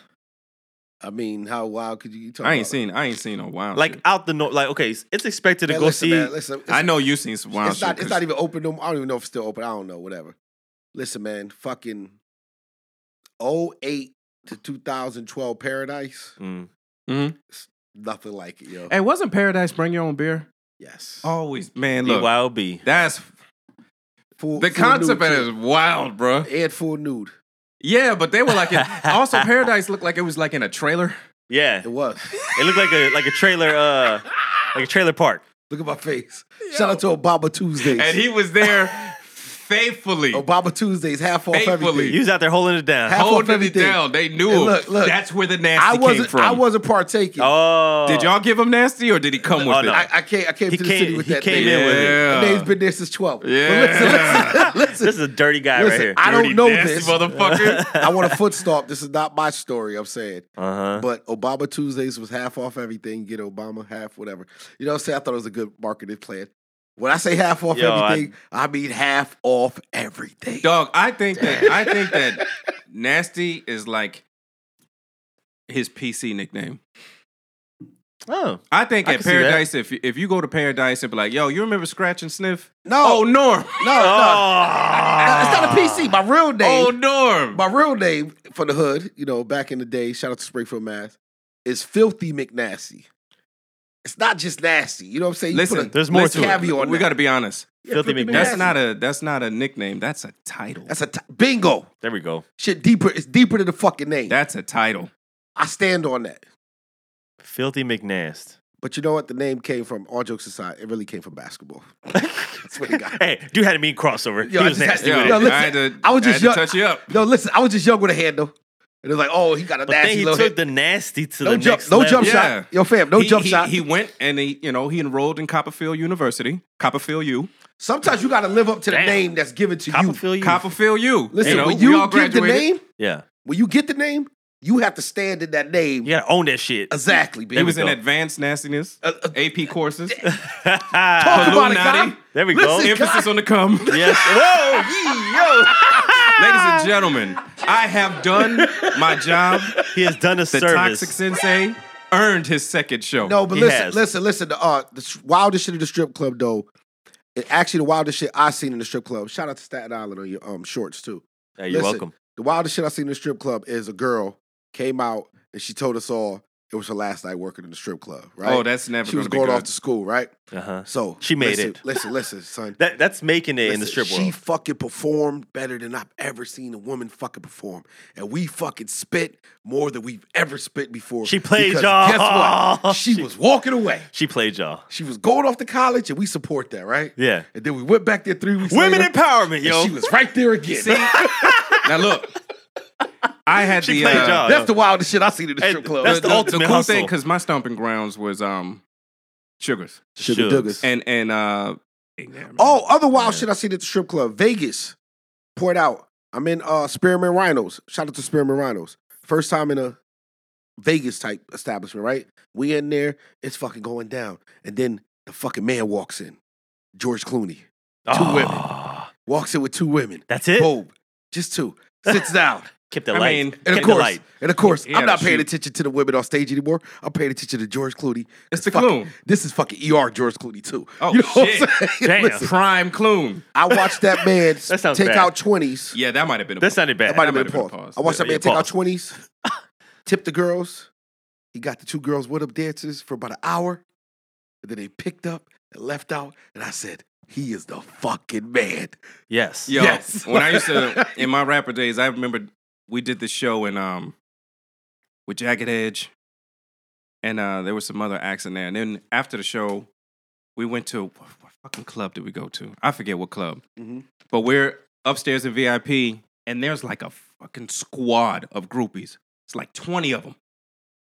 [SPEAKER 2] I mean, how wild could you you talk?
[SPEAKER 1] I ain't
[SPEAKER 2] about
[SPEAKER 1] seen I ain't seen no wild.
[SPEAKER 3] Like
[SPEAKER 1] Oh, shit.
[SPEAKER 3] out the north, like okay, it's- it's expected
[SPEAKER 2] it?
[SPEAKER 3] to
[SPEAKER 2] Man,
[SPEAKER 3] go
[SPEAKER 2] listen,
[SPEAKER 3] see.
[SPEAKER 2] man, listen,
[SPEAKER 1] I know you've seen some wild
[SPEAKER 2] it's not
[SPEAKER 1] shit.
[SPEAKER 2] it's
[SPEAKER 1] 'cause-
[SPEAKER 2] not even open no more. I don't even know if it's still open. I don't know, whatever. Listen, man, fucking 08 to 2012 Paradise,
[SPEAKER 3] Mm.
[SPEAKER 1] Mm-hmm.
[SPEAKER 2] nothing like it, yo.
[SPEAKER 1] Hey, wasn't Paradise Bring Your Own Beer?
[SPEAKER 2] yes.
[SPEAKER 3] oh,
[SPEAKER 1] Always, man.
[SPEAKER 3] Be
[SPEAKER 1] Look,
[SPEAKER 3] wild, be.
[SPEAKER 1] that's
[SPEAKER 2] Full-
[SPEAKER 1] the
[SPEAKER 2] full
[SPEAKER 1] concept of
[SPEAKER 2] nude,
[SPEAKER 1] it is wild, bro.
[SPEAKER 2] too. And full nude.
[SPEAKER 1] Yeah, but they were like, in, also Paradise looked like it was like in a trailer.
[SPEAKER 3] Yeah,
[SPEAKER 2] It was.
[SPEAKER 3] it looked like a like a trailer, uh, like a trailer park.
[SPEAKER 2] Look at my face. Shout out to Obama Tuesdays.
[SPEAKER 1] and he was there faithfully.
[SPEAKER 2] Obama Tuesdays, half off
[SPEAKER 1] Faithfully.
[SPEAKER 3] He
[SPEAKER 2] everything.
[SPEAKER 3] was out there holding it down.
[SPEAKER 2] Oh, Half- off
[SPEAKER 1] Holding it
[SPEAKER 2] everything.
[SPEAKER 1] down, they knew
[SPEAKER 2] And
[SPEAKER 1] him.
[SPEAKER 2] look, look.
[SPEAKER 1] That's where the nasty
[SPEAKER 2] I
[SPEAKER 1] came
[SPEAKER 2] wasn't
[SPEAKER 1] from.
[SPEAKER 2] I wasn't partaking.
[SPEAKER 3] oh,
[SPEAKER 1] Did y'all give him nasty, or did he come with
[SPEAKER 3] Oh,
[SPEAKER 1] it?
[SPEAKER 3] no.
[SPEAKER 2] I, I came I came
[SPEAKER 3] He
[SPEAKER 2] to the
[SPEAKER 3] came-
[SPEAKER 2] city with
[SPEAKER 3] he
[SPEAKER 2] that
[SPEAKER 3] came
[SPEAKER 2] name.
[SPEAKER 3] in with it.
[SPEAKER 1] Yeah.
[SPEAKER 2] That name's been there since 12. But listen,
[SPEAKER 1] Yeah.
[SPEAKER 2] listen,
[SPEAKER 3] This
[SPEAKER 2] listen.
[SPEAKER 3] is a dirty guy
[SPEAKER 2] Listen,
[SPEAKER 3] right here.
[SPEAKER 2] I
[SPEAKER 1] Dirty,
[SPEAKER 2] don't know
[SPEAKER 1] nasty
[SPEAKER 2] this.
[SPEAKER 1] motherfucker.
[SPEAKER 2] I want a foot stomp. This is not my story, I'm saying.
[SPEAKER 3] Uh huh.
[SPEAKER 2] But Obama Tuesdays was half off everything. Get Obama half, whatever. You know what I'm saying? I thought it was a good marketing plan. When I say half off
[SPEAKER 3] Yo, I-
[SPEAKER 2] everything, I, mean half off everything.
[SPEAKER 1] Dog, I think that I think that Nasty is like his PC nickname.
[SPEAKER 3] Oh,
[SPEAKER 1] I think
[SPEAKER 3] I
[SPEAKER 1] at
[SPEAKER 3] can see that.
[SPEAKER 1] Paradise, if if you go to Paradise and be like, "Yo, you remember Scratch and Sniff?" Oh,
[SPEAKER 2] No, no,
[SPEAKER 1] Norm.
[SPEAKER 2] no, no, it's not a PC. My real name,
[SPEAKER 1] Oh, Norm.
[SPEAKER 2] my real name for the hood, you know, back in the day. Shout out to Springfield, Mass. Is Filthy McNasty. It's not just nasty. You know what I'm saying? You
[SPEAKER 1] Listen,
[SPEAKER 2] put a-
[SPEAKER 3] There's more
[SPEAKER 1] listen,
[SPEAKER 3] to it.
[SPEAKER 2] Caveat
[SPEAKER 1] We
[SPEAKER 2] that.
[SPEAKER 1] got to be honest.
[SPEAKER 2] Yeah,
[SPEAKER 3] Filthy
[SPEAKER 2] Filthy
[SPEAKER 3] McNasty.
[SPEAKER 1] That's
[SPEAKER 2] McNasty.
[SPEAKER 1] not a that's not a nickname. That's a title. That's
[SPEAKER 2] That's a t- bingo.
[SPEAKER 3] There we go.
[SPEAKER 2] Shit deeper. It's deeper than the fucking
[SPEAKER 1] a,
[SPEAKER 2] name.
[SPEAKER 1] title.
[SPEAKER 2] I stand on that.
[SPEAKER 3] Filthy McNast.
[SPEAKER 2] But you know what? The name came from all jokes aside. It really came from basketball. Swear to God.
[SPEAKER 3] hey, dude had a mean crossover.
[SPEAKER 2] Yo,
[SPEAKER 3] he
[SPEAKER 2] I
[SPEAKER 3] was
[SPEAKER 2] just had-
[SPEAKER 3] nasty
[SPEAKER 2] yo,
[SPEAKER 3] with
[SPEAKER 2] yo,
[SPEAKER 3] it.
[SPEAKER 2] listen,
[SPEAKER 1] I, had to,
[SPEAKER 2] I was just
[SPEAKER 1] had to
[SPEAKER 2] young-
[SPEAKER 1] touch you up.
[SPEAKER 2] No, listen. I was just young with a handle, and it was like, oh, he got a
[SPEAKER 3] But then
[SPEAKER 2] nasty
[SPEAKER 3] he
[SPEAKER 2] little
[SPEAKER 3] took
[SPEAKER 2] hit.
[SPEAKER 3] the nasty to
[SPEAKER 2] No
[SPEAKER 3] the
[SPEAKER 2] jump,
[SPEAKER 3] next
[SPEAKER 2] no
[SPEAKER 3] level.
[SPEAKER 2] jump
[SPEAKER 1] Yeah.
[SPEAKER 2] shot. Yo, fam, no
[SPEAKER 1] he,
[SPEAKER 2] jump
[SPEAKER 1] he-
[SPEAKER 2] shot.
[SPEAKER 1] He went and he, you know, he enrolled in Copperfield University. Copperfield U.
[SPEAKER 2] Sometimes you got to live up to the
[SPEAKER 3] Damn.
[SPEAKER 2] name that's given to you.
[SPEAKER 3] Copperfield, you.
[SPEAKER 1] Copperfield U.
[SPEAKER 2] Listen,
[SPEAKER 1] you know,
[SPEAKER 2] when
[SPEAKER 1] we all
[SPEAKER 2] you get the
[SPEAKER 1] graduated.
[SPEAKER 2] name,
[SPEAKER 3] yeah,
[SPEAKER 2] when you get the name, you have to stand in that name
[SPEAKER 3] you gotta own that shit.
[SPEAKER 2] exactly.
[SPEAKER 1] He
[SPEAKER 2] baby.
[SPEAKER 1] was
[SPEAKER 3] we
[SPEAKER 1] in
[SPEAKER 3] go.
[SPEAKER 1] advanced nastiness,
[SPEAKER 2] Uh, uh,
[SPEAKER 1] AP courses,
[SPEAKER 2] talk about it,
[SPEAKER 1] Illuminati.
[SPEAKER 2] God.
[SPEAKER 3] there we go.
[SPEAKER 2] Listen,
[SPEAKER 1] emphasis
[SPEAKER 2] God.
[SPEAKER 1] on the come.
[SPEAKER 3] Yes. Whoa,
[SPEAKER 1] Ladies and gentlemen, I have done my job.
[SPEAKER 3] yo. he has done a
[SPEAKER 1] The
[SPEAKER 3] service.
[SPEAKER 1] Toxic Sensei earned his second show. Oh,
[SPEAKER 2] No, but
[SPEAKER 3] He
[SPEAKER 2] listen,
[SPEAKER 3] has.
[SPEAKER 2] listen, listen. The, uh, the s- wildest shit in the strip club, though. It, actually, the wildest shit I seen in the strip club. Shout out to Staten Island on your um shorts too.
[SPEAKER 3] hey, you're
[SPEAKER 2] Listen.
[SPEAKER 3] welcome.
[SPEAKER 2] The wildest shit I seen in the strip club is a girl came out and she told us all it was her last night working in the strip club. Right?
[SPEAKER 1] Oh, that's never
[SPEAKER 2] she was
[SPEAKER 1] gonna be
[SPEAKER 2] going
[SPEAKER 1] good.
[SPEAKER 2] off to school, right?
[SPEAKER 3] Uh huh.
[SPEAKER 2] So
[SPEAKER 3] She made
[SPEAKER 2] listen,
[SPEAKER 3] it.
[SPEAKER 2] Listen, listen, son.
[SPEAKER 3] That that's making it in the
[SPEAKER 2] Listen,
[SPEAKER 3] strip
[SPEAKER 2] She
[SPEAKER 3] world.
[SPEAKER 2] fucking performed better than I've ever seen a woman fucking perform, and we fucking spit more than we've ever spit before.
[SPEAKER 3] She played
[SPEAKER 2] because
[SPEAKER 3] y'all.
[SPEAKER 2] Guess what? She,
[SPEAKER 3] She-
[SPEAKER 2] was walking away.
[SPEAKER 3] She played y'all.
[SPEAKER 2] She was going off to college, and we support that, right?
[SPEAKER 3] Yeah.
[SPEAKER 2] And then we went back there three weeks.
[SPEAKER 3] Women
[SPEAKER 2] later,
[SPEAKER 3] empowerment,
[SPEAKER 2] and
[SPEAKER 3] yo.
[SPEAKER 2] She was right there again.
[SPEAKER 1] now look, I had
[SPEAKER 3] She
[SPEAKER 1] the
[SPEAKER 3] played
[SPEAKER 1] uh,
[SPEAKER 3] y'all.
[SPEAKER 2] that's the wildest shit I seen in the
[SPEAKER 3] Hey,
[SPEAKER 2] strip club.
[SPEAKER 3] that's the
[SPEAKER 1] the,
[SPEAKER 3] ultimate
[SPEAKER 1] cool
[SPEAKER 3] hustle.
[SPEAKER 1] thing because my stomping grounds was um sugars
[SPEAKER 2] Sugar
[SPEAKER 3] Shugs.
[SPEAKER 2] Duggars.
[SPEAKER 1] and and uh yeah,
[SPEAKER 2] Oh, other wild
[SPEAKER 3] Yeah.
[SPEAKER 2] shit I seen at the strip club. Vegas. Poured out. I'm in uh Spearmint Rhinos. Shout out to Spearmint Rhinos. First time in a Vegas type establishment, right? We in there, it's fucking going down. And then the fucking man walks in. George Clooney. Two
[SPEAKER 3] women.
[SPEAKER 2] Walks in with two women.
[SPEAKER 3] Ah, That's it.
[SPEAKER 2] Boom. Just two. Sits down.
[SPEAKER 3] Kept the
[SPEAKER 1] I
[SPEAKER 3] light.
[SPEAKER 1] mean,
[SPEAKER 3] Kept
[SPEAKER 2] And of
[SPEAKER 3] the
[SPEAKER 2] course,
[SPEAKER 3] light.
[SPEAKER 2] and of course,
[SPEAKER 1] He had
[SPEAKER 2] I'm not
[SPEAKER 1] a
[SPEAKER 2] paying
[SPEAKER 1] shoot.
[SPEAKER 2] attention to the women on stage anymore. I'm paying attention to George Clooney.
[SPEAKER 1] it's the
[SPEAKER 2] fucking-
[SPEAKER 1] Clune.
[SPEAKER 2] This is fucking ER George Clooney too.
[SPEAKER 1] Oh,
[SPEAKER 2] what
[SPEAKER 1] shit.
[SPEAKER 2] I'm saying?
[SPEAKER 3] Damn.
[SPEAKER 2] Listen,
[SPEAKER 1] Prime Clune.
[SPEAKER 2] I watched that man
[SPEAKER 3] That sounds
[SPEAKER 2] take
[SPEAKER 3] bad.
[SPEAKER 2] out twenties.
[SPEAKER 1] Yeah, that might have been a
[SPEAKER 3] That sounded bad.
[SPEAKER 2] That might have been
[SPEAKER 1] might
[SPEAKER 2] a
[SPEAKER 1] have been
[SPEAKER 2] pause.
[SPEAKER 1] a pause.
[SPEAKER 2] I watched that
[SPEAKER 3] Yeah,
[SPEAKER 2] man take out
[SPEAKER 3] pause.
[SPEAKER 2] twenties, tip the girls. He got the two girls with him dances for about an hour, and then they picked up and left out. And I said, "He is the fucking man."
[SPEAKER 3] Yes.
[SPEAKER 1] Yo,
[SPEAKER 2] Yes.
[SPEAKER 1] when I used to in my rapper days, I remember we did the show in um with Jagged Edge, and uh there was some other acts in there. And then after the show, we went to what, what fucking club did we go to? I forget what club,
[SPEAKER 2] Mhm.
[SPEAKER 1] but we're upstairs in VIP, and there's like a fucking squad of groupies. It's like twenty of them,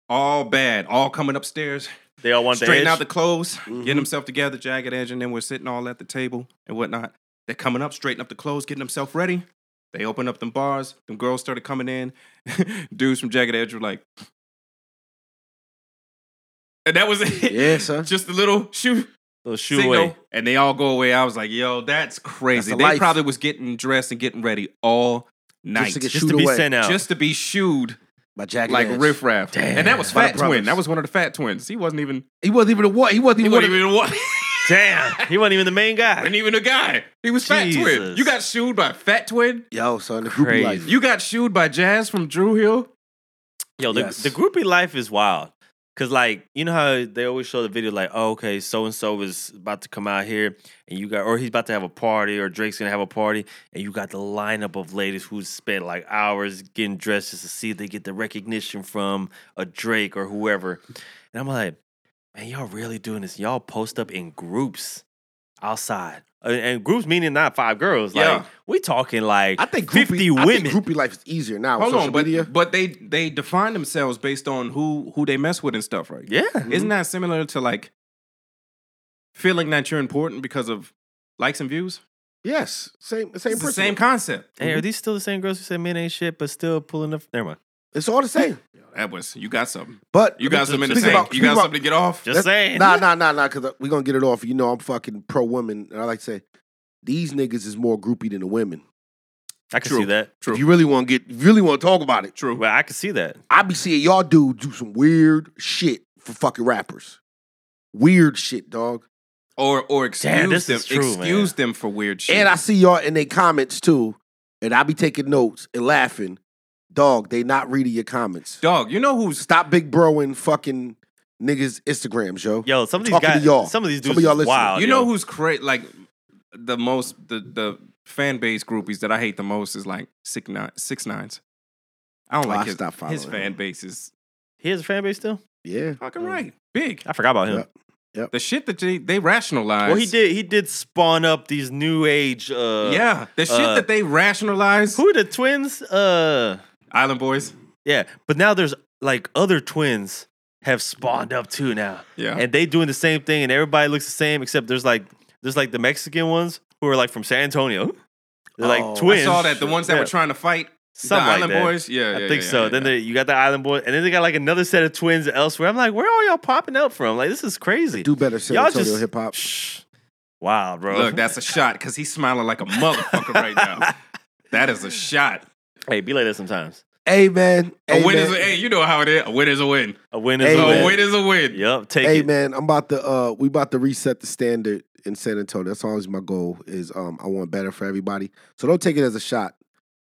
[SPEAKER 1] all bad, all coming upstairs
[SPEAKER 3] They all want the
[SPEAKER 1] straighten
[SPEAKER 3] edge. Mm-hmm.
[SPEAKER 1] out the clothes,
[SPEAKER 2] Mhm.
[SPEAKER 1] getting himself together, jagged edge, and then we're sitting all at the table and whatnot. They're coming up, straightening up the clothes, getting themselves ready. They open up them bars. Them girls started coming in. Dudes from Jagged Edge were like, and that was it.
[SPEAKER 2] Yeah, son.
[SPEAKER 1] Just a little shoe
[SPEAKER 3] Little shoe
[SPEAKER 1] signal,
[SPEAKER 3] away.
[SPEAKER 1] and they all go away. I was like, "Yo, that's crazy."
[SPEAKER 2] That's the
[SPEAKER 1] they
[SPEAKER 2] life.
[SPEAKER 1] probably was getting dressed and getting ready all night
[SPEAKER 2] Just to get
[SPEAKER 3] Just to
[SPEAKER 2] shoot
[SPEAKER 3] be
[SPEAKER 2] away.
[SPEAKER 3] sent out.
[SPEAKER 1] just to be shooed
[SPEAKER 2] by Jack.
[SPEAKER 1] like riff raff.
[SPEAKER 3] Damn.
[SPEAKER 1] And that was
[SPEAKER 2] By the
[SPEAKER 1] Fat Twin.
[SPEAKER 2] brothers.
[SPEAKER 1] That was one of the Fat Twins. He wasn't even.
[SPEAKER 2] He wasn't even a what? He wasn't
[SPEAKER 1] He
[SPEAKER 2] even.
[SPEAKER 1] wasn't
[SPEAKER 2] one of-
[SPEAKER 1] even one.
[SPEAKER 3] Damn. He wasn't even the main guy.
[SPEAKER 1] And even a guy. He was Fat Twin.
[SPEAKER 3] Jesus.
[SPEAKER 1] You got shooed by Fat Twin.
[SPEAKER 2] Yo, son, the groupie life.
[SPEAKER 3] Crazy.
[SPEAKER 1] You got shooed by Jazz from Drew Hill.
[SPEAKER 3] Yo, the,
[SPEAKER 2] Yes.
[SPEAKER 3] the groupie life is wild. Cause like you know how they always show the video like oh okay so and so is about to come out here and you got or he's about to have a party or Drake's gonna have a party and you got the lineup of ladies who spent like hours getting dressed just to see if they get the recognition from a Drake or whoever and I'm like man y'all really doing this y'all post up in groups outside and, and groups meaning not five girls like
[SPEAKER 1] Yeah.
[SPEAKER 3] we talking like
[SPEAKER 2] I think groupie,
[SPEAKER 3] fifty
[SPEAKER 2] I
[SPEAKER 3] women
[SPEAKER 2] think groupie life is easier now. with
[SPEAKER 1] Hold
[SPEAKER 2] social
[SPEAKER 1] on, but,
[SPEAKER 2] media.
[SPEAKER 1] but they they define themselves based on who who they mess with and stuff, right?
[SPEAKER 3] yeah
[SPEAKER 2] Mm-hmm.
[SPEAKER 1] Isn't that similar to like feeling that you're important because of likes and views?
[SPEAKER 2] Yes, same same
[SPEAKER 1] It's the
[SPEAKER 2] person.
[SPEAKER 1] same concept.
[SPEAKER 3] Hey, are these still the same girls who said men ain't shit, but still pulling the? Mm-hmm. Never mind.
[SPEAKER 2] It's all the same.
[SPEAKER 1] That was you got something.
[SPEAKER 2] But
[SPEAKER 1] You got something to
[SPEAKER 2] speak
[SPEAKER 1] say.
[SPEAKER 2] about-
[SPEAKER 1] You
[SPEAKER 2] speak
[SPEAKER 1] got
[SPEAKER 2] about-
[SPEAKER 1] something to get off.
[SPEAKER 3] Just saying.
[SPEAKER 2] Nah, nah, nah, nah. Because we gonna get it off. You know, I'm fucking pro women, and I like to say these niggas is more groupie than the women.
[SPEAKER 3] I can
[SPEAKER 1] True.
[SPEAKER 3] see that.
[SPEAKER 1] True.
[SPEAKER 2] If you really want to get, if you really want to talk about it,
[SPEAKER 1] True.
[SPEAKER 3] Well, I can see that.
[SPEAKER 2] I be seeing y'all dudes do some weird shit for fucking rappers. Weird shit, dog.
[SPEAKER 1] Or or excuse
[SPEAKER 3] Damn, this
[SPEAKER 1] them.
[SPEAKER 3] is true,
[SPEAKER 1] excuse them for weird shit.
[SPEAKER 2] And I see y'all in their comments too, and I be taking notes and laughing. Dog, they not reading your comments.
[SPEAKER 1] dog, you know who's
[SPEAKER 2] Stop big bro and fucking niggas Instagrams, yo.
[SPEAKER 3] Yo, some of these
[SPEAKER 2] Talking to
[SPEAKER 3] guys,
[SPEAKER 2] y'all.
[SPEAKER 3] some of these
[SPEAKER 2] Some
[SPEAKER 3] dudes,
[SPEAKER 2] of y'all
[SPEAKER 3] is
[SPEAKER 2] listening.
[SPEAKER 3] wild.
[SPEAKER 1] you know
[SPEAKER 3] Oh, yo.
[SPEAKER 1] who's cra- like the most the the fan base groupies that I hate the most is like six nine six nines. I don't
[SPEAKER 2] Oh, I
[SPEAKER 1] like his,
[SPEAKER 2] stopped following
[SPEAKER 1] his
[SPEAKER 2] him. Mm.
[SPEAKER 1] fan base is
[SPEAKER 3] he has a fan base still.
[SPEAKER 2] Yeah.
[SPEAKER 1] fucking right big.
[SPEAKER 3] I forgot about him.
[SPEAKER 2] Yeah.
[SPEAKER 1] The shit that they they rationalize.
[SPEAKER 3] Well, he did. He did spawn up these new age. Uh,
[SPEAKER 1] yeah, the shit
[SPEAKER 3] uh,
[SPEAKER 1] that they rationalize.
[SPEAKER 3] Who are the twins? Uh,
[SPEAKER 1] Island Boys.
[SPEAKER 3] yeah. But now there's like other twins have spawned up too now,
[SPEAKER 1] Yeah,
[SPEAKER 3] and they doing the same thing, and everybody looks the same except there's like there's like the Mexican ones who are like from San Antonio. They're
[SPEAKER 2] Oh, I
[SPEAKER 3] like twins.
[SPEAKER 1] I saw that the ones that
[SPEAKER 3] Yeah.
[SPEAKER 1] were trying to fight
[SPEAKER 3] Something
[SPEAKER 1] the
[SPEAKER 3] like
[SPEAKER 1] Island
[SPEAKER 3] that.
[SPEAKER 1] Boys. Yeah, yeah,
[SPEAKER 3] I think
[SPEAKER 1] yeah,
[SPEAKER 3] so.
[SPEAKER 1] yeah,
[SPEAKER 3] then
[SPEAKER 1] yeah.
[SPEAKER 3] They, you got the Island Boy, and then they got like another set of twins elsewhere. I'm like, where are y'all popping up from? Like, this is crazy.
[SPEAKER 2] Do better San
[SPEAKER 3] Y'all
[SPEAKER 2] Antonio
[SPEAKER 3] just-
[SPEAKER 2] hip hop.
[SPEAKER 3] Shh. Wow, bro.
[SPEAKER 1] look, that's a shot because he's smiling like a motherfucker right now. That is a shot.
[SPEAKER 3] hey, be like that sometimes.
[SPEAKER 2] Hey man. Hey,
[SPEAKER 1] a win
[SPEAKER 2] man.
[SPEAKER 1] is a, hey, you know how it is. A win is a win.
[SPEAKER 3] A win is
[SPEAKER 2] Hey,
[SPEAKER 3] a
[SPEAKER 1] a
[SPEAKER 3] win.
[SPEAKER 1] win is a win.
[SPEAKER 3] Yep, take
[SPEAKER 2] Hey
[SPEAKER 3] it.
[SPEAKER 2] man, I'm about to uh we about to reset the standard in San Antonio. That's always my goal is um I want better for everybody. So don't take it as a shot.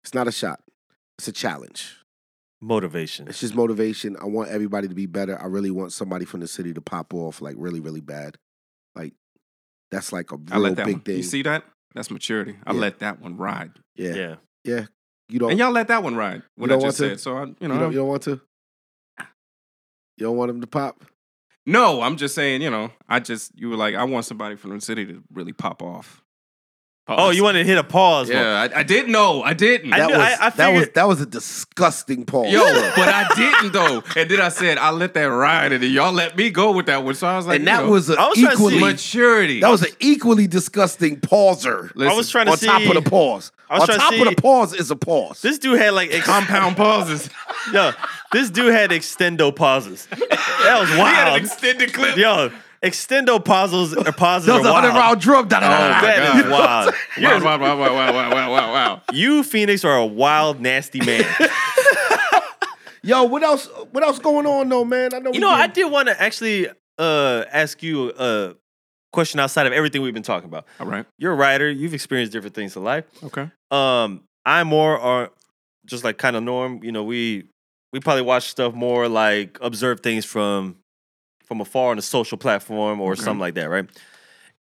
[SPEAKER 2] It's not a shot. It's a challenge.
[SPEAKER 3] Motivation.
[SPEAKER 2] It's just motivation. I want everybody to be better. I really want somebody from the city to pop off like really really bad. Like that's like a
[SPEAKER 1] I
[SPEAKER 2] real
[SPEAKER 1] let that
[SPEAKER 2] big
[SPEAKER 1] one.
[SPEAKER 2] thing.
[SPEAKER 1] You see that? That's maturity. I
[SPEAKER 2] Yeah.
[SPEAKER 1] let that one ride,
[SPEAKER 2] yeah.
[SPEAKER 3] Yeah.
[SPEAKER 2] You don't
[SPEAKER 1] and y'all let that one ride. What I
[SPEAKER 2] don't
[SPEAKER 1] just
[SPEAKER 2] want to?
[SPEAKER 1] said. So I, you
[SPEAKER 2] you,
[SPEAKER 1] know,
[SPEAKER 3] um
[SPEAKER 2] don't, you don't want to? You don't want them to pop?
[SPEAKER 1] no, I'm just saying. You know, I just you were like, I want somebody from the city to really pop off.
[SPEAKER 3] Oh, you wanted to hit a pause. one.
[SPEAKER 1] Yeah, I, I didn't know. I didn't.
[SPEAKER 3] I
[SPEAKER 2] That
[SPEAKER 3] knew-
[SPEAKER 2] was
[SPEAKER 3] I- I
[SPEAKER 2] that was
[SPEAKER 3] figured-
[SPEAKER 2] that was a disgusting pause.
[SPEAKER 1] Yo, but I didn't though. And then I said, I let that ride, and then y'all let me go with that one. So I was like,
[SPEAKER 2] and
[SPEAKER 1] you
[SPEAKER 2] that
[SPEAKER 1] know,
[SPEAKER 2] was an
[SPEAKER 3] I was trying to see-
[SPEAKER 2] equally
[SPEAKER 1] maturity.
[SPEAKER 2] that was an equally disgusting pauser
[SPEAKER 1] Listen,
[SPEAKER 3] I was trying to
[SPEAKER 2] on
[SPEAKER 3] see.
[SPEAKER 2] top of the pause.
[SPEAKER 3] I was
[SPEAKER 2] On
[SPEAKER 3] trying to
[SPEAKER 2] top of
[SPEAKER 3] see-
[SPEAKER 2] the pause is a pause.
[SPEAKER 3] This dude had like ex-
[SPEAKER 1] compound pauses.
[SPEAKER 3] yo, this dude had extendo pauses. That was
[SPEAKER 1] He had
[SPEAKER 3] wild.
[SPEAKER 1] an extended clip.
[SPEAKER 3] yo, extendo pauses or pauses
[SPEAKER 2] that was
[SPEAKER 3] are
[SPEAKER 2] a hundred
[SPEAKER 3] wild.
[SPEAKER 2] round drum. Da, da,
[SPEAKER 1] Oh,
[SPEAKER 2] da, da.
[SPEAKER 1] God.
[SPEAKER 3] That is wild.
[SPEAKER 1] Wow,
[SPEAKER 3] You're-
[SPEAKER 1] wow, wow, wow, wow, wow, wow, wow, wow.
[SPEAKER 3] you Phoenix are a wild, nasty man.
[SPEAKER 2] Yo, what else? What else going on though, man? I know.
[SPEAKER 3] you know, I did want to actually uh, ask you a question outside of everything we've been talking about.
[SPEAKER 1] All right.
[SPEAKER 3] You're a writer. You've experienced different things in life.
[SPEAKER 1] Okay.
[SPEAKER 3] um i more are just like kind of norm you know we we probably watch stuff more like observe things from from afar on a social platform or
[SPEAKER 1] Okay.
[SPEAKER 3] something like that right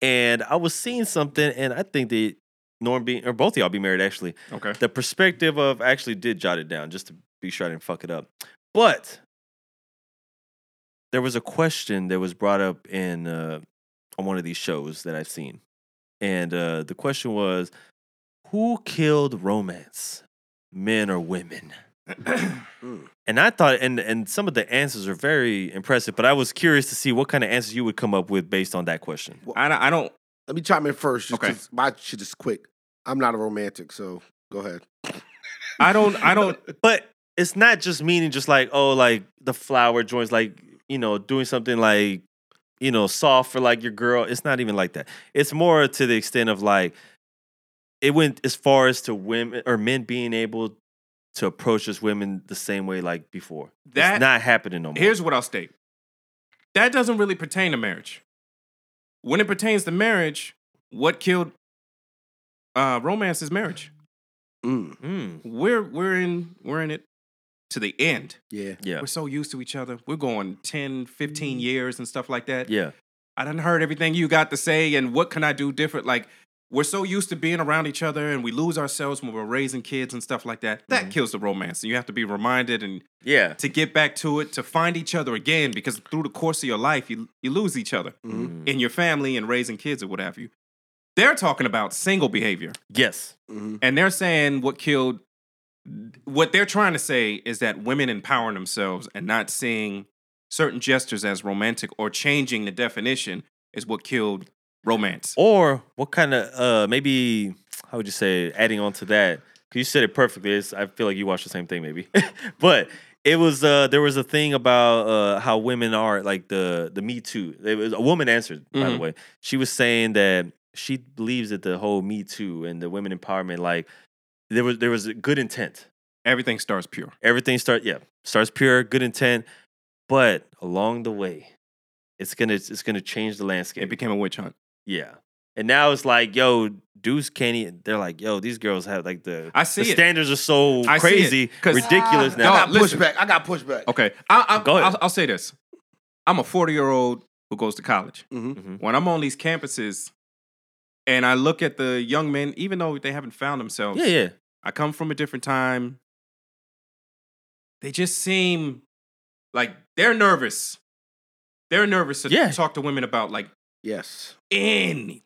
[SPEAKER 3] and i was seeing something and i think that norm being or both of y'all be married actually
[SPEAKER 1] Okay.
[SPEAKER 3] the perspective of I actually did jot it down just to be sure i didn't fuck it up but there was a question that was brought up in uh, on one of these shows that i've seen and uh, the question was who killed romance men or women and i thought and and some of the answers are very impressive but i was curious to see what kind of answers you would come up with based on that question
[SPEAKER 1] I don't, I don't.
[SPEAKER 2] Let me chime in first. Just
[SPEAKER 1] Okay.
[SPEAKER 2] 'cause my shit is quick. I'm not a romantic, so go ahead.
[SPEAKER 1] I don't. I don't.
[SPEAKER 3] but it's not just meaning just like oh like the flower joints like you know doing something like you know soft for like your girl it's not even like that it's more to the extent of like it went as far as to women or men being able to approach just women the same way like before
[SPEAKER 1] That-
[SPEAKER 3] it's not happening no more
[SPEAKER 1] Here's what I'll state. That doesn't really pertain to marriage. When it pertains to marriage, what killed uh, romance is marriage.
[SPEAKER 2] Mm,
[SPEAKER 3] Mm,
[SPEAKER 1] We're we're in we're in it to the end.
[SPEAKER 2] yeah.
[SPEAKER 3] yeah Mm.
[SPEAKER 1] We're so used to each other. We're going 10, 15 years and stuff like that.
[SPEAKER 3] yeah
[SPEAKER 1] I done heard everything you got to say, and what can I do different? Like, we're so used to being around each other and we lose ourselves when we're raising kids and stuff like that. That
[SPEAKER 3] Mhm.
[SPEAKER 1] kills the romance. And you have to be reminded and
[SPEAKER 3] yeah
[SPEAKER 1] to get back to it, to find each other again, because through the course of your life, you, you lose each other
[SPEAKER 2] Mhm.
[SPEAKER 3] Mm.
[SPEAKER 1] in your family and raising kids or what have you. They're talking about single behavior.
[SPEAKER 3] yes
[SPEAKER 2] Mhm.
[SPEAKER 1] And they're saying what killed, what they're trying to say is that women empowering themselves and not seeing certain gestures as romantic or changing the definition is what killed romance.
[SPEAKER 3] or what kind of uh maybe how would you say adding on to that 'cause you said it perfectly it's, i feel like you watch the same thing maybe but it was uh there was a thing about uh how women are like the the Me Too. It was a woman answered by the
[SPEAKER 1] Mhm.
[SPEAKER 3] way. She was saying that she believes that the whole Me Too and the women empowerment like there was there was a good intent.
[SPEAKER 1] Everything starts pure.
[SPEAKER 3] Everything start yeah starts pure good intent, but along the way, it's gonna it's gonna change the landscape.
[SPEAKER 1] It became a witch hunt.
[SPEAKER 3] Yeah. And now it's like, yo, dudes can't even. They're like, yo, these girls have like the,
[SPEAKER 1] I see
[SPEAKER 3] the
[SPEAKER 1] it.
[SPEAKER 3] standards are so
[SPEAKER 1] I see it,
[SPEAKER 3] crazy,
[SPEAKER 1] 'cause-
[SPEAKER 3] ridiculous
[SPEAKER 1] Ah,
[SPEAKER 3] now.
[SPEAKER 1] dog.
[SPEAKER 2] I got
[SPEAKER 1] listen.
[SPEAKER 2] pushback. I got pushback.
[SPEAKER 1] Okay, I, I,
[SPEAKER 3] Go ahead.
[SPEAKER 1] I'll, I'll say this: I'm a 40 year old who goes to college.
[SPEAKER 2] Mhm.
[SPEAKER 3] Mhm.
[SPEAKER 1] When I'm on these campuses, and I look at the young men, even though they haven't found themselves,
[SPEAKER 3] Yeah, yeah.
[SPEAKER 1] I come from a different time. They just seem like they're nervous. They're nervous to
[SPEAKER 3] Yeah.
[SPEAKER 1] talk to women about like
[SPEAKER 2] Yes.
[SPEAKER 1] any,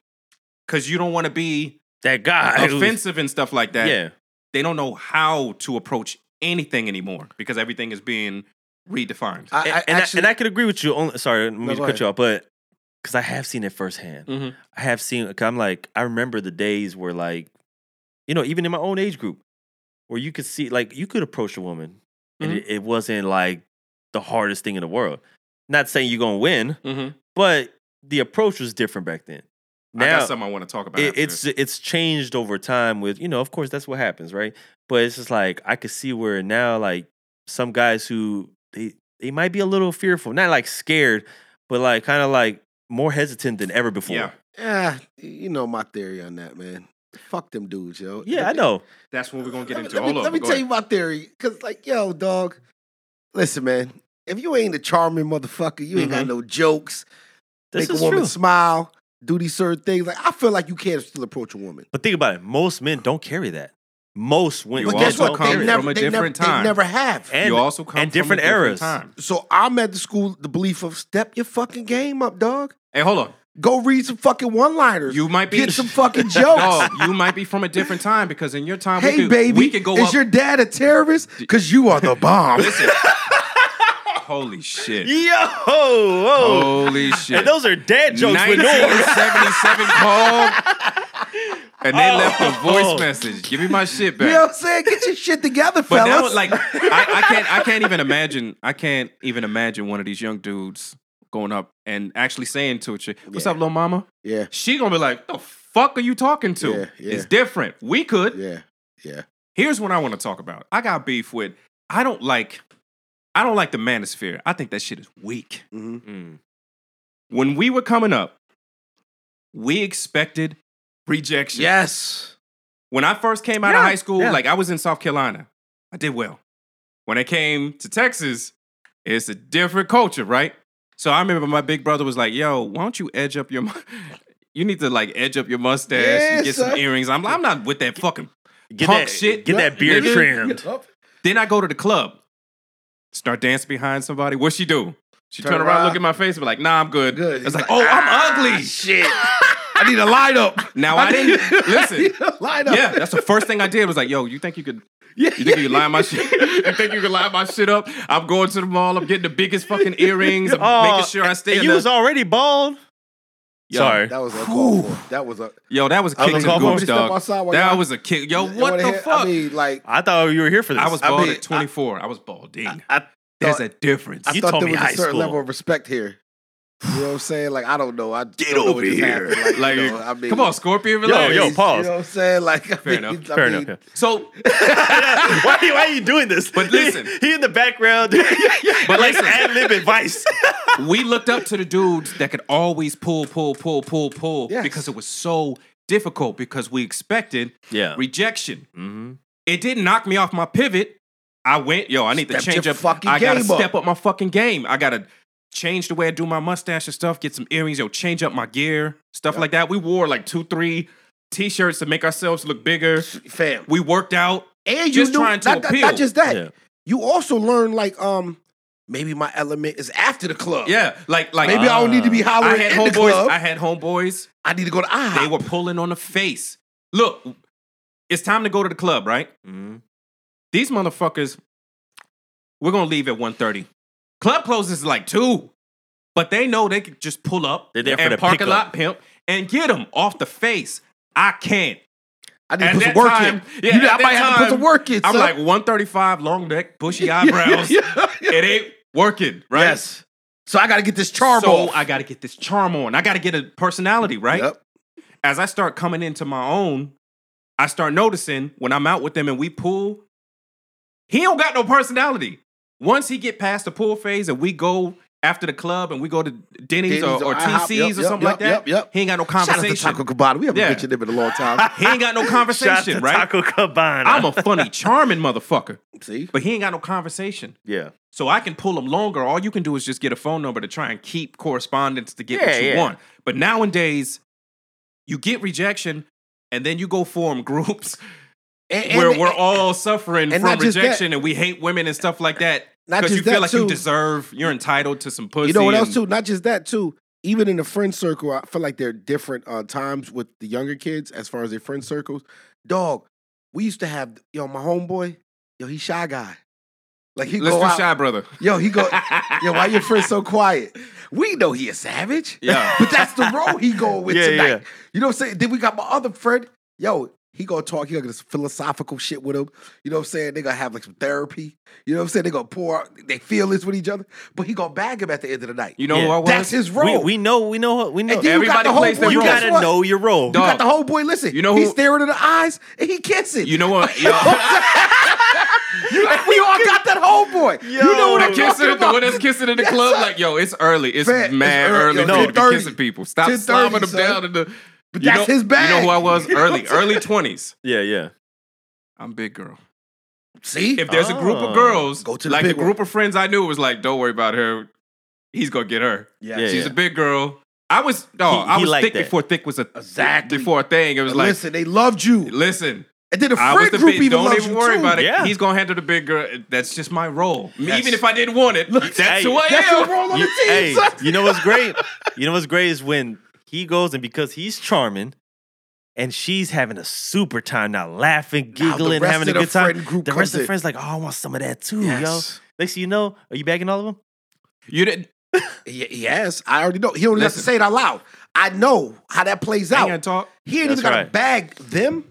[SPEAKER 1] because you don't want to be
[SPEAKER 3] That guy. who's-
[SPEAKER 1] offensive and stuff like that.
[SPEAKER 3] Yeah.
[SPEAKER 1] They don't know how to approach anything anymore because everything is being redefined.
[SPEAKER 2] I,
[SPEAKER 3] And,
[SPEAKER 2] I
[SPEAKER 3] and I,
[SPEAKER 2] actually,
[SPEAKER 3] and I could agree with you. Only, sorry, let me
[SPEAKER 2] No,
[SPEAKER 3] just
[SPEAKER 2] go Mm-hmm.
[SPEAKER 3] cut you off, but because I have seen it firsthand.
[SPEAKER 1] Mhm.
[SPEAKER 3] I have seen, i I'm like, I remember the days where, like, you know, even in my own age group, where you could see, like, you could approach a woman and
[SPEAKER 2] Mm-hmm.
[SPEAKER 1] Mhm.
[SPEAKER 3] it, it wasn't like the hardest thing in the world. Not saying you're going to win,
[SPEAKER 1] Mm-hmm.
[SPEAKER 3] but the approach was different back then.
[SPEAKER 1] I
[SPEAKER 3] Now
[SPEAKER 1] got something I want to talk about.
[SPEAKER 3] it,
[SPEAKER 1] after
[SPEAKER 3] it's
[SPEAKER 1] this.
[SPEAKER 3] it's changed over time with you know, of course, that's what happens, right? But it's just like I could see where now, like some guys who they they might be a little fearful, not like scared, but like kind of like more hesitant than ever before.
[SPEAKER 1] Yeah.
[SPEAKER 2] yeah, you know my theory on that, man. Fuck them dudes, yo.
[SPEAKER 3] Yeah, I know.
[SPEAKER 1] that's what we're gonna get
[SPEAKER 2] Let me-
[SPEAKER 1] into.
[SPEAKER 2] Let me,
[SPEAKER 1] Hold on.
[SPEAKER 2] let me
[SPEAKER 1] go
[SPEAKER 2] tell you my theory, because like, yo, dog. Listen, man. If you ain't a charming motherfucker, you ain't got
[SPEAKER 1] Mm-hmm.
[SPEAKER 2] no jokes.
[SPEAKER 3] This
[SPEAKER 2] make
[SPEAKER 3] is
[SPEAKER 2] a woman
[SPEAKER 3] true.
[SPEAKER 2] smile. Do these certain things. Like I feel like you can't still approach a woman.
[SPEAKER 3] But think about it. Most men don't carry that. Most women,
[SPEAKER 1] You
[SPEAKER 2] but guess
[SPEAKER 1] also
[SPEAKER 2] what?
[SPEAKER 3] don't
[SPEAKER 1] come
[SPEAKER 2] They
[SPEAKER 3] carry that.
[SPEAKER 2] never,
[SPEAKER 1] from a
[SPEAKER 2] they never-
[SPEAKER 1] different time.
[SPEAKER 2] They never have.
[SPEAKER 1] ahead.
[SPEAKER 3] and
[SPEAKER 1] you also come
[SPEAKER 3] and
[SPEAKER 1] from a
[SPEAKER 3] different eras.
[SPEAKER 1] Time.
[SPEAKER 2] so I'm at the school, the belief of step your fucking game up, dog.
[SPEAKER 1] Hey, hold on.
[SPEAKER 2] Go read some fucking one-liners.
[SPEAKER 1] You might be
[SPEAKER 2] Get some fucking jokes.
[SPEAKER 1] Dog, you might be from a different time because in your time, we
[SPEAKER 2] hey,
[SPEAKER 1] could,
[SPEAKER 2] baby,
[SPEAKER 1] we could go
[SPEAKER 2] is
[SPEAKER 1] up.
[SPEAKER 2] your dad a terrorist? Because you are the bomb.
[SPEAKER 1] Holy shit!
[SPEAKER 3] Yo,
[SPEAKER 2] Oh,
[SPEAKER 3] whoa.
[SPEAKER 1] Holy shit!
[SPEAKER 3] and those are dad jokes with doors.
[SPEAKER 1] 1977 called, and they
[SPEAKER 3] Oh.
[SPEAKER 1] left a voice message. Give me my shit
[SPEAKER 2] you
[SPEAKER 1] back.
[SPEAKER 2] know what I'm saying? Get your shit together,
[SPEAKER 1] But
[SPEAKER 2] fellas.
[SPEAKER 1] now, like, I, I can't, I can't even imagine. I can't even imagine one of these young dudes going up and actually saying to a chick, "What's
[SPEAKER 2] Yeah.
[SPEAKER 1] up, little mama?"
[SPEAKER 2] yeah,
[SPEAKER 1] She gonna be like, "The fuck are you talking to?"
[SPEAKER 2] Yeah, yeah.
[SPEAKER 1] It's different. We could.
[SPEAKER 2] yeah, yeah.
[SPEAKER 1] Here's what I want to talk about. I got beef with. I don't like. I don't like the manosphere. I think that shit is weak.
[SPEAKER 2] Mm-hmm.
[SPEAKER 3] Mm.
[SPEAKER 1] When we were coming up, we expected rejection.
[SPEAKER 2] Yes.
[SPEAKER 1] When I first came out of
[SPEAKER 3] Yeah,
[SPEAKER 1] high school,
[SPEAKER 3] yeah.
[SPEAKER 1] like I was in South Carolina, I did well. When I came to Texas, it's a different culture, right? So I remember my big brother was like, "Yo, why don't you edge up your, mu- you need to like edge up your mustache
[SPEAKER 2] Yeah,
[SPEAKER 1] and get
[SPEAKER 2] son.
[SPEAKER 1] some earrings." I'm, I'm not with that fucking
[SPEAKER 3] Get
[SPEAKER 1] Punk
[SPEAKER 3] that
[SPEAKER 1] shit.
[SPEAKER 3] Get that beard
[SPEAKER 1] Nigga.
[SPEAKER 3] trimmed.
[SPEAKER 1] Then I go to the club, start dancing behind somebody. What she do? She turn,
[SPEAKER 2] Turn
[SPEAKER 1] around,
[SPEAKER 2] around.
[SPEAKER 1] look at my face, and be like, "Nah, I'm good."
[SPEAKER 2] Good.
[SPEAKER 1] It's
[SPEAKER 2] He's
[SPEAKER 1] like,
[SPEAKER 2] like,
[SPEAKER 1] "Oh,
[SPEAKER 2] "Ah,
[SPEAKER 1] I'm ugly."
[SPEAKER 2] Shit. I need a light up.
[SPEAKER 1] Now I didn't listen.
[SPEAKER 2] light up.
[SPEAKER 1] Yeah, that's the first thing I did was like, "Yo, you think you could?
[SPEAKER 2] yeah.
[SPEAKER 1] You think you could line my shit? You think you could line my shit up? I'm going to the mall. I'm getting the biggest fucking earrings. I'm
[SPEAKER 3] Oh,
[SPEAKER 1] making sure I stay."
[SPEAKER 3] And
[SPEAKER 1] in
[SPEAKER 3] you
[SPEAKER 1] the-
[SPEAKER 3] was already bald.
[SPEAKER 1] Yo,
[SPEAKER 3] Sorry.
[SPEAKER 2] That was uncalled for. That was a.
[SPEAKER 1] Yo, that was a
[SPEAKER 2] I
[SPEAKER 1] kick to
[SPEAKER 2] was
[SPEAKER 1] the
[SPEAKER 3] uncalled for.
[SPEAKER 1] goose,
[SPEAKER 2] Step
[SPEAKER 1] dog.
[SPEAKER 2] outside while
[SPEAKER 1] That
[SPEAKER 2] y'all-
[SPEAKER 1] was a kick. Yo,
[SPEAKER 2] you
[SPEAKER 1] what
[SPEAKER 2] wanna
[SPEAKER 1] the
[SPEAKER 2] hear-
[SPEAKER 1] fuck?
[SPEAKER 2] I mean, like,
[SPEAKER 3] I thought you were here for this.
[SPEAKER 1] I was
[SPEAKER 2] I
[SPEAKER 1] bald
[SPEAKER 2] mean,
[SPEAKER 1] at 24. I, was balding.
[SPEAKER 3] I-
[SPEAKER 1] There's a difference.
[SPEAKER 2] I
[SPEAKER 3] You
[SPEAKER 2] thought
[SPEAKER 3] told
[SPEAKER 2] there
[SPEAKER 3] me
[SPEAKER 2] was a
[SPEAKER 3] high
[SPEAKER 2] certain
[SPEAKER 3] school.
[SPEAKER 2] level of respect here. You know what I'm saying? Like, I don't know. I
[SPEAKER 3] Get
[SPEAKER 2] don't know
[SPEAKER 3] over
[SPEAKER 2] what just
[SPEAKER 3] here.
[SPEAKER 2] happened. Like,
[SPEAKER 1] like,
[SPEAKER 2] you know, I mean,
[SPEAKER 1] come on, Scorpion,
[SPEAKER 3] Yo,
[SPEAKER 1] relax.
[SPEAKER 3] yo, pause.
[SPEAKER 2] You know what I'm saying? Like, I
[SPEAKER 1] Fair
[SPEAKER 2] mean,
[SPEAKER 1] enough.
[SPEAKER 2] I
[SPEAKER 3] Fair
[SPEAKER 2] mean,
[SPEAKER 3] enough.
[SPEAKER 1] So
[SPEAKER 3] why, you- why are you doing this?
[SPEAKER 1] But listen.
[SPEAKER 3] he, he in the background. but like
[SPEAKER 1] listen.
[SPEAKER 3] ad lib advice.
[SPEAKER 1] we looked up to the dudes that could always pull, pull, pull, pull, pull
[SPEAKER 2] Yes.
[SPEAKER 1] because it was so difficult because we expected
[SPEAKER 3] Yeah.
[SPEAKER 1] rejection.
[SPEAKER 3] Mm-hmm.
[SPEAKER 1] It didn't knock me off my pivot. I went, yo, I need
[SPEAKER 2] Step
[SPEAKER 1] to change
[SPEAKER 2] your
[SPEAKER 1] up.
[SPEAKER 2] fucking
[SPEAKER 1] I gotta
[SPEAKER 2] game up.
[SPEAKER 1] step up my fucking game. I gotta change the way I do my mustache and stuff, get some earrings, yo, change up my gear, stuff like that. We wore like two, three t shirts to make ourselves look bigger.
[SPEAKER 2] Fam.
[SPEAKER 1] We worked out.
[SPEAKER 2] And you
[SPEAKER 1] Just
[SPEAKER 2] knew-
[SPEAKER 1] trying to
[SPEAKER 2] not, not-
[SPEAKER 1] appeal.
[SPEAKER 2] Not just that.
[SPEAKER 3] Yeah.
[SPEAKER 2] You also learn, like, um, maybe my element is after the club.
[SPEAKER 1] Yeah, like, like, uh,
[SPEAKER 2] Maybe I don't need to be
[SPEAKER 1] I
[SPEAKER 2] hollering
[SPEAKER 1] had
[SPEAKER 2] in the
[SPEAKER 1] homeboys.
[SPEAKER 2] club.
[SPEAKER 1] I
[SPEAKER 2] I,
[SPEAKER 1] had homeboys
[SPEAKER 2] need to go to IHOP.
[SPEAKER 1] They were pulling on the face. Look, it's time to go to the club, right?
[SPEAKER 3] Mm-hmm.
[SPEAKER 1] These motherfuckers, we're gonna leave at 1.30. Club closes at like two, but they know they could just pull up
[SPEAKER 3] They're there for
[SPEAKER 1] and
[SPEAKER 3] the
[SPEAKER 1] parking
[SPEAKER 3] pickup.
[SPEAKER 1] lot pimp and get them off the face. I can't.
[SPEAKER 2] I need to
[SPEAKER 1] At
[SPEAKER 2] put some
[SPEAKER 1] that
[SPEAKER 2] work
[SPEAKER 1] time-
[SPEAKER 2] in.
[SPEAKER 1] yeah,
[SPEAKER 2] you know,
[SPEAKER 1] at
[SPEAKER 2] I
[SPEAKER 1] that
[SPEAKER 2] might have to put
[SPEAKER 1] time,
[SPEAKER 2] some work in.
[SPEAKER 1] I'm
[SPEAKER 2] son.
[SPEAKER 1] like 135, long neck, bushy
[SPEAKER 2] Yeah, yeah,
[SPEAKER 1] eyebrows.
[SPEAKER 2] yeah, yeah.
[SPEAKER 1] It ain't working, right?
[SPEAKER 2] Yes. So I got to get this charm
[SPEAKER 1] so
[SPEAKER 2] off.
[SPEAKER 1] I got to get this charm on. I got to get a personality, right?
[SPEAKER 2] Yep.
[SPEAKER 1] As I start coming into my own, I start noticing when I'm out with them and we pool, he don't got no personality. Once he get past the pool phase and we go after the club and we go to Denny's,
[SPEAKER 2] Denny's
[SPEAKER 1] or, or
[SPEAKER 2] IHOP,
[SPEAKER 1] TC's
[SPEAKER 2] yep,
[SPEAKER 1] or
[SPEAKER 2] yep,
[SPEAKER 1] something like
[SPEAKER 2] yep,
[SPEAKER 1] that,
[SPEAKER 2] yep.
[SPEAKER 1] he ain't got no
[SPEAKER 2] Shout out to
[SPEAKER 1] conversation.
[SPEAKER 2] Taco Cabana. We haven't
[SPEAKER 1] Yeah.
[SPEAKER 2] mentioned him in a long time.
[SPEAKER 1] he ain't got no
[SPEAKER 3] Shout to
[SPEAKER 1] conversation, right?
[SPEAKER 3] Taco Cabana.
[SPEAKER 1] I'm a funny, charming motherfucker,
[SPEAKER 2] See?
[SPEAKER 1] but he ain't got no conversation.
[SPEAKER 3] yeah.
[SPEAKER 1] So I can pull them longer. All you can do is just get a phone number to try and keep correspondence to get
[SPEAKER 3] Yeah,
[SPEAKER 1] what you
[SPEAKER 3] yeah.
[SPEAKER 1] want. But nowadays, you get rejection, and then you go form groups
[SPEAKER 2] And, and-
[SPEAKER 1] where we're all suffering
[SPEAKER 2] and
[SPEAKER 1] from
[SPEAKER 2] not just that.
[SPEAKER 1] rejection, and we hate women and stuff like that
[SPEAKER 2] Not
[SPEAKER 1] because
[SPEAKER 2] just
[SPEAKER 1] you
[SPEAKER 2] that,
[SPEAKER 1] feel like
[SPEAKER 2] too.
[SPEAKER 1] you deserve, you're entitled to some pussy.
[SPEAKER 2] You know what else
[SPEAKER 1] and-
[SPEAKER 2] too? Not just that too. Even in the friend circle, I feel like there are different uh, times with the younger kids as far as their friend circles. Dog, we used to have yo my homeboy. Yo, he shy guy. Like he
[SPEAKER 1] Let's
[SPEAKER 2] go
[SPEAKER 1] do
[SPEAKER 2] out.
[SPEAKER 1] shy brother.
[SPEAKER 2] Yo, he go. yo, why your friend so quiet? We know he a savage.
[SPEAKER 1] Yeah.
[SPEAKER 2] but that's the role he going with
[SPEAKER 3] Yeah,
[SPEAKER 2] tonight.
[SPEAKER 3] yeah.
[SPEAKER 2] You know what I'm saying? Then we got my other friend. Yo, he gonna talk. He gonna get this philosophical shit with him. You know what I'm saying? They gonna have like some therapy. You know what I'm saying? They gonna pour out they feelings with each other. But he gonna bag him at the end of the night.
[SPEAKER 1] You know
[SPEAKER 3] Yeah.
[SPEAKER 1] who I was?
[SPEAKER 2] That's his role.
[SPEAKER 3] We, we know, we know, we know.
[SPEAKER 2] And then you got
[SPEAKER 1] Everybody
[SPEAKER 2] the whole
[SPEAKER 1] plays
[SPEAKER 2] boy.
[SPEAKER 1] their
[SPEAKER 3] you
[SPEAKER 1] role.
[SPEAKER 2] guess
[SPEAKER 3] gotta
[SPEAKER 2] what?
[SPEAKER 3] know your role.
[SPEAKER 2] You
[SPEAKER 1] Dog.
[SPEAKER 2] got the whole boy. Listen,
[SPEAKER 1] You know
[SPEAKER 2] he's
[SPEAKER 1] who-
[SPEAKER 2] staring in the eyes and he kissing.
[SPEAKER 1] you know what? Yo,
[SPEAKER 2] we all got that whole boy. you know what
[SPEAKER 1] the
[SPEAKER 2] I'm talking
[SPEAKER 1] kissing, the
[SPEAKER 2] about.
[SPEAKER 1] one that's kissing in the
[SPEAKER 2] Yes,
[SPEAKER 1] club,
[SPEAKER 2] sir.
[SPEAKER 1] like, yo, it's early. It's
[SPEAKER 2] Fat, it's
[SPEAKER 1] mad
[SPEAKER 2] early.
[SPEAKER 1] early,
[SPEAKER 2] Yo,
[SPEAKER 1] for you to
[SPEAKER 2] 10:30.
[SPEAKER 1] be kissing people. Stop
[SPEAKER 2] 10:30,
[SPEAKER 1] slamming them
[SPEAKER 2] son.
[SPEAKER 1] down in the.
[SPEAKER 2] But
[SPEAKER 1] You
[SPEAKER 2] that's
[SPEAKER 1] know-
[SPEAKER 2] his bag.
[SPEAKER 1] You know who I was?
[SPEAKER 2] You know
[SPEAKER 1] Early,
[SPEAKER 2] what I'm saying?
[SPEAKER 1] early 20s.
[SPEAKER 3] Yeah, yeah.
[SPEAKER 1] I'm big girl.
[SPEAKER 2] See,
[SPEAKER 1] If there's a group
[SPEAKER 3] Oh.
[SPEAKER 1] of girls,
[SPEAKER 2] Go to the
[SPEAKER 1] like the
[SPEAKER 2] big one.
[SPEAKER 1] group of friends I knew was like, don't worry about her. He's gonna get her.
[SPEAKER 2] yeah,
[SPEAKER 3] Yeah.
[SPEAKER 1] She's a big girl. I was no,
[SPEAKER 3] He-
[SPEAKER 1] I
[SPEAKER 3] he
[SPEAKER 1] was
[SPEAKER 3] like
[SPEAKER 1] thick
[SPEAKER 3] that.
[SPEAKER 1] before thick was a
[SPEAKER 2] Exactly.
[SPEAKER 1] before a thing. It was like,
[SPEAKER 2] listen,
[SPEAKER 1] listen,
[SPEAKER 2] they loved you, and then the
[SPEAKER 1] I was
[SPEAKER 2] friend
[SPEAKER 1] the
[SPEAKER 2] group
[SPEAKER 1] big.
[SPEAKER 2] even
[SPEAKER 1] Don't
[SPEAKER 2] loves
[SPEAKER 1] even
[SPEAKER 2] you
[SPEAKER 1] worry
[SPEAKER 2] too.
[SPEAKER 1] about it.
[SPEAKER 3] Yeah.
[SPEAKER 1] He's gonna handle the big girl. That's just my role.
[SPEAKER 3] That's-
[SPEAKER 1] Even if I didn't want it, that's
[SPEAKER 3] Hey,
[SPEAKER 1] who I
[SPEAKER 2] That's your
[SPEAKER 1] am.
[SPEAKER 2] role on
[SPEAKER 3] You,
[SPEAKER 2] the team.
[SPEAKER 3] hey,
[SPEAKER 2] son.
[SPEAKER 3] you know what's great? You know what's great is when he goes and because he's charming and she's having a super time now, laughing,
[SPEAKER 2] Now the
[SPEAKER 3] giggling,
[SPEAKER 2] rest
[SPEAKER 3] having a
[SPEAKER 2] of the
[SPEAKER 3] good time.
[SPEAKER 2] friend group
[SPEAKER 3] the
[SPEAKER 2] comes
[SPEAKER 3] rest of
[SPEAKER 2] in.
[SPEAKER 3] the friends like, oh, I want some of that too,
[SPEAKER 2] Yes.
[SPEAKER 3] yo. Next thing you know, are you bagging all of them?
[SPEAKER 1] You didn't.
[SPEAKER 2] Y- yes, I already know. He don't have to
[SPEAKER 1] Listen.
[SPEAKER 2] say it out loud. I know how that plays
[SPEAKER 1] I ain't gonna
[SPEAKER 2] out.
[SPEAKER 1] talk.
[SPEAKER 2] He ain't
[SPEAKER 3] That's
[SPEAKER 2] even got to
[SPEAKER 3] right.
[SPEAKER 2] bag them,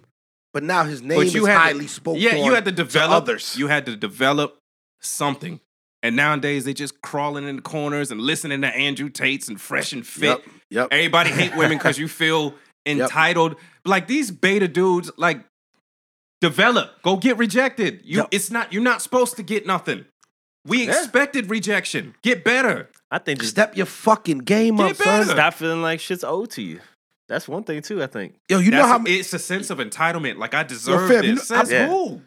[SPEAKER 2] but now his name
[SPEAKER 1] you
[SPEAKER 2] is
[SPEAKER 1] had to-
[SPEAKER 2] highly spoken.
[SPEAKER 1] Yeah, you had to develop.
[SPEAKER 2] others.
[SPEAKER 1] You had to develop something. And nowadays they just crawling in the corners and listening to Andrew Tate's and Fresh and Fit.
[SPEAKER 2] Yep, yep.
[SPEAKER 1] Everybody hate women because you feel entitled. Like these beta dudes, like develop, go get rejected. You,
[SPEAKER 2] Yep.
[SPEAKER 1] it's not you're not supposed to get nothing. We
[SPEAKER 2] Yeah.
[SPEAKER 1] expected rejection. Get better.
[SPEAKER 3] I think just
[SPEAKER 2] Step your fucking game
[SPEAKER 1] Get
[SPEAKER 2] up, son.
[SPEAKER 1] better.
[SPEAKER 3] stop feeling like shit's owed to you. That's one thing too, I think.
[SPEAKER 2] Yo, you know
[SPEAKER 1] That's-
[SPEAKER 2] how many.
[SPEAKER 1] it's a sense of entitlement. Like I deserve
[SPEAKER 2] fam, you
[SPEAKER 1] this.
[SPEAKER 2] know- I-
[SPEAKER 1] Says
[SPEAKER 3] Yeah.
[SPEAKER 1] who?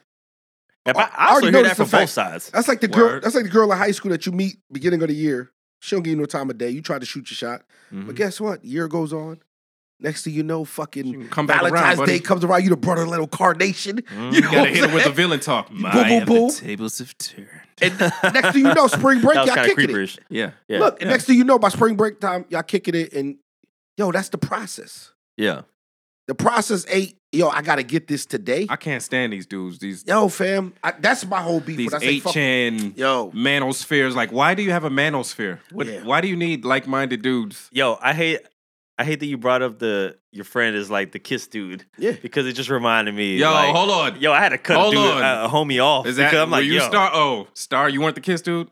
[SPEAKER 3] If
[SPEAKER 2] I
[SPEAKER 3] I, I also
[SPEAKER 2] already
[SPEAKER 3] hear
[SPEAKER 2] noticed
[SPEAKER 3] that from
[SPEAKER 2] the fact- Uh,
[SPEAKER 3] both sides.
[SPEAKER 2] That's like the girl.
[SPEAKER 1] Word.
[SPEAKER 2] That's like the girl in high school that you meet beginning of the year. She don't give you no time of day. You try to shoot your shot,
[SPEAKER 3] Mm-hmm.
[SPEAKER 1] Mm-hmm.
[SPEAKER 2] but guess what? Year goes on. Next thing you know,
[SPEAKER 1] You
[SPEAKER 2] fucking
[SPEAKER 1] can come back
[SPEAKER 2] Valentine's
[SPEAKER 1] around, buddy.
[SPEAKER 2] Day comes around. You the brother little carnation.
[SPEAKER 3] Mhm.
[SPEAKER 2] You
[SPEAKER 1] You gotta hit
[SPEAKER 2] what I'm
[SPEAKER 1] him with the
[SPEAKER 2] saying?
[SPEAKER 1] villain talk.
[SPEAKER 2] My, have the boo.
[SPEAKER 1] tables have turned.
[SPEAKER 2] Next thing you know, spring break,
[SPEAKER 3] that was
[SPEAKER 2] y'all
[SPEAKER 3] kind of
[SPEAKER 2] kicking it.
[SPEAKER 3] creeperish.
[SPEAKER 1] Yeah.
[SPEAKER 3] Yeah.
[SPEAKER 2] Look,
[SPEAKER 3] yeah.
[SPEAKER 2] next thing you know, by spring break time, y'all kicking it, and yo, that's the process.
[SPEAKER 3] yeah.
[SPEAKER 2] The process ain't yo. I gotta get this today.
[SPEAKER 1] I can't stand these dudes. These
[SPEAKER 2] yo, fam, I, that's my whole beef.
[SPEAKER 1] these
[SPEAKER 2] when I say
[SPEAKER 1] eight
[SPEAKER 2] fuck,
[SPEAKER 1] chan
[SPEAKER 2] yo,
[SPEAKER 1] manospheres. Like, why do you have a manosphere? What,
[SPEAKER 2] Yeah.
[SPEAKER 1] Why do you need like minded dudes?
[SPEAKER 3] Yo, I hate I hate that you brought up the your friend is like the kiss dude.
[SPEAKER 2] Yeah.
[SPEAKER 3] Because it just reminded me.
[SPEAKER 1] Yo,
[SPEAKER 3] like,
[SPEAKER 1] hold on.
[SPEAKER 3] Yo, I had to cut a,
[SPEAKER 1] Hold
[SPEAKER 3] dude,
[SPEAKER 1] on.
[SPEAKER 3] a, a homie off.
[SPEAKER 1] Is that
[SPEAKER 3] because I'm like,
[SPEAKER 1] were you
[SPEAKER 3] yo,
[SPEAKER 1] star? Oh, star, you weren't the kiss dude.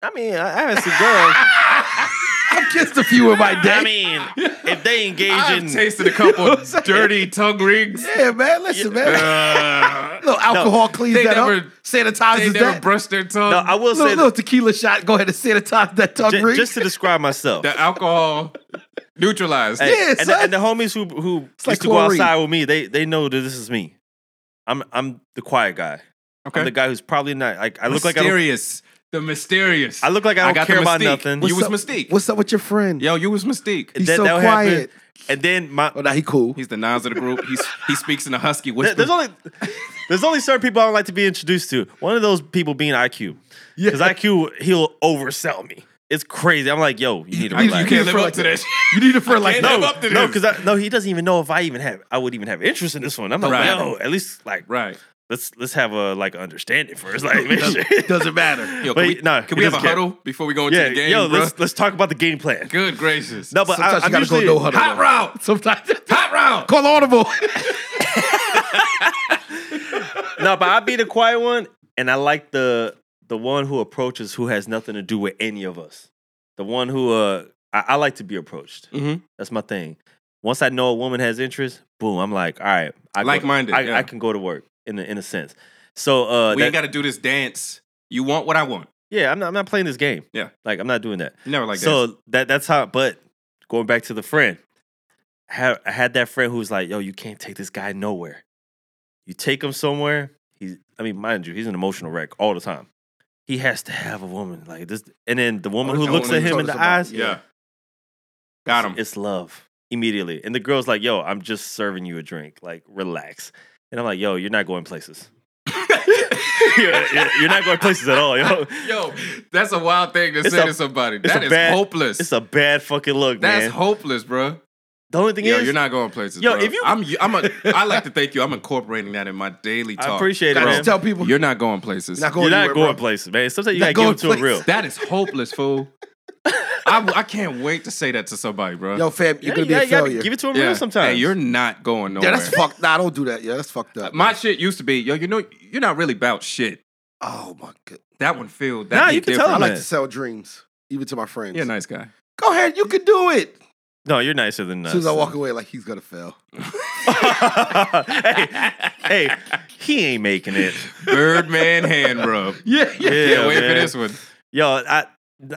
[SPEAKER 3] I mean, I, I haven't seen girls.
[SPEAKER 2] I kissed a few of my day.
[SPEAKER 3] I mean, if they engage in
[SPEAKER 1] I've tasted a couple
[SPEAKER 2] what I'm saying?
[SPEAKER 1] dirty tongue rings.
[SPEAKER 2] yeah, man, listen,
[SPEAKER 3] Yeah.
[SPEAKER 2] man.
[SPEAKER 1] Uh,
[SPEAKER 2] Little alcohol cleans
[SPEAKER 1] they
[SPEAKER 2] that up,
[SPEAKER 1] never- they
[SPEAKER 2] sanitizes
[SPEAKER 1] never
[SPEAKER 2] that.
[SPEAKER 1] brushed their tongue.
[SPEAKER 3] No, I will
[SPEAKER 2] little,
[SPEAKER 3] say
[SPEAKER 2] little tequila shot. Go ahead and sanitize that tongue
[SPEAKER 3] that, ju-
[SPEAKER 2] ring.
[SPEAKER 3] just to describe myself.
[SPEAKER 1] the alcohol neutralized.
[SPEAKER 3] Hey,
[SPEAKER 2] Yeah,
[SPEAKER 3] and, the,
[SPEAKER 2] son.
[SPEAKER 3] and the homies who who
[SPEAKER 2] It's
[SPEAKER 3] used
[SPEAKER 2] like
[SPEAKER 3] to go
[SPEAKER 2] chlorine.
[SPEAKER 3] outside with me, they they know that this is me. I'm I'm the quiet guy.
[SPEAKER 1] okay,
[SPEAKER 3] I'm the guy who's probably not like I look like I don't,
[SPEAKER 1] mysterious. the mysterious.
[SPEAKER 3] I look like I don't
[SPEAKER 1] got the
[SPEAKER 3] care about
[SPEAKER 1] mystique.
[SPEAKER 3] nothing.
[SPEAKER 1] You
[SPEAKER 2] What's
[SPEAKER 1] was
[SPEAKER 2] up-
[SPEAKER 1] Mystique.
[SPEAKER 2] What's up with your friend?
[SPEAKER 1] Yo, you was mystique.
[SPEAKER 2] He's
[SPEAKER 3] that-
[SPEAKER 2] so
[SPEAKER 3] that would happen.
[SPEAKER 2] quiet.
[SPEAKER 3] And then my
[SPEAKER 2] Oh, now he cool.
[SPEAKER 1] He's the Nas of the group. He's he speaks in a husky
[SPEAKER 3] There-
[SPEAKER 1] whisper.
[SPEAKER 3] There's only there's only certain people I don't like to be introduced to. One of those people being IQ. Because IQ, he'll oversell me. It's crazy. I'm like, yo, you need to
[SPEAKER 1] I- you can't
[SPEAKER 3] relax.
[SPEAKER 2] He's
[SPEAKER 1] live
[SPEAKER 2] from
[SPEAKER 1] up
[SPEAKER 2] like
[SPEAKER 1] to
[SPEAKER 2] the-
[SPEAKER 1] that. shit.
[SPEAKER 2] you need a friend
[SPEAKER 1] I
[SPEAKER 2] like
[SPEAKER 1] can't
[SPEAKER 2] that.
[SPEAKER 1] live
[SPEAKER 3] no,
[SPEAKER 1] up to
[SPEAKER 3] no,
[SPEAKER 1] this.
[SPEAKER 3] because I no, he doesn't even know if I even have I would even have interest in this one. I'm like,
[SPEAKER 1] Right.
[SPEAKER 3] yo, at least like
[SPEAKER 1] Right.
[SPEAKER 3] let's let's have a like understanding first. Like make sure.
[SPEAKER 2] Doesn't matter.
[SPEAKER 1] Yo,
[SPEAKER 3] But
[SPEAKER 1] can we,
[SPEAKER 3] he- nah,
[SPEAKER 1] can
[SPEAKER 3] he
[SPEAKER 1] we have a
[SPEAKER 3] doesn't care.
[SPEAKER 1] huddle before we go into
[SPEAKER 3] yeah,
[SPEAKER 1] the game?
[SPEAKER 3] yo,
[SPEAKER 1] bro?
[SPEAKER 3] let's let's talk about the game plan.
[SPEAKER 1] Good gracious.
[SPEAKER 3] No, but I,
[SPEAKER 2] Sometimes you
[SPEAKER 3] I'm
[SPEAKER 2] gotta go
[SPEAKER 3] usually
[SPEAKER 2] no huddle.
[SPEAKER 1] Hot route.
[SPEAKER 2] Sometimes
[SPEAKER 1] Hot route.
[SPEAKER 2] call audible.
[SPEAKER 3] no, but I be the quiet one, and I like the the one who approaches who has nothing to do with any of us. The one who uh I, I like to be approached.
[SPEAKER 1] Mhm.
[SPEAKER 3] That's my thing. Once I know a woman has interest, boom, I'm like, all right, I go-
[SPEAKER 1] Like-minded,
[SPEAKER 3] I,
[SPEAKER 1] yeah.
[SPEAKER 3] I can go to work in a, in a sense. So uh,
[SPEAKER 1] we
[SPEAKER 3] that-
[SPEAKER 1] ain't got to do this dance. You want what I want.
[SPEAKER 3] yeah, I'm not, I'm not playing this game.
[SPEAKER 1] Yeah.
[SPEAKER 3] like I'm not doing that.
[SPEAKER 1] Never like
[SPEAKER 3] so that that's how. But going back to the friend, I had, I had that friend who was like, "Yo, you can't take this guy nowhere. You take him somewhere. He's, I mean, mind you, he's an emotional wreck all the time. He has to have a woman like this, and then the woman
[SPEAKER 1] Oh,
[SPEAKER 3] who
[SPEAKER 1] that
[SPEAKER 3] looks
[SPEAKER 1] one
[SPEAKER 3] at
[SPEAKER 1] you
[SPEAKER 3] him
[SPEAKER 2] told
[SPEAKER 3] in
[SPEAKER 2] us
[SPEAKER 3] the
[SPEAKER 2] about.
[SPEAKER 3] eyes,
[SPEAKER 1] that. Yeah. Got him.
[SPEAKER 3] it's love immediately. And the girl's like, "Yo, I'm just serving you a drink. Like, relax." And I'm like, "Yo, you're not going places. you're, you're- you're not going places at all, yo.
[SPEAKER 1] Yo, that's a wild thing to
[SPEAKER 3] It's
[SPEAKER 1] say
[SPEAKER 3] a-
[SPEAKER 1] to somebody.
[SPEAKER 3] it's
[SPEAKER 1] That
[SPEAKER 3] a
[SPEAKER 1] is
[SPEAKER 3] bad-
[SPEAKER 1] hopeless.
[SPEAKER 3] It's a bad fucking look,
[SPEAKER 1] That's
[SPEAKER 3] man.
[SPEAKER 1] hopeless, bro.
[SPEAKER 3] the only thing
[SPEAKER 1] Yo,
[SPEAKER 3] is,
[SPEAKER 1] you're not going places.
[SPEAKER 3] Yo,
[SPEAKER 1] bro.
[SPEAKER 3] if you-
[SPEAKER 1] I'm, I'm a, I like to thank you. I'm incorporating that in my daily talk.
[SPEAKER 3] I appreciate it,
[SPEAKER 2] I
[SPEAKER 3] man.
[SPEAKER 2] just tell people
[SPEAKER 1] You're not going places.
[SPEAKER 2] not
[SPEAKER 3] You're
[SPEAKER 2] going
[SPEAKER 3] not
[SPEAKER 2] anywhere,
[SPEAKER 3] going
[SPEAKER 2] bro.
[SPEAKER 3] places, man. Sometimes you
[SPEAKER 2] Not
[SPEAKER 3] gotta give it to
[SPEAKER 2] going
[SPEAKER 3] a real.
[SPEAKER 1] That is hopeless, fool. I, I can't wait to say that to somebody, bro.
[SPEAKER 2] Yo, fam,
[SPEAKER 3] Yeah,
[SPEAKER 2] you're gonna
[SPEAKER 3] yeah,
[SPEAKER 2] be
[SPEAKER 3] you
[SPEAKER 2] a
[SPEAKER 3] gotta
[SPEAKER 2] failure.
[SPEAKER 3] Give it to him
[SPEAKER 1] Yeah.
[SPEAKER 3] real sometimes.
[SPEAKER 1] Hey, you're not going
[SPEAKER 2] yeah,
[SPEAKER 1] nowhere.
[SPEAKER 2] that's fucked. Nah, don't do that. Yeah, that's fucked up.
[SPEAKER 1] My shit used to be, yo, you know, you're not really about shit.
[SPEAKER 2] oh my god.
[SPEAKER 1] That one filled. That
[SPEAKER 3] Nah,
[SPEAKER 1] hit
[SPEAKER 3] you can
[SPEAKER 1] different.
[SPEAKER 3] tell
[SPEAKER 2] I
[SPEAKER 3] him
[SPEAKER 2] like
[SPEAKER 3] man.
[SPEAKER 2] to sell dreams, even to my friends.
[SPEAKER 1] You're a nice guy.
[SPEAKER 2] Go ahead, you can do it.
[SPEAKER 3] no, you're nicer than us.
[SPEAKER 2] As soon as I walk away, like he's gonna fail.
[SPEAKER 3] hey, hey, he ain't making it.
[SPEAKER 1] Birdman hand rub.
[SPEAKER 2] Yeah,
[SPEAKER 3] yeah.
[SPEAKER 1] Can't wait
[SPEAKER 3] man.
[SPEAKER 1] for this one.
[SPEAKER 3] Yo, I,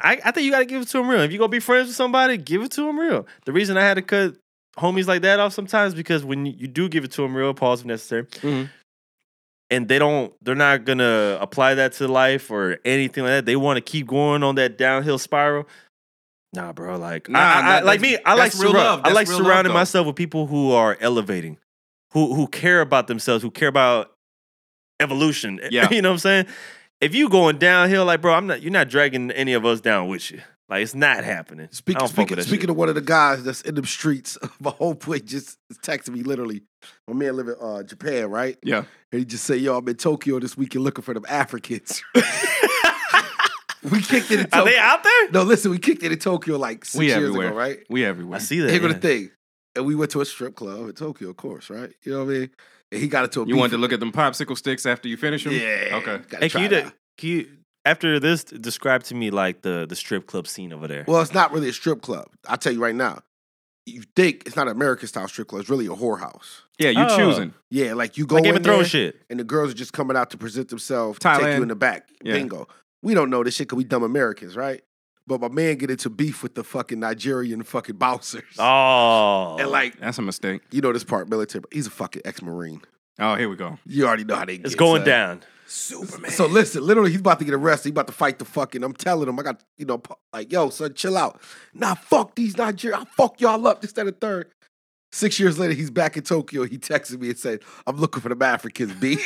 [SPEAKER 3] I, I think you gotta give it to him real. If you gonna be friends with somebody, give it to him real. The reason I had to cut homies like that off sometimes because when you do give it to them real, pause if necessary,
[SPEAKER 1] Mhm.
[SPEAKER 3] and they don't, they're not gonna apply that to life or anything like that. They want to keep going on that downhill spiral. Nah, bro. Like,
[SPEAKER 1] Nah,
[SPEAKER 3] I, I-
[SPEAKER 1] nah,
[SPEAKER 3] like
[SPEAKER 1] that's-
[SPEAKER 3] me. I like
[SPEAKER 1] that's real
[SPEAKER 3] surra-
[SPEAKER 1] love.
[SPEAKER 3] I
[SPEAKER 1] That's
[SPEAKER 3] like
[SPEAKER 1] real love,
[SPEAKER 3] surrounding
[SPEAKER 1] though.
[SPEAKER 3] myself with people who are elevating, who who care about themselves, who care about evolution.
[SPEAKER 1] Yeah.
[SPEAKER 3] you know what I'm saying. If you going downhill, like bro, I'm not. You're not dragging any of us down with you. Like it's not happening.
[SPEAKER 2] Speak,
[SPEAKER 3] I don't fuck with
[SPEAKER 2] speaking
[SPEAKER 3] that
[SPEAKER 2] speaking of one of the guys that's in the streets, my whole boy just texted me literally. My man live in uh, Japan, right?
[SPEAKER 1] Yeah.
[SPEAKER 2] And he just said, "Yo, I'm in Tokyo this weekend looking for them Africans." we kicked it in
[SPEAKER 3] shit. are
[SPEAKER 2] Tokyo.
[SPEAKER 3] they out there?
[SPEAKER 2] no, listen, we kicked it in Tokyo like six
[SPEAKER 1] We
[SPEAKER 2] years
[SPEAKER 1] everywhere.
[SPEAKER 2] ago, right?
[SPEAKER 1] We everywhere.
[SPEAKER 3] I see that.
[SPEAKER 2] Here go the
[SPEAKER 3] yeah.
[SPEAKER 2] thing, and we went to a strip club in Tokyo, of course, right? You know what I mean? And he got into a
[SPEAKER 1] You wanted to look at them popsicle sticks after you finish them?
[SPEAKER 2] yeah.
[SPEAKER 1] Okay.
[SPEAKER 2] gotta try
[SPEAKER 3] Hey, can you,
[SPEAKER 2] it out.
[SPEAKER 3] de- can you after this describe to me like the the strip club scene over there?
[SPEAKER 2] Well, it's not really a strip club. I'll tell you right now. You think it's not an American style strip club, it's really a whorehouse.
[SPEAKER 1] Yeah, you
[SPEAKER 3] Oh.
[SPEAKER 1] choosing.
[SPEAKER 2] Yeah, like you go
[SPEAKER 3] like Game
[SPEAKER 2] in
[SPEAKER 3] of Thrones
[SPEAKER 2] there,
[SPEAKER 3] shit.
[SPEAKER 2] and the girls are just coming out to present themselves, to take
[SPEAKER 1] Thailand.
[SPEAKER 2] you in the back.
[SPEAKER 1] Yeah.
[SPEAKER 2] Bingo. We don't know this shit because we dumb Americans, right? But my man get into beef with the fucking Nigerian fucking bouncers.
[SPEAKER 3] Oh,
[SPEAKER 2] And like,
[SPEAKER 1] That's a mistake.
[SPEAKER 2] you know this part, military, but he's a fucking ex-marine.
[SPEAKER 1] Oh, here we go.
[SPEAKER 2] You already know how they
[SPEAKER 3] it's
[SPEAKER 2] get,
[SPEAKER 3] going
[SPEAKER 2] son.
[SPEAKER 3] down.
[SPEAKER 1] Superman.
[SPEAKER 2] So listen, literally, he's about to get arrested. He's about to fight the fucking. I'm telling him, I got you know, pu- like yo, son, chill out. Nah, fuck these Nigerians. I'll fuck y'all up. This that, and the third. Six years later, he's back in Tokyo. He texted me and said, "I'm looking for the Africans, B.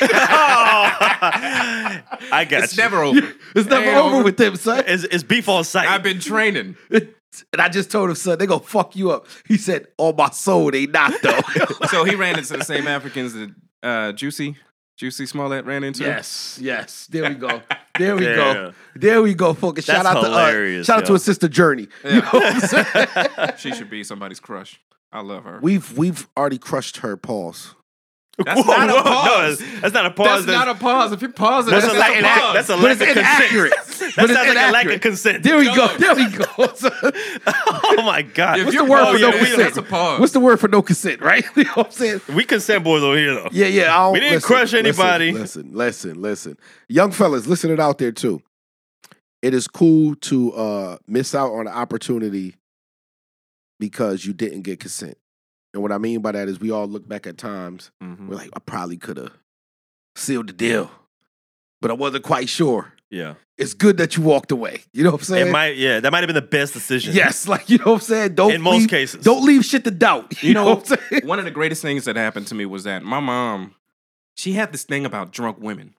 [SPEAKER 3] I got
[SPEAKER 1] it's
[SPEAKER 3] you.
[SPEAKER 1] never over.
[SPEAKER 2] it's never
[SPEAKER 1] Ain't
[SPEAKER 2] over
[SPEAKER 1] over.
[SPEAKER 2] with them, son."
[SPEAKER 3] It's, it's beef on sight.
[SPEAKER 1] I've been training.
[SPEAKER 2] And I just told him, son, they gonna fuck you up. He said, "On my soul, they not though."
[SPEAKER 1] So he ran into the same Africans that uh, Juicy, Juicy Smollett ran into.
[SPEAKER 2] yes, yes. There we go. There we
[SPEAKER 3] Yeah.
[SPEAKER 2] go. There we go. Focus. Shout
[SPEAKER 3] That's
[SPEAKER 2] out to uh,
[SPEAKER 3] hilarious,
[SPEAKER 2] shout out to
[SPEAKER 3] yo.
[SPEAKER 2] his sister Journey. You know what I'm saying?
[SPEAKER 1] She should be somebody's crush. I love her.
[SPEAKER 2] We've we've already crushed her pause.
[SPEAKER 1] That's not a pause.
[SPEAKER 3] No, that's not a pause.
[SPEAKER 1] that's, not a pause. If you pause it,
[SPEAKER 3] That's
[SPEAKER 1] that's,
[SPEAKER 3] a
[SPEAKER 1] just a,
[SPEAKER 3] lack-
[SPEAKER 1] pause.
[SPEAKER 3] that's a
[SPEAKER 2] But
[SPEAKER 3] lack
[SPEAKER 2] it's
[SPEAKER 3] of consent.
[SPEAKER 2] inaccurate.
[SPEAKER 3] That
[SPEAKER 2] But it's
[SPEAKER 3] sounds like a lack of
[SPEAKER 2] inaccurate.
[SPEAKER 3] consent.
[SPEAKER 2] There we go.
[SPEAKER 1] Done.
[SPEAKER 2] There we go. So,
[SPEAKER 3] oh my god.
[SPEAKER 1] If
[SPEAKER 2] what's
[SPEAKER 1] you
[SPEAKER 2] the word
[SPEAKER 1] pause
[SPEAKER 2] for no
[SPEAKER 1] it,
[SPEAKER 2] consent?
[SPEAKER 1] that's a pause.
[SPEAKER 2] What's the word for no consent? Right? You know what I'm saying?
[SPEAKER 3] we consent boys over here though.
[SPEAKER 2] Yeah, yeah. I don't,
[SPEAKER 3] We didn't crush anybody.
[SPEAKER 2] Listen, listen, listen, young fellas, listen it out there too. It is cool to uh, miss out on an opportunity because you didn't get consent. And what I mean by that is we all look back at times
[SPEAKER 3] Mhm.
[SPEAKER 2] we're like, I probably could have sealed the deal, but I wasn't quite sure.
[SPEAKER 3] Yeah.
[SPEAKER 2] It's good that you walked away. You know what I'm saying?
[SPEAKER 3] It might. Yeah. That might have been the best decision.
[SPEAKER 2] Yes, like you know what I'm saying. Don't
[SPEAKER 3] In most
[SPEAKER 2] leave-
[SPEAKER 3] cases.
[SPEAKER 2] don't leave shit to doubt. You,
[SPEAKER 1] You
[SPEAKER 2] know,
[SPEAKER 1] know-
[SPEAKER 2] what I'm saying?
[SPEAKER 1] One of the greatest things that happened to me was that my mom, she had this thing about drunk women.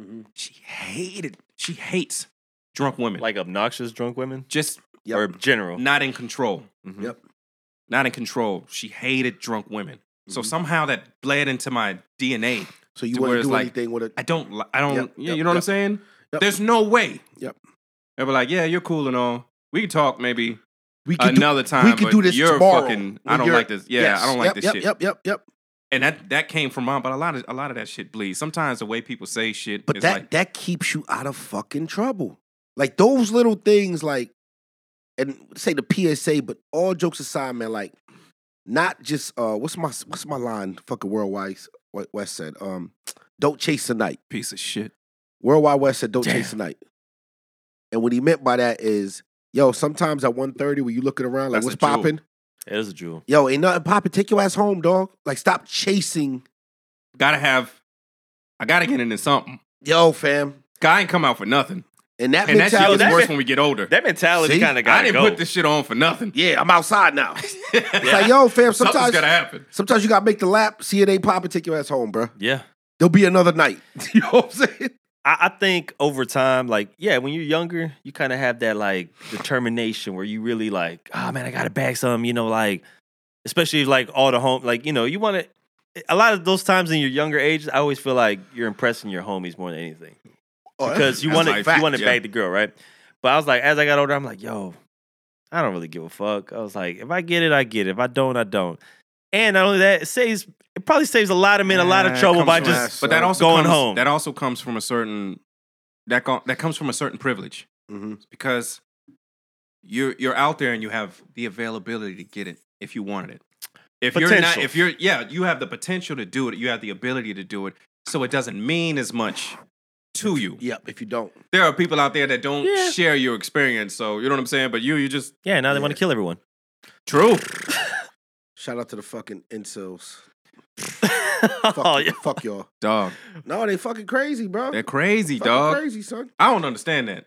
[SPEAKER 2] Mm-hmm.
[SPEAKER 1] She hated, she hates drunk women.
[SPEAKER 3] Like obnoxious drunk women
[SPEAKER 1] just
[SPEAKER 2] Yep.
[SPEAKER 3] or general.
[SPEAKER 1] not in control. Mm-hmm.
[SPEAKER 3] Mhm.
[SPEAKER 2] Yep.
[SPEAKER 1] Not in control. She hated drunk women. So
[SPEAKER 2] Mhm.
[SPEAKER 1] somehow that bled into my DNA.
[SPEAKER 2] So you
[SPEAKER 1] To
[SPEAKER 2] want
[SPEAKER 1] where
[SPEAKER 2] to
[SPEAKER 1] it's
[SPEAKER 2] do
[SPEAKER 1] like-
[SPEAKER 2] anything with it?
[SPEAKER 1] I don't. li- I don't.
[SPEAKER 2] Yep,
[SPEAKER 1] yeah,
[SPEAKER 2] yep,
[SPEAKER 1] you know what I'm
[SPEAKER 2] yep.
[SPEAKER 1] saying?
[SPEAKER 2] Yep.
[SPEAKER 1] There's no way.
[SPEAKER 2] Yep.
[SPEAKER 1] They were like, "Yeah, you're cool and all. We can talk maybe
[SPEAKER 2] We could do,
[SPEAKER 1] another time.
[SPEAKER 2] we could
[SPEAKER 1] but
[SPEAKER 2] do this
[SPEAKER 1] you're
[SPEAKER 2] tomorrow
[SPEAKER 1] Fucking, I
[SPEAKER 2] when
[SPEAKER 1] don't
[SPEAKER 2] you're-
[SPEAKER 1] like this. Yeah,
[SPEAKER 2] Yes.
[SPEAKER 1] I don't like
[SPEAKER 2] yep,
[SPEAKER 1] this
[SPEAKER 2] yep,
[SPEAKER 1] shit.
[SPEAKER 2] Yep, yep, yep.
[SPEAKER 1] and that that came from mom. But a lot of a lot of that shit bleeds. Sometimes the way people say shit,
[SPEAKER 2] But
[SPEAKER 1] is
[SPEAKER 2] that
[SPEAKER 1] like,
[SPEAKER 2] that keeps you out of fucking trouble. Like those little things, like and say the PSA, but all jokes aside, man, like not just uh what's my what's my line fucking worldwide what West said? Um don't chase the night.
[SPEAKER 1] piece of shit.
[SPEAKER 2] Worldwide West said don't chase the
[SPEAKER 3] Damn.
[SPEAKER 2] night. And what he meant by that is, yo, sometimes at 1.30 when you looking around like
[SPEAKER 1] That's
[SPEAKER 2] what's
[SPEAKER 1] a jewel.
[SPEAKER 2] popping,
[SPEAKER 3] It is a jewel.
[SPEAKER 2] yo, ain't nothing popping, take your ass home, dog. Like stop chasing,
[SPEAKER 1] Gotta have. I gotta get into something.
[SPEAKER 2] yo, fam.
[SPEAKER 1] Guy ain't come out for nothing,
[SPEAKER 2] And that
[SPEAKER 1] and that shit
[SPEAKER 2] mentality
[SPEAKER 1] gets
[SPEAKER 3] that-
[SPEAKER 1] worse when we get older.
[SPEAKER 3] That mentality
[SPEAKER 2] See?
[SPEAKER 3] kind of got
[SPEAKER 1] I didn't
[SPEAKER 3] go.
[SPEAKER 1] put this shit on for nothing.
[SPEAKER 2] Yeah, I'm outside now. It's like,
[SPEAKER 1] Something's
[SPEAKER 2] yo, fam, sometimes
[SPEAKER 1] gotta happen.
[SPEAKER 2] Sometimes you gotta make the lap, see it ain't popping, take your ass home, bro.
[SPEAKER 3] yeah.
[SPEAKER 2] There'll be another night. you know what I'm saying?
[SPEAKER 3] I, I think over time, like, yeah, when you're younger, you kind of have that like determination where you really like, oh man, I gotta bag some, you know, like especially like all the home, like, you know, you wanna a lot of those times in your younger age, I always feel like you're impressing your homies more than anything.
[SPEAKER 2] Oh,
[SPEAKER 3] Because you
[SPEAKER 1] that's
[SPEAKER 3] wanna
[SPEAKER 1] like
[SPEAKER 3] you
[SPEAKER 1] fact,
[SPEAKER 3] wanna
[SPEAKER 1] yeah.
[SPEAKER 3] bag the girl, right? But I was like, as I got older, I'm like, yo, I don't really give a fuck. I was like, if I get it, I get it. If I don't, I don't. And not only that, it saves it probably saves a lot of men a lot of
[SPEAKER 1] Nah, it
[SPEAKER 3] trouble
[SPEAKER 1] comes
[SPEAKER 3] by
[SPEAKER 1] from-
[SPEAKER 3] just
[SPEAKER 2] ass.
[SPEAKER 1] but that also
[SPEAKER 3] going
[SPEAKER 1] comes,
[SPEAKER 3] home.
[SPEAKER 1] That also comes from a certain that go, that comes from a certain privilege
[SPEAKER 2] Mhm.
[SPEAKER 1] because you're you're out there and you have the availability to get it if you wanted it. If you're not,
[SPEAKER 3] Potential.
[SPEAKER 1] if you're yeah, you have the potential to do it. You have the ability to do it. So it doesn't mean as much to you.
[SPEAKER 2] Yep, if you don't.
[SPEAKER 1] There are people out there that don't
[SPEAKER 3] Yeah.
[SPEAKER 1] share your experience. So you know what I'm saying. But you, you just
[SPEAKER 3] yeah, now they
[SPEAKER 2] Yeah.
[SPEAKER 3] wanna kill everyone.
[SPEAKER 1] true.
[SPEAKER 2] Shout out to the fucking incels. Fuck,
[SPEAKER 3] oh, yeah.
[SPEAKER 2] fuck y'all.
[SPEAKER 1] Dog,
[SPEAKER 2] No, they fucking crazy, bro.
[SPEAKER 1] they're crazy,
[SPEAKER 2] fucking
[SPEAKER 1] dog.
[SPEAKER 2] crazy, son.
[SPEAKER 1] I don't understand that.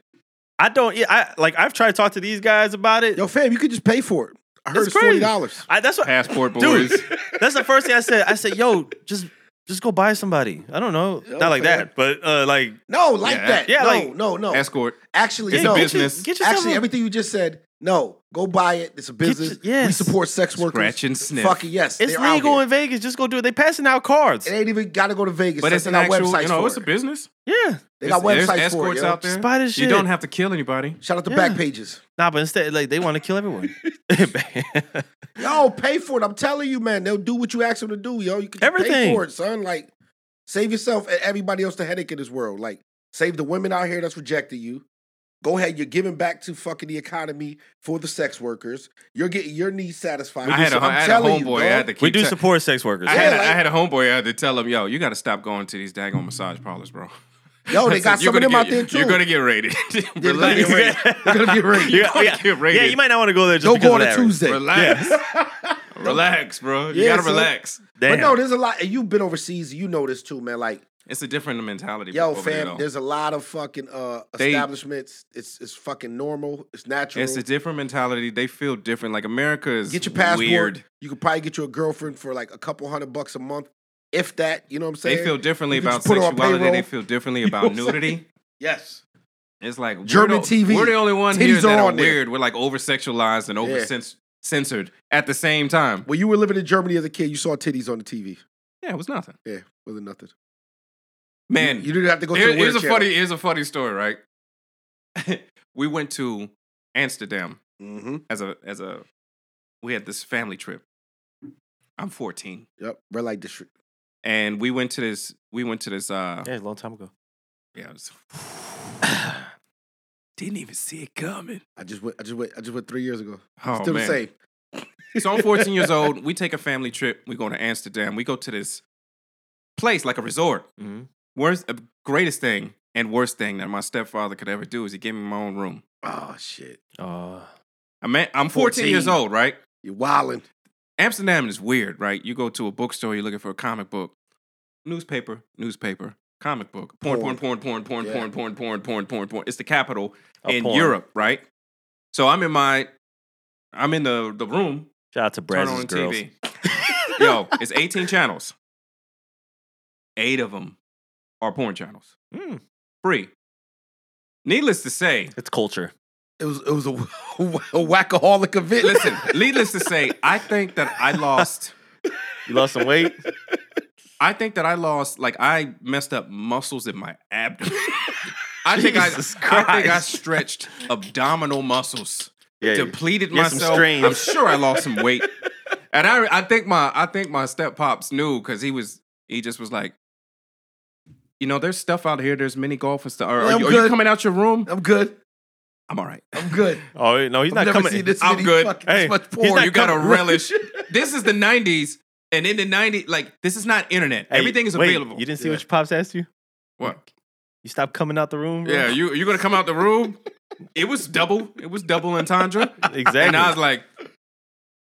[SPEAKER 3] I don't. yeah, I like. I've tried to talk to these guys about it.
[SPEAKER 2] Yo, fam, you could just pay for it. I heard
[SPEAKER 3] It's
[SPEAKER 2] it's, forty
[SPEAKER 3] crazy.
[SPEAKER 2] dollars.
[SPEAKER 3] I, that's what.
[SPEAKER 1] Passport boys.
[SPEAKER 3] Dude, that's the first thing I said. I said, "Yo, just just go buy somebody." I don't know,
[SPEAKER 2] Yo,
[SPEAKER 3] not like
[SPEAKER 2] fam.
[SPEAKER 3] that, but uh, like,
[SPEAKER 2] No, like
[SPEAKER 1] Yeah,
[SPEAKER 2] that.
[SPEAKER 3] yeah,
[SPEAKER 2] no,
[SPEAKER 3] like-
[SPEAKER 2] no, no.
[SPEAKER 1] Escort.
[SPEAKER 2] Actually,
[SPEAKER 1] It's
[SPEAKER 3] yeah,
[SPEAKER 2] no.
[SPEAKER 1] a
[SPEAKER 3] get your-
[SPEAKER 1] business.
[SPEAKER 3] Get yourself
[SPEAKER 2] Actually,
[SPEAKER 3] a-
[SPEAKER 2] everything you just said, no. Go buy it. It's a business.
[SPEAKER 3] yes.
[SPEAKER 2] We support sex workers.
[SPEAKER 1] Scratch and sniff.
[SPEAKER 2] Fucking yes.
[SPEAKER 3] It's
[SPEAKER 2] they're out
[SPEAKER 3] legal
[SPEAKER 2] here.
[SPEAKER 3] in Vegas. Just go do it. They passing out cards.
[SPEAKER 2] It ain't even gotta go to Vegas.
[SPEAKER 1] But
[SPEAKER 2] That's
[SPEAKER 1] it's
[SPEAKER 2] in
[SPEAKER 1] an
[SPEAKER 2] our
[SPEAKER 1] actual,
[SPEAKER 2] websites
[SPEAKER 1] you know,
[SPEAKER 2] for
[SPEAKER 1] it's a
[SPEAKER 2] it.
[SPEAKER 1] business.
[SPEAKER 3] Yeah,
[SPEAKER 2] They got
[SPEAKER 1] There's- there's
[SPEAKER 2] websites for it.
[SPEAKER 1] escorts
[SPEAKER 2] yo.
[SPEAKER 1] out there.
[SPEAKER 3] just buy this shit.
[SPEAKER 1] You don't have to kill anybody.
[SPEAKER 2] Shout out to
[SPEAKER 3] Yeah.
[SPEAKER 2] Back Pages.
[SPEAKER 3] Nah, but instead, like, they want to kill everyone.
[SPEAKER 2] Yo, pay for it. I'm telling you, man. They'll do what you ask them to do, yo. You can just pay
[SPEAKER 3] Everything.
[SPEAKER 2] for it, son. Like, save yourself and everybody else the headache in this world. Like, save the women out here that's rejected you. Go ahead, you're giving back to fucking the economy for the sex workers. You're getting your needs satisfied.
[SPEAKER 1] I had, a,
[SPEAKER 2] I'm
[SPEAKER 1] I had a
[SPEAKER 2] telling you,
[SPEAKER 1] homeboy. I
[SPEAKER 2] dog.
[SPEAKER 1] had to keep
[SPEAKER 3] we do
[SPEAKER 1] te-
[SPEAKER 3] support sex workers.
[SPEAKER 1] I, had
[SPEAKER 2] Yeah,
[SPEAKER 1] a, I
[SPEAKER 2] like-
[SPEAKER 1] had a homeboy. I had to tell him, yo, you got to stop going to these daggone massage parlors, bro.
[SPEAKER 2] Yo,
[SPEAKER 1] I
[SPEAKER 2] Oh, they
[SPEAKER 1] said,
[SPEAKER 2] got
[SPEAKER 1] "You're
[SPEAKER 2] some of
[SPEAKER 1] gonna
[SPEAKER 2] them out
[SPEAKER 1] get-
[SPEAKER 2] there too.
[SPEAKER 1] You're gonna get raided.
[SPEAKER 2] You're gonna
[SPEAKER 1] Relax.
[SPEAKER 2] get raided. You're gonna get raided.
[SPEAKER 1] You're
[SPEAKER 3] Yeah,
[SPEAKER 1] gonna
[SPEAKER 3] yeah.
[SPEAKER 1] get raided.
[SPEAKER 3] yeah, you might not want to go there. Just
[SPEAKER 2] Don't
[SPEAKER 3] because
[SPEAKER 2] go on
[SPEAKER 3] of
[SPEAKER 2] a
[SPEAKER 3] that.
[SPEAKER 2] Tuesday.
[SPEAKER 1] Relax. Relax, bro. You
[SPEAKER 2] Yeah,
[SPEAKER 1] gotta
[SPEAKER 2] son.
[SPEAKER 1] relax.
[SPEAKER 3] Damn.
[SPEAKER 2] But no, there's a lot, and you've been overseas. You know this too, man. Like,
[SPEAKER 1] It's a different mentality.
[SPEAKER 2] yo,
[SPEAKER 1] over there,
[SPEAKER 2] fam,
[SPEAKER 1] though.
[SPEAKER 2] there's a lot of fucking uh,
[SPEAKER 1] They-
[SPEAKER 2] establishments. It's it's fucking normal. It's natural.
[SPEAKER 1] it's a different mentality. They feel different. Like America is
[SPEAKER 2] Get your passport.
[SPEAKER 1] weird.
[SPEAKER 2] You could probably get you a girlfriend for like a couple hundred bucks a month, if that. You know what I'm saying?
[SPEAKER 1] They feel differently
[SPEAKER 2] You can
[SPEAKER 1] about
[SPEAKER 2] just put her on
[SPEAKER 1] sexuality. They
[SPEAKER 2] payroll.
[SPEAKER 1] feel differently
[SPEAKER 2] You know
[SPEAKER 1] about
[SPEAKER 2] what I'm saying?
[SPEAKER 1] nudity.
[SPEAKER 2] yes.
[SPEAKER 1] It's like
[SPEAKER 2] German
[SPEAKER 1] we're the,
[SPEAKER 2] TV.
[SPEAKER 1] We're the only one
[SPEAKER 2] Titties
[SPEAKER 1] here that
[SPEAKER 2] are
[SPEAKER 1] are
[SPEAKER 2] on there.
[SPEAKER 1] weird. We're like over sexualized and over censored at the same time.
[SPEAKER 2] When you were living in Germany as a kid, you saw titties on the TV.
[SPEAKER 1] Yeah, it was nothing.
[SPEAKER 2] Yeah, wasn't nothing.
[SPEAKER 1] Man,
[SPEAKER 2] you, you didn't have to go to
[SPEAKER 1] Here-
[SPEAKER 2] the
[SPEAKER 1] here's
[SPEAKER 2] weird
[SPEAKER 1] a
[SPEAKER 2] channel.
[SPEAKER 1] funny here's a funny story, right? we went to Amsterdam
[SPEAKER 2] Mm-hmm.
[SPEAKER 1] as a as a we had this family trip. I'm 14,
[SPEAKER 2] Yep. Red light district.
[SPEAKER 1] and we went to this we went to this uh
[SPEAKER 3] Yeah, a long time ago.
[SPEAKER 1] yeah, it was- didn't even see it coming.
[SPEAKER 2] I just went. I just went. I just went three years ago.
[SPEAKER 1] Oh
[SPEAKER 2] Still
[SPEAKER 1] man.
[SPEAKER 2] the same.
[SPEAKER 1] So I'm 14 years old. We take a family trip. We go to Amsterdam. We go to this place like a resort.
[SPEAKER 3] Mhm.
[SPEAKER 1] Worst, the greatest thing and worst thing that my stepfather could ever do is he gave me my own room.
[SPEAKER 2] Oh shit.
[SPEAKER 3] Uh,
[SPEAKER 1] I'm at- I'm 14 years
[SPEAKER 2] 14.
[SPEAKER 1] old, right?
[SPEAKER 2] You're wilding.
[SPEAKER 1] Amsterdam is weird, right? You go to a bookstore, you're looking for a comic book, newspaper, newspaper, comic book, porn, porn,
[SPEAKER 2] Porn.
[SPEAKER 1] porn, porn, porn,
[SPEAKER 2] Yeah.
[SPEAKER 1] porn, porn, porn, porn, porn, porn. It's the capital
[SPEAKER 3] a
[SPEAKER 1] in
[SPEAKER 3] porn.
[SPEAKER 1] Europe, right? So I'm in my, I'm in the the room.
[SPEAKER 3] Shout out to
[SPEAKER 1] Turn
[SPEAKER 3] Braz's
[SPEAKER 1] on
[SPEAKER 3] girls.
[SPEAKER 1] TV. Yo, it's 18 channels. Eight of them are porn channels,
[SPEAKER 3] Mm,
[SPEAKER 1] free. Needless to say,
[SPEAKER 3] it's culture.
[SPEAKER 2] It was. It was a, a whackaholic event.
[SPEAKER 1] listen. needless to say, I think that I lost.
[SPEAKER 3] You lost some weight.
[SPEAKER 1] I think that I lost, like I messed up muscles in my abdomen. I think I, I
[SPEAKER 3] Jesus
[SPEAKER 1] think I
[SPEAKER 3] Christ.
[SPEAKER 1] stretched abdominal muscles,
[SPEAKER 3] Yeah,
[SPEAKER 1] depleted
[SPEAKER 3] You had some
[SPEAKER 1] myself.
[SPEAKER 3] strains.
[SPEAKER 1] I'm sure I lost some weight. And I, I think my, I think my step pops knew because he was, he just was like, you know, there's stuff out here. There's mini golf and stuff. Are, are
[SPEAKER 2] I'm
[SPEAKER 1] you, are you
[SPEAKER 2] good.
[SPEAKER 1] coming out your room?
[SPEAKER 2] I'm good.
[SPEAKER 1] I'm all right.
[SPEAKER 2] I'm good.
[SPEAKER 3] Oh no, he's
[SPEAKER 2] I've
[SPEAKER 3] not
[SPEAKER 2] never
[SPEAKER 3] coming.
[SPEAKER 2] seen this
[SPEAKER 1] I'm
[SPEAKER 2] many
[SPEAKER 1] good.
[SPEAKER 2] Fucking,
[SPEAKER 3] Hey,
[SPEAKER 2] this much
[SPEAKER 3] he's
[SPEAKER 2] porn.
[SPEAKER 3] not
[SPEAKER 1] You gotta
[SPEAKER 3] coming-
[SPEAKER 1] relish. this is the '90s, and in the '90s, like this is not internet.
[SPEAKER 3] Hey,
[SPEAKER 1] Everything is
[SPEAKER 3] wait,
[SPEAKER 1] available.
[SPEAKER 3] You didn't see
[SPEAKER 2] Yeah.
[SPEAKER 3] what your pops asked you?
[SPEAKER 1] What?
[SPEAKER 3] You stopped coming out the room? bro?
[SPEAKER 1] Yeah, you you gonna come out the room? it was double. It was double entendre.
[SPEAKER 3] exactly.
[SPEAKER 1] And I was like,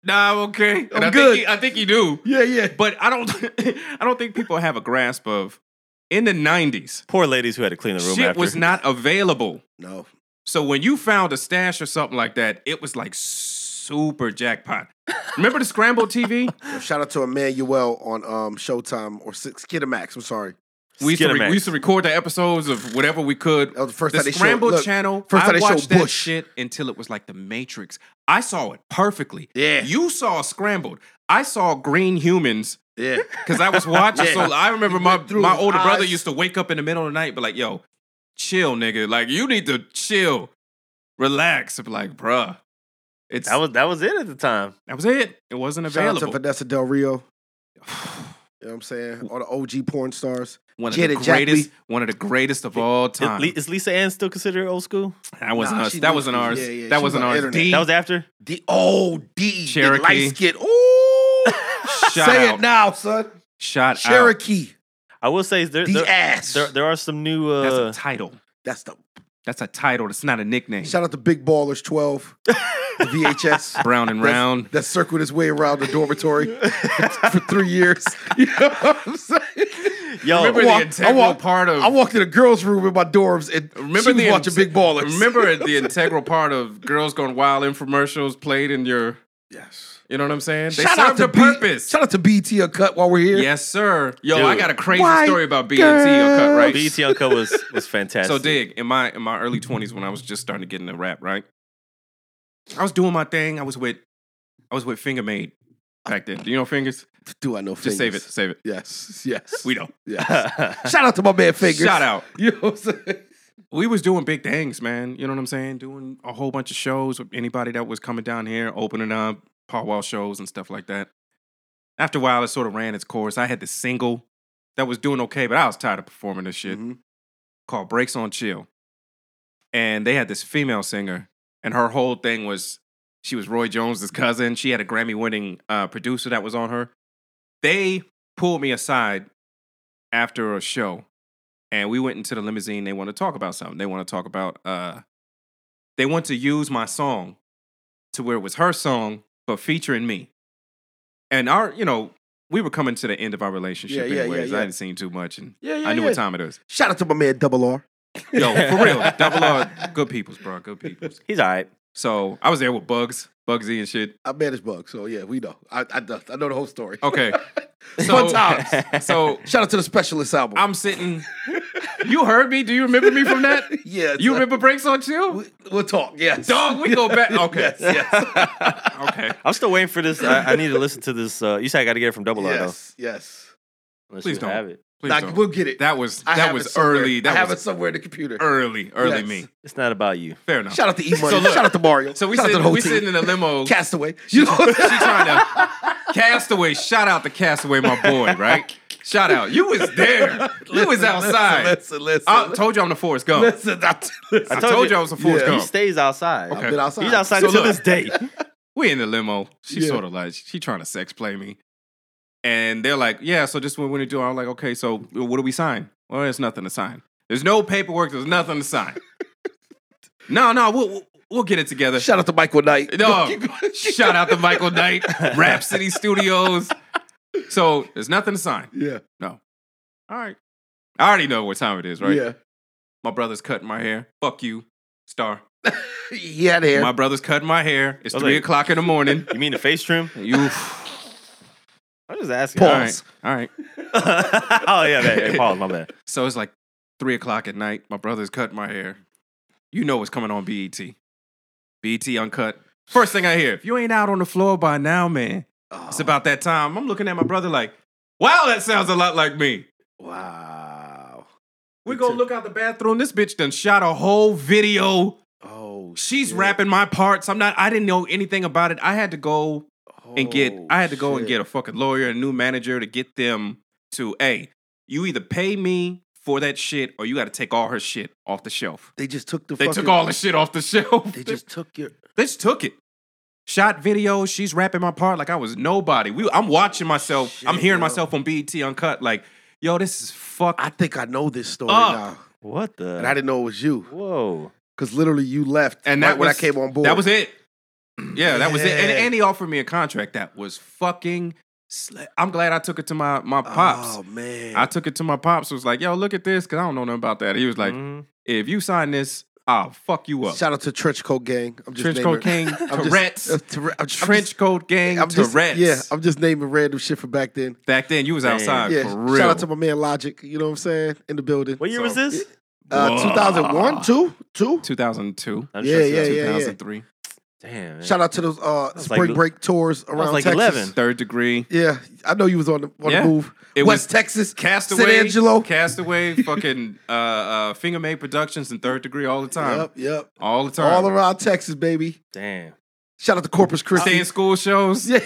[SPEAKER 1] Nah, I'm okay. And
[SPEAKER 2] I'm
[SPEAKER 1] I
[SPEAKER 2] good.
[SPEAKER 1] Think he, I think you do.
[SPEAKER 2] Yeah, yeah.
[SPEAKER 1] but I don't I don't think people have a grasp of in the 90s
[SPEAKER 3] Poor ladies who had to clean the room
[SPEAKER 1] shit
[SPEAKER 3] after.
[SPEAKER 1] was not available.
[SPEAKER 2] No.
[SPEAKER 1] So when you found a stash or something like that, it was like super jackpot. Remember the scramble TV?
[SPEAKER 2] Shout out to Emmanuel on um, Showtime or Six Skidamax. I'm sorry.
[SPEAKER 1] We used, to re-
[SPEAKER 3] Skinamax.
[SPEAKER 1] we used to record the episodes of whatever we could.
[SPEAKER 2] That was the Uh, first time
[SPEAKER 1] The
[SPEAKER 2] they
[SPEAKER 1] Scramble
[SPEAKER 2] showed. look,
[SPEAKER 1] Channel.
[SPEAKER 2] first time
[SPEAKER 1] I
[SPEAKER 2] they showed
[SPEAKER 1] watched that
[SPEAKER 2] Bush.
[SPEAKER 1] shit until it was like the Matrix. I saw it perfectly.
[SPEAKER 2] Yeah.
[SPEAKER 1] You saw Scrambled. I saw Green Humans
[SPEAKER 2] Yeah.
[SPEAKER 1] Because I was watching,
[SPEAKER 2] Yeah.
[SPEAKER 1] so I remember my
[SPEAKER 2] through
[SPEAKER 1] my
[SPEAKER 2] his
[SPEAKER 1] older brother
[SPEAKER 2] eyes.
[SPEAKER 1] used to wake up in the middle of the night, be like, "Yo, chill, nigga. Like you need to chill, relax." i be like, "Bruh, it's
[SPEAKER 3] that was that was it at the time.
[SPEAKER 1] that was it. It wasn't
[SPEAKER 2] Shout out to
[SPEAKER 1] available."
[SPEAKER 2] Vanessa Del Rio. You know what I'm saying? All the OG porn stars.
[SPEAKER 1] one of
[SPEAKER 2] Janet
[SPEAKER 1] the
[SPEAKER 2] Jackson.
[SPEAKER 1] greatest, one of the greatest of all
[SPEAKER 3] Is,
[SPEAKER 1] time.
[SPEAKER 3] Le- is Lisa Ann still considered old school?
[SPEAKER 1] that wasn't
[SPEAKER 2] Nah,
[SPEAKER 1] us.
[SPEAKER 2] she
[SPEAKER 1] That
[SPEAKER 2] knew-
[SPEAKER 1] wasn't ours.
[SPEAKER 2] yeah, yeah, she
[SPEAKER 1] that
[SPEAKER 2] was
[SPEAKER 1] wasn't
[SPEAKER 2] on
[SPEAKER 1] ours.
[SPEAKER 2] internet.
[SPEAKER 1] D,
[SPEAKER 3] That was after.
[SPEAKER 2] The OD. the
[SPEAKER 1] Cherokee.
[SPEAKER 2] Light skin. Ooh.
[SPEAKER 1] Shout
[SPEAKER 2] Say
[SPEAKER 1] out.
[SPEAKER 2] it now, son.
[SPEAKER 1] shot
[SPEAKER 2] Cherokee.
[SPEAKER 3] I will say there
[SPEAKER 2] The
[SPEAKER 3] there,
[SPEAKER 2] ass.
[SPEAKER 3] there there are some new.
[SPEAKER 1] out. That's
[SPEAKER 3] Uh,
[SPEAKER 1] a title.
[SPEAKER 2] That's the.
[SPEAKER 1] That's a title. That's not a nickname.
[SPEAKER 2] Shout out to Big Ballers 12. The VHS.
[SPEAKER 1] Brown and
[SPEAKER 2] That's-
[SPEAKER 1] round.
[SPEAKER 2] that circled his way around the dormitory for three years. You know what I'm saying?
[SPEAKER 3] yo,
[SPEAKER 1] Remember
[SPEAKER 2] Oh, I walk-
[SPEAKER 1] the
[SPEAKER 2] I
[SPEAKER 1] integral
[SPEAKER 2] walk-
[SPEAKER 1] part of
[SPEAKER 2] I walked in a girls' room in my dorms and
[SPEAKER 1] Remember
[SPEAKER 2] remember she was
[SPEAKER 1] the
[SPEAKER 2] watching Big Ballers.
[SPEAKER 1] Remember the integral part of Girls Gone Wild infomercials played in your,
[SPEAKER 2] yes.
[SPEAKER 1] you know what I'm saying? They
[SPEAKER 2] shout out
[SPEAKER 1] served
[SPEAKER 2] to
[SPEAKER 1] a purpose.
[SPEAKER 2] shout out to BT a cut while we're here.
[SPEAKER 1] yes, sir. Yo, I
[SPEAKER 3] Dude.
[SPEAKER 1] got a crazy
[SPEAKER 2] White
[SPEAKER 1] story about BT cut, right?
[SPEAKER 3] BET Uncut E was was fantastic.
[SPEAKER 1] So dig in my in my early 20s when I was just starting to get into rap, right? I was doing my thing. I was with I was with Finger Maid back then. Do you know Fingers?
[SPEAKER 2] Do I know? Fingers?
[SPEAKER 1] Just save it. Save it.
[SPEAKER 2] Yes. Yes.
[SPEAKER 1] We know.
[SPEAKER 2] Yes.
[SPEAKER 3] Shout
[SPEAKER 2] shout out to my man Fingers.
[SPEAKER 1] Shout out.
[SPEAKER 2] You know what I'm saying?
[SPEAKER 1] we was doing big things, man. You know what I'm saying? Doing a whole bunch of shows with anybody that was coming down here, opening up Paul Wall shows and stuff like that. After a while, it sort of ran its course. I had the single that was doing okay, but I was tired of performing this shit
[SPEAKER 2] Mhm.
[SPEAKER 1] called Breaks on Chill. And they had this female singer, and her whole thing was she was Roy Jones' cousin. She had a Grammy winning uh, producer that was on her. They pulled me aside after a show, and we went into the limousine. They want to talk about something. They want to talk about, uh, they want to use my song to where it was her song, but featuring me. And our, you know, we were coming to the end of our relationship
[SPEAKER 2] Yeah, yeah, yeah,
[SPEAKER 1] anyways. I
[SPEAKER 2] yeah.
[SPEAKER 1] hadn't seen too much, and
[SPEAKER 2] Yeah, yeah,
[SPEAKER 1] I knew
[SPEAKER 2] yeah.
[SPEAKER 1] what time it was.
[SPEAKER 2] Shout out to my man Double R.
[SPEAKER 1] Yo, for real. Double R, good peoples, bro. Good peoples.
[SPEAKER 3] He's all right.
[SPEAKER 1] So I was there with Bugs, Bugsy and shit.
[SPEAKER 2] I managed Bug, so yeah, we know. I I, know- I know the whole story.
[SPEAKER 1] Okay.
[SPEAKER 2] Fun
[SPEAKER 1] So,
[SPEAKER 2] times.
[SPEAKER 1] so
[SPEAKER 2] Shout out to the Specialist album.
[SPEAKER 1] I'm sitting. You heard me. Do you remember me from that?
[SPEAKER 2] yeah,
[SPEAKER 1] You
[SPEAKER 2] son.
[SPEAKER 1] remember Breaks on Chill?
[SPEAKER 2] We, we'll talk. Yes.
[SPEAKER 1] Dog, we go back. Okay.
[SPEAKER 2] Yes, yes.
[SPEAKER 1] Okay.
[SPEAKER 3] I'm still waiting for this. I, I need to listen to this. Uh, you said I got to get it from Double R though.
[SPEAKER 2] yes. Yes.
[SPEAKER 3] Unless
[SPEAKER 1] Please
[SPEAKER 3] you
[SPEAKER 1] don't.
[SPEAKER 3] have it.
[SPEAKER 1] Please
[SPEAKER 2] Nah,
[SPEAKER 1] don't.
[SPEAKER 2] we'll get it.
[SPEAKER 1] That was
[SPEAKER 2] I
[SPEAKER 1] that
[SPEAKER 2] have it
[SPEAKER 1] was
[SPEAKER 2] somewhere.
[SPEAKER 1] early.
[SPEAKER 2] I
[SPEAKER 1] That
[SPEAKER 2] have
[SPEAKER 1] was
[SPEAKER 2] it somewhere in the computer.
[SPEAKER 1] early, early
[SPEAKER 2] Yes.
[SPEAKER 1] me.
[SPEAKER 3] It's not about you.
[SPEAKER 1] Fair enough.
[SPEAKER 2] Shout out to E Money.
[SPEAKER 1] So look-
[SPEAKER 2] Shout out to Mario.
[SPEAKER 1] so we
[SPEAKER 2] Shout out to
[SPEAKER 1] sit,
[SPEAKER 2] the whole
[SPEAKER 1] we
[SPEAKER 2] team.
[SPEAKER 1] sitting in a limo.
[SPEAKER 2] Castaway. You know,
[SPEAKER 1] she trying to castaway. Shout out to Castaway, my boy. Right. Shout out. You was there. You was
[SPEAKER 2] Listen,
[SPEAKER 1] outside.
[SPEAKER 2] Listen, listen.
[SPEAKER 1] I
[SPEAKER 2] listen.
[SPEAKER 1] told you I'm the Forrest Gump.
[SPEAKER 2] Listen, not- listen.
[SPEAKER 1] I
[SPEAKER 3] told
[SPEAKER 1] told,
[SPEAKER 3] you-
[SPEAKER 1] you I was a Forrest
[SPEAKER 2] Yeah.
[SPEAKER 3] He
[SPEAKER 1] Gump.
[SPEAKER 3] stays outside.
[SPEAKER 1] Okay.
[SPEAKER 2] I've been outside.
[SPEAKER 3] He's outside
[SPEAKER 1] So
[SPEAKER 3] to
[SPEAKER 1] look.
[SPEAKER 3] this day.
[SPEAKER 1] we in the limo. She
[SPEAKER 2] Yeah.
[SPEAKER 1] sort of like she trying to sex play me, and they're like, "Yeah, so just what we're gonna do." I'm like, "Okay, so what do we sign?" Well, there's nothing to sign. There's no paperwork. There's nothing to sign. no, no, we'll we'll- we'll get it together.
[SPEAKER 2] Shout out to Michael Knight.
[SPEAKER 1] No.
[SPEAKER 2] Keep going.
[SPEAKER 1] Shout out to Michael Knight, Rhapsody Studios. So there's nothing to sign.
[SPEAKER 2] Yeah.
[SPEAKER 1] All right, I already know what time it is, right?
[SPEAKER 2] Yeah.
[SPEAKER 1] My brother's cutting my hair. Fuck you, star.
[SPEAKER 2] He had hair.
[SPEAKER 1] My brother's cutting my hair. It's
[SPEAKER 3] I was
[SPEAKER 1] three
[SPEAKER 3] like-
[SPEAKER 1] o'clock in the morning.
[SPEAKER 3] You mean the face trim?
[SPEAKER 1] You.
[SPEAKER 3] I'm just asking.
[SPEAKER 1] All
[SPEAKER 2] Pause.
[SPEAKER 1] right. All right.
[SPEAKER 3] oh yeah, man. Hey, pause. My bad.
[SPEAKER 1] So it's like three o'clock at night. My brother's cutting my hair. You know what's coming on E BET. BET E Uncut. First thing I hear, if you ain't out on the floor by now, man,
[SPEAKER 2] Oh,
[SPEAKER 1] it's about that time. I'm looking at my brother like, wow, that sounds a lot like me.
[SPEAKER 2] Wow.
[SPEAKER 1] We
[SPEAKER 2] Me
[SPEAKER 1] go
[SPEAKER 2] too.
[SPEAKER 1] look out the bathroom. This bitch done shot a whole video.
[SPEAKER 2] Oh.
[SPEAKER 1] She's
[SPEAKER 2] shit.
[SPEAKER 1] rapping my parts. I'm not, I didn't know anything about it. I had to go
[SPEAKER 2] Oh,
[SPEAKER 1] and get
[SPEAKER 2] Oh,
[SPEAKER 1] I had to go and
[SPEAKER 2] shit.
[SPEAKER 1] get a fucking lawyer, a new manager to get them to hey, you either pay me for that shit or you got to take all her shit off the shelf.
[SPEAKER 2] They just took the.
[SPEAKER 1] They
[SPEAKER 2] fucking,
[SPEAKER 1] took all the shit off the shelf.
[SPEAKER 2] They just took your.
[SPEAKER 1] they just took it. Shot videos. She's rapping my part like I was nobody. We, I'm watching myself. I'm
[SPEAKER 2] Shit,
[SPEAKER 1] hearing
[SPEAKER 2] yo.
[SPEAKER 1] myself on BET Uncut. Like, yo, this is fuck.
[SPEAKER 2] I think I know this story
[SPEAKER 1] Up.
[SPEAKER 2] now,
[SPEAKER 3] What the?
[SPEAKER 2] and I didn't know it was you
[SPEAKER 3] Whoa.
[SPEAKER 2] because literally you left
[SPEAKER 1] And
[SPEAKER 2] right
[SPEAKER 1] that
[SPEAKER 2] when I
[SPEAKER 1] was-
[SPEAKER 2] came on board.
[SPEAKER 1] That was it. Yeah, that was it. And,
[SPEAKER 2] Yeah.
[SPEAKER 1] and he offered me a contract that was fucking. Sla- I'm glad I took it to my my pops.
[SPEAKER 2] Oh man,
[SPEAKER 1] I took it to my pops. Was like, yo, look at this, cause I don't know nothing about that. He was like,
[SPEAKER 3] Mhm.
[SPEAKER 1] if you sign this, I'll fuck you up.
[SPEAKER 2] Mm-hmm. Shout out to Trench Coat Gang. I'm just
[SPEAKER 1] Trench
[SPEAKER 2] naming-
[SPEAKER 1] coat gang,
[SPEAKER 2] I'm just-
[SPEAKER 1] Tourette's,
[SPEAKER 2] uh, Tourette- I'm just-
[SPEAKER 1] trench coat gang,
[SPEAKER 2] I'm just,
[SPEAKER 1] Tourette's.
[SPEAKER 2] Yeah, I'm just naming random shit from back then.
[SPEAKER 1] Back then, you was
[SPEAKER 3] Damn.
[SPEAKER 1] outside
[SPEAKER 2] Yeah,
[SPEAKER 1] for real.
[SPEAKER 2] shout out to my man Logic. You know what I'm saying? In the building.
[SPEAKER 3] What year
[SPEAKER 2] So,
[SPEAKER 3] was this?
[SPEAKER 2] Uh,
[SPEAKER 1] Whoa.
[SPEAKER 2] 2001, two, two.
[SPEAKER 1] 2002,
[SPEAKER 3] I'm
[SPEAKER 2] Yeah, yeah,
[SPEAKER 3] it's-
[SPEAKER 2] yeah.
[SPEAKER 1] 2003,
[SPEAKER 3] Damn. Man.
[SPEAKER 2] Shout out to those uh,
[SPEAKER 3] was
[SPEAKER 2] spring
[SPEAKER 3] like-
[SPEAKER 2] break tours
[SPEAKER 3] was
[SPEAKER 2] around
[SPEAKER 3] like
[SPEAKER 2] Texas.
[SPEAKER 3] 11.
[SPEAKER 1] third degree.
[SPEAKER 2] Yeah, I know you was on the on
[SPEAKER 1] Yeah.
[SPEAKER 2] the move.
[SPEAKER 1] It
[SPEAKER 2] West
[SPEAKER 1] was
[SPEAKER 2] Texas,
[SPEAKER 1] Castaway,
[SPEAKER 2] San Angelo.
[SPEAKER 1] Castaway, fucking uh, uh, Finger Made Productions and Third Degree all the time,
[SPEAKER 2] Yep, yep.
[SPEAKER 1] all the time.
[SPEAKER 2] All around Texas, baby.
[SPEAKER 3] Damn.
[SPEAKER 2] Shout out to Corpus
[SPEAKER 1] Stay
[SPEAKER 2] Christi.
[SPEAKER 1] in school shows.
[SPEAKER 2] Yeah,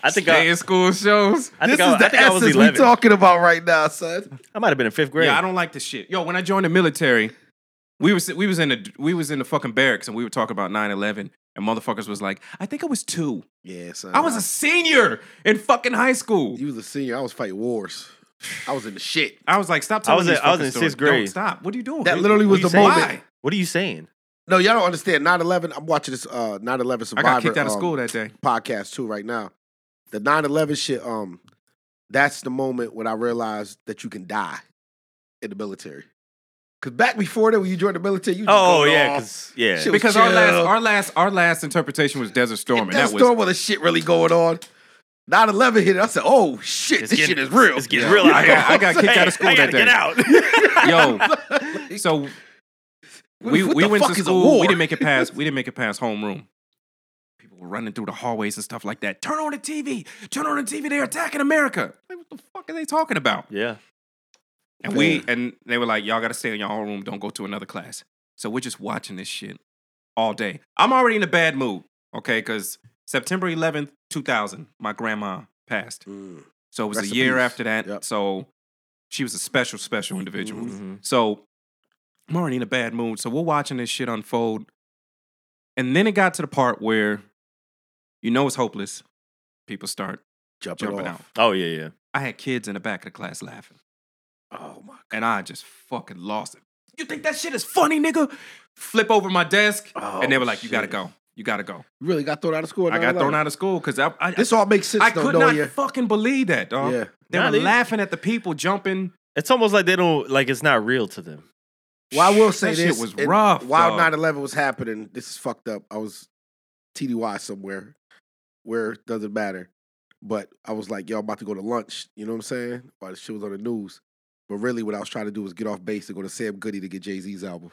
[SPEAKER 3] I think
[SPEAKER 1] Stay
[SPEAKER 3] I,
[SPEAKER 1] in school shows.
[SPEAKER 3] I,
[SPEAKER 2] this is
[SPEAKER 3] think I, I
[SPEAKER 2] the
[SPEAKER 3] think I was
[SPEAKER 2] essence we
[SPEAKER 3] 11.
[SPEAKER 2] talking about right now, son.
[SPEAKER 3] I might have been in fifth grade.
[SPEAKER 1] Yeah, I don't like this shit. Yo, when I joined the military, we was we was in the we was in the fucking barracks and we were talking about 9-11 and motherfuckers was like, I think I was two.
[SPEAKER 2] Yeah, son.
[SPEAKER 1] I was
[SPEAKER 3] Uh-huh.
[SPEAKER 1] a senior in fucking high school.
[SPEAKER 2] You was a senior. I was fighting wars. I was in the shit.
[SPEAKER 1] I was like, stop telling
[SPEAKER 3] was
[SPEAKER 1] me
[SPEAKER 3] in-
[SPEAKER 1] these
[SPEAKER 3] I was
[SPEAKER 1] fucking
[SPEAKER 3] in
[SPEAKER 1] stories.
[SPEAKER 3] sixth grade.
[SPEAKER 1] Don't stop. What are you doing?
[SPEAKER 2] That literally was
[SPEAKER 3] what
[SPEAKER 2] the
[SPEAKER 3] you
[SPEAKER 2] moment.
[SPEAKER 1] Why?
[SPEAKER 3] What are you saying?
[SPEAKER 2] No, y'all don't understand. 9-11, I'm watching this uh 9-11
[SPEAKER 1] I
[SPEAKER 2] Survivor
[SPEAKER 1] got kicked out of
[SPEAKER 2] um,
[SPEAKER 1] school that day.
[SPEAKER 2] podcast too right now. The 9-11 shit, um, that's the moment when I realized that you can die in the military. Cause back before that, when you joined the military, you just
[SPEAKER 3] Oh,
[SPEAKER 2] go,
[SPEAKER 3] yeah.
[SPEAKER 2] "Nah,
[SPEAKER 3] 'cause- yeah.
[SPEAKER 2] shit was
[SPEAKER 1] Because our last
[SPEAKER 2] chill."
[SPEAKER 1] our last our last interpretation was Desert Storm, and
[SPEAKER 2] That
[SPEAKER 1] that was
[SPEAKER 2] storm was the shit really going on. 9-11 hit. I said, "Oh shit,
[SPEAKER 3] It's
[SPEAKER 2] this
[SPEAKER 3] getting-
[SPEAKER 2] shit is real."
[SPEAKER 3] It's getting
[SPEAKER 1] Yeah.
[SPEAKER 3] real out
[SPEAKER 1] I
[SPEAKER 3] here.
[SPEAKER 1] got- I got kicked out of school
[SPEAKER 3] I gotta
[SPEAKER 1] that day.
[SPEAKER 3] Get out.
[SPEAKER 1] yo. So we
[SPEAKER 2] What
[SPEAKER 1] we
[SPEAKER 2] the
[SPEAKER 1] went
[SPEAKER 2] fuck
[SPEAKER 1] to
[SPEAKER 2] is a
[SPEAKER 1] school.
[SPEAKER 2] war?
[SPEAKER 1] We didn't make it past. We didn't make it past homeroom. People were running through the hallways and stuff like that. Turn on the TV. Turn on the TV. They're attacking America. Like, what the fuck are they talking about?
[SPEAKER 3] yeah.
[SPEAKER 1] And we and they were like, y'all got to stay in your own room. Don't go to another class. So we're just watching this shit all day. I'm already in a bad mood, okay? Because September 11th, 2000, my grandma passed.
[SPEAKER 2] Mm.
[SPEAKER 1] So it was
[SPEAKER 2] Rest
[SPEAKER 1] a
[SPEAKER 2] in
[SPEAKER 1] year
[SPEAKER 2] peace.
[SPEAKER 1] after that.
[SPEAKER 2] Yep. Mm-hmm,
[SPEAKER 1] So she was a special, special individual.
[SPEAKER 3] Mhm.
[SPEAKER 1] So I'm already in a bad mood. So we're watching this shit unfold. And then it got to the part where you know it's hopeless. People start
[SPEAKER 2] Jumping,
[SPEAKER 1] jumping out.
[SPEAKER 2] off.
[SPEAKER 3] Oh yeah, yeah.
[SPEAKER 1] I had kids in the back of the class laughing.
[SPEAKER 2] Oh my god.
[SPEAKER 1] And I just fucking lost it. You think that shit is funny, nigga? Flip over my desk.
[SPEAKER 2] Oh,
[SPEAKER 1] and they were like, you gotta
[SPEAKER 2] shit.
[SPEAKER 1] go. You gotta go.
[SPEAKER 2] You really got thrown out of school. at
[SPEAKER 1] I got
[SPEAKER 2] 9/11?
[SPEAKER 1] thrown out of school because I, I,
[SPEAKER 2] This all makes sense.
[SPEAKER 1] I
[SPEAKER 2] though,
[SPEAKER 1] could
[SPEAKER 2] knowing
[SPEAKER 1] not
[SPEAKER 2] your-
[SPEAKER 1] fucking believe that, dog.
[SPEAKER 2] Yeah.
[SPEAKER 1] They
[SPEAKER 3] Nah,
[SPEAKER 1] were
[SPEAKER 3] they-
[SPEAKER 1] laughing at the people jumping.
[SPEAKER 3] It's almost like they don't like it's not real to them.
[SPEAKER 2] Well, I will say
[SPEAKER 1] That shit
[SPEAKER 2] this
[SPEAKER 1] was
[SPEAKER 2] and
[SPEAKER 1] rough,
[SPEAKER 2] While
[SPEAKER 1] dog.
[SPEAKER 2] 9 11 was happening, this is fucked up. I was TDY somewhere. Where doesn't matter. But I was like, yo, I'm about to go to lunch. You know what I'm saying? While the shit was on the news. But really, what I was trying to do was get off base and go to Sam Goody to get Jay Z's album.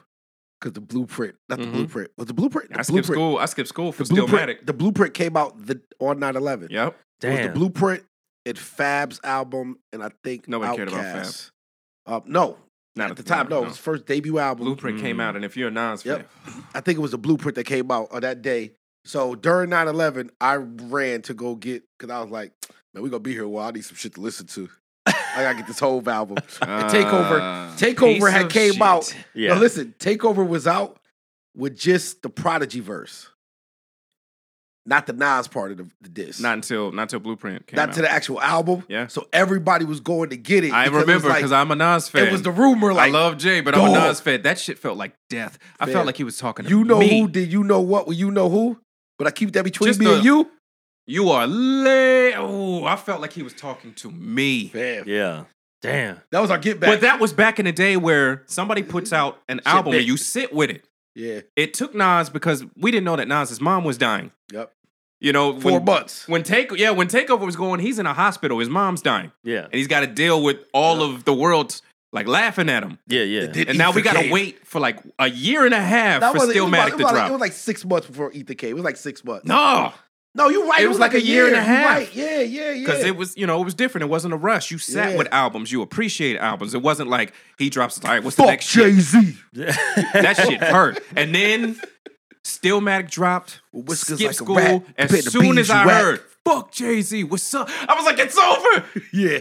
[SPEAKER 2] Because the blueprint, not
[SPEAKER 1] Mhm.
[SPEAKER 2] the blueprint, was the blueprint. The
[SPEAKER 1] I skipped
[SPEAKER 2] blueprint.
[SPEAKER 1] school. I skipped school for
[SPEAKER 2] The blueprint,
[SPEAKER 1] Stillmatic.
[SPEAKER 2] the blueprint came out the, on 9 11.
[SPEAKER 1] Yep.
[SPEAKER 2] It was the
[SPEAKER 3] Damn.
[SPEAKER 2] blueprint. It Fab's album, and I think
[SPEAKER 1] Nobody
[SPEAKER 2] Outkast.
[SPEAKER 1] cared about Fab.
[SPEAKER 2] Uh, no,
[SPEAKER 1] Not
[SPEAKER 2] at the time. No, it
[SPEAKER 1] no.
[SPEAKER 2] was his first debut album.
[SPEAKER 1] Blueprint came
[SPEAKER 3] Mm.
[SPEAKER 1] out, and if you're a Nas fan,
[SPEAKER 2] Yep. I think it was the blueprint that came out on that day. So during 9 11, I ran to go get, because I was like, man, we're going to be here a while. I need some shit to listen to. I got to get this whole album. And Takeover-
[SPEAKER 1] Uh,
[SPEAKER 2] Takeover
[SPEAKER 1] piece
[SPEAKER 2] had
[SPEAKER 1] of
[SPEAKER 2] came
[SPEAKER 1] shit.
[SPEAKER 2] out.
[SPEAKER 3] yeah.
[SPEAKER 2] Now, listen, Takeover was out with just the Prodigy verse, not the Nas part of the, the disc.
[SPEAKER 1] Not until not until Blueprint came
[SPEAKER 2] not
[SPEAKER 1] out.
[SPEAKER 2] to the actual album.
[SPEAKER 1] Yeah.
[SPEAKER 2] So everybody was going to get it.
[SPEAKER 1] I
[SPEAKER 2] because it was
[SPEAKER 1] remember
[SPEAKER 2] like-
[SPEAKER 1] because I'm a Nas fan.
[SPEAKER 2] it was the rumor. Like,
[SPEAKER 1] I love Jay, but I'm a
[SPEAKER 2] Dog.
[SPEAKER 1] Nas fan. That shit felt like death. I
[SPEAKER 2] Man.
[SPEAKER 1] felt like he was talking to
[SPEAKER 2] you know
[SPEAKER 1] me.
[SPEAKER 2] who? Did you know what? Well, you know who? But I keep that between
[SPEAKER 1] Just
[SPEAKER 2] me
[SPEAKER 1] the-
[SPEAKER 2] and you.
[SPEAKER 1] You are late. Oh, I felt like he was talking to me.
[SPEAKER 2] Fam.
[SPEAKER 3] Yeah. Damn.
[SPEAKER 2] That was our get back.
[SPEAKER 1] But that was back in the day where somebody puts out an
[SPEAKER 2] Sit
[SPEAKER 1] album
[SPEAKER 2] back.
[SPEAKER 1] and you sit with it.
[SPEAKER 2] yeah.
[SPEAKER 1] It took Nas because we didn't know that Nas's mom was dying.
[SPEAKER 2] Yep.
[SPEAKER 1] You know,
[SPEAKER 2] Four
[SPEAKER 1] when,
[SPEAKER 2] months.
[SPEAKER 1] when take yeah when takeover was going, he's in a hospital. His mom's dying.
[SPEAKER 3] Yeah.
[SPEAKER 1] and he's got to deal with all
[SPEAKER 2] Yeah.
[SPEAKER 1] of the world like laughing at him.
[SPEAKER 3] Yeah. Yeah.
[SPEAKER 2] Did
[SPEAKER 1] And now
[SPEAKER 2] Ether
[SPEAKER 1] we gotta
[SPEAKER 2] came.
[SPEAKER 1] wait for like a year and a half
[SPEAKER 2] That
[SPEAKER 1] for
[SPEAKER 2] wasn't- it was about-
[SPEAKER 1] Stillmatic
[SPEAKER 2] it
[SPEAKER 1] to
[SPEAKER 2] was about-
[SPEAKER 1] drop.
[SPEAKER 2] It was like six months before Ether came. It was like six months.
[SPEAKER 1] no,
[SPEAKER 2] No, you're right. It, was, like, a year,
[SPEAKER 1] and a
[SPEAKER 2] You're
[SPEAKER 1] half.
[SPEAKER 2] Right. Yeah, yeah, yeah.
[SPEAKER 1] because it was you know it was different. It wasn't a rush. You sat
[SPEAKER 2] Yeah.
[SPEAKER 1] with albums. You appreciate albums. It wasn't like he drops. All right, what's the
[SPEAKER 2] Fuck
[SPEAKER 1] next
[SPEAKER 3] Mm-hmm.
[SPEAKER 1] shit?
[SPEAKER 2] Jay Z.
[SPEAKER 1] That shit hurt. And then Stillmatic dropped.
[SPEAKER 2] Whiskers
[SPEAKER 1] Skip
[SPEAKER 2] like a
[SPEAKER 1] school.
[SPEAKER 2] rat. Compared
[SPEAKER 1] As
[SPEAKER 2] to
[SPEAKER 1] soon
[SPEAKER 2] bees,
[SPEAKER 1] as I
[SPEAKER 2] you rat.
[SPEAKER 1] heard, fuck Jay Z, what's up? I was like, it's over.
[SPEAKER 2] Yeah.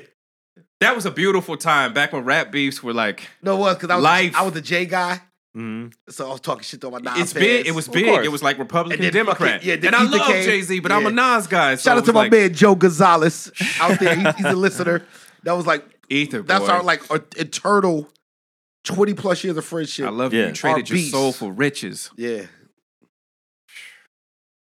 [SPEAKER 1] That was a beautiful time back when rap beefs were like,
[SPEAKER 2] No, it was because I was
[SPEAKER 1] Life.
[SPEAKER 2] I was a J guy,
[SPEAKER 3] Mhm.
[SPEAKER 2] so I was talking shit on my Nas.
[SPEAKER 1] it's big.
[SPEAKER 2] fans.
[SPEAKER 1] It was
[SPEAKER 3] Of
[SPEAKER 1] big.
[SPEAKER 3] course.
[SPEAKER 1] It was like Republican,
[SPEAKER 2] And then
[SPEAKER 1] Democrat.
[SPEAKER 2] fucking- yeah, then
[SPEAKER 1] and I
[SPEAKER 2] Ether
[SPEAKER 1] love
[SPEAKER 2] came.
[SPEAKER 1] Jay Z, but I'm a
[SPEAKER 2] Yeah.
[SPEAKER 1] Nas guy. So
[SPEAKER 2] Shout
[SPEAKER 1] it
[SPEAKER 2] out to
[SPEAKER 1] was
[SPEAKER 2] my
[SPEAKER 1] like,
[SPEAKER 2] man Joe Gonzalez out there. He's, he's a listener. That was like
[SPEAKER 1] Ether. Boy.
[SPEAKER 2] that's our like our eternal twenty plus years of friendship.
[SPEAKER 1] I love you.
[SPEAKER 3] Yeah.
[SPEAKER 1] You traded
[SPEAKER 2] Our
[SPEAKER 1] your
[SPEAKER 2] beast.
[SPEAKER 1] soul for riches.
[SPEAKER 2] yeah.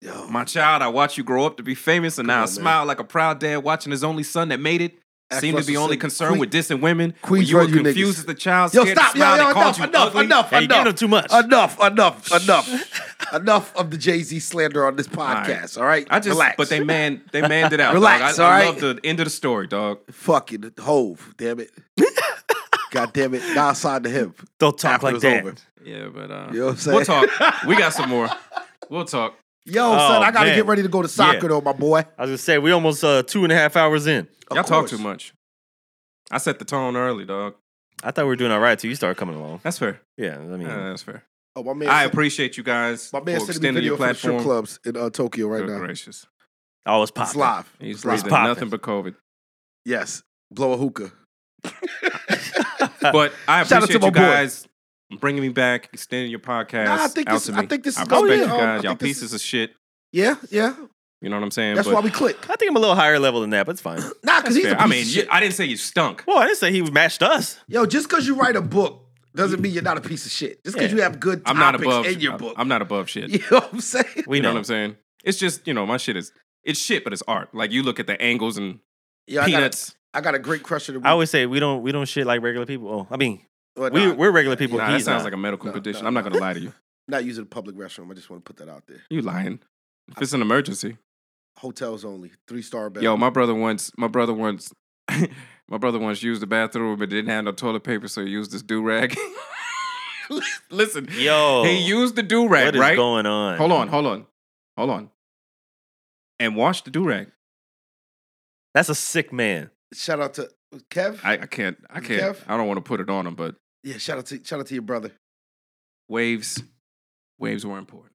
[SPEAKER 2] Yo,
[SPEAKER 1] My child, I watch you grow up to be famous, and now I
[SPEAKER 2] on, man.
[SPEAKER 1] smile like a proud dad watching his only son that made it.
[SPEAKER 2] Act
[SPEAKER 1] Seemed to be
[SPEAKER 2] Russell
[SPEAKER 1] only
[SPEAKER 2] said,
[SPEAKER 1] concerned
[SPEAKER 2] "Queen-
[SPEAKER 1] with dissing women. When
[SPEAKER 2] Queens
[SPEAKER 1] you were
[SPEAKER 2] run you
[SPEAKER 1] confused
[SPEAKER 2] niggas."
[SPEAKER 1] as the child.
[SPEAKER 2] yo,
[SPEAKER 1] scared to
[SPEAKER 2] stop! Yo,
[SPEAKER 1] smile,
[SPEAKER 2] yo,
[SPEAKER 1] they called
[SPEAKER 2] enough,
[SPEAKER 1] you
[SPEAKER 2] enough,
[SPEAKER 1] ugly.
[SPEAKER 2] enough,
[SPEAKER 3] Hey, you giving
[SPEAKER 2] enough.
[SPEAKER 3] them too much.
[SPEAKER 2] enough, enough, enough, enough of the Jay Z slander on this
[SPEAKER 1] right.
[SPEAKER 2] podcast. All right,
[SPEAKER 1] I just,
[SPEAKER 2] relax.
[SPEAKER 1] but they man, they manned it out.
[SPEAKER 2] Relax,
[SPEAKER 1] dog. I, I
[SPEAKER 2] all
[SPEAKER 1] love the end of the story, dog.
[SPEAKER 2] fucking hove. Damn it, god damn it. Now I signed to him.
[SPEAKER 3] Don't talk
[SPEAKER 2] After
[SPEAKER 3] like
[SPEAKER 2] it's
[SPEAKER 3] that.
[SPEAKER 2] over.
[SPEAKER 1] Yeah, but uh,
[SPEAKER 2] You know what I'm saying?
[SPEAKER 1] we'll talk. we got some more. We'll talk.
[SPEAKER 2] Yo, son,
[SPEAKER 3] Oh,
[SPEAKER 2] I gotta
[SPEAKER 3] man.
[SPEAKER 2] get ready to go to soccer
[SPEAKER 3] Yeah.
[SPEAKER 2] though, my boy.
[SPEAKER 3] I was gonna say we almost uh, two and a half hours in.
[SPEAKER 2] Of
[SPEAKER 1] Y'all talk
[SPEAKER 2] course.
[SPEAKER 1] too much. I set the tone early, dog.
[SPEAKER 3] I thought we were doing all right till you started coming along.
[SPEAKER 1] That's fair.
[SPEAKER 3] Yeah, I mean,
[SPEAKER 1] Yeah, that's fair.
[SPEAKER 2] Oh, my man.
[SPEAKER 1] I
[SPEAKER 2] sent-
[SPEAKER 1] appreciate you guys
[SPEAKER 2] my man
[SPEAKER 1] for
[SPEAKER 2] sent me
[SPEAKER 1] extending
[SPEAKER 2] video
[SPEAKER 1] your
[SPEAKER 2] for the strip
[SPEAKER 1] platform.
[SPEAKER 2] clubs in uh, Tokyo right
[SPEAKER 1] Good
[SPEAKER 2] now.
[SPEAKER 1] gracious.
[SPEAKER 3] I was
[SPEAKER 2] It's
[SPEAKER 3] popping.
[SPEAKER 2] live.
[SPEAKER 1] He's
[SPEAKER 2] live.
[SPEAKER 1] breathing
[SPEAKER 3] popping.
[SPEAKER 1] nothing but COVID.
[SPEAKER 2] Yes, blow a hookah.
[SPEAKER 1] But I
[SPEAKER 2] Shout out to
[SPEAKER 1] appreciate
[SPEAKER 2] my
[SPEAKER 1] you
[SPEAKER 2] boy.
[SPEAKER 1] guys bringing me back, extending your podcast.
[SPEAKER 2] Nah, I think
[SPEAKER 1] out
[SPEAKER 2] this-
[SPEAKER 1] to
[SPEAKER 2] I
[SPEAKER 1] me.
[SPEAKER 2] think this
[SPEAKER 1] I
[SPEAKER 2] is gonna be,
[SPEAKER 1] respect
[SPEAKER 2] um,
[SPEAKER 1] you
[SPEAKER 2] I
[SPEAKER 1] guys. Y'all
[SPEAKER 2] think this
[SPEAKER 1] pieces of shit.
[SPEAKER 2] Yeah, yeah.
[SPEAKER 1] You know what I'm saying?
[SPEAKER 2] That's
[SPEAKER 1] But-
[SPEAKER 2] why we click.
[SPEAKER 3] I think I'm a little higher level than that, but it's fine.
[SPEAKER 2] Nah, because he's.
[SPEAKER 1] Yeah,
[SPEAKER 2] a
[SPEAKER 1] I
[SPEAKER 2] piece
[SPEAKER 1] mean,
[SPEAKER 2] of
[SPEAKER 1] you,
[SPEAKER 2] shit.
[SPEAKER 1] I didn't say you stunk.
[SPEAKER 3] Well, I didn't say he matched us.
[SPEAKER 2] yo, just because you write a book doesn't mean you're not a piece of shit. Just because
[SPEAKER 3] Yeah.
[SPEAKER 2] you have good
[SPEAKER 1] I'm
[SPEAKER 2] topics
[SPEAKER 1] not above.
[SPEAKER 2] in your
[SPEAKER 1] I'm-
[SPEAKER 2] book,
[SPEAKER 1] I'm not above shit.
[SPEAKER 2] you know what I'm saying?
[SPEAKER 3] We
[SPEAKER 1] you know,
[SPEAKER 3] know.
[SPEAKER 1] what I'm saying? It's just you know my shit is it's shit, but it's art. Like you look at the angles and
[SPEAKER 2] Yeah, I got, a,
[SPEAKER 1] peanuts.
[SPEAKER 2] I got a great crush of the week.
[SPEAKER 3] I always say we don't we don't shit like regular people. Oh, I mean,
[SPEAKER 2] Well,
[SPEAKER 3] we
[SPEAKER 2] nah,
[SPEAKER 3] we're regular people.
[SPEAKER 1] Nah, that
[SPEAKER 3] He's
[SPEAKER 1] sounds
[SPEAKER 3] not.
[SPEAKER 1] like a medical
[SPEAKER 2] No,
[SPEAKER 1] condition.
[SPEAKER 2] no,
[SPEAKER 1] I'm not
[SPEAKER 2] no.
[SPEAKER 1] gonna lie to you.
[SPEAKER 2] not using a public restroom. I just want to put that out there.
[SPEAKER 1] You lying? If it's an emergency,
[SPEAKER 2] Hotels only, three star bed.
[SPEAKER 1] yo, my brother once, my brother once, my brother once used the bathroom but didn't have no toilet paper, so he used this do rag. Listen,
[SPEAKER 3] yo.
[SPEAKER 1] he used the do
[SPEAKER 3] what
[SPEAKER 1] rag,
[SPEAKER 3] is
[SPEAKER 1] right?
[SPEAKER 3] going on?
[SPEAKER 1] Hold on, hold on, hold on, and wash the do rag.
[SPEAKER 3] That's a sick man.
[SPEAKER 2] shout out to Kev.
[SPEAKER 1] I, I can't, I can't,
[SPEAKER 2] Kev?
[SPEAKER 1] I don't want to put it on him, but
[SPEAKER 2] yeah, shout out to shout out to your brother.
[SPEAKER 1] waves, waves were important.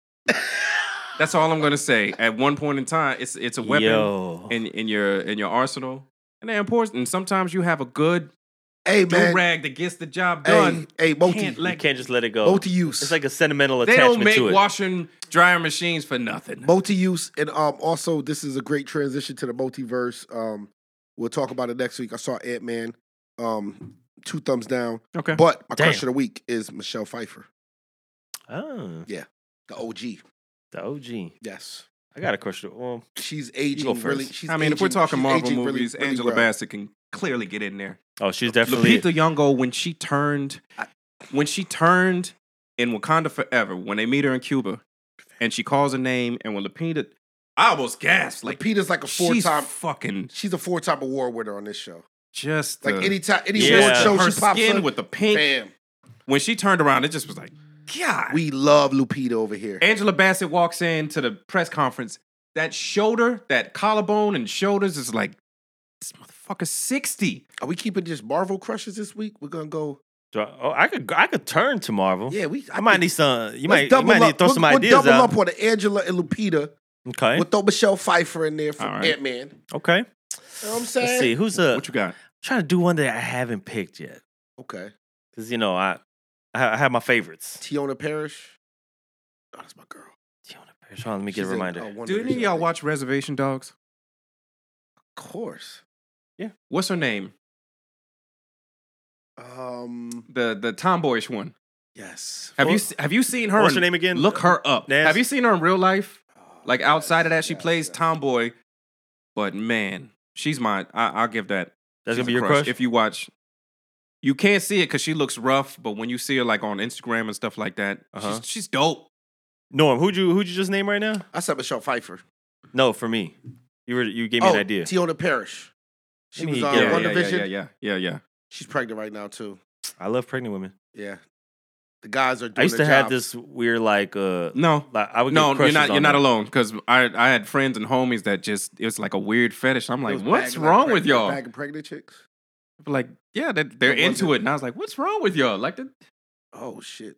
[SPEAKER 1] That's all I'm gonna say. At one point in time, it's it's a weapon
[SPEAKER 3] Yo.
[SPEAKER 1] in, in your in your arsenal, and they're important. And sometimes you have a good
[SPEAKER 2] Hey
[SPEAKER 1] do
[SPEAKER 2] man,
[SPEAKER 1] rag that gets the job
[SPEAKER 2] hey,
[SPEAKER 1] done.
[SPEAKER 2] hey, multi,
[SPEAKER 1] Can't let
[SPEAKER 3] you can't just let it go.
[SPEAKER 2] multi use.
[SPEAKER 3] It's like a sentimental
[SPEAKER 1] they
[SPEAKER 3] attachment
[SPEAKER 1] don't make
[SPEAKER 3] to it.
[SPEAKER 1] washing dryer machines for nothing.
[SPEAKER 2] multi-use and um also this is a great transition to the multiverse um we'll talk about it next week i saw ant-man um two thumbs down
[SPEAKER 1] Okay,
[SPEAKER 2] but my
[SPEAKER 3] Damn.
[SPEAKER 2] crush of the week is michelle pfeiffer
[SPEAKER 3] oh,
[SPEAKER 2] the og
[SPEAKER 3] the OG.
[SPEAKER 2] yes
[SPEAKER 3] I got a question. Well,
[SPEAKER 2] she's aging
[SPEAKER 3] first.
[SPEAKER 2] really she's
[SPEAKER 1] I mean, if we're
[SPEAKER 2] aging-
[SPEAKER 1] talking
[SPEAKER 2] she's
[SPEAKER 1] Marvel
[SPEAKER 2] aging really-
[SPEAKER 1] movies,
[SPEAKER 2] really
[SPEAKER 1] Angela
[SPEAKER 2] well.
[SPEAKER 1] Bassett can clearly get in there.
[SPEAKER 3] oh, she's definitely.
[SPEAKER 1] Lupita Nyong'o, when she turned, when she turned in Wakanda Forever, when they meet her in Cuba, and she calls her name, and when Lupita, I almost gasped. Like
[SPEAKER 2] Lupita's like a
[SPEAKER 1] she's
[SPEAKER 2] four-time
[SPEAKER 1] fucking
[SPEAKER 2] she's a four-time award winner on this show
[SPEAKER 1] just
[SPEAKER 2] like
[SPEAKER 1] the-
[SPEAKER 2] anytime any
[SPEAKER 3] Yeah.
[SPEAKER 1] just
[SPEAKER 2] award show
[SPEAKER 1] her
[SPEAKER 2] she pops
[SPEAKER 1] skin
[SPEAKER 2] up
[SPEAKER 1] with the pink.
[SPEAKER 2] bam
[SPEAKER 1] When she turned around, it just was like, God.
[SPEAKER 2] we love lupita over here
[SPEAKER 1] Angela Bassett walks in to the press conference. That shoulder, that collarbone and shoulders is like, this motherfucker's 60.
[SPEAKER 2] are we keeping just marvel crushes this week we're gonna go
[SPEAKER 3] Do I- oh, I could I could turn to Marvel.
[SPEAKER 2] yeah we
[SPEAKER 3] I might
[SPEAKER 2] think-
[SPEAKER 3] need some. You
[SPEAKER 2] Let's
[SPEAKER 3] might you might need to throw
[SPEAKER 2] We'll-
[SPEAKER 3] some
[SPEAKER 2] we'll
[SPEAKER 3] ideas
[SPEAKER 2] double
[SPEAKER 3] out.
[SPEAKER 2] up on the Angela and Lupita.
[SPEAKER 3] Okay.
[SPEAKER 2] We'll throw Michelle Pfeiffer in there from
[SPEAKER 1] All right.
[SPEAKER 2] Ant Man. You
[SPEAKER 3] Okay.
[SPEAKER 2] know what I'm
[SPEAKER 3] Let's
[SPEAKER 2] saying?
[SPEAKER 3] see. Who's a?
[SPEAKER 1] What you got?
[SPEAKER 3] trying to do one that I haven't picked yet
[SPEAKER 2] Okay.
[SPEAKER 3] because you know I I I have my favorites.
[SPEAKER 2] Tiona Parrish. Oh, that's my girl.
[SPEAKER 3] Tiona Parrish. Hold on, let me get
[SPEAKER 2] She's
[SPEAKER 3] a
[SPEAKER 2] in,
[SPEAKER 3] reminder.
[SPEAKER 2] uh, Wonder
[SPEAKER 1] Do any of
[SPEAKER 2] Vision, I
[SPEAKER 1] y'all
[SPEAKER 2] think.
[SPEAKER 1] watch Reservation Dogs?
[SPEAKER 2] Of course.
[SPEAKER 1] What's her name?
[SPEAKER 2] Um.
[SPEAKER 1] The the tomboyish one.
[SPEAKER 2] Yes.
[SPEAKER 1] Have you
[SPEAKER 3] What-
[SPEAKER 1] se- have you seen her?
[SPEAKER 3] What's
[SPEAKER 1] in-
[SPEAKER 3] her name again?
[SPEAKER 1] Look her up.
[SPEAKER 3] Nas-
[SPEAKER 1] Have you seen her in real life?
[SPEAKER 2] Oh,
[SPEAKER 1] Like
[SPEAKER 2] yes,
[SPEAKER 1] outside of that, she
[SPEAKER 2] yes,
[SPEAKER 1] plays
[SPEAKER 2] yes.
[SPEAKER 1] tomboy. But man, she's my. I, I'll give that.
[SPEAKER 3] That's
[SPEAKER 1] she's a
[SPEAKER 3] gonna be your crush.
[SPEAKER 1] If you watch, you can't see it because she looks rough. But when you see her like on Instagram and stuff like that,
[SPEAKER 3] Uh-huh.
[SPEAKER 1] she's, she's dope.
[SPEAKER 3] Norm, who'd you who'd you just name right now?
[SPEAKER 2] I said Michelle Pfeiffer.
[SPEAKER 3] No, for me. You were you gave me
[SPEAKER 2] Oh,
[SPEAKER 3] an idea.
[SPEAKER 2] Tiona Parrish. She
[SPEAKER 3] Let
[SPEAKER 2] was
[SPEAKER 3] me
[SPEAKER 2] on
[SPEAKER 3] get-
[SPEAKER 1] yeah,
[SPEAKER 3] yeah,
[SPEAKER 2] Wonder
[SPEAKER 1] yeah,
[SPEAKER 2] Vision.
[SPEAKER 1] yeah, yeah, yeah, yeah.
[SPEAKER 2] She's pregnant right now too.
[SPEAKER 3] I love pregnant women.
[SPEAKER 2] Yeah. The guys are doing
[SPEAKER 3] I used to
[SPEAKER 2] their
[SPEAKER 3] have
[SPEAKER 2] job.
[SPEAKER 3] this weird like uh
[SPEAKER 1] No,
[SPEAKER 3] like I would get
[SPEAKER 1] no, you're
[SPEAKER 3] crushes
[SPEAKER 1] not. You're
[SPEAKER 3] on
[SPEAKER 1] not
[SPEAKER 3] them.
[SPEAKER 1] alone because I I had friends and homies that just it was like a weird fetish. I'm
[SPEAKER 2] It was
[SPEAKER 1] like, what's
[SPEAKER 2] bagging,
[SPEAKER 1] wrong
[SPEAKER 2] like,
[SPEAKER 1] with y'all?
[SPEAKER 2] Bagging pregnant chicks.
[SPEAKER 1] Like, yeah, they, they're
[SPEAKER 2] What was
[SPEAKER 1] into
[SPEAKER 2] it?
[SPEAKER 1] it, and I was like, what's wrong with y'all? Like, the,
[SPEAKER 2] Oh shit.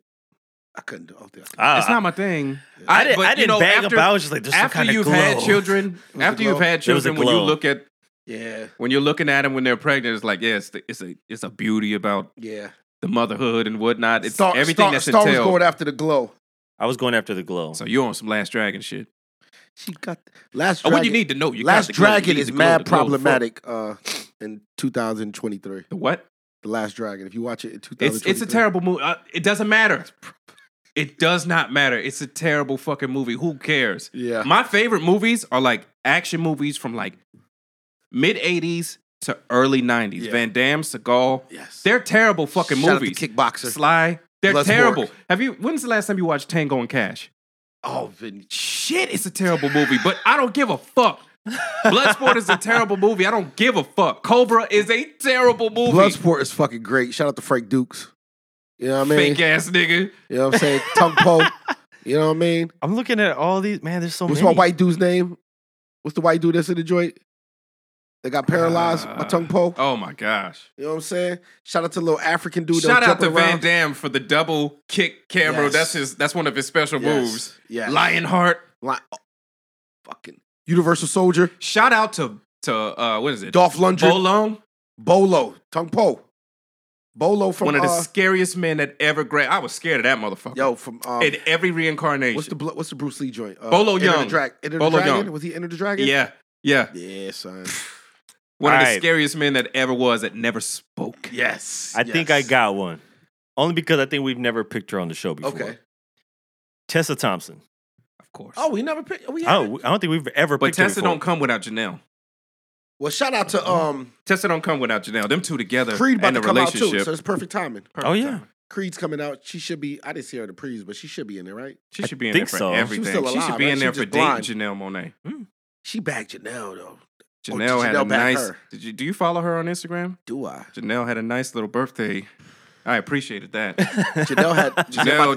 [SPEAKER 2] I couldn't do. I don't think I could.
[SPEAKER 3] I,
[SPEAKER 1] it's not my thing.
[SPEAKER 3] Ah, I, didn't,
[SPEAKER 1] but,
[SPEAKER 3] I
[SPEAKER 1] you
[SPEAKER 3] didn't
[SPEAKER 1] know,
[SPEAKER 3] bang
[SPEAKER 1] after-
[SPEAKER 3] about. I was just like, there's some
[SPEAKER 1] after
[SPEAKER 3] kind of
[SPEAKER 1] you've
[SPEAKER 3] glow.
[SPEAKER 1] had children,
[SPEAKER 2] was a
[SPEAKER 1] after you've
[SPEAKER 2] glow.
[SPEAKER 1] had
[SPEAKER 3] There was a
[SPEAKER 1] children, when you
[SPEAKER 3] glow.
[SPEAKER 1] look at
[SPEAKER 2] yeah,
[SPEAKER 1] when you're looking at them when they're pregnant, it's like yeah, it's, the, it's a it's a beauty about
[SPEAKER 2] yeah.
[SPEAKER 1] the motherhood and whatnot. It's
[SPEAKER 2] Star-
[SPEAKER 1] everything
[SPEAKER 2] Star,
[SPEAKER 1] that's
[SPEAKER 2] Star was
[SPEAKER 1] entailed.
[SPEAKER 2] going after the glow.
[SPEAKER 3] I was going after the glow.
[SPEAKER 1] so you're on some Last Dragon shit.
[SPEAKER 2] She got last.
[SPEAKER 1] Oh,
[SPEAKER 2] Dragon,
[SPEAKER 1] what you need to know, you got
[SPEAKER 2] last
[SPEAKER 1] the glow, you
[SPEAKER 2] Dragon
[SPEAKER 1] need
[SPEAKER 2] is
[SPEAKER 1] the glow,
[SPEAKER 2] mad
[SPEAKER 1] the glow, the fuck.
[SPEAKER 2] problematic. Uh, in 2023,
[SPEAKER 1] The what?
[SPEAKER 2] the Last Dragon. If you watch it in 2023,
[SPEAKER 1] It's it's a terrible movie. Uh, it doesn't matter. It does not matter. It's a terrible fucking movie. Who cares?
[SPEAKER 2] Yeah,
[SPEAKER 1] My favorite movies are like action movies from like mid '80s to early '90s.
[SPEAKER 2] Yeah.
[SPEAKER 1] Van Damme, Seagal.
[SPEAKER 2] yes.
[SPEAKER 1] They're terrible fucking
[SPEAKER 2] Shout out to
[SPEAKER 1] movies.
[SPEAKER 2] kickboxer.
[SPEAKER 1] Sly. They're
[SPEAKER 2] Bloodsport.
[SPEAKER 1] terrible. Have you? When's the last time you watched Tango and Cash?
[SPEAKER 2] oh, Vin-
[SPEAKER 1] Shit, it's a terrible movie, but I don't give a fuck. Bloodsport is a terrible movie. I don't give a fuck. Cobra is a terrible movie.
[SPEAKER 2] Bloodsport is fucking great. Shout out to Frank Dukes. You know what I mean?
[SPEAKER 1] Fake ass nigga.
[SPEAKER 2] You know what I'm saying? Tung Po. You know what I mean?
[SPEAKER 3] I'm looking at all these. Man, there's so
[SPEAKER 1] Oh,
[SPEAKER 2] What's my
[SPEAKER 3] many.
[SPEAKER 2] white dude's name? What's the white dude that's in the joint? That got paralyzed by
[SPEAKER 1] Uh,
[SPEAKER 2] Tung Po.
[SPEAKER 1] Oh my gosh.
[SPEAKER 2] You know what I'm saying? Shout out to little African dude. that
[SPEAKER 1] Shout
[SPEAKER 2] was
[SPEAKER 1] out to
[SPEAKER 2] jumping
[SPEAKER 1] Van
[SPEAKER 2] around.
[SPEAKER 1] Damme for the double kick camera.
[SPEAKER 2] Yes.
[SPEAKER 1] That's his that's one of his special
[SPEAKER 2] Yes.
[SPEAKER 1] moves.
[SPEAKER 2] Yes.
[SPEAKER 1] Lionheart.
[SPEAKER 2] Li- oh, fucking Universal Soldier.
[SPEAKER 1] Shout out to to uh what is it?
[SPEAKER 2] Dolph Lundgren.
[SPEAKER 1] Bolong,
[SPEAKER 2] Bolo. Tung Po. Bolo from
[SPEAKER 1] one of the
[SPEAKER 2] uh,
[SPEAKER 1] scariest men that ever grabbed. I was scared of that motherfucker.
[SPEAKER 2] yo from um,
[SPEAKER 1] in every reincarnation.
[SPEAKER 2] what's the bl- what's the Bruce Lee joint? Uh,
[SPEAKER 1] Bolo
[SPEAKER 2] Enter
[SPEAKER 1] Young.
[SPEAKER 2] The Dra- Enter the
[SPEAKER 1] Bolo
[SPEAKER 2] Dragon.
[SPEAKER 1] Young.
[SPEAKER 2] Was he Enter the Dragon?
[SPEAKER 1] yeah. Yeah.
[SPEAKER 2] Yeah, son.
[SPEAKER 1] One of the
[SPEAKER 3] Alright.
[SPEAKER 1] scariest men that ever was that never spoke.
[SPEAKER 2] Yes.
[SPEAKER 3] I think I got one. Only because I think we've never picked her on the show before.
[SPEAKER 2] Okay.
[SPEAKER 3] Tessa Thompson.
[SPEAKER 1] Of course.
[SPEAKER 2] Oh, we never picked. We
[SPEAKER 3] I
[SPEAKER 2] haven't-
[SPEAKER 3] don't, I don't think we've ever
[SPEAKER 1] but
[SPEAKER 3] picked her
[SPEAKER 1] Tessa
[SPEAKER 3] before.
[SPEAKER 1] don't come without Janelle.
[SPEAKER 2] Well, shout out
[SPEAKER 1] Mm-hmm.
[SPEAKER 2] to um
[SPEAKER 1] Tessa don't come without Janelle. Them two together
[SPEAKER 2] Creed about
[SPEAKER 1] and
[SPEAKER 2] to
[SPEAKER 1] the
[SPEAKER 2] come out too,
[SPEAKER 1] relationship.
[SPEAKER 2] so it's perfect timing.
[SPEAKER 3] Oh, yeah.
[SPEAKER 2] Creed's coming out. She should be. I didn't see her in the pre's, but she should be in there, right?
[SPEAKER 1] She
[SPEAKER 3] I
[SPEAKER 1] should be in there
[SPEAKER 3] think
[SPEAKER 1] for
[SPEAKER 3] so. Hmm. She was
[SPEAKER 1] everything. She,
[SPEAKER 2] still
[SPEAKER 1] should
[SPEAKER 2] alive,
[SPEAKER 1] be
[SPEAKER 2] right?
[SPEAKER 1] in
[SPEAKER 2] She
[SPEAKER 1] there
[SPEAKER 2] was
[SPEAKER 1] for
[SPEAKER 2] just blind.
[SPEAKER 1] dating Janelle Monet.
[SPEAKER 2] She bagged Janelle though.
[SPEAKER 1] Janelle
[SPEAKER 2] Oh, did
[SPEAKER 1] had a
[SPEAKER 2] Janelle back
[SPEAKER 1] nice.
[SPEAKER 2] her?
[SPEAKER 1] Did you do you follow her on Instagram?
[SPEAKER 2] Do I?
[SPEAKER 1] Janelle had a nice little birthday. I appreciated that.
[SPEAKER 2] Janelle had
[SPEAKER 1] Janelle,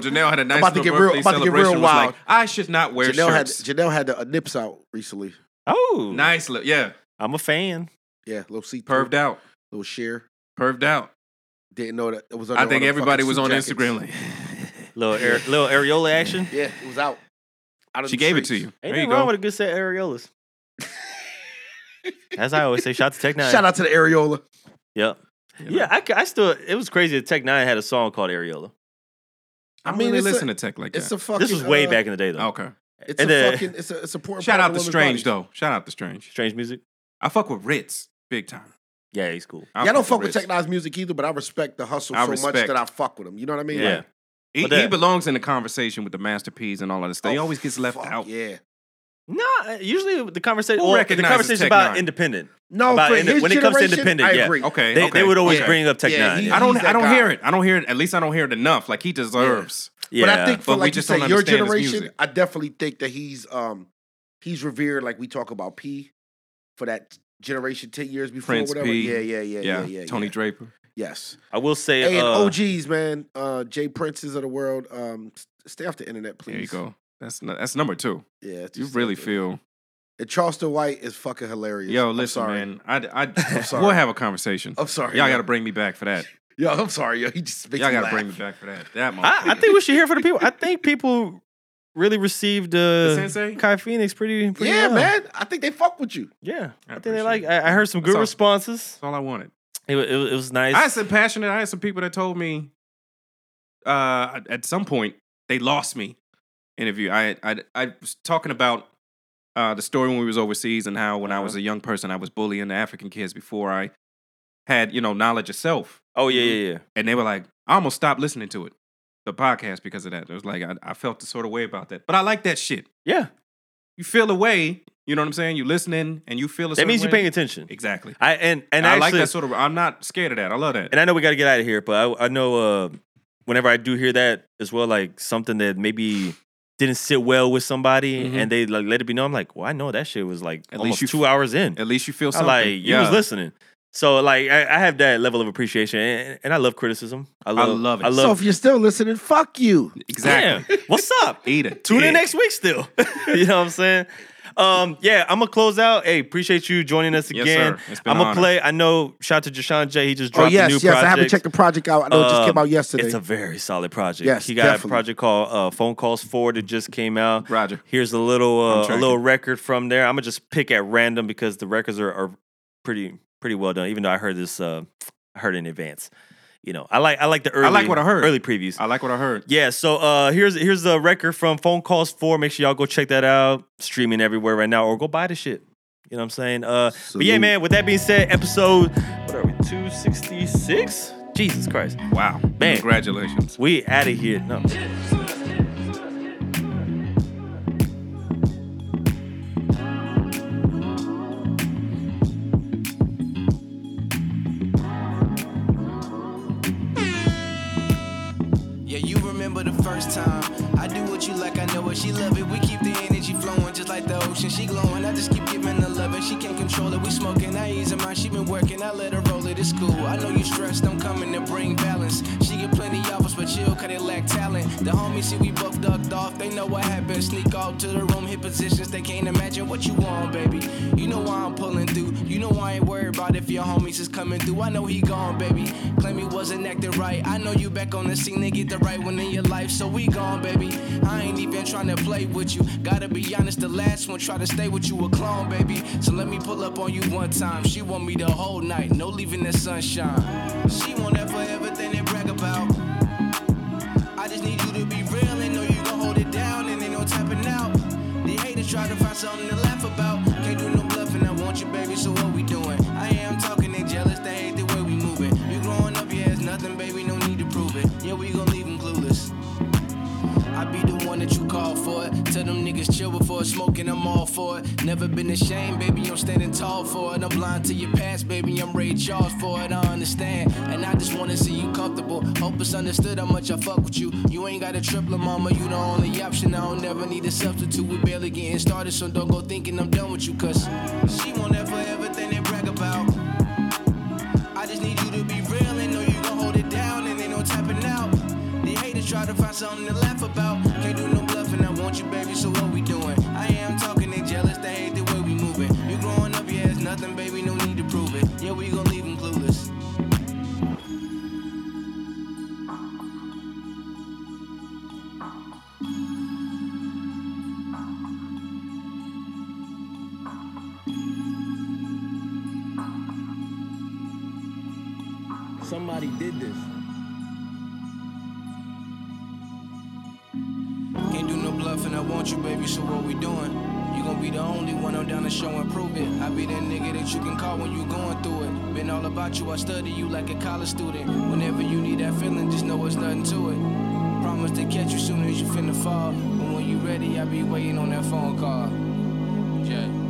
[SPEAKER 2] Janelle,
[SPEAKER 1] Janelle had a nice
[SPEAKER 2] about to
[SPEAKER 1] little
[SPEAKER 2] get real-
[SPEAKER 1] birthday
[SPEAKER 2] about to get real
[SPEAKER 1] celebration. was
[SPEAKER 2] wild.
[SPEAKER 1] like, I should not wear
[SPEAKER 2] Janelle had
[SPEAKER 1] shirts.
[SPEAKER 2] Janelle had the uh, nips out recently.
[SPEAKER 3] Oh,
[SPEAKER 1] nice, li- yeah,
[SPEAKER 3] I'm a fan.
[SPEAKER 2] Yeah, little C
[SPEAKER 1] perved out,
[SPEAKER 2] little sheer.
[SPEAKER 1] perved out.
[SPEAKER 2] Didn't know that it was. Under
[SPEAKER 1] I
[SPEAKER 2] all
[SPEAKER 1] think
[SPEAKER 2] the
[SPEAKER 1] everybody
[SPEAKER 2] fucking
[SPEAKER 1] was
[SPEAKER 2] suit
[SPEAKER 1] on
[SPEAKER 2] jackets.
[SPEAKER 1] Instagram like,
[SPEAKER 3] Little air, little areola action.
[SPEAKER 2] Yeah, it was out. out of
[SPEAKER 1] she
[SPEAKER 2] the
[SPEAKER 1] gave it to
[SPEAKER 2] streets.
[SPEAKER 1] you.
[SPEAKER 3] Ain't
[SPEAKER 1] there you
[SPEAKER 3] nothing wrong
[SPEAKER 1] go.
[SPEAKER 3] with a good set of areolas. As I always say, shout out to Tech Nine.
[SPEAKER 2] Shout out to the areola.
[SPEAKER 3] Yep.
[SPEAKER 1] You know?
[SPEAKER 3] Yeah, I, c- I still. It was crazy. that Tech Nine had a song called Areola.
[SPEAKER 1] I
[SPEAKER 2] I
[SPEAKER 1] don't
[SPEAKER 2] mean,
[SPEAKER 1] really
[SPEAKER 2] it's a-
[SPEAKER 1] listen to tech like
[SPEAKER 2] It's
[SPEAKER 1] that.
[SPEAKER 2] a fucking.
[SPEAKER 3] This was way
[SPEAKER 2] uh,
[SPEAKER 3] back in the day, though.
[SPEAKER 1] okay.
[SPEAKER 2] It's
[SPEAKER 3] And uh,
[SPEAKER 2] a
[SPEAKER 3] the-
[SPEAKER 2] fucking. It's a. It's a poor.
[SPEAKER 1] Shout out to Strange though. Shout out to Strange.
[SPEAKER 3] Strange music.
[SPEAKER 1] I fuck with Ritz big time.
[SPEAKER 3] Yeah, he's cool.
[SPEAKER 2] Yeah, I don't fuck with
[SPEAKER 1] Ritz.
[SPEAKER 2] Tech Nine's music either, but I respect the hustle
[SPEAKER 1] I
[SPEAKER 2] so much
[SPEAKER 1] respect.
[SPEAKER 2] that I fuck with him. You know what I mean?
[SPEAKER 3] Yeah.
[SPEAKER 2] Like,
[SPEAKER 1] He,
[SPEAKER 3] But that-
[SPEAKER 1] he belongs in the conversation with the Master P's and all of this. They
[SPEAKER 2] oh,
[SPEAKER 1] always gets left
[SPEAKER 2] fuck,
[SPEAKER 1] out.
[SPEAKER 2] Yeah.
[SPEAKER 3] No, usually the conversation.
[SPEAKER 1] Who
[SPEAKER 3] Well, the
[SPEAKER 1] recognizes
[SPEAKER 3] conversation
[SPEAKER 1] Tech
[SPEAKER 3] about
[SPEAKER 1] Nine?
[SPEAKER 3] independent.
[SPEAKER 2] No,
[SPEAKER 3] About
[SPEAKER 2] for
[SPEAKER 3] inde-
[SPEAKER 2] his
[SPEAKER 3] when it comes to
[SPEAKER 2] generation,
[SPEAKER 3] independent,
[SPEAKER 2] I
[SPEAKER 3] yeah.
[SPEAKER 2] agree.
[SPEAKER 1] Okay,
[SPEAKER 3] They,
[SPEAKER 1] okay.
[SPEAKER 3] they would always
[SPEAKER 2] Yeah.
[SPEAKER 3] bring up Tech
[SPEAKER 2] Yeah,
[SPEAKER 3] Nine.
[SPEAKER 2] he-
[SPEAKER 3] Yeah,
[SPEAKER 1] I
[SPEAKER 2] he's
[SPEAKER 1] don't.
[SPEAKER 2] that
[SPEAKER 1] I don't
[SPEAKER 2] guy.
[SPEAKER 1] hear it. I don't hear it. At least I don't hear it enough. Like he deserves.
[SPEAKER 2] But I think for
[SPEAKER 1] But we
[SPEAKER 2] like you
[SPEAKER 1] just don't
[SPEAKER 2] say, your
[SPEAKER 1] understand his
[SPEAKER 2] generation,
[SPEAKER 1] music.
[SPEAKER 2] I definitely think that he's um he's revered like we talk about P for that generation ten years before
[SPEAKER 1] Prince
[SPEAKER 2] whatever.
[SPEAKER 1] P.
[SPEAKER 2] Yeah, yeah, yeah, yeah, yeah, yeah.
[SPEAKER 1] Tony Draper.
[SPEAKER 2] Yes.
[SPEAKER 3] I will say.
[SPEAKER 2] Hey, and
[SPEAKER 3] uh,
[SPEAKER 2] OGs, man, uh Jay Princes of the world. Um s- stay off the internet, please.
[SPEAKER 1] There you go. That's n- that's number two.
[SPEAKER 2] Yeah. it's
[SPEAKER 1] You
[SPEAKER 2] just-
[SPEAKER 1] really feel,
[SPEAKER 2] and Charleston White is fucking hilarious.
[SPEAKER 1] yo.
[SPEAKER 2] I'm
[SPEAKER 1] Listen,
[SPEAKER 2] sorry.
[SPEAKER 1] man. I, I,
[SPEAKER 2] sorry.
[SPEAKER 1] we'll have a conversation.
[SPEAKER 2] I'm sorry.
[SPEAKER 1] Y'all
[SPEAKER 2] yo.
[SPEAKER 1] got to bring me back for that.
[SPEAKER 2] Yo, I'm sorry, yo. He just makes
[SPEAKER 1] Y'all
[SPEAKER 2] me
[SPEAKER 1] got to
[SPEAKER 2] laugh.
[SPEAKER 1] bring me back for that. That
[SPEAKER 3] I, I
[SPEAKER 1] motherfucker.
[SPEAKER 3] think we should hear for the people. I think people really received uh,
[SPEAKER 1] sensei?
[SPEAKER 3] Kai Phoenix pretty, pretty
[SPEAKER 2] Yeah,
[SPEAKER 3] well.
[SPEAKER 2] man. I think they fuck with you.
[SPEAKER 3] Yeah,
[SPEAKER 1] I
[SPEAKER 3] I, think they
[SPEAKER 1] appreciate
[SPEAKER 3] like.
[SPEAKER 1] it.
[SPEAKER 3] I, I heard some good
[SPEAKER 1] That's all.
[SPEAKER 3] responses.
[SPEAKER 1] That's all I wanted.
[SPEAKER 3] It, wa- it, wa- it was nice.
[SPEAKER 1] I had some passionate. I had some people that told me, uh, at some point they lost me. Interview. I I I was talking about uh, the story when we was overseas and how when I was
[SPEAKER 3] Uh-huh.
[SPEAKER 1] a young person I was bullying the African kids before I had you know knowledge of self,
[SPEAKER 3] oh yeah, yeah, yeah.
[SPEAKER 1] and they were like, I almost stopped listening to it, the podcast because of that. It was like I, I felt the sort of way about that, but I like that shit.
[SPEAKER 3] Yeah,
[SPEAKER 1] You feel a way. You know what I'm saying? You listening and you feel a
[SPEAKER 3] that
[SPEAKER 1] certain
[SPEAKER 3] means you're
[SPEAKER 1] way.
[SPEAKER 3] paying attention.
[SPEAKER 1] Exactly.
[SPEAKER 3] I and
[SPEAKER 1] And
[SPEAKER 3] and
[SPEAKER 1] I
[SPEAKER 3] actually,
[SPEAKER 1] like that sort of. I'm not scared of that. I love that.
[SPEAKER 3] and I know we got to get out of here, but I, I know uh, whenever I do hear that as well, like something that maybe didn't sit well with somebody,
[SPEAKER 1] Mhm.
[SPEAKER 3] and they like let it be known. I'm like, well, I know that shit was like
[SPEAKER 1] At
[SPEAKER 3] almost
[SPEAKER 1] least you
[SPEAKER 3] two hours in.
[SPEAKER 1] At least you feel
[SPEAKER 3] I
[SPEAKER 1] something.
[SPEAKER 3] like you was
[SPEAKER 1] Yeah.
[SPEAKER 3] listening. So like I, I have that level of appreciation, and, and I love criticism. I love,
[SPEAKER 1] love it.
[SPEAKER 3] I
[SPEAKER 2] so
[SPEAKER 3] love
[SPEAKER 2] if you're still listening, fuck you.
[SPEAKER 1] Exactly.
[SPEAKER 3] Yeah. What's up?
[SPEAKER 1] Eat it.
[SPEAKER 3] Tune
[SPEAKER 1] Yeah.
[SPEAKER 3] in next week still. you know what I'm saying? Um, yeah, I'm gonna close out. Hey, appreciate you joining us
[SPEAKER 1] Yes, sir.
[SPEAKER 3] again.
[SPEAKER 1] It's been
[SPEAKER 3] I'm
[SPEAKER 1] an
[SPEAKER 3] gonna
[SPEAKER 1] honor.
[SPEAKER 3] play. I know. Shout out to Jashawn J. He just
[SPEAKER 2] Oh
[SPEAKER 3] dropped
[SPEAKER 2] yes,
[SPEAKER 3] a new
[SPEAKER 2] yes. I haven't checked the project out. I know it
[SPEAKER 1] Uh,
[SPEAKER 2] just came out yesterday.
[SPEAKER 3] It's a very solid project.
[SPEAKER 2] Yes,
[SPEAKER 3] he got
[SPEAKER 2] definitely.
[SPEAKER 3] a project called uh, "Phone Calls Forward." It just came out.
[SPEAKER 1] Roger.
[SPEAKER 3] Here's a little
[SPEAKER 1] I'm
[SPEAKER 3] uh, a
[SPEAKER 1] tracking.
[SPEAKER 3] little record from there. I'm gonna just pick at random because the records are, are pretty pretty well done. Even though I heard this, uh, I heard it in advance. You know, I like I like the early
[SPEAKER 1] I like what I heard. Uh,
[SPEAKER 3] early previews.
[SPEAKER 1] I like what I heard.
[SPEAKER 3] Yeah, so uh, here's here's the record from Phone Calls 4. Make sure y'all go check that out. Streaming everywhere right now, or go buy the shit. You know what I'm saying? Uh, but yeah,
[SPEAKER 2] Salute.
[SPEAKER 3] man, with that being said, episode, what are we, 266? Jesus Christ.
[SPEAKER 1] Wow.
[SPEAKER 3] Man.
[SPEAKER 1] Congratulations.
[SPEAKER 3] We out of here. No.
[SPEAKER 4] Yeah, you remember the first time. I do what you like, I know it. She love it. We keep the energy flowing just like the ocean. She glowing, I just keep giving the loving. She can't control it. We smoking, I ease her mind. She been working, I let her roll it. It's cool. I know you stressed, I'm coming to bring balance. She get plenty of us, but chill, cause they lack talent. The homies see we both ducked off. They know what happened. Sneak off to the room, hit positions. They can't imagine what you want, baby. You know why I'm pulling through. You know I ain't worried about if your homies is coming through. I know he gone, baby. Claim he wasn't acting right. I know you back on the scene to get the right one in your life. So we gone, baby. I ain't even trying to play with you. Gotta be honest, the last one try to stay with you a clone, baby. So let me pull up on you one time. She want me the whole night, no leaving the sunshine. She want that for everything they brag about. I just need you to be real and know you gon' hold it down and ain't no tapping out. The haters try to find something to laugh about. Can't do no bluffing, I want you, baby, so what we doing? I am talking, they jealous, they hate the way we moving. You growing up, yeah, it's nothing, baby, no need to prove it. Yeah, we gon' leave them clueless. I be the one that you call for. Tell them niggas chill before smoking, I'm all for it. Never been ashamed, baby, I'm standing tall for it. I'm blind to your past, baby, I'm Ray Charles for it. I understand, and I just wanna see you comfortable. Hope it's understood how much I fuck with you. You ain't got a triplet, mama, you the only option. I don't never need a substitute. We barely getting started, so don't go thinking I'm done with you, cuz she won't ever everything they brag about. I just need you to be real and know you gon' hold it down and ain't no tapping out. The haters try to find something to laugh about. Can't do no bluffing, I want you, baby, so what we doing? I am talking, they jealous, they hate the way we moving. You growing up, yeah, it's nothing, baby, no need to prove it. Yeah, we gon' leave them clueless. Somebody did this. Can't do no bluffing, I want you, baby, so what we doing? You gon' be the only one I'm down to show and prove it. I be that nigga that you can call when you going through it. Been all about you, I study you like a college student. Whenever you need that feeling, just know it's nothing to it. Promise to catch you soon as you finna fall. But when you ready, I be waiting on that phone call. Yeah.